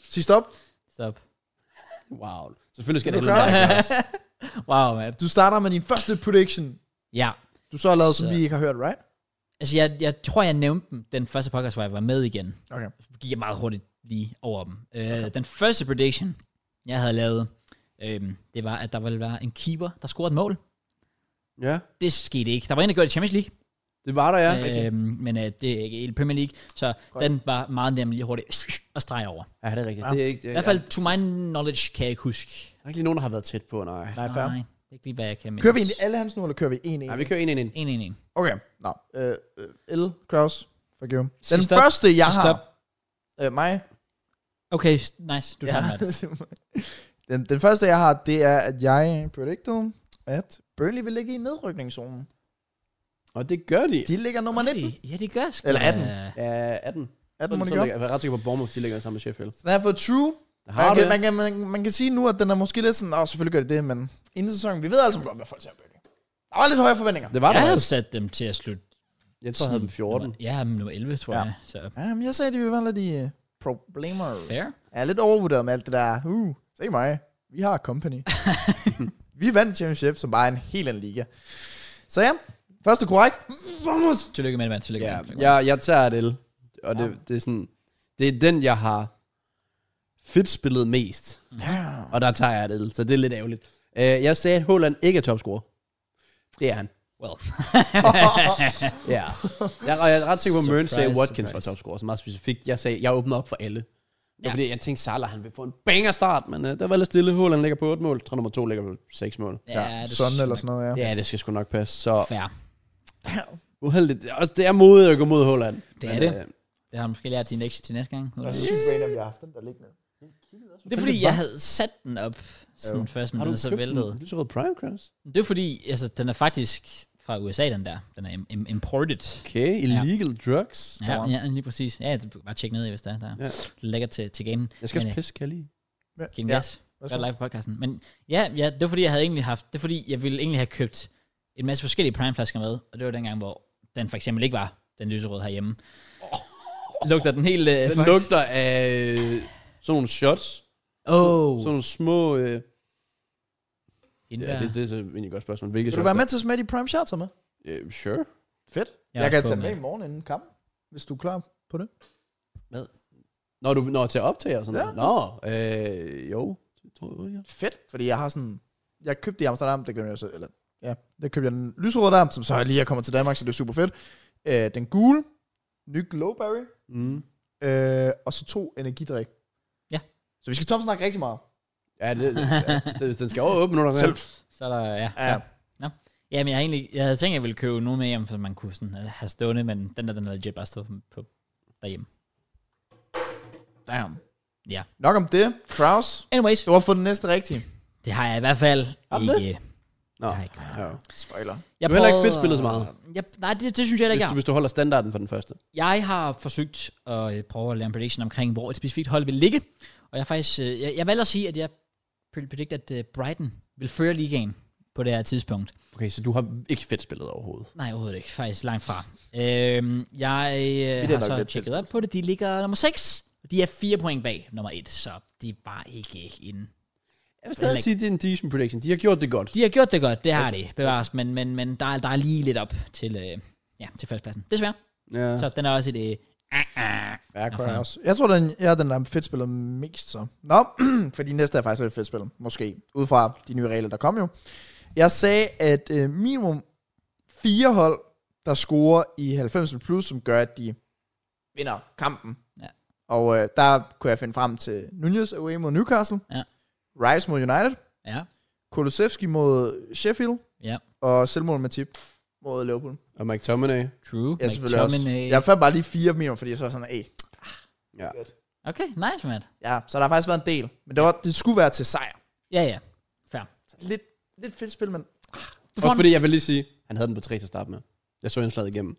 S3: Sig stop.
S1: Stop.
S2: Wow. Selvfølgelig skal
S3: Er
S2: det
S3: du
S2: være
S3: klar?
S2: nice.
S1: Wow, man.
S3: Du starter med din første prediction.
S1: Ja.
S3: Du så har lavet, som
S1: Så-
S3: vi ikke har hørt, right?
S1: Altså, jeg, jeg tror, jeg nævnte dem den første podcast, hvor jeg var med igen.
S3: Okay.
S1: gik jeg meget hurtigt lige over dem. Øh, Den første prediction, jeg havde lavet, øh, det var, at der ville være en keeper, der scorede et mål.
S2: Ja.
S1: Det skete ikke. Der var en, der gjorde det i Champions League,
S2: Det var der, ja.
S1: øh, men øh, det er ikke i Premier League, så Godt. den var meget nem lige hurtigt at strege over.
S2: Ja, det er rigtigt. Det er ikke, det,
S1: I hvert fald, to my knowledge, kan jeg ikke huske.
S2: Der er ikke lige nogen, der har været tæt på, nej.
S3: Nej, fair.
S1: Nej, det er ikke lige, hvad jeg kan. men-
S3: Kører vi egentlig alle hans nu, eller kører vi en en?
S2: Nej, vi kører en ind, ind.
S1: En, en, en.
S3: Okay, nå. Øh, øh, L. Kraus. Forgive. Den
S1: Sig stop.
S3: første, jeg
S1: Sig
S3: har...
S1: stop.
S3: Øh, mig.
S1: Okay, s- nice. Du tager ja.
S3: den, den første, jeg har, det er, at jeg predicted, at Burnley vil ligge i nedrykningszonen.
S2: Og det gør de.
S3: De ligger nummer 19.
S1: Ja, det gør sgu.
S3: Eller 18.
S1: da.
S2: Ja, 18.
S3: 18
S2: Sådan,
S3: må de
S2: sådan,
S3: gøre.
S2: ligger- jeg er ret sikker på, at Bournemouth, de ligger sammen med Sheffield.
S3: Den er for true.
S2: Der
S3: Man
S2: har
S3: kan,
S2: det.
S3: man, kan, man, man kan sige nu, at den er måske lidt sådan, åh, selvfølgelig gør de det, men inden sæsonen, vi ved altså godt, hvad folk ser Burnley. Der var lidt højere forventninger.
S2: Det var der.
S1: Jeg havde
S2: altså.
S1: sat dem til at slutte.
S2: Jeg tror, jeg havde dem 14.
S1: nummer- Jeg havde dem nummer 11, tror
S3: Ja.
S1: jeg. Så
S3: Jamen, jeg sagde, at de ville være lidt i øh, problemer.
S1: fair.
S3: Jeg er lidt overvurderet med alt det der, uh, se mig, vi har company. vi vandt championship, som bare er en helt anden liga. Så ja, første korrekt. Vamos!
S1: Tillykke med det, mand. Tillykke
S2: Ja,
S1: med det.
S2: jeg, jeg tager et L. Og det,
S3: Ja.
S2: det er sådan... Det er den, jeg har fedt spillet mest.
S3: Ja.
S2: Og der tager jeg et L, så det er lidt ærgerligt. Øh, jeg sagde, at Holland ikke er topscorer. Det er han.
S1: Well.
S2: Ja. Jeg, og jeg er ret sikker på, at Mørn sagde, at
S1: Surprise,
S2: Watkins var
S1: surprise.
S2: topscorer. Så meget specifikt. Jeg sagde, jeg åbnede op for alle. Det var
S1: Ja.
S2: ja. fordi, jeg tænkte, Salah han vil få en banger start, men øh, der var lidt stille. Holland ligger på 8 mål. Tror nummer 2 ligger på 6 mål.
S1: ja, det
S3: Sådan
S1: synes
S3: eller
S1: jeg
S3: sådan noget, ja.
S2: Ja, det skal sgu nok passe. Så
S1: nok. Fair.
S2: uheldigt. Det er Også, det er modigt at gå mod Holland.
S1: Det
S2: Men,
S1: er det.
S2: øh,
S1: Det har du måske lært din lektie til næste gang.
S3: Det er super random, jeg har haft den der liggende.
S1: Det er fordi, jeg havde sat den op sådan
S3: Jo.
S1: først, men
S2: Har
S1: den
S2: du
S1: er så
S2: købt den?
S1: væltet.
S2: Du så Prime Cross.
S1: Det er fordi, altså, den er faktisk fra USA, den der. Den er im- im- imported.
S2: Okay, illegal drugs.
S1: Ja, ja, lige præcis. Ja, det- bare tjek ned i, hvis der er der.
S2: Ja.
S1: Lækker til, til gamen.
S2: Jeg skal
S1: Men,
S2: også pisse, kan jeg lige.
S1: Gen
S3: Ja,
S1: ja, gas. Godt live på podcasten. Men ja, ja, det var fordi, jeg havde egentlig haft, det var fordi, jeg ville egentlig have købt en masse forskellige primeflasker med, og det var dengang, hvor den for eksempel ikke var den lyserøde herhjemme. Lugter den helt... Øh,
S2: Den
S1: faktisk-
S2: lugter af sådan nogle shots.
S1: Åh,
S2: Sådan nogle små... Øh,
S1: hende
S2: ja,
S1: der.
S2: det, det er så egentlig et godt spørgsmål. Hvilke
S3: Vil du
S2: shots
S3: være med til at smage de prime shots med?
S2: der- Øh, sure.
S3: Fedt.
S1: Jeg
S3: Jeg,
S1: er
S3: jeg kan
S1: også på,
S3: tage den med
S1: mand.
S3: i morgen inden kamp, hvis du er klar på det.
S2: Når du når til at optage og sådan
S3: Ja.
S2: noget. Nå, øh, jo. Det tror jeg, ja.
S3: Fedt, fordi jeg har sådan... Jeg købte det i Amsterdam, det glemmer jeg så, eller... Ja, der købte jeg den lyserøde der, som så er lige er kommet til Danmark, så det er super fedt. Øh, den gule, ny glowberry,
S2: Mm.
S3: øh, og så to energidrik.
S1: Ja.
S3: Så vi skal tomt snakke rigtig meget.
S2: Ja, det, det, ja. Det- Hvis den skal over åbne nu,
S3: Selv.
S1: Så er der, ja.
S3: Ja.
S1: ja. Nå. Jamen, jeg, havde egentlig, jeg havde tænkt, at jeg ville købe nogen med hjem, for man kunne sådan øh, have stående, men den der, den havde legit bare stået på derhjemme.
S3: Damn.
S1: Ja.
S3: Nok om det. Kraus,
S1: Anyways,
S3: du har fået den næste rigtige.
S1: det har jeg i hvert fald
S2: Har du det?
S1: ikke.
S2: Nå,
S1: Jeg har ikke.
S2: ja.
S3: Spoiler.
S1: Jeg
S2: Du har heller ikke
S1: prøvede-
S2: fedtspillet så meget.
S1: Jeg, nej, det, det synes jeg heller ikke,
S2: Hvis
S1: jeg
S2: du,
S1: har.
S2: hvis du holder standarden for den første.
S1: Jeg har forsøgt at øh, prøve at lave en prediction omkring, hvor et specifikt hold vil ligge. Og jeg har faktisk, øh, jeg, jeg valgte at sige, at jeg predict, at øh, Brighton vil føre ligaen på det her tidspunkt.
S2: Okay, så du har ikke fedt spillet overhovedet.
S1: Nej, overhovedet ikke. Faktisk langt fra. Øhm, jeg øh,
S3: er
S1: har
S3: nok
S1: så
S3: lidt
S1: tjekket op på det. De ligger nummer 6. De er fire point bag nummer 1, så de er bare ikke inde.
S2: Jeg vil stadig sige, at det er en decent prediction. De har gjort det godt.
S1: De har gjort det godt, det har de, bevares, men, men, men der, er, der er lige lidt op til, øh, ja, til førstepladsen. Desværre.
S2: Ja.
S1: Så den er også et, øh,
S2: Fair
S1: fanden.
S2: cross.
S3: Jeg tror, den, jeg er den, der er fedt spiller mest så. Nå, fordi næste er faktisk lidt fedt spiller. Måske. Ud fra de nye regler, der kom jo. Jeg sagde, at øh, minimum fire hold, der scorer i 90 plus, som gør, at de vinder kampen.
S1: Ja.
S3: Og øh, der kunne jeg finde frem til Nunez away mod Newcastle.
S1: Ja.
S3: Rice mod United.
S1: Ja.
S3: Kulusevski mod Sheffield.
S1: Ja.
S3: Og selvmål med tip mod Liverpool.
S2: Og McTominay.
S1: True. øh,
S3: Jeg selvfølgelig også.
S1: McTominay.
S3: Jeg fandt bare lige fire minimum, fordi jeg så var sådan, æh,
S2: Ja.
S1: Okay, nice, man.
S3: Ja, så der har faktisk været en del. Men det, var, det skulle være til sejr.
S1: Ja, ja. Fair.
S3: Lidt, lidt fedt spil, men...
S1: Du får
S2: Og
S1: en-
S2: fordi jeg vil lige sige, han havde den på 3 til at starte med. Jeg så indslaget igennem.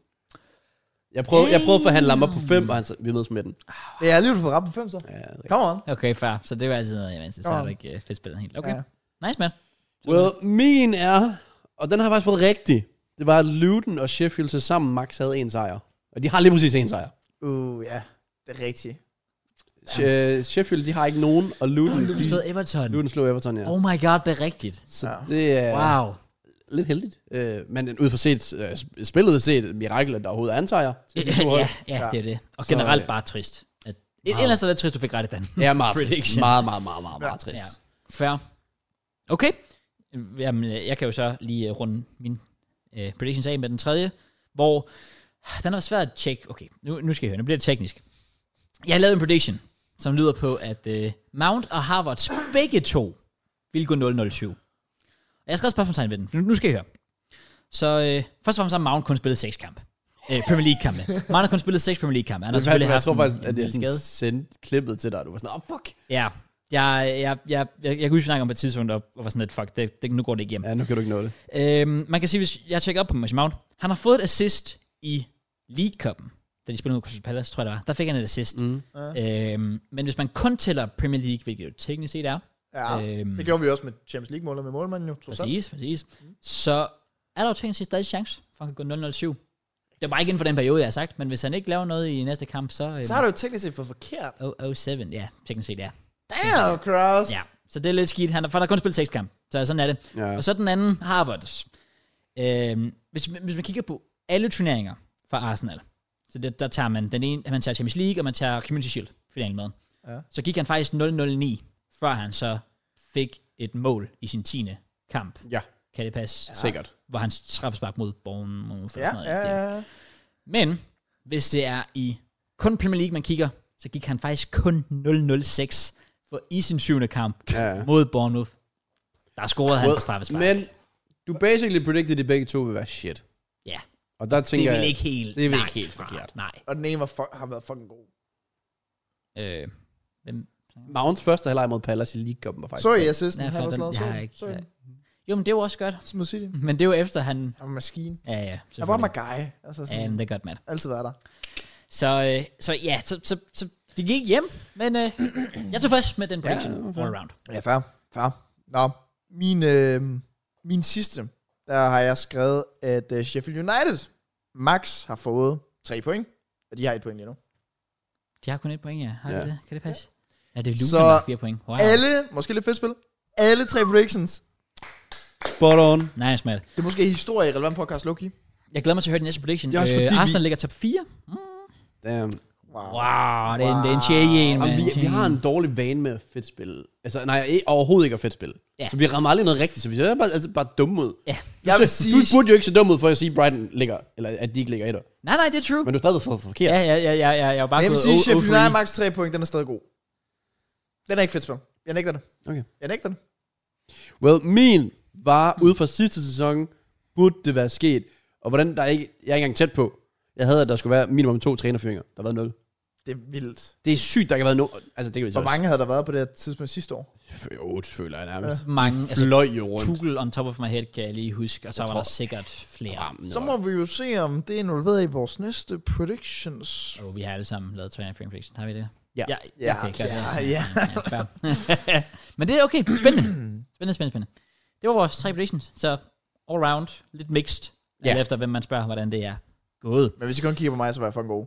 S2: Jeg prøvede, jeg prøvede at forhandle ham op på 5, og han sagde, vi mødes med den.
S3: Men jeg har alligevel fået ramt på 5, så.
S2: Ja, det er
S3: Come on.
S1: Okay, fair. Så det var altid noget, jeg Så
S3: Kom
S1: er
S3: on.
S1: det ikke øh, fedt spillet helt. Okay.
S3: Ja.
S1: Nice, man.
S2: Well, min er, og den har jeg faktisk fået rigtig. Det var, at Luton og Sheffield til sammen max havde en sejr. Og de har lige præcis en sejr.
S3: Uh, ja. Det er rigtigt.
S2: Ja. Sheffield, de har ikke nogen, og Luton,
S1: Luton
S2: de,
S1: slog Everton.
S2: Luton slog Everton, ja.
S1: Oh my god, det er rigtigt.
S2: Så
S3: Ja.
S2: det er
S1: Wow.
S2: lidt heldigt. Øh, men ud fra set, øh, sp- spillet set, et mirakel, at der overhovedet er en sejr.
S1: Ja,
S2: til de to hold.
S1: ja, ja, det er det. Og
S2: Så,
S1: generelt
S2: øh,
S1: bare trist. At, et, ellers er det trist, du fik ret i den.
S2: Ja, meget trist.
S1: Prediction.
S2: Meget, meget, meget, meget, meget trist.
S1: Ja. Fair. Okay. Jamen, øh, jeg kan jo så lige øh, runde min øh, predictions af med den tredje, hvor den er svær at tjekke. Okay, nu, nu skal jeg høre, nu bliver det teknisk. Jeg har lavet en prediction, som lyder på, at øh, Mount og Harvards begge to vil gå 007. Og jeg har skrevet spørgsmålstegn ved den, for nu, nu skal I høre. Så øh, først og fremmest har Mount kun spillet seks kampe. Øh, Premier League-kampe. Mount har kun spillet seks Premier League-kampe. Han har
S2: Men
S1: selvfølgelig
S2: faktisk, jeg
S1: haft
S2: tror
S1: en-
S2: faktisk,
S1: en
S2: at jeg
S1: lille
S2: sådan sendte klippet til dig, og du var sådan, åh, oh, fuck.
S1: Ja, jeg, jeg, jeg, jeg, jeg kunne huske, vi snakkede om på et tidspunkt, og og var sådan lidt, fuck, det, det, nu går det ikke hjem.
S2: Ja, nu kan du ikke nå det.
S1: Ja. Øhm, man kan sige, hvis jeg tjekker op på Mason Mount, han har fået et assist i League Cup'en, da de spillede mod Crystal Palace, tror jeg det var. Der fik han et assist. Mm. Øhm, men hvis man kun tæller Premier League, hvilket jo teknisk set er,
S3: Ja.
S1: Øhm.
S3: Øhm. Det gjorde vi også med Champions League-målet med målmanden jo. trods alt.
S1: præcis, præcis, så er der jo teknisk set stadig chance, for han kan gå 0-0-7. Det er bare ikke inden for den periode, jeg har sagt, men hvis han ikke laver noget i næste kamp, så... Øhm,
S3: Så har du jo teknisk set fået forkert.
S1: 0-7, ja, teknisk set, ja.
S3: Damn, Kraus.
S1: Ja, så det er lidt skidt. Han har, for han har kun spillet seks kampe, så sådan er det.
S2: Ja.
S1: Og så den anden, Harvards. Øhm, hvis, hvis man kigger på alle turneringer for Arsenal, så det, der tager man den ene, man tager Champions League, og man tager Community Shield finalen med.
S3: Ja.
S1: Så gik han faktisk 0-0-9, før han så fik et mål i sin 10. kamp.
S2: Ja,
S1: Kan det passe?
S2: sikkert.
S1: Hvor han straffespark mod Bournemouth. eller sådan
S3: Ja,
S1: noget i
S3: ja,
S1: den stil.
S3: ja. ja.
S1: Men hvis det er i kun Premier League, man kigger, så gik han faktisk kun 0-0-6 for i sin syvende kamp
S2: Ja.
S1: ja. mod Bournemouth. Der scorede han på straffespark.
S2: Men du basically predicted, at de begge to vil være shit.
S1: ja,
S2: Og der
S1: det
S2: tænker
S1: er vel
S2: jeg,
S1: ikke helt
S2: det er vel
S1: langt
S2: ikke helt
S1: fra.
S2: forkert.
S1: Nej.
S3: Og den ene var fu- har været fucking god.
S1: Øh, hvem?
S2: Mounts første halvleg mod Palace i League Cup'en var faktisk...
S3: Så I assisten,
S1: Nej,
S3: han
S1: for
S3: også
S1: den-
S3: lavet.
S1: jeg
S3: Så
S1: har
S3: I-
S1: ikke-
S3: så I-
S1: ja. Jo, men det var også godt.
S3: Smid City.
S1: Men det var efter han...
S3: Han var maskine.
S1: Ja, ja,
S3: Han var bare
S1: selvfølgelig.
S3: guy.
S1: Ja,
S3: Altså
S2: Øhm.
S3: sådan,
S1: men det er godt, Matt.
S3: altid været der.
S1: Så, øh, så ja, så, så, så det gik hjem, men øh, jeg er tilfreds med den prediction
S2: det var
S1: all around.
S3: Ja, fair. fair. Nå, min, øh, min sidste, der har jeg skrevet, at øh, Sheffield United max har fået tre point, og de har et point lige nu.
S1: De har kun et point, ja. Har ja.
S2: Ja.
S1: det det? Kan det passe? Ja, det er Luton,
S3: Så
S1: der har fire point. Wow.
S3: Alle, måske lidt fedt spil, alle tre predictions.
S2: Spot on.
S1: Nice, Matt.
S3: Det er måske historie i relevant podcast, Loki.
S1: Jeg glæder mig til at høre din næste prediction.
S2: Det er også fordi,
S1: øh,
S2: vi-
S1: Arsenal ligger top 4.
S2: Damn.
S3: Wow.
S1: Wow, det er en, det er en
S3: Wow.
S1: tjej en,
S2: Jamen, vi, vi har en dårlig vane med at fedt spille. Altså, nej, ikke- overhovedet ikke at fedt spille.
S1: Ja.
S2: Så vi rammer aldrig noget rigtigt, så vi ser bare, altså, bare dumme ud.
S1: Ja.
S2: Du,
S3: Jeg vil
S2: ser-
S3: sige-
S2: du burde jo ikke se dum ud, for at sige, at Brighton ligger, eller at de ikke ligger etter.
S1: Nej, nej, det er true.
S2: Men du er stadig for forkert.
S1: Ja, ja, ja, ja, ja, jeg var bare
S3: Men jeg vil
S1: gået
S3: sige,
S1: o-
S3: Sheffield
S1: o- free.
S3: United max tre point, den er stadig god. Den er ikke fedt spil. Jeg nægter det.
S2: Okay.
S3: Jeg nægter det.
S2: Well, min var ude fra sidste sæson, burde det være sket. Og hvordan, der er ikke, jeg er ikke engang tæt på. Jeg havde, at der skulle være minimum to trænerfyringer. Der har været nul.
S3: Det er vildt.
S2: Det er sygt, der ikke har været nul. Altså, det kan vi så
S3: Hvor mange havde der været på det her tidspunkt sidste år?
S2: også- Jo, det føler jeg nærmest.
S1: Mange,
S2: Ja.
S1: altså
S2: Fløj jo rundt.
S1: Tugel on top of my head, kan jeg lige huske, og så var der sikkert flere.
S2: Rammer.
S3: Så må vi jo se, om det er involveret i vores næste predictions.
S1: Og vi har alle sammen lavet Trainer Frame Prediction, har vi det?
S2: Ja.
S1: Ja,
S3: Ja,
S1: okay, godt,
S3: ja, ja.
S1: fair. Men det er okay, spændende. Spændende, spændende, spændende. Det var vores tre predictions, så all round, lidt mixed,
S2: Ja.
S1: ja. alt efter hvem man spørger, hvordan det er gået,
S3: Men hvis I kun kigger på mig, så var jeg fucking god.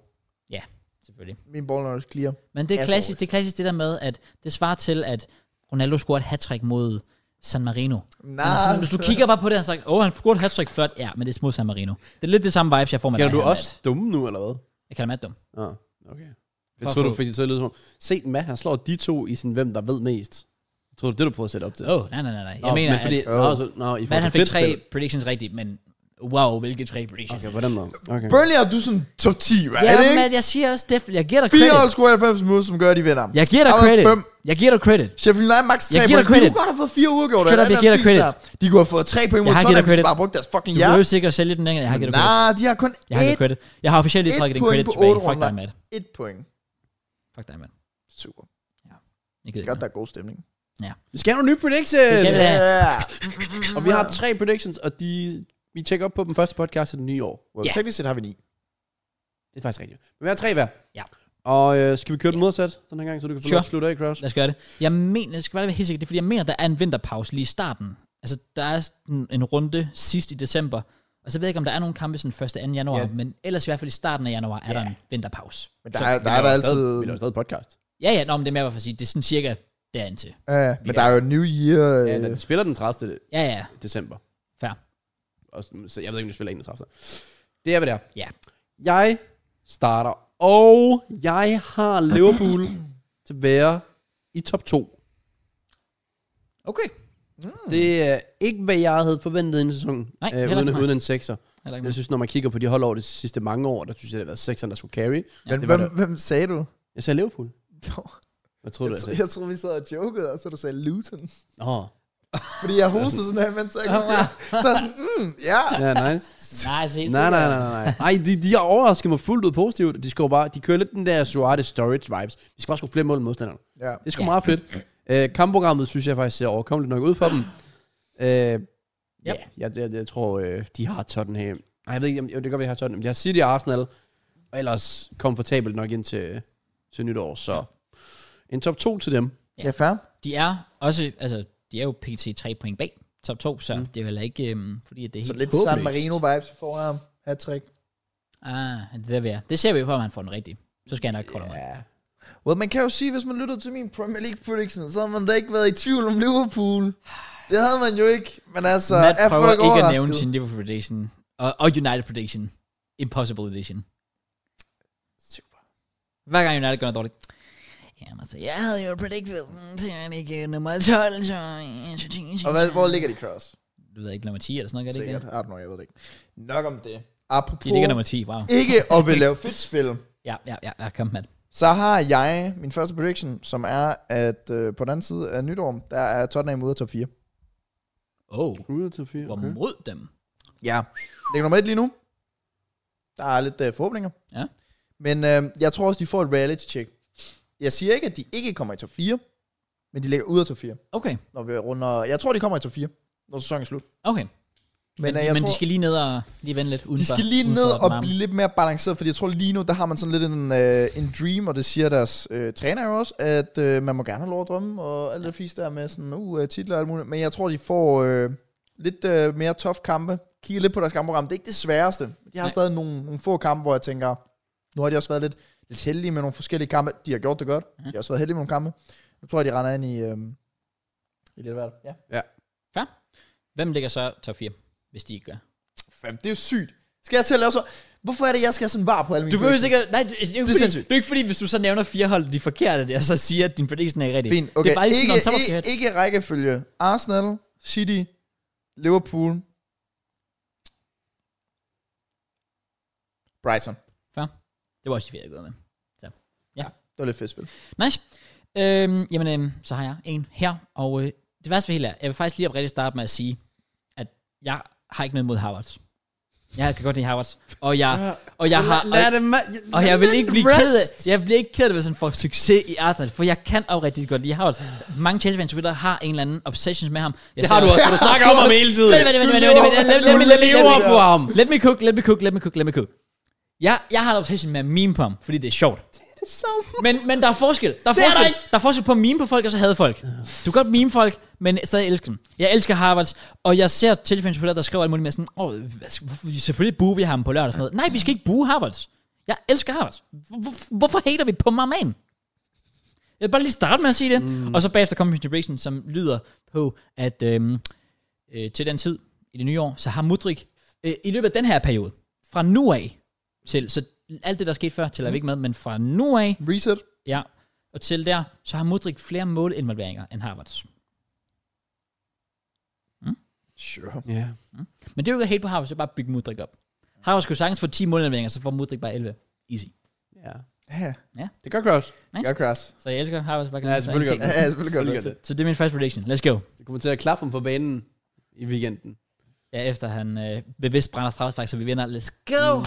S1: selvfølgelig.
S3: Min ball knowledge clear.
S1: Men det er,
S3: As
S1: klassisk,
S3: always.
S1: det er klassisk det der med, at det svarer til, at Ronaldo scorede et hat mod San Marino.
S3: Nej.
S1: Ah, sådan, hvis du kigger bare på det, han sagt, åh, han scorede et hat flot. Ja, men det er mod San Marino. Det er lidt det samme vibes, jeg får med
S2: Kender
S1: dig
S2: du
S1: her,
S2: også
S1: Matt.
S2: dumme nu, eller hvad?
S1: Jeg kalder Matt dum.
S2: Ja. Okay.
S1: For
S2: Jeg
S1: at
S2: tror du,
S1: få-
S2: fordi så lød det som om, se den med, han slår de to i sin, hvem der ved mest. Jeg tror du, det du prøvede at sætte op til?
S1: Åh, oh, nej, nej, nej, nej. Jeg mener,
S2: men fordi,
S1: at
S2: at, nå, så, nå, i
S1: Matt,
S2: forhold
S1: han
S2: til
S1: fik
S2: fedt
S1: tre
S2: spil.
S1: predictions rigtigt, men wow, hvilke tre predictions.
S2: Okay, på den måde. Okay.
S3: Burnley har du sådan top 10, right?
S1: Okay.
S3: er det
S1: Ja,
S3: ikke?
S1: Matt, jeg siger også, det, jeg giver dig
S3: Fire hold
S1: credit.
S3: scorer 90 mål, som gør, at de vinder.
S1: Jeg giver dig
S3: Der var
S1: credit.
S3: fem.
S1: Jeg giver dig credit.
S3: Sheffield United max 3
S1: Jeg giver dig
S3: point. De
S1: credit.
S3: kunne godt have fået 4 uger,
S1: Straight up, jeg giver dig credit.
S3: De kunne have fået 3 point mod
S1: Jeg har givet dig
S3: Tottenham, hvis de
S1: credit.
S3: bare brugte deres fucking
S1: Du
S3: hjerte.
S1: behøver sikkert sælge den længere. Jeg har givet dig credit.
S3: Nej, de har kun
S1: Jeg har givet dig
S3: et,
S1: credit. Jeg har officielt lige
S3: et
S1: trækket den
S3: point
S1: credit
S3: på
S1: tilbage.
S3: otte
S1: Fuck dig,
S3: runder.
S1: Matt.
S3: et point.
S1: Fuck dig, Matt.
S3: Super.
S1: Jeg gider
S3: Godt,
S1: ikke.
S3: der er god stemning.
S2: Vi skal have nogle nye predictions!
S1: Det skal vi. Ja.
S3: Yeah.
S2: Og vi har tre predictions, og de, vi tjekker op på dem første podcast i det nye år.
S3: Well,
S1: Ja.
S3: Teknisk set har vi ni.
S2: Det er faktisk rigtigt. Men vi har tre hver.
S1: Ja.
S2: Og øh, skal vi køre den modsat den her gang, så du kan få
S1: Sure.
S2: sure. lov at slutte af, Kraus?
S1: Lad os gøre det. Jeg mener, det skal bare være helt sikkert, det er, fordi jeg mener, der er en vinterpause lige i starten. Altså, der er sådan en runde sidst i december, og så ved jeg ikke, om der er nogle kampe sådan 1. 2. januar,
S2: Ja.
S1: men ellers i hvert fald i starten af januar er der en vinterpause.
S3: Men der
S1: Så
S3: er
S1: vi
S3: der, er der
S2: laver
S3: altid...
S2: stadig- Vi laver stadig podcast.
S1: Ja, ja, nå, men det er mere bare for at sige, det er sådan cirka derind til.
S3: Ja, ja, men der er jo New Year...
S2: Ja,
S3: øh,
S2: den spiller den 30.
S1: Ja, ja,
S2: december.
S1: fair.
S2: Og, så jeg ved ikke, om du spiller 31. Det er, hvad det er.
S1: Ja.
S2: Jeg starter, og jeg har Liverpool til at være i top 2.
S1: Okay.
S2: Det er ikke, hvad jeg havde forventet i en sæson,
S1: Nej,
S2: øh,
S1: heller
S2: uden,
S1: ikke mig.
S2: uden en sekser.
S1: Heller ikke
S2: Jeg
S1: mig.
S2: synes, når man kigger på de hold over de sidste mange år, der synes jeg, det har været sekseren, der skulle carry.
S3: Men
S2: det var
S3: hvem, hvem sagde du?
S2: Jeg sagde Liverpool. Hvad
S3: Jeg,
S2: troede du, jeg
S3: tro,
S2: sagde?
S3: jeg troede, vi sad og jokede, og så du sagde Luton.
S2: Åh,
S3: Fordi jeg hostede sådan her, mens jeg kunne
S1: Åh, wow.
S3: høre. Så er jeg sådan, mm, ja.
S2: ja, nice.
S1: Nej, altså, se,
S2: Nej, nej, nej, nej. nej. Ej, de, de har overrasket mig fuldt ud positivt. De, skal bare, de kører lidt den der Suarez storage vibes. De skal bare score flere mål end modstanderne.
S3: ja.
S2: Det er sgu
S1: Ja.
S2: ja. meget fedt. Øh, kampprogrammet synes jeg faktisk ser overkommeligt nok ud for dem. Øh, ja, jeg, jeg, jeg tror, øh, de har Tottenham. Nej, jeg ved ikke, om, jo, det kan godt være, de har Tottenham. De har City og Arsenal, og ellers komfortabelt nok ind til, til nytår. Så en top 2 til dem.
S1: Ja.
S3: Ja, fair.
S1: De er også, altså, de er jo pt. 3 point bag top 2, så mm. det er jo heller ikke, øhm, fordi at det er
S3: Så
S1: helt
S3: lidt
S1: håbløst.
S3: San Marino-vibes for ham. Hat-trick.
S1: Ah, det er der vi er. Det ser vi jo på, om han får den rigtige. Så skal han nok kolde mig.
S2: Ja.
S3: Well, man kan jo sige, hvis man lytter til min Premier League prediction, så har man da ikke været i tvivl om Liverpool. Det havde man jo ikke, men altså,
S1: Matt
S3: er
S1: prøver
S3: folk
S1: ikke at
S3: overrasket?
S1: nævne sin Liverpool prediction. Og, og United prediction. Impossible edition.
S3: Super.
S1: Hver gang United gør noget dårligt. Jamen, altså, jeg havde jo predicted, mm, til han ikke øh, nummer 12, så... øh, så tænkte jeg-
S3: Og hvad, hvor ligger de, Cross?
S1: Du ved ikke, nummer 10 eller sådan noget, gør det ikke?
S3: Sikkert.
S1: det?
S3: I don't know, jeg ved det ikke. Nok om det. Apropos
S1: De ligger nummer 10, wow.
S3: ikke at vil lave fedt spil,
S1: Ja, ja, ja, ja kom, mand.
S3: så har jeg min første prediction, som er, at øh, på den anden side af nytår, der er Tottenham ude af top 4.
S1: Oh,
S2: Ude til 4.
S1: hvor
S2: Okay.
S1: mod dem.
S3: Ja. Ligger nummer et lige nu. Der er lidt øh, forhåbninger.
S1: Ja.
S3: Men øh, jeg tror også, de får et reality check. Jeg siger ikke, at de ikke kommer i top 4, men de ligger ude af top 4,
S1: Okay,
S3: når vi runder... Jeg tror, de kommer i top 4, når sæsonen er slut.
S1: okay. Men, men,
S3: øh, jeg
S1: men
S3: tror,
S1: de skal lige ned og lige vende lidt udenfor.
S3: de skal lige
S1: udenfor
S3: ned
S1: den
S3: og
S1: varme.
S3: blive lidt mere balanceret, fordi jeg tror lige nu, der har man sådan lidt en, øh, en dream, og det siger deres øh, træner jo også, at øh, man må gerne have lov at drømme, og alt det fisk der med sådan, uh, titler og alt muligt. Men jeg tror, de får øh, lidt øh, mere tough kampe. Kigger lidt på deres kampprogram. Det er ikke det sværeste. De har
S1: Nej.
S3: Nej. stadig nogle, nogle få kampe, hvor jeg tænker, nu har de også været lidt, lidt heldige med nogle forskellige kampe. De har gjort det godt.
S1: Mhm.
S3: De har også været heldige med nogle kampe. Nu tror jeg, de render ind i... Øh, i lidt værd. Ja.
S1: Hvem ligger så top 4, hvis de ikke gør?
S3: Fem, det er jo sygt. Skal jeg til at lave så... Hvorfor er det, jeg skal have sådan var på alle mine
S1: Du behøver
S3: predictions?
S1: ikke... Nej, det, det, er jo
S3: Det
S1: ikke
S3: er
S1: fordi,
S3: sindssygt.
S1: det er ikke fordi, hvis du så nævner fire hold, de forkerte der, så siger, at din prediction er ikke rigtig.
S3: Fint, okay.
S1: Det er bare lige sådan,
S3: ikke,
S1: om
S3: ikke, ikke rækkefølge. Arsenal, City, Liverpool, Brighton.
S1: Det var også de fire, jeg gået med.
S3: Det var lidt fedt spil.
S1: Nice. Øhm, jamen, øhm, så har jeg en her, og øh, det værste ved hele er, jeg vil faktisk lige oprigtigt starte med at sige, at jeg har ikke noget mod Harvards. Jeg kan godt lide Harvards, og jeg, og jeg har... Og,
S2: det
S1: og jeg vil ikke blive ked af, jeg bliver ikke ked af, hvis han får succes i Arsenal, for jeg kan oprigtigt godt lide Harvards. Mange Chelsea-fans på Twitter har en eller anden obsession med ham. Jeg
S2: Det har du også, for du snakker om ham hele tiden.
S1: Vent, vent, vent, vent, vent, vent, vent, vent, vent, vent, vent,
S2: på ham.
S1: Let me cook, let me cook, let me cook, let me cook. Jeg, jeg har en obsession med at meme på ham, fordi det er sjovt. Men, men der er forskel. Der er
S2: er der
S1: forskel,
S2: ikke.
S1: der er forskel på at meme på folk, og så havde folk. Du kan godt meme folk, men stadig elske dem. Jeg elsker Harvards, og jeg ser tilfælde spillere, der skriver alt muligt med sådan, Åh, hvad skal- hvorfor- selvfølgelig buer vi ham på lørdag og sådan noget. Nej, vi skal ikke bue Harvards. Jeg elsker Harvards. Hvor- hvor- Hvorfor hater vi på Marman? Jeg vil bare lige starte med at sige det. Mm. Og så bagefter kommer min prediction, som lyder på, at øhm, øh, til den tid i det nye år, så har Mudrik øh, i løbet af den her periode, fra nu af selv, så alt det, der skete før, tæller vi ikke med, men fra nu af,
S3: Reset.
S1: ja, og til der, så har Mudrik flere målinvolveringer end Harvards.
S3: Sure.
S2: Ja.
S1: Men det er jo ikke helt på Harvards, det er bare at bygge Mudrik op. Harvards kunne sagtens få 10 målinvolveringer, så får Mudrik bare 11. Easy.
S2: ja.
S3: Ja,
S2: Det gør Kraus.
S1: Nice.
S3: gør Cross.
S1: Så jeg elsker Harvards bare kan
S2: Ja,
S1: lide
S2: selvfølgelig
S1: alting.
S2: gør
S3: Ja, selvfølgelig gør det.
S2: det.
S1: Så det er min første prediction. Let's go.
S2: Det kommer til at klappe ham på banen i weekenden.
S1: Ja, efter han øh, bevidst brænder straffespark, så vi vinder. Let's go! Mm.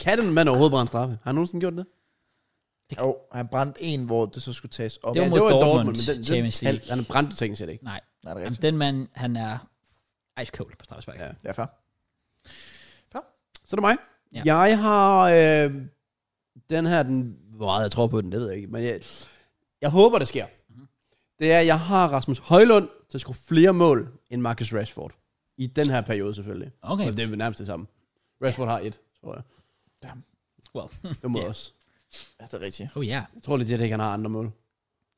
S2: Kan den mand overhovedet brænde straffe? Har han nogensinde gjort det?
S3: Jo, han brændte en, hvor det så skulle tages op.
S1: Det var
S3: Ja,
S1: mod Dortmund, Champions League.
S2: Han, han brændte teknisk set ikke.
S1: Nej,
S3: Nej, det er
S1: Jamen,
S3: rigtigt.
S1: den mand, han er ice cold på straffespark.
S2: Ja.
S1: Ja.
S3: Ja, fair.
S2: Så er det mig.
S1: Ja.
S2: Ja. Jeg har øh, den her, den, hvor jeg tror på den, det ved jeg ikke, men jeg, jeg håber, det sker.
S1: Mhm.
S2: Det er, jeg har Rasmus Højlund til at score flere mål end Marcus Rashford. I den her periode selvfølgelig.
S1: Okay,
S2: Og det er vel nærmest det samme. Rashford har et, tror jeg.
S1: well.
S2: Det må
S1: Ja.
S2: yeah. også.
S3: Ja, det er rigtigt.
S1: oh ja. Yeah.
S2: Jeg tror lidt, at han har andre mål.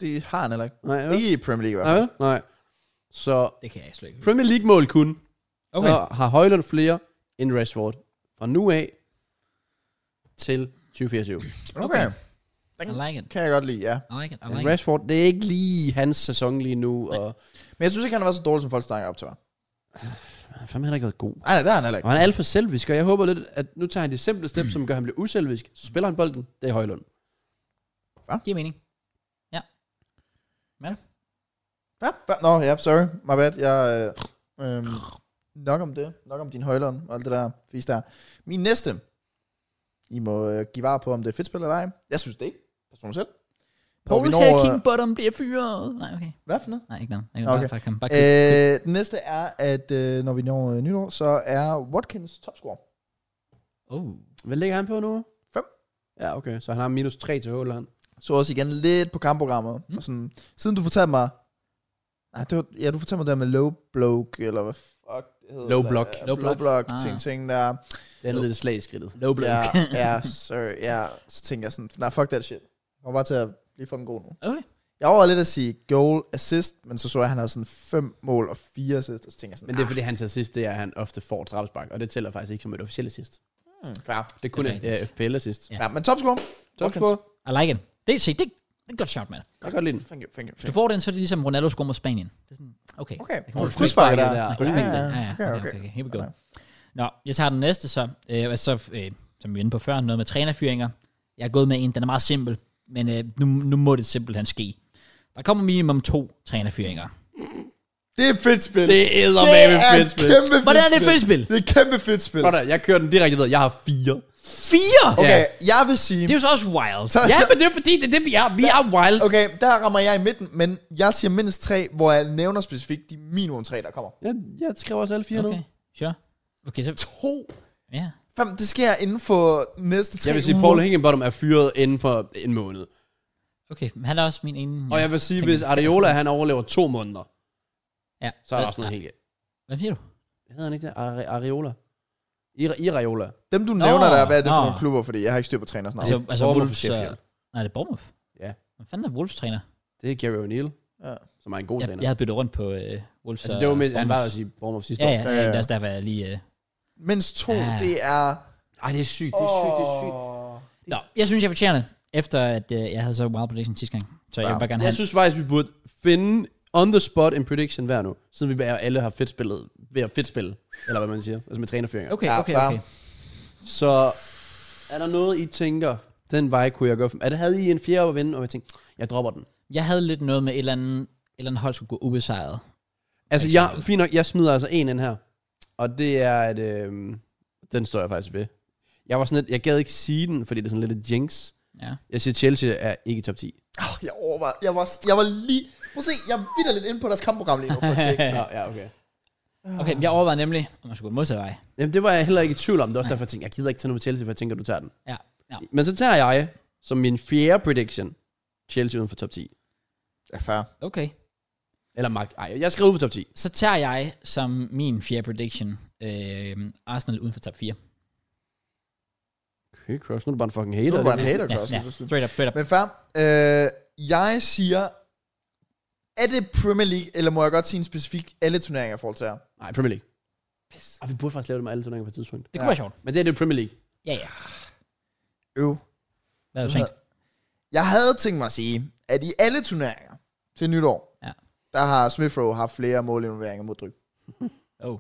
S3: Det har han heller ikke.
S2: Nej, vel?
S3: Ikke i Premier League i hvert
S2: Nej,
S3: fald.
S2: vel? Nej. Så
S1: Det kan jeg slet ikke.
S2: Premier League-mål kun. Okay.
S1: Okay,
S2: Der har Højlund flere end Rashford. Fra nu af til 2024.
S1: Okay.
S3: Okay.
S1: I like it.
S3: Kan jeg godt lide, ja.
S1: I like it. I
S2: Men
S1: like it.
S2: Rashford, det er ikke lige hans sæson lige nu, og
S3: Men jeg synes ikke, han har været så dårlig, som folk snakker op til mig.
S2: han har fandme heller ikke været god.
S3: Nej, nej, det har han heller
S2: Og
S3: ikke.
S2: han er alt for selvisk, og jeg håber lidt, at nu tager han det simple step, som gør, at han bliver uselvisk. Så spiller han bolden, det er Højlund.
S1: Giver mening.
S3: Ja, hva- Nå, ja, sorry. My bad. Jeg, øh, øh, nok om det. Nok om din højlund og alt det der fisk der. Min næste. I må øh, give var på, om det er fedt spil eller ej. Jeg synes det ikke. Personligt selv. Når
S1: Paul
S3: vi når,
S1: Hacking
S3: øh,
S1: Bottom bliver fyret. Nej, okay.
S3: Hvad for noget?
S1: Nej, ikke noget. Ikke
S3: Nå,
S1: noget.
S3: okay.
S1: Bare, bare, bare, bare,
S3: Øh, den næste er, at øh, når vi når øh, nytår, så er Watkins topscorer.
S1: oh.
S2: Hvad ligger han på nu?
S3: Fem.
S2: Ja, okay. Så han har minus 3 til Højlund.
S3: Så også igen lidt på kampprogrammet. Mm. Og sådan, siden du fortalte mig... Nej, det var, ja, du fortalte mig det der med low block, eller hvad fuck det hedder.
S2: Low
S3: det,
S2: block.
S3: Ja,
S1: Low
S3: low,
S1: block.
S3: block,
S1: Ah.
S3: ting, ting der.
S2: Det er lidt slag i skridtet.
S1: Low blow.
S3: Ja, ja, sorry, ja. Så tænkte jeg sådan, nej, fuck that shit. Jeg var bare til at blive fucking god nu.
S1: Okay.
S3: Jeg overvejede lidt at sige goal, assist, men så så jeg, at han havde sådan fem mål og fire assist, og så tænkte jeg sådan, "Ah,
S2: Men det er fordi, hans assist, det er, at han ofte får et straffespark, og det tæller faktisk ikke som et officielt assist.
S3: ah, hmm, fair.
S2: Det er kun
S1: Det er
S2: et øh, FPL-assist.
S1: Ja.
S3: Ja, men topscorer.
S2: Topscore.
S1: I like it. Det, se, det, det er et godt shot, mand.
S2: Jeg kan godt lide den.
S3: Thank you, thank you,
S1: Hvis du
S3: thank you.
S1: får den, så er det ligesom Ronaldo scorer mod Spanien. Det er sådan, okay.
S3: Okay,
S1: Det
S3: og
S1: kommer
S3: frisparket der.
S2: der.
S3: Ja,
S1: Nej,
S2: Ja,
S1: krydsning.
S3: ja,
S1: Ja, ja, okay, okay, okay. Here we go. Nå, jeg tager den næste, så, øh, og så øh, som vi var inde på før, noget med trænerfyringer. Jeg er gået med en, den er meget simpel, men øh, nu, nu må det simpelthen ske. Der kommer minimum to trænerfyringer.
S3: Det er et fedt spil.
S2: Det er eddermame fedt spil.
S3: kæmpe fedt
S1: Hvordan er det et
S3: spil.
S1: fedt spil?
S3: Det er et kæmpe fedt spil.
S2: Godt, jeg kører den direkte ned. Jeg har fire.
S1: Fire? Okay.
S3: Okay, jeg vil sige...
S1: Det er jo så også wild.
S3: Så-
S2: Ja,
S3: så-
S2: men det er fordi, det er det, vi er. Vi er wild.
S3: Okay, der rammer jeg i midten, men jeg siger mindst tre, hvor jeg nævner specifikt de minimum tre, der kommer.
S2: Jeg, jeg skriver også alle fire okay.
S1: Okay, sure. Okay, så...
S3: To.
S1: Ja.
S3: Fem, det sker inden for næste tre
S2: Jeg vil sige,
S3: uger.
S2: Paul Higginbottom er fyret inden for en måned.
S1: Okay, men han er også min ene...
S2: Og jeg vil sige, hvis Areola han overlever to måneder,
S1: Ja.
S2: så er der
S1: Hvad-
S2: også noget helt galt.
S1: Hvad siger du?
S2: Hedder han ikke det? Are- Areola? I- Iraiola.
S3: Dem, du nævner
S1: Nå,
S3: der, hvad er det for
S1: nå.
S3: nogle klubber, fordi jeg har ikke styr på træner snart.
S1: Altså, altså
S2: Bournemouth
S1: Wolves...
S2: for Sheffield.
S1: øh, Nej, det er Bournemouth.
S2: Ja.
S1: Hvad fanden er Wolves træner?
S2: Det er Gary O'Neill,
S3: ja.
S2: som er en god
S1: Jeg,
S2: træner.
S1: jeg havde byttet rundt på øh, Wolves...
S2: altså,
S1: og
S2: det var med, han var
S1: Bournemouth.
S2: også i Bournemouth sidste
S1: Ja,
S2: år.
S1: ja,
S3: Ja,
S1: ja,
S3: ja.
S1: det er også derfor, jeg lige... Øh...
S3: Mindst to,
S1: Ja.
S3: det er...
S2: Ej, det er sygt, det er sygt, det er sygt.
S1: Nå, jeg synes, jeg fortjener det, efter at øh, jeg havde så wild prediction sidste gang. Så jeg
S3: Ja.
S1: vil bare gerne
S2: Jeg
S1: have...
S2: synes faktisk, vi burde finde on the spot en prediction hver nu, siden vi bare alle har fedt spillet, ved at fedt spille, eller hvad man siger, altså med trænerføringer. Okay.
S1: Okay,
S3: Ja,
S1: okay,
S3: fair.
S1: okay.
S2: Så er der noget, I tænker, den vej kunne jeg gå? Er det, havde I en fjerde at vinde, og jeg tænkte, jeg dropper den.
S1: Jeg havde lidt noget med et eller andet, et eller andet hold skulle gå ubesejret.
S2: Altså, jeg, fint nok, jeg smider altså en ind her, og det er, at øh, den står jeg faktisk ved. Jeg var sådan lidt, jeg gad ikke sige den, fordi det er sådan lidt et jinx.
S1: Ja.
S2: Jeg siger, Chelsea er ikke i top 10.
S3: Oh, jeg overvejede. Jeg var, jeg var lige... Prøv at se, jeg er videre lidt inde på deres kampprogram lige nu. For at tjekke.
S2: Ja, ja okay.
S1: Okay,
S2: Ah.
S1: jeg overvejede nemlig, om man skulle gå modsatte vej.
S2: Jamen, det var jeg heller ikke i tvivl om. Det er også derfor, jeg tænkte, jeg gider ikke tage noget med Chelsea, for jeg tænker, du tager den.
S1: Ja, ja.
S2: Men så tager jeg, som min fjerde prediction, Chelsea uden for top 10.
S3: Ja, fair.
S1: Okay.
S2: Eller Mark, ej, jeg skrev uden for top 10.
S1: Så tager jeg som min fjerde prediction øh, Arsenal uden for top 4.
S2: Okay, Cross, nu er du bare en fucking
S3: Nu
S2: hater.
S3: er du bare en
S2: det
S3: hater,
S1: Ja,
S3: Cross.
S1: ja.
S3: lige pludselig.
S1: Straight up, straight up.
S3: Men fair. Øh, jeg siger, er det Premier League, eller må jeg godt sige en specifik alle turneringer i forhold til jer?
S2: ikke- Nej, Premier League. Pis. Og vi burde faktisk lave det med alle turneringer på et tidspunkt.
S1: Det kunne
S3: Ja.
S1: være sjovt.
S2: Men det er det Premier League.
S1: Ja, ja.
S3: Øv.
S1: Hvad har du tænkt?
S3: Jeg havde tænkt mig at sige, at i alle turneringer til nytår,
S1: Ja.
S3: der har Smith Rowe haft flere målinvolveringer mod Dryk.
S1: Oh.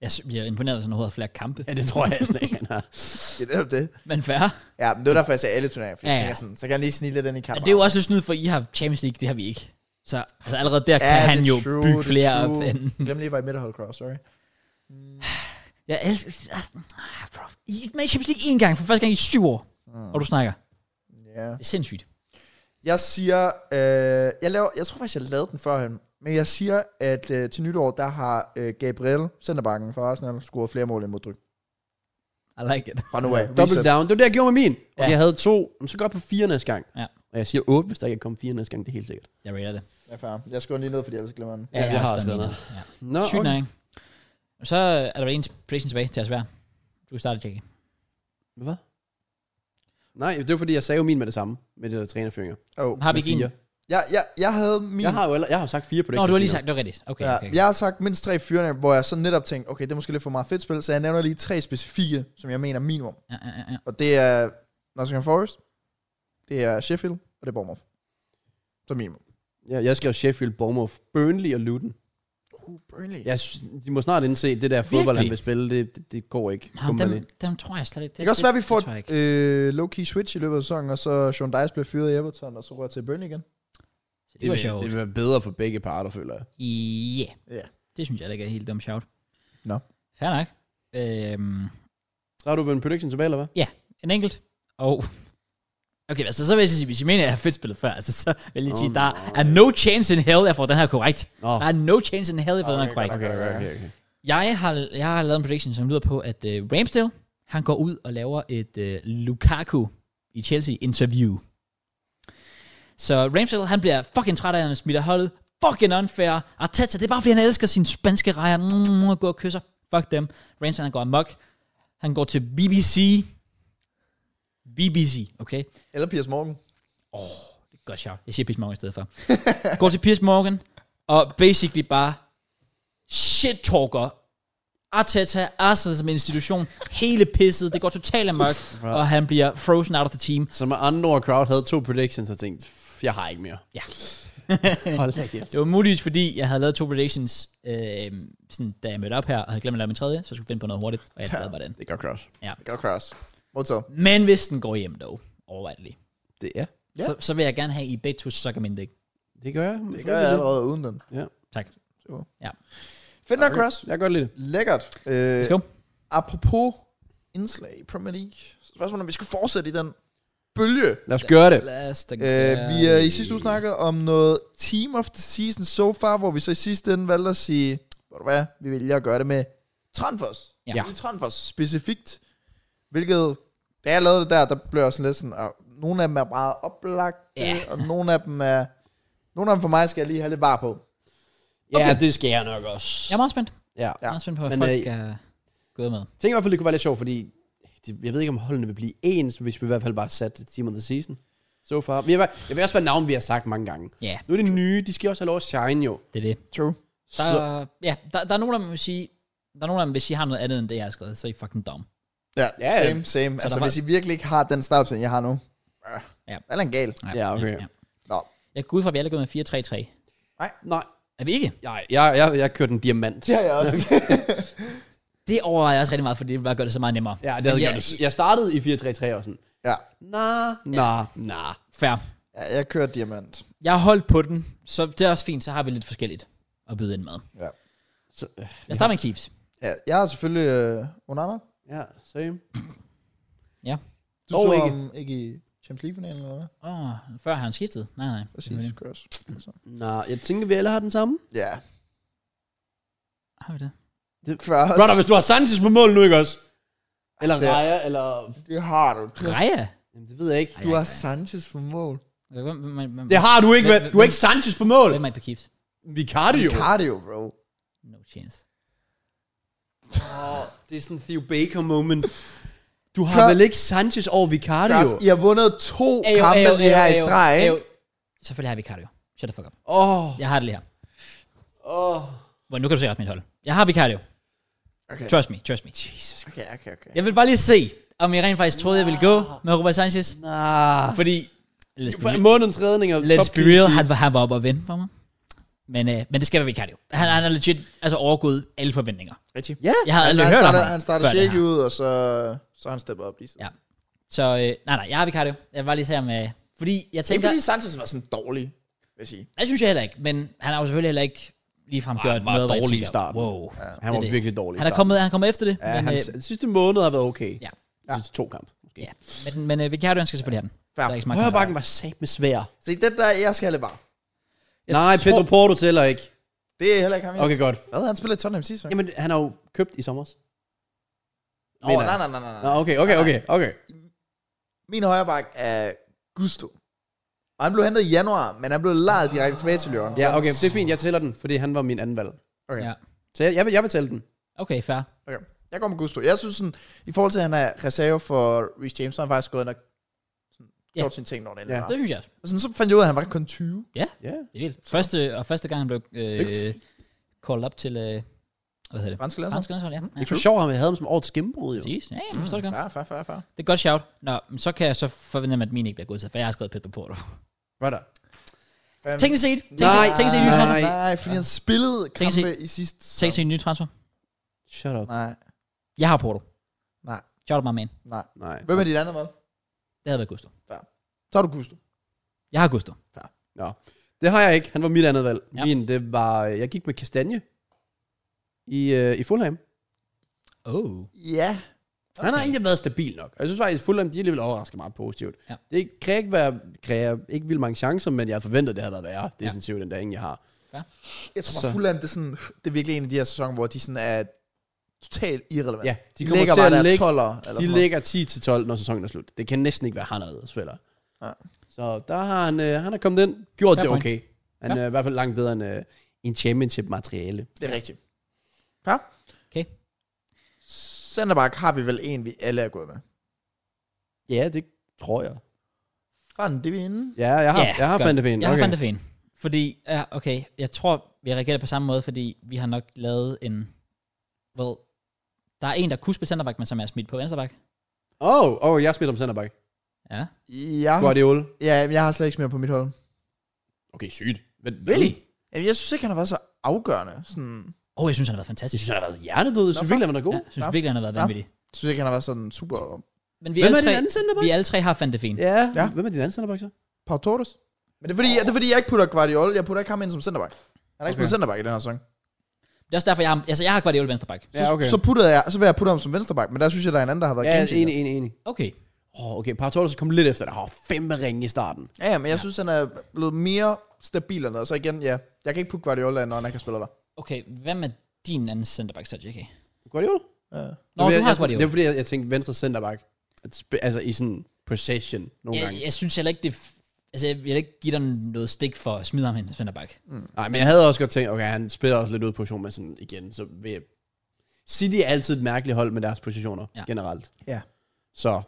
S1: Jeg s- bliver imponeret, hvis han overhovedet har flere kampe.
S2: Ja, det tror jeg heller ikke, han har.
S3: Det er netop det.
S1: Men færre.
S3: Ja, men det var derfor, jeg sagde alle turneringer, fordi
S1: Ja,
S3: ja,
S1: ja.
S3: ja. Jeg tænker sådan, så kan jeg lige snille den i
S1: Ja,
S3: kampen.
S1: det er jo også lidt snyd, for I har Champions League, det har vi ikke. Så altså, allerede der
S3: Ja,
S1: kan
S3: det er
S1: han jo
S3: true,
S1: bygge
S3: det er
S1: flere op.
S3: true.
S1: End...
S3: Glem lige, at jeg var i Midterhold Cross, sorry.
S1: Jeg elsker... Ah, bro. I er med i Champions League én gang, for første gang i syv år.
S3: Hmm.
S1: Og du snakker.
S3: Ja.
S1: Det er sindssygt.
S3: Jeg siger, øh, jeg, laver, jeg tror faktisk, jeg lavede den førhen, men jeg siger, at øh, til nytår, der har øh, Gabriel, centerbakken for Arsenal, scoret flere mål end mod Dryk.
S1: I like it.
S3: Fra nu af.
S2: Double
S3: Reset.
S2: down. Det var det, jeg gjorde med min. Okay,
S1: Ja.
S2: jeg havde to. Men så går jeg på fire næste gang.
S1: Ja.
S2: Og jeg siger otte, hvis der ikke er kommet fire næste gang. Det er helt sikkert.
S1: Jeg rater det.
S3: Ja, fair. Jeg skriver den lige ned, fordi ellers glemmer jeg den.
S2: Ja, jeg har også
S1: den
S2: lavet
S1: ene. Ja.
S2: Nå,
S1: Sygt okay. Så er der en prediction tilbage til at svær. Du starter, Jackie.
S2: Hvad? Nej, det var fordi, jeg sagde jo min med det samme. Med det der trænerføringer.
S3: Oh.
S1: Har vi ikke en?
S2: fire.
S3: Jeg, jeg, jeg havde min...
S2: Jeg har jo allerede- jeg har jo sagt fire på det.
S1: Nå, du har lige sagt, det var rigtigt. Okay,
S3: Ja,
S1: okay. okay.
S3: jeg har sagt mindst tre fyrene, hvor jeg så netop tænkte, okay, det er måske lidt for meget fedt spil, så jeg nævner lige tre specifikke, som jeg mener minimum.
S1: Ja, ja, ja, ja.
S3: Og det er Nottingham Forest, det er Sheffield, og det er Bournemouth. Som minimum.
S2: Ja, jeg skrev Sheffield, Bournemouth, Burnley og Luton.
S3: Uh, Burnley. Ja.
S2: Jeg, synes, de må snart indse, det der fodbold, han
S1: Virkelig?
S2: vil spille, det, det, det går ikke.
S1: Nå, dem, dem, tror jeg slet ikke.
S3: Det kan også være, at vi får
S1: tror jeg
S3: et
S1: ikke.
S3: øh, low-key switch i løbet af sæsonen, og så Sean Dice bliver fyret i Everton, og så rører til Burnley igen.
S1: Det var sjovt.
S2: det vil være bedre for begge parter, føler jeg.
S1: Ja.
S3: Ja.
S1: Det synes jeg da ikke er helt dumt sjovt.
S3: Nå.
S1: Fair nok. Øhm,
S2: Så har du en prediction tilbage, eller hvad?
S1: en enkelt. Og... Okay, altså, så vil jeg sige, hvis I mener, at jeg har fedt spillet før, altså, så vil jeg lige
S2: Åh,
S1: sige, der
S2: nej.
S1: er no chance in hell, jeg får den her korrekt.
S2: Nå,
S1: Der er no chance in hell, jeg får den her
S3: Okay,
S1: korrekt.
S3: Ah, okay, okay, okay.
S2: okay.
S1: Jeg har, jeg har lavet en prediction, som lyder på, at uh, Ramsdale, han går ud og laver et uh, Lukaku i Chelsea-interview. Så Ramsdale, han bliver fucking træt af, at han smitter holdet. Fucking unfair. Arteta, det er bare, fordi han elsker sine spanske rejer. Mm, mm, går og kysser. Fuck dem. Ramsdale, han går amok. Han går til BBC. BBC, okay?
S3: Eller Piers Morgan.
S1: Godt sjovt. Jeg siger Piers Morgan i stedet for. Går til Piers Morgan, og basically bare shit-talker Arteta, Arsenal som institution, hele pisset, det går totalt amok, og han bliver frozen out of the team.
S2: Så med andre ord, crowd havde to predictions og tænkte, "Pff, jeg har ikke mere.
S1: Ja.
S2: Hold da kæft.
S1: Det var muligt, fordi jeg havde lavet to predictions, øh, sådan, da jeg mødte op her, og havde glemt at lave min tredje, så jeg skulle finde på noget hurtigt, og jeg lavede bare den.
S2: Det gør crowd.
S3: Det går cross. Modtaget.
S1: Men hvis den går hjem dog, overvejelig,
S2: Det er.
S1: ja.
S3: Ja.
S1: så, så vil jeg gerne have, at I begge to sukker min dæk.
S2: Det gør jeg.
S3: Det gør jeg allerede uden den.
S1: Tak.
S3: Fedt nok cross.
S2: Jeg gør lidt.
S3: Lækkert. Øh,
S1: Let's go.
S3: apropos indslag i Premier League. Så Spørgsmålet er, om vi skal fortsætte i den bølge.
S2: Lad os gøre det.
S1: Lad os da
S3: Øh,
S1: gøre
S3: vi er i
S1: det.
S3: sidste uge snakkede om noget Team of the Season so far, hvor vi så i sidste ende valgte at sige, hvor du hvad, vi vælger at gøre det med Tranfors.
S1: Ja.
S3: Ude i Tranfors specifikt. Hvilket, da jeg lavede det der, der blev jeg sådan lidt sådan, og nogle af dem er meget oplagte,
S1: Ja.
S3: og nogle af dem er... Nogle af dem for mig skal jeg lige have lidt var på.
S2: Ja, det skal jeg nok også.
S1: Jeg er meget spændt.
S2: Ja.
S1: Jeg er
S3: Ja.
S1: meget spændt på, hvad
S2: Men,
S1: folk
S2: øh,
S1: er gået med.
S2: Jeg tænker i hvert fald, det kunne være lidt sjovt, fordi det, jeg ved ikke, om holdene vil blive ens, hvis vi i hvert fald bare satte Team of the Season. So far. Vi har, jeg vil også være navn, vi har sagt mange gange.
S1: Ja,
S2: Nu er det nye, de skal også have lov at shine jo.
S1: det er det.
S3: True.
S1: Der,
S2: Så,
S1: ja, der, der er nogen, der vil sige, der er nogen af dem, hvis I har noget andet end det, jeg har skrevet, så er I fucking dumb.
S3: Ja,
S2: Ja,
S3: same, same. altså,
S1: der var-
S3: hvis I virkelig ikke har den startopstilling, jeg har nu,
S1: Ja.
S3: ja. er en gal.
S2: Ja, okay.
S3: Nå.
S1: Jeg går ud fra, at vi alle er gået med 4-3-3.
S2: nej,
S1: Er vi ikke?
S2: jeg, jeg, jeg, jeg kørte en diamant.
S3: Det har jeg også.
S1: Det overvejer jeg også rigtig meget, for det vil bare gøre det så meget nemmere.
S2: Ja, det
S1: Men
S2: havde
S1: jeg,
S2: jeg, gjort. det. jeg startede i 4-3-3 og sådan.
S3: ja.
S2: Nah, nah, nah.
S1: Fair.
S3: ja, jeg kører diamant.
S1: Jeg har holdt på den, så det er også fint, så har vi lidt forskelligt at byde ind med.
S3: Ja.
S2: Så, øh,
S1: Lad os starte med Keeps.
S3: Ja, jeg har selvfølgelig øh, Onana.
S2: ja, same.
S3: Du
S2: Dog
S3: så
S2: ikke.
S3: ham ikke i Champions League-finalen, eller hvad?
S1: Åh, oh, før har han skiftet. Nej, nej.
S3: Præcis, cross. Så.
S2: Nah, jeg tænker, vi alle har den samme.
S3: Ja,
S1: Har vi det?
S3: cross.
S2: Brother, hvis du har Sanchez på mål nu, ikke også? Eller
S3: Det-
S2: Raja, eller...
S3: Det har du. Du har,
S1: Raja?
S2: Jamen, det ved jeg ikke.
S3: du har Sanchez for mål.
S1: Hvem, hvem, hvem, hvem,
S2: Det har du ikke, vel? Du har ikke Sanchez på mål.
S1: hvem er I på Keeps?
S2: Vicario.
S3: Cardio, bro.
S1: No chance.
S2: Åh, det er sådan en Theo Baker moment. Du har
S3: Klar.
S2: vel ikke Sanchez over Vicario?
S3: Cross, I har vundet to
S1: Ayo,
S3: kampe
S1: ayo,
S3: lige her
S1: ayo,
S3: i streg,
S1: ayo.
S3: ikke?
S1: Selvfølgelig har vi Cardio. Shut the fuck up.
S2: Åh,
S1: Jeg har det lige her.
S2: åh.
S1: Well, nu kan du se ret mit hold. Jeg har Vicario.
S3: Okay.
S1: Trust me, trust me.
S2: Jesus.
S3: Okay, okay, okay.
S1: Jeg vil bare lige se, om I rent faktisk troede, jeg ville gå med Robert Sanchez.
S2: Ah.
S1: Fordi, let's be,
S2: Månedens redning og
S1: let's
S2: top
S1: be
S2: clean
S1: real,
S2: sheet.
S1: han var, han var oppe og vende for mig. Men, øh, men det skal være Vicario. Han, han er legit altså overgået alle forventninger.
S3: Richie.
S2: Ja.
S1: Jeg havde
S3: Han,
S1: aldrig
S3: han,
S1: hørt om
S3: starter,
S1: ham
S3: han starter
S1: før det
S3: shaky
S1: her.
S3: ud, og så, så han stepper op lige så.
S1: Ja. Så øh, nej, nej, jeg har Vicario. Jeg var lige her med... Fordi jeg
S3: Ikke
S1: tænker...
S3: fordi Sanchez var sådan dårlig, vil jeg sige.
S1: Det synes jeg heller ikke, men han har jo selvfølgelig heller ikke ligefrem gjort
S2: var
S1: noget, hvor jeg
S2: dårlig i
S1: tænker,
S2: starten.
S1: Wow.
S2: Han
S1: Det er
S2: var
S1: det.
S2: virkelig dårlig. i
S1: Han er
S2: starten.
S1: kommet, han er kommet efter det,
S2: Ja,
S1: men,
S2: han,
S1: øh,
S2: sidste måned har været okay.
S1: Ja.
S2: De sidste to kampe. Måske.
S1: ja. men, men øh, Vicario, han skal selvfølgelig have den.
S3: Fair.
S1: Der er ikke så meget
S2: Højre
S1: kamp.
S2: bakken var sat med svær.
S3: Se, det der, jeg skal have lidt bare.
S1: Jeg
S2: Nej,
S1: tror-
S2: Pedro Porto tæller ikke.
S3: Det er heller ikke ham, jeg
S2: Okay, godt.
S3: Hvad? Han spillede i Tottenham sidste sæson?
S2: Jamen, han har jo købt i sommer.
S3: Åh, oh, nej, nej, nej, nej.
S2: Nå, okay, okay, okay, okay.
S3: Min højre bak er Gusto. Og han blev hentet i januar, men han blev lejet direkte tilbage til Lyon.
S2: Ja, okay, det er fint, jeg tæller den, fordi han var min anden valg.
S3: okay.
S1: Ja.
S2: Så jeg, jeg, vil, jeg vil tælle den.
S1: Okay, fair.
S3: Okay. Jeg går med Gusto. Jeg synes sådan, i forhold til, at han er reserve for Reece James, så har han faktisk gået ind og sådan,
S1: Ja.
S3: gjort sine ting, når det
S2: Ja.
S3: endelig var.
S1: Det synes jeg også.
S3: Og Sådan, så fandt jeg ud af, at han var kun 20.
S2: Ja.
S1: Det er vildt. Første, og første gang, han blev øh, called op til... Øh, hvad hedder det?
S3: Fransk landshold.
S1: Fransk landshold, ja. ja.
S2: Ikke for sjov, at vi havde ham som årets gennembrud, jo.
S1: Præcis. Ja, jamen, så er Mm. det godt.
S3: Fair, fair, fair, fair.
S1: Det er et godt shout. Nå, men så kan jeg så forvente, at min ikke bliver godtaget, for jeg har skrevet Pedro Porto.
S2: Brother.
S3: fair.
S1: Tænk set.
S2: Nej.
S1: Tænk set en ny
S2: Nej.
S1: transfer.
S3: Nej, fordi han spillede
S1: Tænk sig-
S3: kampe i sidste.
S1: Tænk
S3: sæson.
S1: set en ny transfer.
S2: Shut up.
S3: Nej,
S1: Jeg har Porto.
S3: nej,
S1: Shout out my man.
S3: nej.
S2: Nej.
S3: Hvem er dit andet valg?
S1: Det havde været Gusto.
S3: Så er du Gusto.
S1: Jeg har Gusto.
S2: Nå. Det har jeg ikke. Han var mit andet valg.
S1: Ja.
S2: Ja. Min, det var... Jeg gik med Kastanje i, øh, i Fulham.
S1: Oh.
S3: Ja.
S2: Okay. Han har egentlig været stabil nok. Og Jeg synes faktisk, at Fulham de er alligevel overrasket meget positivt.
S1: Ja.
S2: Det kan ikke være kræver ikke vildt mange chancer, men jeg havde forventet, det havde været værre defensivt, ja. end der egentlig har.
S3: Jeg tror
S2: Så-
S3: bare, Fulham, det er, sådan, det er virkelig en af de her sæsoner, hvor de sådan er totalt irrelevant.
S2: Ja, de
S3: de,
S2: kommer
S3: ligger
S2: til
S3: bare
S2: at
S3: der
S2: ligge,
S3: 12'er. Eller
S2: de
S3: sådan noget.
S2: ligger 10-12, når sæsonen er slut. Det kan næsten ikke være anderledes, føler
S3: Ja.
S2: ja. Så der har han, øh, han har kommet ind, gjort
S1: Fair
S2: det
S1: point.
S2: okay. Han er i hvert fald langt bedre end øh, en championship-materiale.
S3: Det er rigtigt. Ja.
S1: Okay.
S3: Centerback har vi vel en, vi alle er gået med.
S2: Ja, det tror jeg.
S3: Fanden, det er vi inde.
S2: Ja, jeg har,
S1: Ja,
S2: jeg har
S1: godt.
S2: fandt det fint.
S1: Jeg har
S2: Okay.
S1: fandt det fint. Fordi, ja, okay, jeg tror, vi reagerer på samme måde, fordi vi har nok lavet en, well, der er en, der kunne spille centerback, men som er smidt på venstreback.
S2: Åh, oh, oh, jeg smidt om centerback.
S1: Ja.
S3: Jeg, har,
S2: Guardiola.
S3: ja, jamen, jeg har slet ikke mere på mit hold.
S2: Okay, sygt. Men,
S3: Jamen, jeg synes ikke, han har været så afgørende. Sådan,
S1: Åh, oh, jeg synes, han har været fantastisk. Jeg synes, han har været
S2: Hjertedød,
S3: for-
S2: selvfølgelig er man da god.
S1: Ja,
S2: Ja.
S1: jeg synes
S3: Nå.
S1: virkelig, han har været
S3: Nå.
S1: vanvittig.
S3: jeg synes ikke, han har været sådan super...
S1: Men vi
S2: Hvem
S1: alle,
S2: er din
S1: tre,
S2: anden centerback?
S1: vi alle tre har fandt det fint.
S2: Ja.
S3: Ja.
S2: ja. Hvem er din anden centerback så?
S3: Pau Torres. Men det er, fordi, det er fordi, jeg ikke putter Guardiola. Jeg putter ikke ham ind som centerback. Han har ikke
S2: Okay.
S3: spillet centerback i den her sæson.
S1: Det er også derfor, jeg har, altså, jeg har Guardiola venstreback.
S3: Så, så, puttede jeg, så vil jeg putte ham som vensterback, men der synes jeg, der er en anden, der har været
S2: ja,
S3: game changer.
S2: enig, enig, enig.
S1: Okay.
S2: Åh, oh, okay, Paratolos kom lidt efter det. Åh, oh, fem ringe i starten.
S3: Ja, ja, men jeg synes, han er blevet mere stabil og noget. Så igen, ja, jeg kan ikke putte Guardiola ind, når han ikke har spillet der.
S1: Okay, hvem er din anden centerback, så JK?
S2: Guardiola?
S3: Ja.
S1: Nå,
S2: Jamen,
S1: du
S2: jeg,
S1: har
S2: jeg-
S1: Guardiola.
S2: Det er fordi, jeg, jeg tænkte venstre centerback. At sp- Altså i sådan possession nogle
S1: Jeg,
S2: gange.
S1: jeg synes heller ikke, det... f- Altså, jeg vil ikke give dig noget stik for at smide ham hen til centerback.
S2: Nej, men jeg havde også godt tænkt, okay, han spiller også lidt ud på position, men sådan igen, så vil jeg... City er altid et mærkeligt hold med deres positioner,
S1: Ja.
S2: ja. generelt.
S3: Ja.
S2: Så,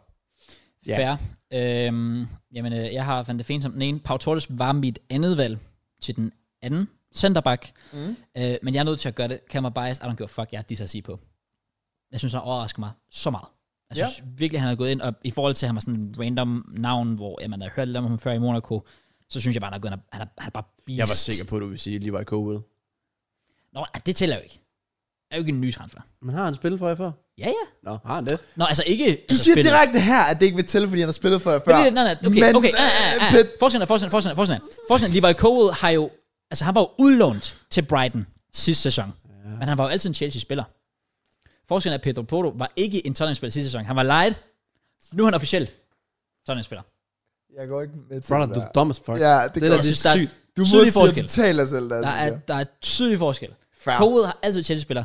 S1: Ja.
S2: Ja.
S1: Fair. Øhm, jamen, øh, jeg har Van de Feen som den ene. Pau Torres var mit andet valg til den anden centerback. Mm. Øh, men jeg er nødt til at gøre det. Kan man bias? I don't give a fuck, jeg har disse at sige på. Jeg synes, han overrasker mig så meget. Jeg
S3: Ja.
S1: synes virkelig, han har gået ind, og i forhold til, at han var sådan en random navn, hvor jamen, jeg har hørt lidt om ham før i Monaco, så synes jeg bare, han har gået ind, og han er, han er bare beast.
S2: jeg var sikker på, at du ville sige, at Levi Cowell.
S1: Nå, ah, det tæller jo ikke. Det er jo ikke en ny transfer.
S2: Men har han spillet for jer før?
S1: Ja, ja.
S2: Nå, har han det?
S1: Nå, altså ikke...
S3: Du
S1: altså,
S3: siger
S1: spillet.
S3: direkte her, at det ikke vil tælle, fordi han har spillet for jer før.
S1: Det er det, nej, nej, okay,
S3: Men,
S1: okay. Ah, Ja, ja, ja.
S3: Pet-
S1: Forskellen er, forskellen er, forskellen er, forskellen er. Forskellen, Levi Cowell har jo, altså han var jo udlånt til Brighton sidste sæson. Ja. Men han var jo altid en Chelsea-spiller. Forskellen er, at Pedro Porto var ikke en Tottenham-spiller sidste sæson. Han var lejet. Nu er han officielt Tottenham-spiller.
S3: Jeg går ikke med til
S2: Brother,
S3: det
S2: du
S3: der.
S2: er dumb as fuck.
S3: Ja, det,
S1: der,
S3: det,
S1: jeg
S3: det
S1: synes, der er
S2: sygt.
S3: Du må
S1: tydelig
S3: sige
S1: forskel.
S3: totalt af selv, der,
S1: Der er, der er tydelig forskel.
S3: Fair.
S1: Cowell har altid været Chelsea-spiller.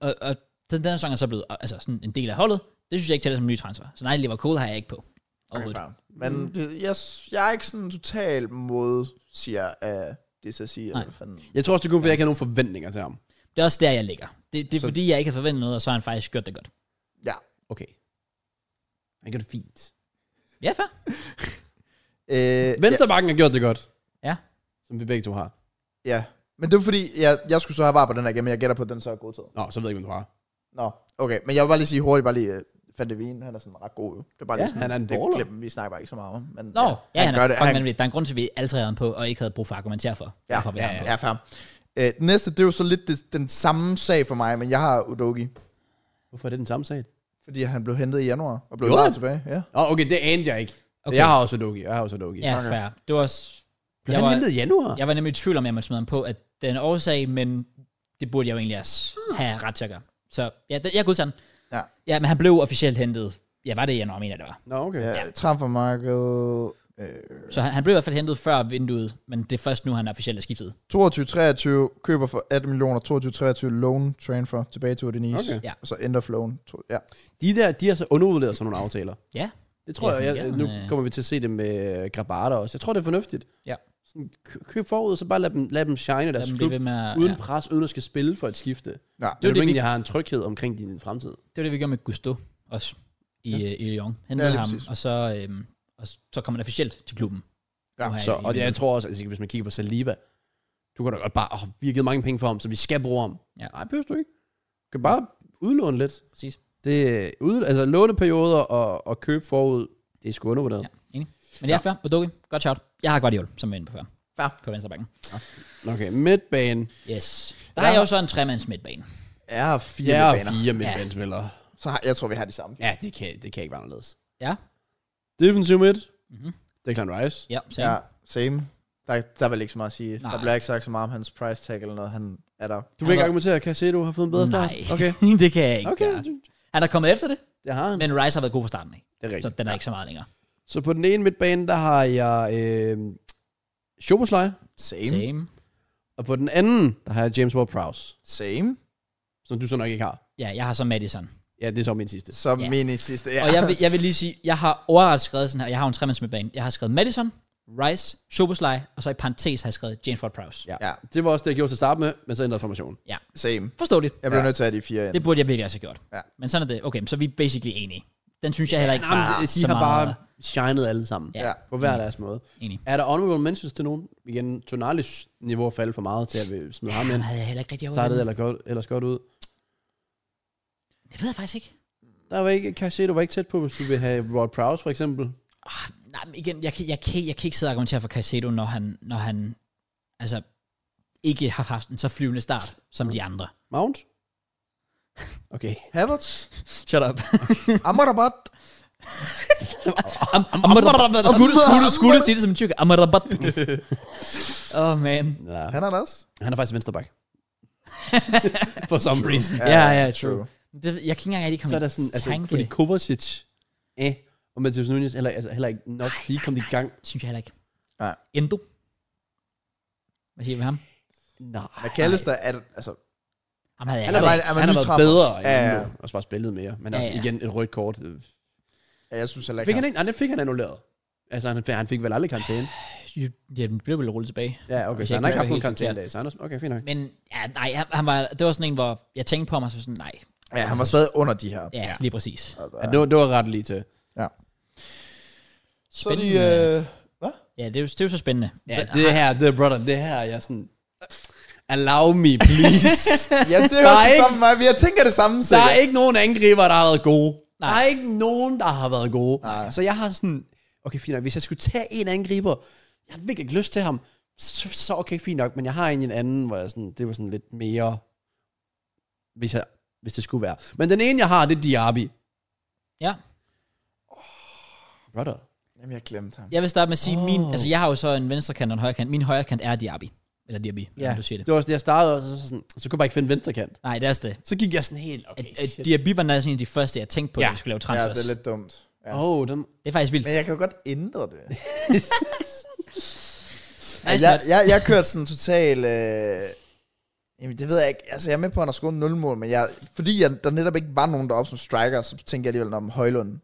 S1: Og, og den, den her sæson er så blevet altså sådan en del af holdet. Det synes jeg ikke tæller som en ny transfer. Så nej, Levi Cowell har jeg ikke på.
S3: Okay,
S1: Overhovedet.
S3: fair. Men det, jeg, jeg er ikke sådan totalt mod, siger af det, så siger.
S1: Nej.
S3: eller hvad Fanden.
S2: Jeg tror også, det er kun, fordi jeg ikke har nogen forventninger til ham.
S1: Det er også der, jeg ligger. Det, det er
S2: Så-
S1: fordi, jeg ikke har forventet noget, og så har han faktisk gjort det godt.
S3: Ja.
S2: Okay. Han gør det fint.
S1: Ja, fair.
S3: Øh, ja,
S2: Venstrebakken har gjort det godt.
S1: Ja.
S2: Som vi begge to har.
S3: ja. Men det var fordi, jeg, jeg skulle så have var på den her game, men jeg gætter på, at den så er god tid.
S2: Nå, så ved jeg ikke, hvem du har.
S3: Nå, okay. Men jeg vil bare lige sige hurtigt, bare lige, øh, Van de Veen, han er sådan ret god. jo. Det er bare
S2: Ja,
S3: lige sådan,
S2: han er en
S3: det
S2: baller.
S3: glemmer, vi snakker bare ikke så meget om. Men,
S1: Nå, ja, ja han,
S3: gør
S1: er,
S3: det.
S1: fuck,
S3: Han-
S1: han, der er en grund til, at vi altid havde ham på, og ikke havde brug for at argumentere for.
S3: Ja,
S1: hvorfor vi har ham
S3: ja,
S1: på.
S3: ja, fair. Øh, den næste, det er jo så lidt det, den samme sag for mig, men jeg har Udogi,
S2: Hvorfor er det den samme sag?
S3: fordi han blev hentet i januar og blev
S2: Gjorde
S3: lejet
S2: han?
S3: tilbage. Ja.
S2: Åh, oh, okay, det anede jeg ikke. Okay.
S1: Okay.
S2: Jeg har også Dogi, jeg har også Dogi.
S1: ja
S3: Okay.
S1: fair. Det var også...
S2: Blev
S1: Jeg
S2: han
S1: var,
S2: hentet i januar?
S1: jeg var nemlig i tvivl om, at man smed ham på, at den er årsag, men det burde jeg jo egentlig også have ret til at gøre. Så ja, det, jeg kunne sådan.
S3: Hmm. Ja.
S1: ja, men han blev officielt hentet. Ja, var det i januar, mener jeg, det var.
S2: Nå, okay. Ja.
S3: ja. Transfermarkedet, øh,
S1: Så han, han blev i hvert fald hentet før vinduet, men det er først nu, han er officielt er skiftet.
S3: 22-23 køber for 18 millioner, 22-23 loan transfer tilbage til Udinese.
S2: Okay.
S3: Okay.
S1: Ja.
S3: Og så end of loan. To- Ja.
S2: De der, de har så undervurderet sådan nogle aftaler.
S1: Ja.
S2: Det tror
S1: Ja,
S2: jeg,
S1: ja,
S2: jeg,
S1: men,
S2: nu
S1: øh,
S2: kommer vi til at se det med øh, Grabata også. Jeg tror, det er fornuftigt.
S1: Ja.
S2: Sådan, kø- køb forud, så bare lad dem, lad dem shine i
S1: Lad
S2: deres
S1: dem blive
S2: klub,
S1: ved med at-
S2: uden
S1: ja.
S2: pres, uden at skal spille for et skifte. Det
S3: ja.
S2: er jo
S1: det, vi-
S2: det, jeg har en tryghed omkring din fremtid.
S1: Det var det, vi gjorde med Gusto også i, ja. i Lyon.
S3: Ja,
S1: Hentede
S3: lige
S1: ja, ham,
S3: præcis.
S1: og så, øhm, og s- så kom han officielt til klubben.
S3: Ja,
S1: Nu her
S2: Så,
S1: i-
S2: og
S1: i-
S2: jeg tror også, altså, hvis man kigger på Saliba, du kan da godt bare, åh, vi har givet mange penge for ham, så vi skal bruge ham.
S1: Ja.
S2: Nej, behøver du ikke. Du kan bare udlåne lidt.
S1: Præcis.
S2: Det, er ud, altså låneperioder og, og køb forud, det er sgu undervurderet.
S1: Ja, enig. Men det er fair. Udoki, godt shout. Jeg har Guardiol, som er inde på før.
S3: Fair.
S1: På venstre bakken.
S2: Ja. Okay, midtbane.
S1: Yes. Der har jeg jo så en tremands midtbane.
S3: Jeg har fire
S2: Jeg
S3: ja,
S2: har
S3: baner.
S2: fire midtbanespillere.
S3: Så har, jeg tror, vi har de samme.
S2: Ja, det kan, det kan ikke være anderledes.
S1: Ja.
S2: Defensiv midt.
S1: Mhm.
S2: Mm-hmm. Declan Rice.
S1: Ja, så
S3: Ja, same. Der, der er vel ikke så meget at sige.
S1: Nej.
S3: Der bliver ikke sagt så meget om hans price tag eller noget. Han er der.
S2: Du vil ikke
S1: var-
S2: argumentere, at Casero har fået en bedre start?
S1: Nej,
S2: Okay.
S1: det kan jeg ikke
S2: Okay,
S1: okay. gøre. Han er kommet efter det,
S2: det har han.
S1: men Rice har været god fra starten af.
S2: Det er
S1: Så
S2: rigtigt.
S1: den er ikke så meget længere.
S2: Så på den ene midtbane, der har jeg øh, Shoboslej,
S3: Same. Same.
S1: Same.
S2: og på den anden, der har jeg James Ward-Prowse,
S3: same.
S2: som du så nok ikke har.
S1: Ja, jeg har så Madison.
S2: Ja, det er så min sidste.
S3: Så
S1: Ja.
S3: yeah. min i sidste. Ja.
S1: Og jeg vil, jeg vil lige sige, jeg har overrettet skrevet sådan her. Jeg har jo en tremands midtbane. Jeg har skrevet Madison, Rice, Soboslej, og så i parentes har jeg skrevet James Ward-Prowse.
S2: Ja.
S3: Ja.
S2: ja. Det var også det, jeg gjorde til at starte med, men så ændrede formationen.
S3: Same.
S1: Forståeligt.
S3: Jeg blev
S2: Ja.
S3: nødt til at have de fire ind.
S1: Det burde jeg virkelig også have gjort.
S3: Ja.
S1: Men sådan er det. Okay, så er vi er basically enige. Den synes jeg heller ikke
S2: Nå, men
S1: var
S2: de, de
S1: så
S2: har
S1: meget.
S2: bare shined alle sammen.
S1: Ja.
S2: På hver deres måde.
S1: Enig.
S2: Er der honorable mentions til nogen? Igen, Tonalis niveau er faldet for meget til, at vi smider ham
S1: Jamen,
S2: ind.
S1: havde jeg heller ikke rigtig
S2: Startede
S1: overvejet.
S2: eller godt, ellers godt ud.
S1: Det ved jeg faktisk ikke.
S2: Der var ikke, Casero var ikke tæt på, hvis du vil have Rod Prowse for eksempel.
S1: Ah, nej, men igen, jeg kan, jeg, kan, jeg kan ikke sidde og argumentere for Caicedo, når han, når han altså, ikke har haft en så flyvende start som de andre.
S2: Mount? Okay.
S3: Havertz.
S1: Shut up.
S3: Amrabat.
S1: Am- am- Amrabat. Skulle skulle- skulle du sige det som en tyrk? Amrabat. Oh man.
S2: Ja.
S3: Han er der også.
S2: Han er faktisk venstreback. for some reason.
S1: Ja, ja, true. Det, jeg kan ikke engang rigtig komme
S2: Så er der
S1: i
S2: sådan, altså,
S1: tanke
S2: fordi
S1: det.
S2: Kovacic, eh, og Matheus Nunez, eller, altså, heller ikke nok, de kom i gang.
S1: Synes jeg heller ikke.
S3: Nej.
S1: Endo. Hvad siger vi ham?
S2: Nej.
S3: McAllister er, altså,
S1: Ham havde jeg
S2: Han
S1: heller
S2: har
S1: ikke.
S3: var-
S2: været,
S3: han var
S2: han har været
S3: nytrapper.
S2: bedre
S3: Ja,
S2: end
S3: ja.
S2: ja, og så bare spillet mere. Men
S1: Ja,
S2: altså
S1: ja.
S2: igen, et rødt kort.
S3: ja, jeg synes heller
S2: Fik
S3: ikke,
S2: han
S3: han,
S2: ikke? Nej, det fik han annulleret. Altså, han, han fik vel aldrig karantæne.
S1: Jo, Ja, den blev vel rullet tilbage.
S2: Ja, okay,
S1: Hvis
S2: så
S1: jeg
S2: han
S1: ikke
S2: har ikke haft
S1: husker
S2: nogen
S1: helt
S2: karantæne i dag. Så han er, okay, fint nok.
S1: Men ja, nej, han, han var, det var sådan en, hvor jeg tænkte på mig, så sådan, nej,
S3: ja, han var stadig under de her.
S1: ja, ja. lige præcis.
S3: Altså,
S2: Ja, det, var, det var ret lige til.
S3: Så er de,
S1: Spændende.
S3: øh,
S1: Ja, det er, jo, det er jo så spændende.
S2: Ja,
S1: Hvad-
S2: det her, det brother, det her, jeg er sådan... Allow me, please.
S3: ja, det er også
S2: Der er
S3: det
S2: ikke-
S3: samme mig. Jeg tænker det samme,
S2: Der er
S3: sikkert.
S2: ikke nogen angriber, der har været gode. Nej.
S1: Nej.
S2: Der er ikke nogen, der har været gode. Nej. Så jeg har sådan, okay, fint nok. Hvis jeg skulle tage en angriber, jeg har virkelig ikke lyst til ham, så, så okay, fint nok. Men jeg har en, en anden, hvor jeg sådan, det var sådan lidt mere, hvis, jeg, hvis det skulle være. Men den ene, jeg har, det er Diaby.
S1: ja.
S2: Brother.
S3: Jamen, jeg glemte ham.
S1: Jeg vil starte med at sige, oh. min,
S2: Åh.
S1: altså jeg har jo så en venstre kant og en højre kant. Min højre kant er Diaby. Eller Diaby, ja. du siger det.
S2: det var også det, jeg startede, og så, så, sådan, så kunne jeg bare ikke finde venstrekant.
S1: Nej, det er også det.
S2: Så gik jeg sådan helt,
S1: At,
S2: okay,
S1: at
S2: shit.
S1: Diaby var næsten en af de første, jeg tænkte på,
S2: Ja.
S1: ja. at vi skulle lave
S3: Ja,
S1: transfers.
S3: det er lidt dumt. Ja.
S2: Åh, oh, den...
S1: det er faktisk vildt.
S3: Men jeg kan jo godt ændre det.
S1: Nej,
S3: jeg, jeg, jeg kørte sådan total... Øh, jamen, det ved jeg ikke. Altså, jeg er med på, at han har scoret 0 mål, men jeg, fordi jeg, der netop ikke var nogen deroppe som striker, så tænkte jeg alligevel om Højlund.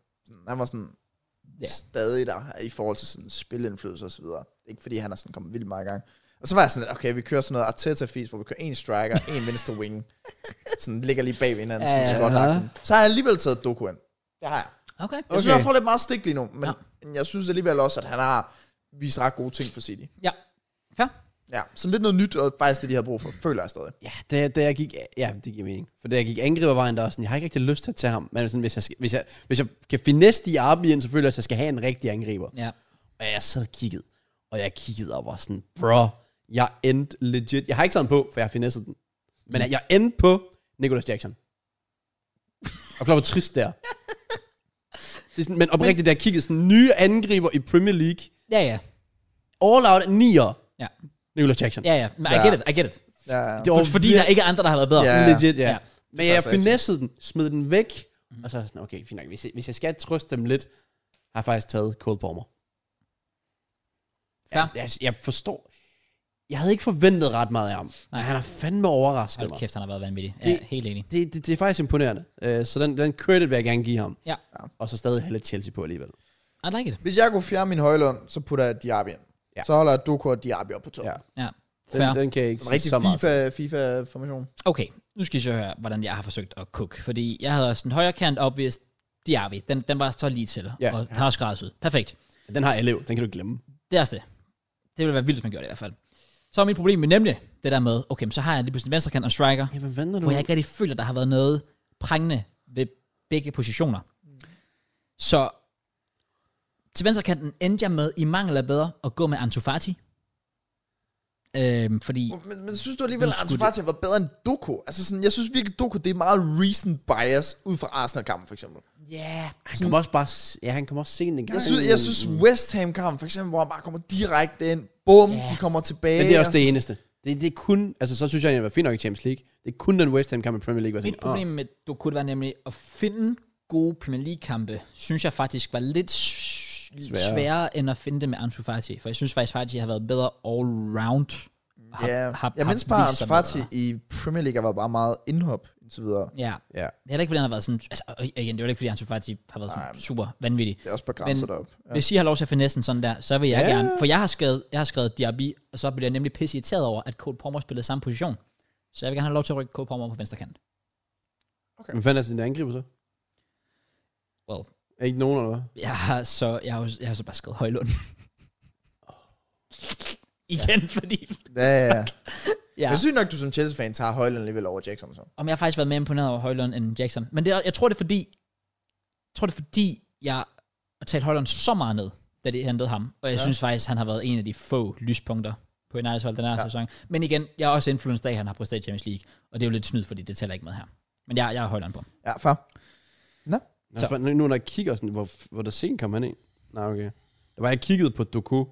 S3: Han var sådan
S1: Ja.
S3: ja. stadig der i forhold til sådan spilindflydelse og så videre. Ikke fordi han er sådan kommet vildt meget i gang. Og så var jeg sådan lidt, okay, vi kører sådan noget Arteta-fis, hvor vi kører en striker, en venstre wing. Sådan ligger lige bag ved hinanden, sådan
S1: Ja, ja,
S3: ja,
S1: ja.
S3: Så har jeg alligevel taget Doku ind. Det har jeg.
S1: Okay.
S3: Jeg okay. synes,
S2: Okay.
S3: han får lidt meget stik lige nu, men
S1: Ja.
S3: ja. jeg synes alligevel også, at han har vist ret gode ting for City.
S1: Ja. Fair.
S3: Ja, sådan lidt noget nyt, og faktisk det, de har brug for, føler jeg stadig.
S2: Ja, da, jeg- da jeg gik, ja, det giver mening. For da jeg gik angribervejen, der var sådan, jeg har ikke rigtig lyst til at tage ham. Men sådan, hvis jeg, skal, hvis jeg, hvis jeg kan finesse de arbien, så føler jeg, at jeg skal have en rigtig angriber.
S1: Ja.
S2: Og jeg sad og kiggede, og jeg kiggede og var sådan, bro, jeg endte legit. Jeg har ikke taget den på, for jeg har finesset den. Men jeg endte på Nicholas Jackson. Og klart var trist der. Det er sådan, men oprigtigt, da jeg kiggede sådan, nye angriber i Premier League.
S1: Ja, ja.
S2: All out nier.
S1: Ja,
S2: Nicholas Jackson.
S1: ja. ja. Men I
S3: Ja.
S1: get it, I get it.
S3: Ja, ja.
S2: Det var
S1: For, fordi
S2: vir-
S1: der ikke er andre, der har været bedre.
S3: Ja.
S2: Legit, ja.
S1: Ja.
S2: ja. Men jeg
S3: Faktisk rigtigt.
S2: finessede den, smed den væk, og så er jeg sådan, okay, fint nok, hvis jeg, hvis jeg skal trøste dem lidt, har jeg faktisk taget Cole Palmer.
S1: Fair.
S2: Jeg, jeg, jeg forstår, jeg havde ikke forventet ret meget af ham,
S1: Nej.
S2: Nej. men han har fandme overrasket
S1: Hold
S2: mig.
S1: kæft, han har været vanvittig. Ja,
S2: Det-
S1: helt enig.
S2: Det, det, det er faktisk imponerende, Øh, så den, den credit vil jeg gerne give ham.
S1: Ja.
S2: Og så stadig have lidt Chelsea på alligevel.
S1: I like it.
S3: Hvis jeg kunne fjerne min højlund, så putter jeg Diaby ind.
S2: Ja.
S3: Så holder jeg Doku og Diaby op på toppen. Ja.
S2: Ja.
S1: Ja. Fair.
S2: Den, den kan jeg ikke
S3: En
S2: sige
S3: rigtig
S2: så meget. til.
S3: FIFA, FIFA-formation.
S1: Okay, nu skal I så høre, hvordan jeg har forsøgt at cook. Fordi jeg havde også den højre kant opvist. Diaby, den, den var så lige til.
S2: Ja.
S1: og har skræddet ud. Perfekt.
S2: Den har alle jo, den kan du ikke glemme.
S1: Det er også det. Det ville være vildt, hvis man gjorde det i hvert fald. Så er mit problem med nemlig det der med, okay, men så har jeg lige pludselig en venstre kant og en striker,
S2: Ja, hvad venter du?
S1: hvor jeg ikke rigtig føler, der har været noget prangende ved begge positioner. Så til venstre kanten endte jeg med, i mangel af bedre, at gå med Antofati. Øhm, fordi
S3: Men, men synes du alligevel,
S1: Men
S3: at
S1: skulle
S3: Ansu Fati var bedre end Doku? Altså sådan, jeg synes virkelig, Doku, det er meget recent bias ud fra Arsenal-kampen, for eksempel.
S1: Ja,
S2: Han kommer også bare, s- ja, han kommer også sent en gang.
S3: Jeg synes, jeg synes West Ham-kampen, for eksempel, hvor han bare kommer direkte ind. Bum,
S1: Ja.
S3: yeah. de kommer tilbage.
S2: Men det er også det eneste. Det, det er kun, altså så synes jeg, at jeg var fint nok i Champions League. Det er kun den West Ham kamp i Premier League, hvor jeg
S1: mit
S2: tænkte, åh,
S1: problem med du kunne være nemlig at finde gode Premier League-kampe, synes jeg faktisk var lidt s- sværere,
S2: Sværere.
S1: sværere end at finde det med Ansu Fati. For jeg synes faktisk, Fati har været bedre all round. Har-
S3: Ja,
S1: har-
S3: jeg
S1: har
S3: mindst bare,
S1: vist sig
S3: at Fati
S1: bedre.
S3: i Premier League var bare meget indhop, og så videre.
S1: Ja,
S2: Ja.
S1: det er heller ikke, fordi han har været sådan... Altså, og igen, det er jo ikke, fordi Ansu Fati har været sådan super vanvittig.
S3: Det er også begrænset
S1: Men-
S3: op.
S1: Ja. Hvis I har lov til at finessen sådan der, så vil jeg ja.
S2: Ja.
S1: gerne... For jeg har skrevet, jeg har skrevet Diaby, og så bliver jeg nemlig pisse irriteret over, at Cole Palmer spillede samme position. Så jeg vil gerne have lov til at rykke Cole Palmer på venstre kant.
S2: Hvem fanden er sin angriber så?
S1: Well,
S2: Er ikke nogen, eller hvad?
S1: Jeg har så, jeg har, jo- jeg har så bare skrevet Højlund. Igen, ja. fordi...
S3: Ja, ja, ja.
S1: Ja.
S3: Jeg synes nok, du som Chelsea-fan tager Højland alligevel over Jackson. Så.
S1: Om jeg har faktisk været mere imponeret over Højlund end Jackson. Men det er, jeg tror, det er fordi... Jeg tror, det er fordi, jeg har talt Højlund så meget ned, da de hentede ham. Og jeg ja.
S3: Ja.
S1: synes faktisk, han har været en af de få lyspunkter på Uniteds hold den her ja.
S3: Ja.
S1: sæson. Men igen, jeg er også influenced af, at han har præsteret i Champions League. Og det er jo lidt snyd, fordi det tæller ikke med her. Men jeg, jeg har Højlund på.
S3: Ja, far.
S2: Nå,
S1: Så.
S2: for Nu når jeg kigger sådan, hvor, hvor der sent kom han ind. Nej, okay. Der var jeg kigget på Doku.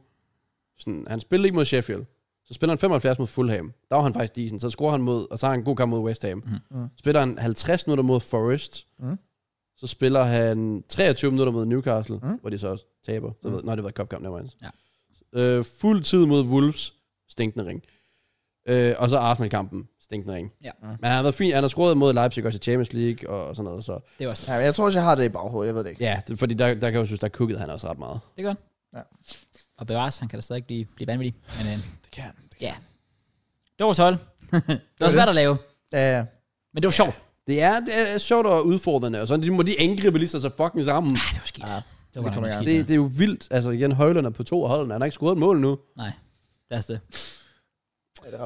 S2: Sådan, han spillede ikke mod Sheffield. Så spiller han 75 mod Fulham. Der var han faktisk decent. Så scorer han mod, og så har han en god kamp mod West Ham.
S1: Mhm.
S3: Mm.
S2: Spiller han 50 minutter mod Forest.
S3: Mm.
S2: Så spiller han 23 minutter mod Newcastle,
S3: Mm.
S2: hvor de så også taber. Så ved, nej, det var et cupkamp, der var hans.
S1: Ja.
S2: Øh, fuld tid mod Wolves. Stinkende ring. Øh, og så Arsenal-kampen. Stinkende ring.
S1: Ja.
S3: Mm.
S2: Men han har været fint. Han har scoret mod Leipzig også i Champions League og sådan noget. Så.
S1: Det er også
S3: Ja, men jeg tror også, jeg har det i baghovedet. Jeg ved det ikke.
S2: Ja, det- Altså, fordi der, der kan jeg jo synes, der kuggede han også ret meget.
S1: Det gør han.
S3: Ja.
S1: Og bevares, han kan da stadig blive, blive vanvittig. Men øh,
S3: Det kan han.
S1: det var så hold. det var
S3: det.
S1: svært at lave.
S3: Ja, ja.
S1: Men det var sjovt.
S2: Det er, det er sjovt og udfordrende, og sådan de må de angribe lige så så fucking sammen.
S1: Ej, det var skidt. Ja, Ah, det var
S3: det
S1: godt
S3: kommer
S1: nok
S3: jeg
S1: skidt.
S2: Det, det er jo vildt. Altså igen, Højlund er på to af holdene. Han har ikke scoret et mål nu.
S1: Nej, lad os det.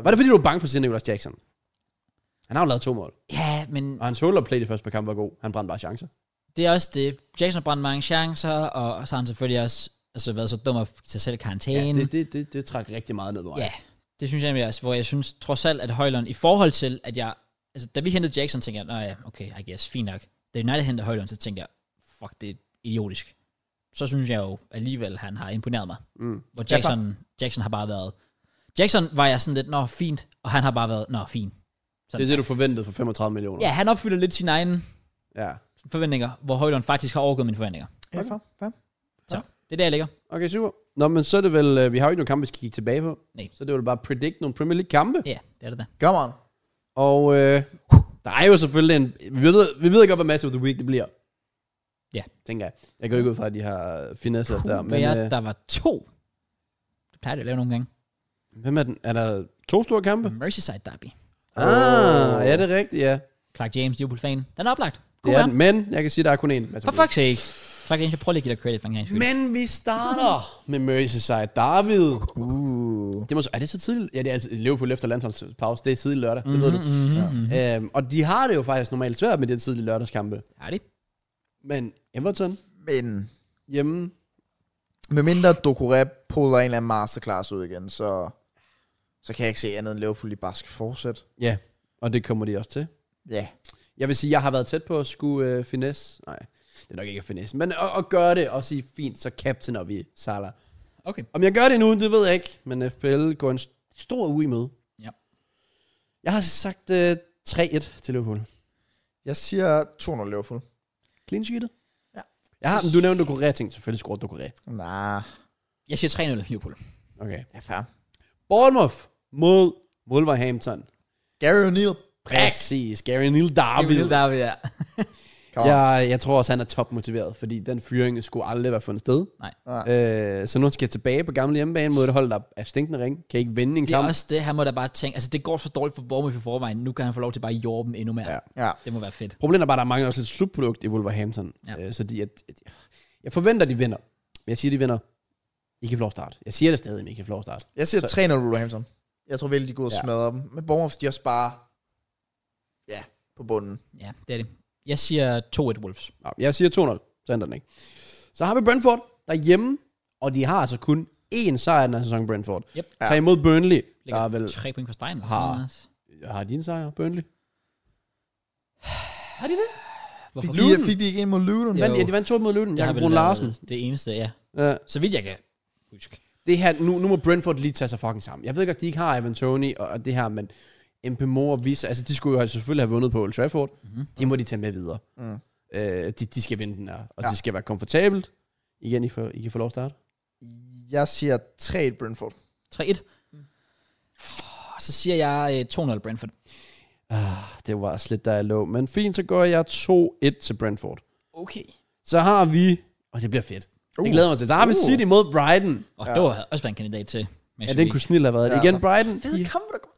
S2: Var det fordi, du var bange for sin Nicholas Jackson? Han har jo lavet to mål.
S1: Ja, men
S2: Og hans holder play det første par kampe var god. Han brændte bare chancer.
S1: det er også det. Jackson brændte mange chancer, og så har han selvfølgelig også altså, været så dum at give sig selv i
S2: Ja,
S1: karantæne. Ja,
S2: det, det, det, det trak rigtig meget ned på mig.
S1: ja, det synes jeg nemlig også, hvor jeg synes trods alt, at Højlund i forhold til, at jeg... Altså, da vi hentede Jackson, tænkte jeg, nej, ja, okay, I guess, fint nok. Da United hentede Højlund, så tænkte jeg, fuck, det er idiotisk. Så synes jeg jo alligevel, han har imponeret mig.
S2: Mm.
S1: Hvor
S3: Ja,
S1: Jackson, Jackson har bare været... Jackson var jeg sådan lidt, nå, fint, og han har bare været, nå, fint.
S2: Det er det, du forventede for 35 millioner.
S1: Ja, han opfylder lidt sine egne
S2: ja.
S1: forventninger, hvor Højlund faktisk har overgået mine forventninger.
S3: Ja, far. far.
S1: Det er der, jeg ligger.
S2: Okay, super. Nå, men så er det vel, øh, vi har jo ikke nogen kampe, vi skal kigge tilbage på.
S1: Nej.
S2: Så er det er vel bare predict nogle Premier League kampe.
S1: Ja, det er det der.
S3: Come on.
S2: Og øh, der er jo selvfølgelig en... Vi ved, vi ved godt, hvad Match of the Week det bliver.
S1: Ja.
S2: Tænker jeg. Jeg går ikke ud fra, at de har finesset os der.
S1: Kunne
S2: Men
S1: være,
S2: øh,
S1: der var to. Det plejer det at lave nogle gange.
S2: hvem er den? Er der to store kampe? Mm.
S1: Merseyside Derby.
S2: Ah, ja, det er rigtigt, ja.
S1: Clark James, Liverpool-fan. Den er oplagt.
S2: Det
S1: God
S2: er
S1: er
S2: den. Men jeg kan sige, at der er kun én. Match of
S1: For
S2: the Week.
S1: fuck's sake. Faktisk, jeg prøver lige at give dig credit for en Mm-hmm. gang. Men,
S2: Men vi starter med Merseyside. David.
S3: Uh.
S2: Det må så, er det så tidligt? Ja, det er altid Liverpool efter landsholdspause. Det er tidlig lørdag, det ved du.
S1: Mm-hmm,
S2: Ja. Øhm, og de har det jo faktisk normalt svært med de tidlige lørdagskampe.
S1: er det?
S2: Men Everton
S3: Men
S2: hjemme,
S3: medmindre Dokore puller en eller anden masterclass ud igen, så, så kan jeg ikke se andet end Liverpool, de bare skal fortsætte.
S2: ja, og det kommer de også til.
S3: Ja.
S2: Jeg vil sige, jeg har været tæt på at skulle øh, finesse. Nej, det er nok ikke at finesse, men at, at gøre det og sige, fint, så captainer vi Salah.
S1: Okay.
S2: Om jeg gør det nu, det ved jeg ikke, men FPL går en st- stor uge i møde.
S1: Ja.
S2: Jeg har sagt øh, 3-1 til Liverpool.
S3: Jeg siger 200 Liverpool.
S2: Clean sheetet.
S3: Ja.
S2: Jeg har, men du nævnte Ducoré, jeg tænkte selvfølgelig scoret Ducoré.
S3: Nej.
S1: Jeg siger 3-0 Liverpool.
S2: Okay.
S3: Ja, fair.
S2: Bournemouth mod Wolverhampton.
S3: Gary O'Neill.
S2: Præcis. Gary Neal Darby.
S1: Der er vi, ja.
S3: Kom. Ja.
S2: Jeg, jeg tror også, han er topmotiveret, fordi den fyring skulle aldrig være fundet sted.
S1: Nej.
S2: Øh, så nu skal jeg tilbage på gamle hjemmebane mod et hold, der er stinkende ring. Kan ikke vinde en
S1: Det er
S2: kamp.
S1: også det, han må da bare tænke. Altså, det går så dårligt for Bournemouth i forvejen. Nu kan han få lov til bare at jorbe dem endnu mere.
S2: Ja.
S3: ja.
S1: Det må være fedt.
S2: Problemet er bare, at der mangler også lidt slutprodukt i Wolverhampton.
S1: Ja.
S2: Ja. Øh, så de, jeg, jeg forventer, de vinder. Men jeg siger, de vinder. I kan få lov at starte. Jeg siger det stadig, men I kan få lov at starte.
S3: Jeg siger
S2: Så-
S3: 3-0 Wolverhampton. Jeg tror virkelig, de går ud og
S2: Ja.
S3: smadrer dem. Men Bournemouth, de er også bare... Ja, på bunden.
S1: Ja, det er det. Jeg siger 2-1 Wolves.
S2: Nå, jeg siger 2-0. Så ændrer den ikke. Så har vi Brentford derhjemme, og de har altså kun én sejr i den her sæson, Brentford.
S1: Yep.
S2: Ja. Tag imod Burnley. Der
S1: Ligger
S2: er vel...
S1: 3 point på stregen. eller
S2: Har-
S1: sådan noget, altså.
S2: Har de en sejr, Burnley? Har de det?
S1: Hvorfor?
S3: Fik de,
S2: Luton.
S3: fik de ikke ind mod Luton?
S1: Jo.
S2: Vandt, ja, de vandt to mod Luton.
S1: Det har
S2: Jakob
S1: vel
S2: Brun
S1: været
S2: Larsen.
S1: Det eneste, ja.
S2: Ja.
S1: Så vidt jeg kan huske.
S2: Det her, nu, nu må Brentford lige tage sig fucking sammen. Jeg ved godt, de ikke har Ivan Tony og, og det her, men MP Moore viser... Altså, de skulle jo selvfølgelig have vundet på Old Trafford. Mm-hmm. De må de tage med videre.
S3: Mm.
S2: Øh, de, de skal vinde den her, og
S3: Ja.
S2: ja. det skal være komfortabelt. Igen, I, får, I kan få lov at starte.
S3: Jeg siger 3-1 Brentford.
S1: 3-1. Og Mm. Så siger jeg øh, 2-0 Brentford.
S2: Ah, det var slet der jeg lå. Men fint, så går jeg 2-1 til Brentford.
S1: Okay.
S2: Så har vi... Og det bliver fedt. Uh.
S3: Uh.
S2: Jeg glæder mig til. Så har vi
S3: Uh.
S2: City mod Brighton.
S1: Og
S3: Ja.
S1: det var også været en kandidat til.
S2: Ja, den kunne snille have været det.
S3: Ja.
S2: Igen Brighton.
S3: Fed
S2: de-
S3: kamp, der går.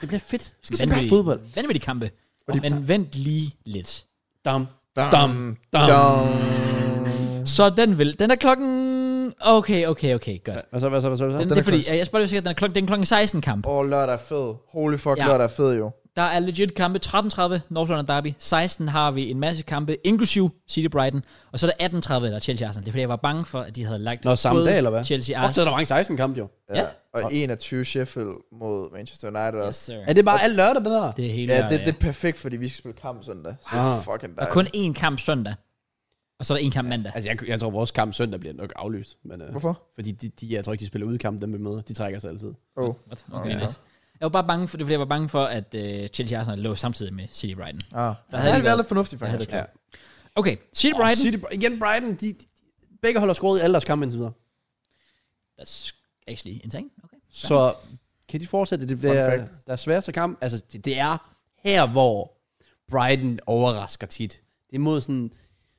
S2: Det bliver fedt. Vi Skal se
S1: Vanvittig,
S2: bare fodbold.
S1: vanvittig kampe.
S3: Og de-
S1: Men vent lige lidt.
S2: Dam.
S3: Dum,
S2: Dam.
S3: dum.
S1: Så den vil... Den er klokken... Okay, okay, okay, godt.
S2: Hvad så, hvad så, hvad så? Hvad
S1: Den,
S2: så?
S1: det er
S3: er
S1: fordi, jeg, jeg spørger sikkert, den er klokken, den er klokken 16 kamp.
S3: Åh, oh, lørdag er fed. Holy fuck,
S1: Ja.
S3: ja. lørdag er fed jo.
S1: Der er legit kampe 13.30, North London Derby. 16 har vi en masse kampe, inklusiv City Brighton. Og så er der 18.30, der er Chelsea Arsenal. Det er fordi, jeg var bange for, at de havde lagt
S2: Nå, samme
S1: både
S2: dag, eller hvad?
S1: Chelsea
S2: Og så
S1: Arsenal.
S2: er der mange 16 kamp jo.
S1: Ja.
S3: Og 21 Sheffield mod Manchester United
S1: Yes,
S3: også.
S1: sir.
S2: Er det bare alt lørdag, den der?
S1: Det er helt
S3: Ja,
S1: lørdag,
S3: det, det er perfekt, fordi vi skal spille kamp søndag. Så det er
S2: Ah.
S3: fucking
S1: Der
S3: dejligt.
S1: er kun én kamp søndag. Og så er der én kamp mandag.
S2: Altså, jeg, jeg tror, vores kamp søndag bliver nok aflyst. Men, øh,
S3: Hvorfor?
S2: Fordi de, de, jeg tror ikke, de spiller ude i kampen, dem vi møder. De trækker sig altid.
S3: Oh.
S1: What? Okay, nice. Jeg var bare bange for, det, er fordi jeg var bange for, at øh, Chelsea Arsenal lå samtidig med City Brighton. Der
S3: Ah. Der
S1: havde
S3: havde
S1: de
S3: det været
S1: været-
S3: lidt fornuftigt,
S1: Der havde det
S3: faktisk.
S1: været klogt. Okay, City
S2: Og
S1: Brighton.
S2: City, igen Brighton. De, de, de, begge holder scoret i alle deres kampe indtil videre.
S1: That's actually insane. Okay.
S2: Så kan de fortsætte? Det bliver
S3: fact.
S2: der er sværeste kamp. Altså, det, det er her, hvor Brighton overrasker tit. Det er mod sådan,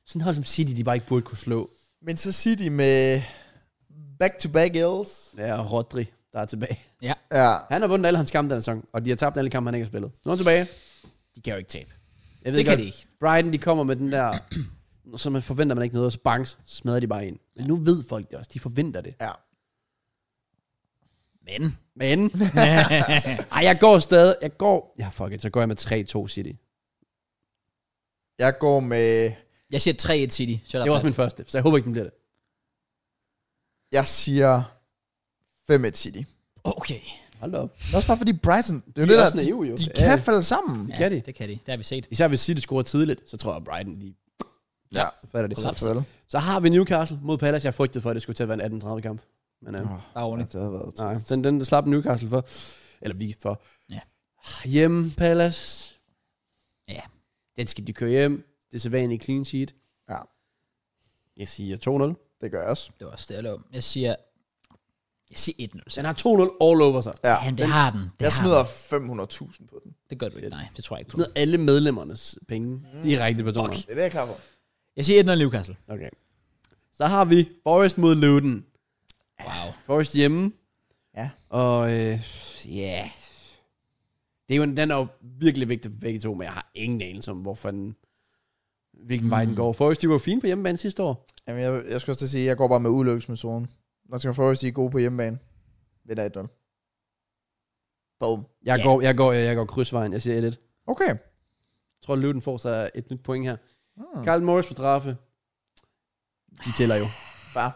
S2: sådan et hold som City, de bare ikke burde kunne slå.
S3: Men så siger de med back-to-back ills.
S2: Ja, og Rodri, der er tilbage.
S3: Ja.
S2: Han har vundet alle hans kampe den her sæson, og de har tabt alle kampe, han ikke har spillet. Nu er han tilbage. De kan jo ikke tabe. Jeg ved
S1: Det kan
S2: godt,
S1: de ikke.
S2: Brighton, de kommer med den der, så man forventer man ikke noget, og så bangs, så smadrer de bare ind. Men nu ved folk det også, de forventer det.
S3: Ja.
S1: Men.
S2: Men, ej, jeg går stadig, jeg går, ja fuck it, så går jeg med 3-2 City.
S3: Jeg går med...
S1: Jeg siger 3-1 City. Shut up.
S2: Det var også min første, så jeg håber ikke, den bliver det.
S3: Jeg siger 5-1 City.
S1: Okay.
S2: Hold da op.
S3: Det er også bare fordi Brighton, det er jo
S2: De er
S3: det der,
S2: også naive, jo.
S3: de, de
S2: Ja.
S3: kan falde sammen.
S2: Det kan de.
S1: Det kan de. Det har vi set.
S2: Især hvis City scorer tidligt, så tror jeg, at Brighton de...
S3: Ja.
S2: Så fatter de.
S3: Så
S2: Så,
S3: vel.
S2: så har vi Newcastle mod Palace. Jeg frygtede for, at det skulle til at være en 18-30 kamp. Men øh,
S3: Åh,
S1: Der er ordentligt.
S3: det havde været
S2: nej, den, den der slap Newcastle for. Eller vi for.
S1: Ja.
S2: Hjemme, Palace.
S1: Ja.
S2: Den skal de køre hjem. Det er sædvanlige clean sheet.
S3: Ja.
S2: Jeg siger 2-0.
S3: Det gør jeg også.
S1: Det var også det, jeg lå. Jeg siger... Jeg siger 1-0. så.
S2: Den har 2-0 all over sig.
S3: Ja.
S1: Han, det har den. Det
S3: Jeg
S1: har
S3: smider
S1: Den.
S3: 500.000 på den.
S1: Det gør du ikke. Nej, det tror jeg ikke på.
S2: Smed alle medlemmernes penge direkte på 2
S3: Det er det, jeg er klar for.
S1: Jeg siger 1-0 Newcastle.
S2: Okay. Så har vi Forest mod Luton.
S1: Wow.
S2: Forrest hjemme.
S3: Ja.
S2: Og øh, ja, yeah. det er jo, den er jo virkelig vigtig for begge to, men jeg har ingen anelse om, hvorfor den, hvilken vej den går. Forrest, de var jo fine på hjemmebane sidste år.
S3: Jamen, jeg, jeg skal også til at sige, at jeg går bare med udelukkelsesmetoden. Nottingham Forest, de er gode på hjemmebane. Vinder 1-0. Boom.
S2: Jeg,
S1: Ja.
S2: går, jeg, går, jeg går krydsvejen, jeg siger 1-1. Jeg
S3: Okay.
S2: tror, Løven får sig et nyt point her.
S3: Hmm.
S2: Carl Morris på straffe. De tæller jo.
S3: Bare.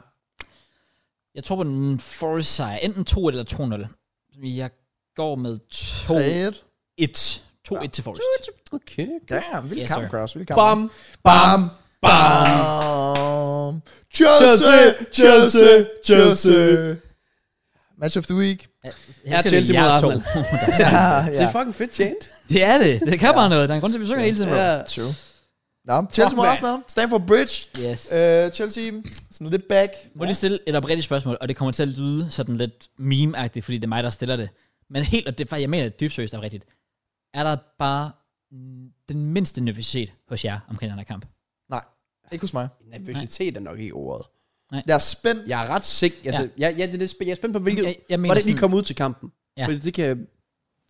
S1: Jeg tror på den Forest sejr. Enten 2-1 eller 2-0. Jeg går med
S3: 3-1.
S1: 2-1. 2-1 til Forest.
S2: Okay.
S3: Damn,
S1: Yes,
S3: vild yes,
S1: sir.
S3: kamp, Kraus. Vild kamp.
S2: Bam.
S3: Bam. Bam. Chelsea, Chelsea, Chelsea. Match of the week.
S1: Jeg skal
S2: Chelsea
S1: lige-
S2: mod
S1: jeg er to.
S2: Arsenal.
S3: Ja,
S2: Det er fucking fedt tjent.
S1: det er det. Det kan bare noget. Der er en grund til, at vi synger hele tiden. bro.
S3: True. Nå, Chelsea mod
S2: man.
S3: Arsenal. Stamford Bridge.
S1: Yes.
S3: Uh, Chelsea, sådan lidt back.
S1: Må jeg lige stille et oprigtigt spørgsmål, og det kommer til at lyde sådan lidt meme-agtigt, fordi det er mig, der stiller det. Men helt, og det, jeg mener det dybt seriøst oprigtigt. Er der bare mm, den mindste nervøsitet hos jer omkring den her kamp?
S3: Nej, ikke hos mig.
S2: Nervøsitet er nok ikke ordet.
S3: Jeg er spændt.
S2: Jeg er ret sikker. Altså, ja. Jeg, jeg, det er lidt spæ- jeg er spændt på, hvilket,
S1: Jeg- jeg mener
S2: hvordan
S1: sådan-
S2: de kommer ud til kampen.
S1: Ja.
S2: Ja. Fordi det kan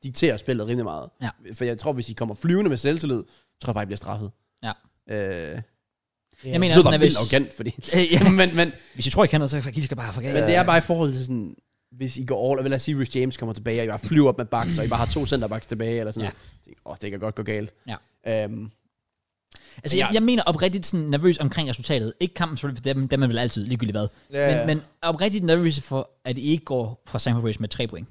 S2: diktere spillet rimelig meget.
S1: Ja.
S2: For jeg tror, hvis de kommer flyvende med selvtillid, tror jeg bare, de bliver straffet.
S1: Ja.
S2: Øh, jeg
S1: Jeg mener
S2: det
S1: også,
S2: lyder
S1: at
S2: bare vildt
S1: hvis,
S2: arrogant, fordi...
S1: Øh, ja.
S2: men, men, men,
S1: hvis I tror, I kan noget, så kan I skal bare forgave.
S2: men det er bare i forhold til sådan... Hvis I går all... Eller lad os sige, Rhys James kommer tilbage, og I bare flyver op med baks, og I bare har to centerbacks tilbage, eller sådan
S1: Ja.
S2: ja. noget. Tænker, Åh, oh, det kan godt gå galt.
S1: Ja.
S2: Øhm,
S1: Altså, jeg, jeg mener oprigtigt sådan nervøs omkring resultatet. Ikke kampen selvfølgelig, for dem, dem er vel altid ligegyldigt hvad.
S3: Ja,
S1: Men, men oprigtigt nervøs for, at I ikke går fra St. Patrick's med tre point.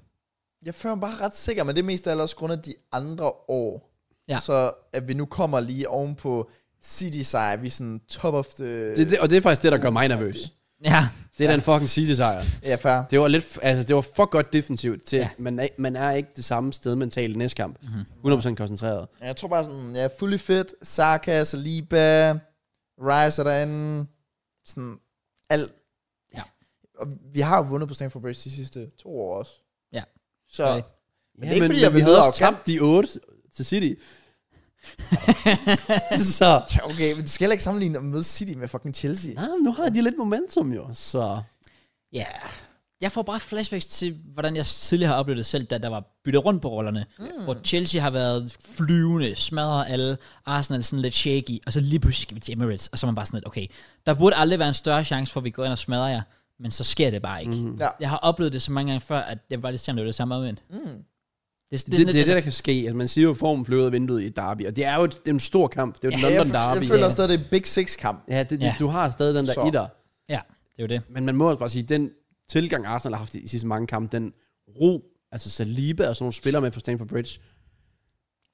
S3: Jeg føler mig bare ret sikker, men det er mest af alt også grund af de andre år.
S1: Ja.
S3: Så at vi nu kommer lige ovenpå City sejr, vi er sådan top of the...
S2: det, det, og det er faktisk det, der gør mig nervøs.
S1: Ja,
S2: Det er ja. den fucking City-sejr.
S3: Ja, fair.
S2: Det var lidt, altså det var for godt defensivt til,
S1: Ja.
S2: ja. man, er, man er ikke det samme sted mentalt i næste kamp. Mm-hmm. 100% koncentreret.
S3: Jeg tror bare sådan, ja, fully fit, Saka, Saliba, Rice er derinde, sådan alt.
S1: Ja.
S3: Og vi har jo vundet på Stamford Bridge de sidste to år også.
S1: Ja.
S3: Så
S1: Okay.
S3: Men det er ikke, fordi jeg
S2: vi
S3: vil
S2: havde
S3: lyde
S2: også
S3: arrogant.
S2: tabt de 8 til City. så,
S3: Ja, okay, men du skal heller ikke sammenligne at møde City med fucking Chelsea.
S2: nej, nu har de lidt momentum jo, så...
S1: Ja. Yeah. Jeg får bare flashbacks til, hvordan jeg tidligere har oplevet det selv, da der var byttet rundt på rollerne. Mm. Hvor Chelsea har været flyvende, smadrer alle, Arsenal sådan lidt shaky, og så lige pludselig skal vi til Emirates, og så er man bare sådan lidt, okay, der burde aldrig være en større chance for, at vi går ind og smadrer jer, men så sker det bare ikke. Mm.
S3: Ja.
S1: Jeg har oplevet det så mange gange før, at jeg var lidt sammen, det var det samme omvendt. Mm. Det, er- det,
S2: Det, det, det er det, der kan ske. Altså, man siger jo, at formen flyver ud af vinduet i et derby, og det er jo et, det er en stor kamp. Det er jo et
S3: Ja, jeg,
S2: London
S3: jeg,
S2: derby.
S3: jeg føler også stadig, det er Big Six-kamp.
S2: ja, det, det,
S1: Ja.
S2: du har stadig den der
S3: Så.
S2: så. itter.
S1: ja, det er jo det.
S2: Men man må også bare sige, den tilgang Arsenal har haft i de sidste mange kampe, den ro, altså Saliba og sådan nogle spillere med på Stamford Bridge,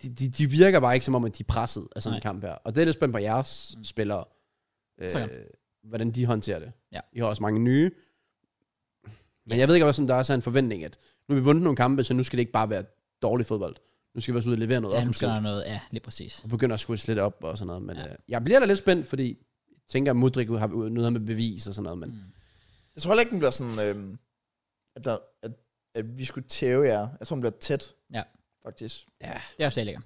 S2: de, de, de virker bare ikke som om, at de er presset af sådan
S1: Nej.
S2: en
S1: Mm.
S2: kamp her. Og det er lidt spændt på jeres spillere,
S1: Så ja.
S2: øh, hvordan de håndterer det.
S1: Ja.
S2: I har også mange nye. Men jeg ved ikke, om der er sådan en forventning, at nu har vi vundet nogle kampe, så nu skal det ikke bare være dårlig fodbold. Nu skal vi også ud og levere noget
S1: Ja, nu skal
S2: offensivt
S1: der noget, ja, lige præcis.
S2: og begynder at switche lidt op og sådan noget. Men
S1: Ja.
S2: ja. øh, jeg bliver da lidt spændt, fordi jeg tænker, at Mudrik har noget med bevis og sådan noget. Men
S1: Mm.
S3: Jeg tror heller ikke, den bliver sådan, øhm, at, der, at, at vi skulle tæve jer. Jeg tror, den bliver tæt.
S1: Ja.
S3: Faktisk.
S1: Det er også det, jeg lægger.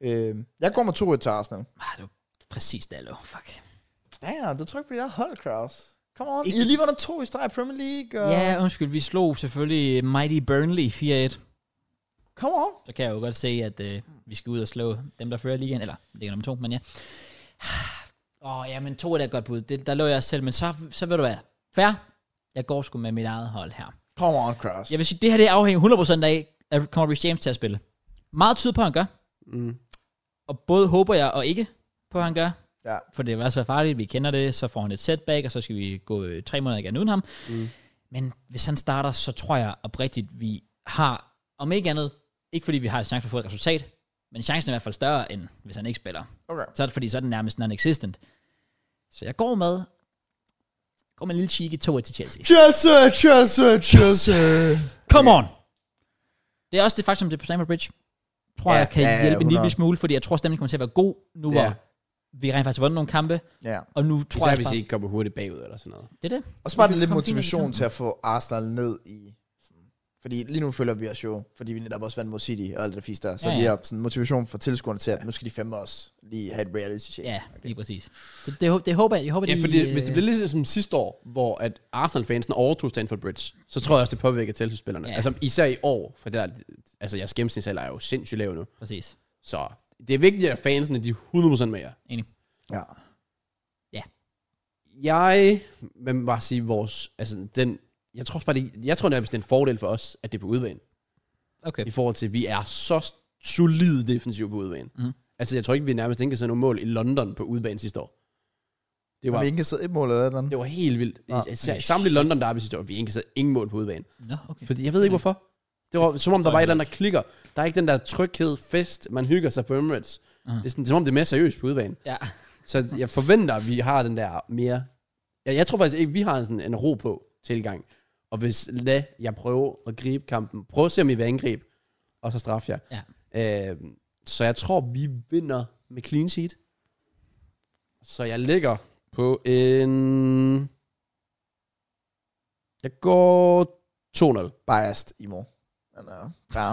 S3: Øhm, jeg går med 2-1 til Arsenal.
S1: Ah, det var præcis det, jeg lå. Fuck.
S3: Damn, du tror ikke på jer hold, Kraus. Come on.
S1: Ikke-
S3: I har lige vundet to i streg i Premier League. Og...
S1: Ja, undskyld, vi slog selvfølgelig Mighty Burnley 4-1.
S3: Come on.
S1: så kan jeg jo godt se, at øh, vi skal ud og slå dem, der fører ligaen, eller ligger nummer to, men ja. Åh, oh, ja, men to er da et godt bud. Det, der lå jeg selv, men så, så ved du hvad. Fair. Jeg går sgu med mit eget hold her.
S3: Come on, Kraus.
S1: Jeg vil sige, det her det afhænger 100% af, at kommer Rich James til at spille. Meget tyder på, at han gør.
S2: mm.
S1: Og både håber jeg og ikke på, at han gør.
S3: Ja.
S1: For det vil også være farligt. Vi kender det. Så får han et setback, og så skal vi gå øh, tre måneder igen uden ham.
S2: Mm.
S1: Men hvis han starter, så tror jeg oprigtigt, vi har, om ikke andet, ikke fordi vi har en chance for at få et resultat, men chancen er i hvert fald større, end hvis han ikke spiller.
S3: Okay.
S1: Så er det fordi, så er den nærmest non-existent. Så jeg går med, går med en lille cheeky 2 til Chelsea.
S3: Chelsea, Chelsea, Chelsea.
S1: Come on! Det er også det faktum, det er på Stamford Bridge. Tror ja,
S3: Ja,
S1: jeg kan
S3: ja,
S1: ja,
S3: ja,
S1: hjælpe en lille
S3: 100.
S1: smule, fordi jeg tror, stemningen kommer til at være god, nu hvor
S2: Ja.
S1: vi rent faktisk har vundet nogle kampe,
S3: Ja.
S1: og nu tror
S2: Især
S1: jeg
S2: hvis
S1: bare,
S2: I ikke kommer hurtigt bagud eller sådan noget.
S1: det er det.
S3: Og så var det
S1: Vi
S3: lidt
S1: kom fint ind i
S3: motivation
S1: kampen.
S3: til at få Arsenal ned i... Fordi lige nu føler vi os jo, fordi vi netop også vandt mod City og alt det fisk der. Så
S1: Ja,
S3: ja,
S1: ja.
S3: ja. vi har sådan motivation for tilskuerne til, at nu skal de fandme også lige have et reality check.
S1: Ja, lige præcis. Så det, hå- det håber jeg. Jeg håber,
S2: Ja,
S1: de,
S2: fordi hvis det
S1: øh,
S2: bliver ligesom som sidste år, hvor at Arsenal-fansen overtog Stanford Bridge, så tror jeg også, det påvirker tilsynsspillerne.
S1: Ja.
S2: Ja. Altså især i år, for der, altså jeres gennemsnitsalder er jo sindssygt lav nu.
S1: Præcis.
S2: Så Det er vigtigt, at fansene de er 100% med jer.
S1: Enig.
S3: Ja.
S2: Jeg vil bare sige, vores, altså den, jeg tror også bare, det, jeg tror nærmest, det er en fordel for os, at det er på udebane.
S1: Okay.
S2: I forhold til, at vi er så solid defensiv på udebane.
S1: Mhm.
S2: Mm. Altså, jeg tror ikke, vi nærmest ikke kan sætte nogle mål i London på udebane sidste år. Det
S3: Om
S2: var,
S3: vi ikke kan sidde et mål eller noget.
S2: det var helt vildt.
S3: Ah,
S2: Ah, okay.
S1: okay.
S2: Samlet i London derby sidste år, vi indkasserede ingen mål på udebane.
S1: Nå, okay.
S2: Fordi jeg ved ikke, hvorfor. Det var som om, der
S1: forstår
S2: var
S1: jeg
S2: et eller andet, der klikker. Der er ikke den der tryghed, fest, man hygger sig på Emirates.
S1: Mhm.
S2: Det er sådan, som om, det er mere seriøst på udebane.
S1: Ja.
S2: Så jeg forventer, at vi har den der mere... Jeg, jeg tror faktisk ikke, vi har en, sådan en ro på tilgang. Og hvis lad jeg prøve at gribe kampen, prøv at se, om I vil angribe, og så straffe jer. Ja. Øh, så jeg tror, vi vinder med clean sheet. Så jeg ligger på en... Jeg går 2-0.
S3: Biased i øh, morgen. Eller, ja.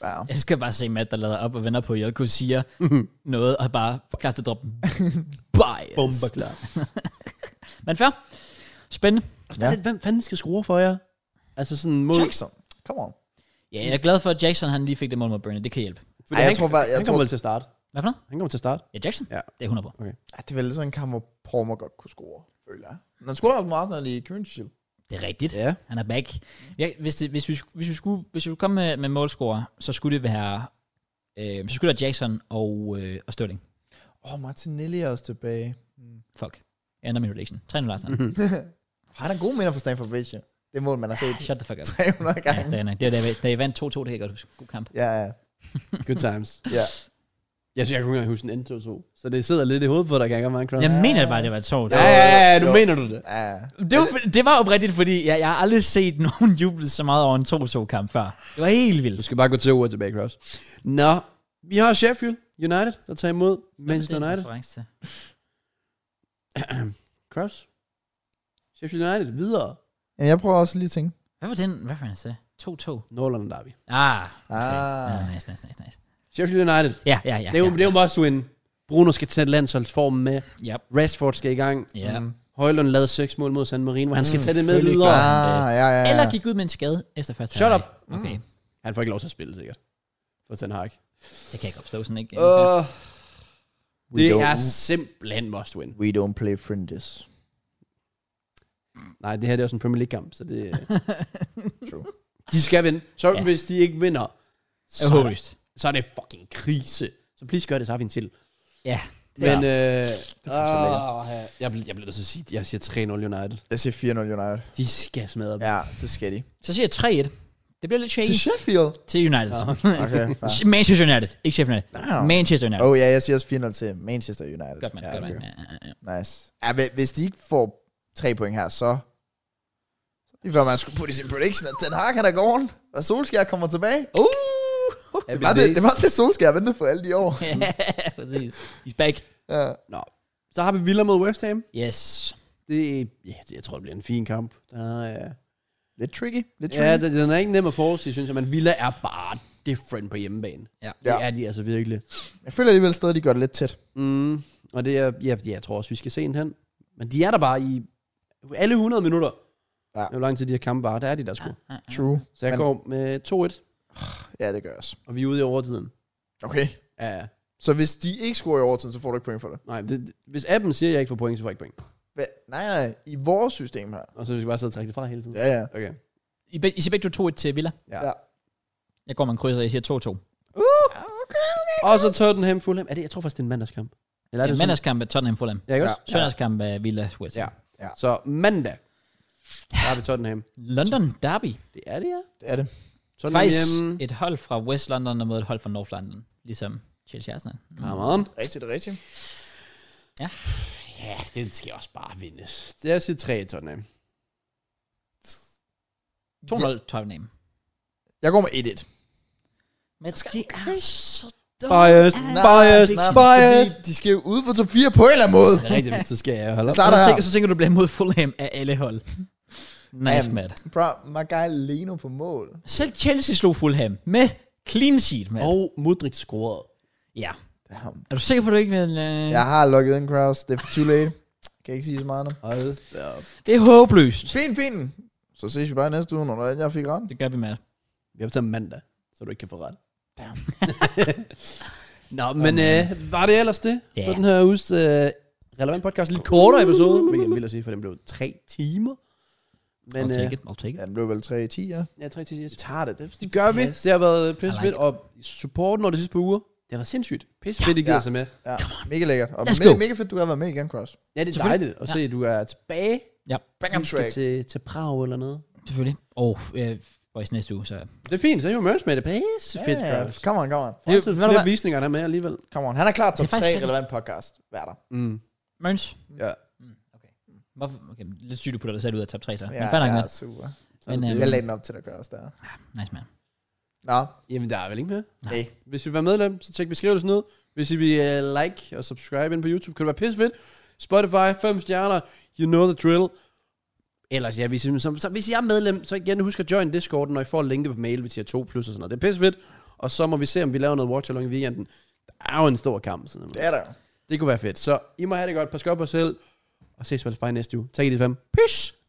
S3: Ja.
S1: Jeg skal bare se Matt, der lader op og vender på JK, siger noget, og bare kaster droppen. Bias.
S2: Bomberklar.
S1: Men før. Spændende.
S3: Ja.
S2: Ja. Hvem fanden skal score for jer? Altså sådan mod...
S3: Jackson. Come on.
S1: Ja, jeg er glad for, at Jackson han lige fik det mål mod Burnley. Det kan hjælpe.
S2: Fordi
S3: Ej, jeg
S2: han,
S3: tror bare- jeg
S2: han
S3: tror-
S2: kommer vel til at starte.
S1: Hvad for noget?
S2: Han kommer til at starte.
S1: Ja, Jackson?
S2: Ja.
S1: Det er 100 på.
S3: Ja, det er vel sådan en kamp, hvor Palmer godt kunne score, føler jeg. Men han scorede også mod Arsenal i Community Shield.
S1: Det er rigtigt.
S2: Ja.
S1: Han er back. Ja, hvis, det, hvis, vi, sk- hvis, vi skulle, hvis vi skulle komme med, med målscorer, så skulle det være... Øh, så skulle det være Jackson og, øh, og Sterling.
S3: Åh, oh, Martinelli er også tilbage.
S1: Fuck. Jeg ændrer min relation. 3-0 Arsenal.
S2: Mm. Mhm.
S3: Har han gode minder for Stanford Bridge? Det mål, man har set
S1: Shut the fuck up.
S3: 300
S1: Ja,
S3: gange.
S1: det er nok. Det var da jeg- da I vandt 2-2, det kan jeg godt huske. God kamp.
S3: Ja, ja.
S2: Good times.
S3: ja.
S2: Jeg, jeg kunne ikke engang huske en N22. Så det sidder lidt i hovedet på dig, gang Minecraft.
S1: Jeg mener det bare, det var et sjovt.
S3: Ja. Jo.
S2: mener du det.
S3: ja.
S1: Det var, det var oprigtigt, fordi jeg, jeg har aldrig set nogen juble så meget over en 2-2-kamp før. Det var helt
S2: Du
S1: vildt.
S2: skal bare gå til uger tilbage, Cross. Nå, vi har Sheffield United, der tager imod Manchester
S1: Det er en
S2: United.
S1: reference til.
S2: Cross. Sheffield United videre.
S3: Jamen, jeg prøver også lige at tænke.
S1: Hvad var den reference til? 2-2.
S2: Norland Derby.
S1: Ah.
S3: Ah.
S1: Okay. ah. Nice, nice, nice, nice.
S2: Sheffield United.
S1: Ja, ja, ja.
S2: Det er jo,
S1: ja.
S2: det er jo must win. Bruno skal tage landsholdsformen med.
S1: Yep.
S2: Rashford skal i gang.
S1: Ja.
S3: Mm.
S2: Højlund lavede seks mål mod San Marino, hvor han skal
S1: Mm,
S2: tage det med
S1: selvfølgelig.
S2: videre.
S3: Ah, ja, ja, Mm. ja.
S1: Eller gik ud med en skade efter første
S2: Shut
S1: halvleg.
S2: up.
S1: Okay,
S2: Han får ikke lov til at spille, sikkert. For Ten Hag.
S1: det kan jeg godt forstå sådan
S3: Øh,
S1: ikke.
S2: Uh,
S3: We
S2: det
S3: don't-
S2: er simpelthen must win.
S3: We don't play friends.
S2: Nej, det her det er også en Premier League-kamp, så det...
S3: True.
S2: De skal vinde. Så
S1: Ja.
S2: ja. hvis de ikke vinder,
S1: Jeg
S2: så, er det,
S1: håbløst.
S2: så er det fucking krise. Så please gør det, så har vi en til.
S1: Ja.
S2: Men øh,
S3: er faktisk
S2: åh, jeg, bliver, jeg bliver nødt til at sige, jeg siger 3-0 United.
S3: Jeg siger 4-0 United.
S2: De skal smadre
S1: Uhuh.
S2: dem.
S3: Ja, det skal de.
S1: Så siger jeg 3-1. Det bliver lidt shaky
S3: Til Sheffield?
S1: til United.
S3: Okay, fair.
S1: Manchester United. Ikke Sheffield United.
S3: Damn.
S1: Manchester United.
S3: Åh oh, ja, jeg siger også 4-0 til Manchester United.
S1: Godt man,
S3: ja,
S1: godt man.
S3: okay.
S1: Ja, ja, ja.
S3: Nice. Ja, men hvis de ikke får tre point her, så... så Lige før man skulle putte i sin prediction, at Ten Hag han er gården, og Solskjaer kommer tilbage.
S1: Uh!
S3: Det var det, det var det Solskjaer ventede for alle de år.
S1: Ja, præcis. He's back.
S3: Ja.
S2: Nå. Så har vi Villa mod West Ham.
S1: Yes.
S2: Det, ja, det, jeg tror, det bliver en fin kamp. Der, er- øh,
S3: Lidt tricky. Lidt tricky.
S2: ja, den, den er ikke nem at forudse, synes jeg, men Villa er bare different på hjemmebane.
S1: Ja.
S3: Ja.
S2: Det er de altså virkelig.
S3: Jeg føler alligevel stadig, de gør det lidt tæt.
S2: Mm, og det er, ja, jeg tror også, vi skal se en hen. Men de er der bare i alle 100 minutter.
S3: Ja.
S2: Ja. Det er jo lang tid, de her kampe bare. Der er de der sgu.
S1: Ah, ah.
S3: True.
S2: Så jeg
S3: Men-
S2: går med 2-1,
S3: Ja, det gør jeg også.
S2: og vi er ude i overtiden.
S3: Okay.
S2: Ja,
S3: Så hvis de ikke scorer i overtiden, så får du ikke point for det.
S2: nej, det, det- hvis appen siger, at jeg ikke får point, så får jeg ikke point.
S3: Hva? Nej, nej. I vores system her.
S2: Og så skal jeg bare sidde og trække det fra hele tiden.
S3: Ja, ja.
S2: Okay.
S1: I, beg- I siger begge to 2-1 til Villa.
S2: Ja.
S3: Ja.
S1: Jeg går med en kryds, og jeg siger 2-2.
S3: Uh!
S2: Og så Tottenham Fulham. Er det, jeg tror faktisk, det er en mandagskamp. Eller er
S1: Ja,
S2: det sådan-
S1: mandagskamp er Tottenham Fulham.
S2: Ja, ikke også?
S1: Søndagskamp er Villa West.
S2: Ja.
S1: Ja.
S3: Ja.
S2: Så mandag, der har vi Tottenham.
S1: London Derby.
S2: Det er det, ja.
S3: Det er det.
S2: Tottenham
S1: Faktisk
S2: hjemme.
S1: et hold fra West London og mod et hold fra North London. Ligesom Chelsea Arsenal. Mm.
S2: Come on.
S3: Rigtigt, rigtigt.
S2: Ja, den skal også bare vindes. Det er sit 3 Tottenham.
S1: 2-0 Tottenham.
S3: Jeg går med 1-1.
S1: Men de er så
S2: Biased,
S3: Ah,
S2: biased,
S3: Nej,
S2: biased.
S3: fordi de skal jo ud for top 4 på en eller anden måde.
S2: Det er rigtigt, så skal jeg holde op.
S3: Start
S1: så,
S3: her.
S1: tænker, så tænker du, du bliver mod Fulham af alle hold. Nice,
S3: Jamen.
S1: Matt.
S3: Bro, my guy Leno på mål.
S1: Selv Chelsea slog Fulham med clean sheet, Matt.
S2: Og Mudrik scorede.
S1: Ja.
S3: Damn.
S1: Er du sikker på, at du ikke vil... Øh...
S3: Jeg har lukket ind, Kraus. Det er for too late. Kan ikke sige så meget nu.
S2: Hold da op.
S1: Det er håbløst.
S3: Fint, fint. Så ses vi bare i næste uge, når jeg fik ret.
S1: Det gør vi, Matt.
S2: Vi optager mandag, så du ikke kan få ret. Nå, men øh, var det ellers det? Yeah. På den her uges øh, relevant podcast. Lidt kortere episode, hvilket jeg vil sige, for den blev tre timer. Men,
S1: I'll
S2: øh,
S1: take it, I'll take
S3: Ja,
S1: it.
S3: den blev vel 3-10, ja.
S2: ja, tre timer.
S3: Vi tager det.
S2: Det gør vi.
S3: Yes.
S2: Det har været pisse
S1: I like
S2: fedt, og supporten over de sidste par uger, det har været sindssygt. Pisse fedt, I gider
S3: Ja.
S2: sig med.
S3: Ja, mega lækkert. Og
S1: Let's
S3: mega,
S1: go.
S3: mega fedt, du har været med igen, Cross.
S2: Ja, det er
S1: Selvfølgelig.
S2: dejligt at se, at du er tilbage.
S1: Ja,
S3: Back on
S2: Du skal
S3: track.
S2: Til, til Prag eller noget.
S1: selvfølgelig. Og øh, boys næste uge, så...
S2: Det er fint, så er I jo merch med det. Pisse fedt,
S3: Ja,
S2: Kraus.
S3: come on, come on.
S2: Det er jo
S1: ved du
S2: flere
S1: hvad?
S2: visninger, der er med alligevel.
S3: Come on. Han er klar
S1: Det
S3: top
S1: er faktisk
S3: 3
S1: rigtigt.
S3: relevant podcast. Hvad er der?
S2: Mm.
S1: Mørns.
S2: Ja.
S1: Mm, Okay. Hvorfor? Okay, lidt sygt, du putter dig selv ud af top 3, så. Ja,
S3: Ja,
S1: men fanden
S3: ja, altså.
S1: ja. med.
S3: super.
S1: Men,
S2: det.
S1: øhm,
S3: Jeg lagde den op til dig, Cross, der.
S1: Nice, man.
S3: Nå,
S2: Jamen, der er vel ikke mere.
S3: hey.
S2: Hvis I vil være medlem, så tjek beskrivelsen ud. Hvis I vil uh, like og subscribe ind på YouTube, kan det være pisse fedt. Spotify, 5 stjerner, you know the drill. Ellers, ja, hvis I, som, så, hvis I er medlem, så igen husk at join Discorden, når I får linket på mail, hvis I har 2 plus og sådan noget. Det er pisse fedt. Og så må vi se, om vi laver noget watch along i weekenden. Der er jo en stor kamp. Sådan noget.
S3: Det er der.
S2: Det kunne være fedt. Så I må have det godt. Pas godt på jer selv. Og ses vel i næste uge. Tak i det fem. Peace!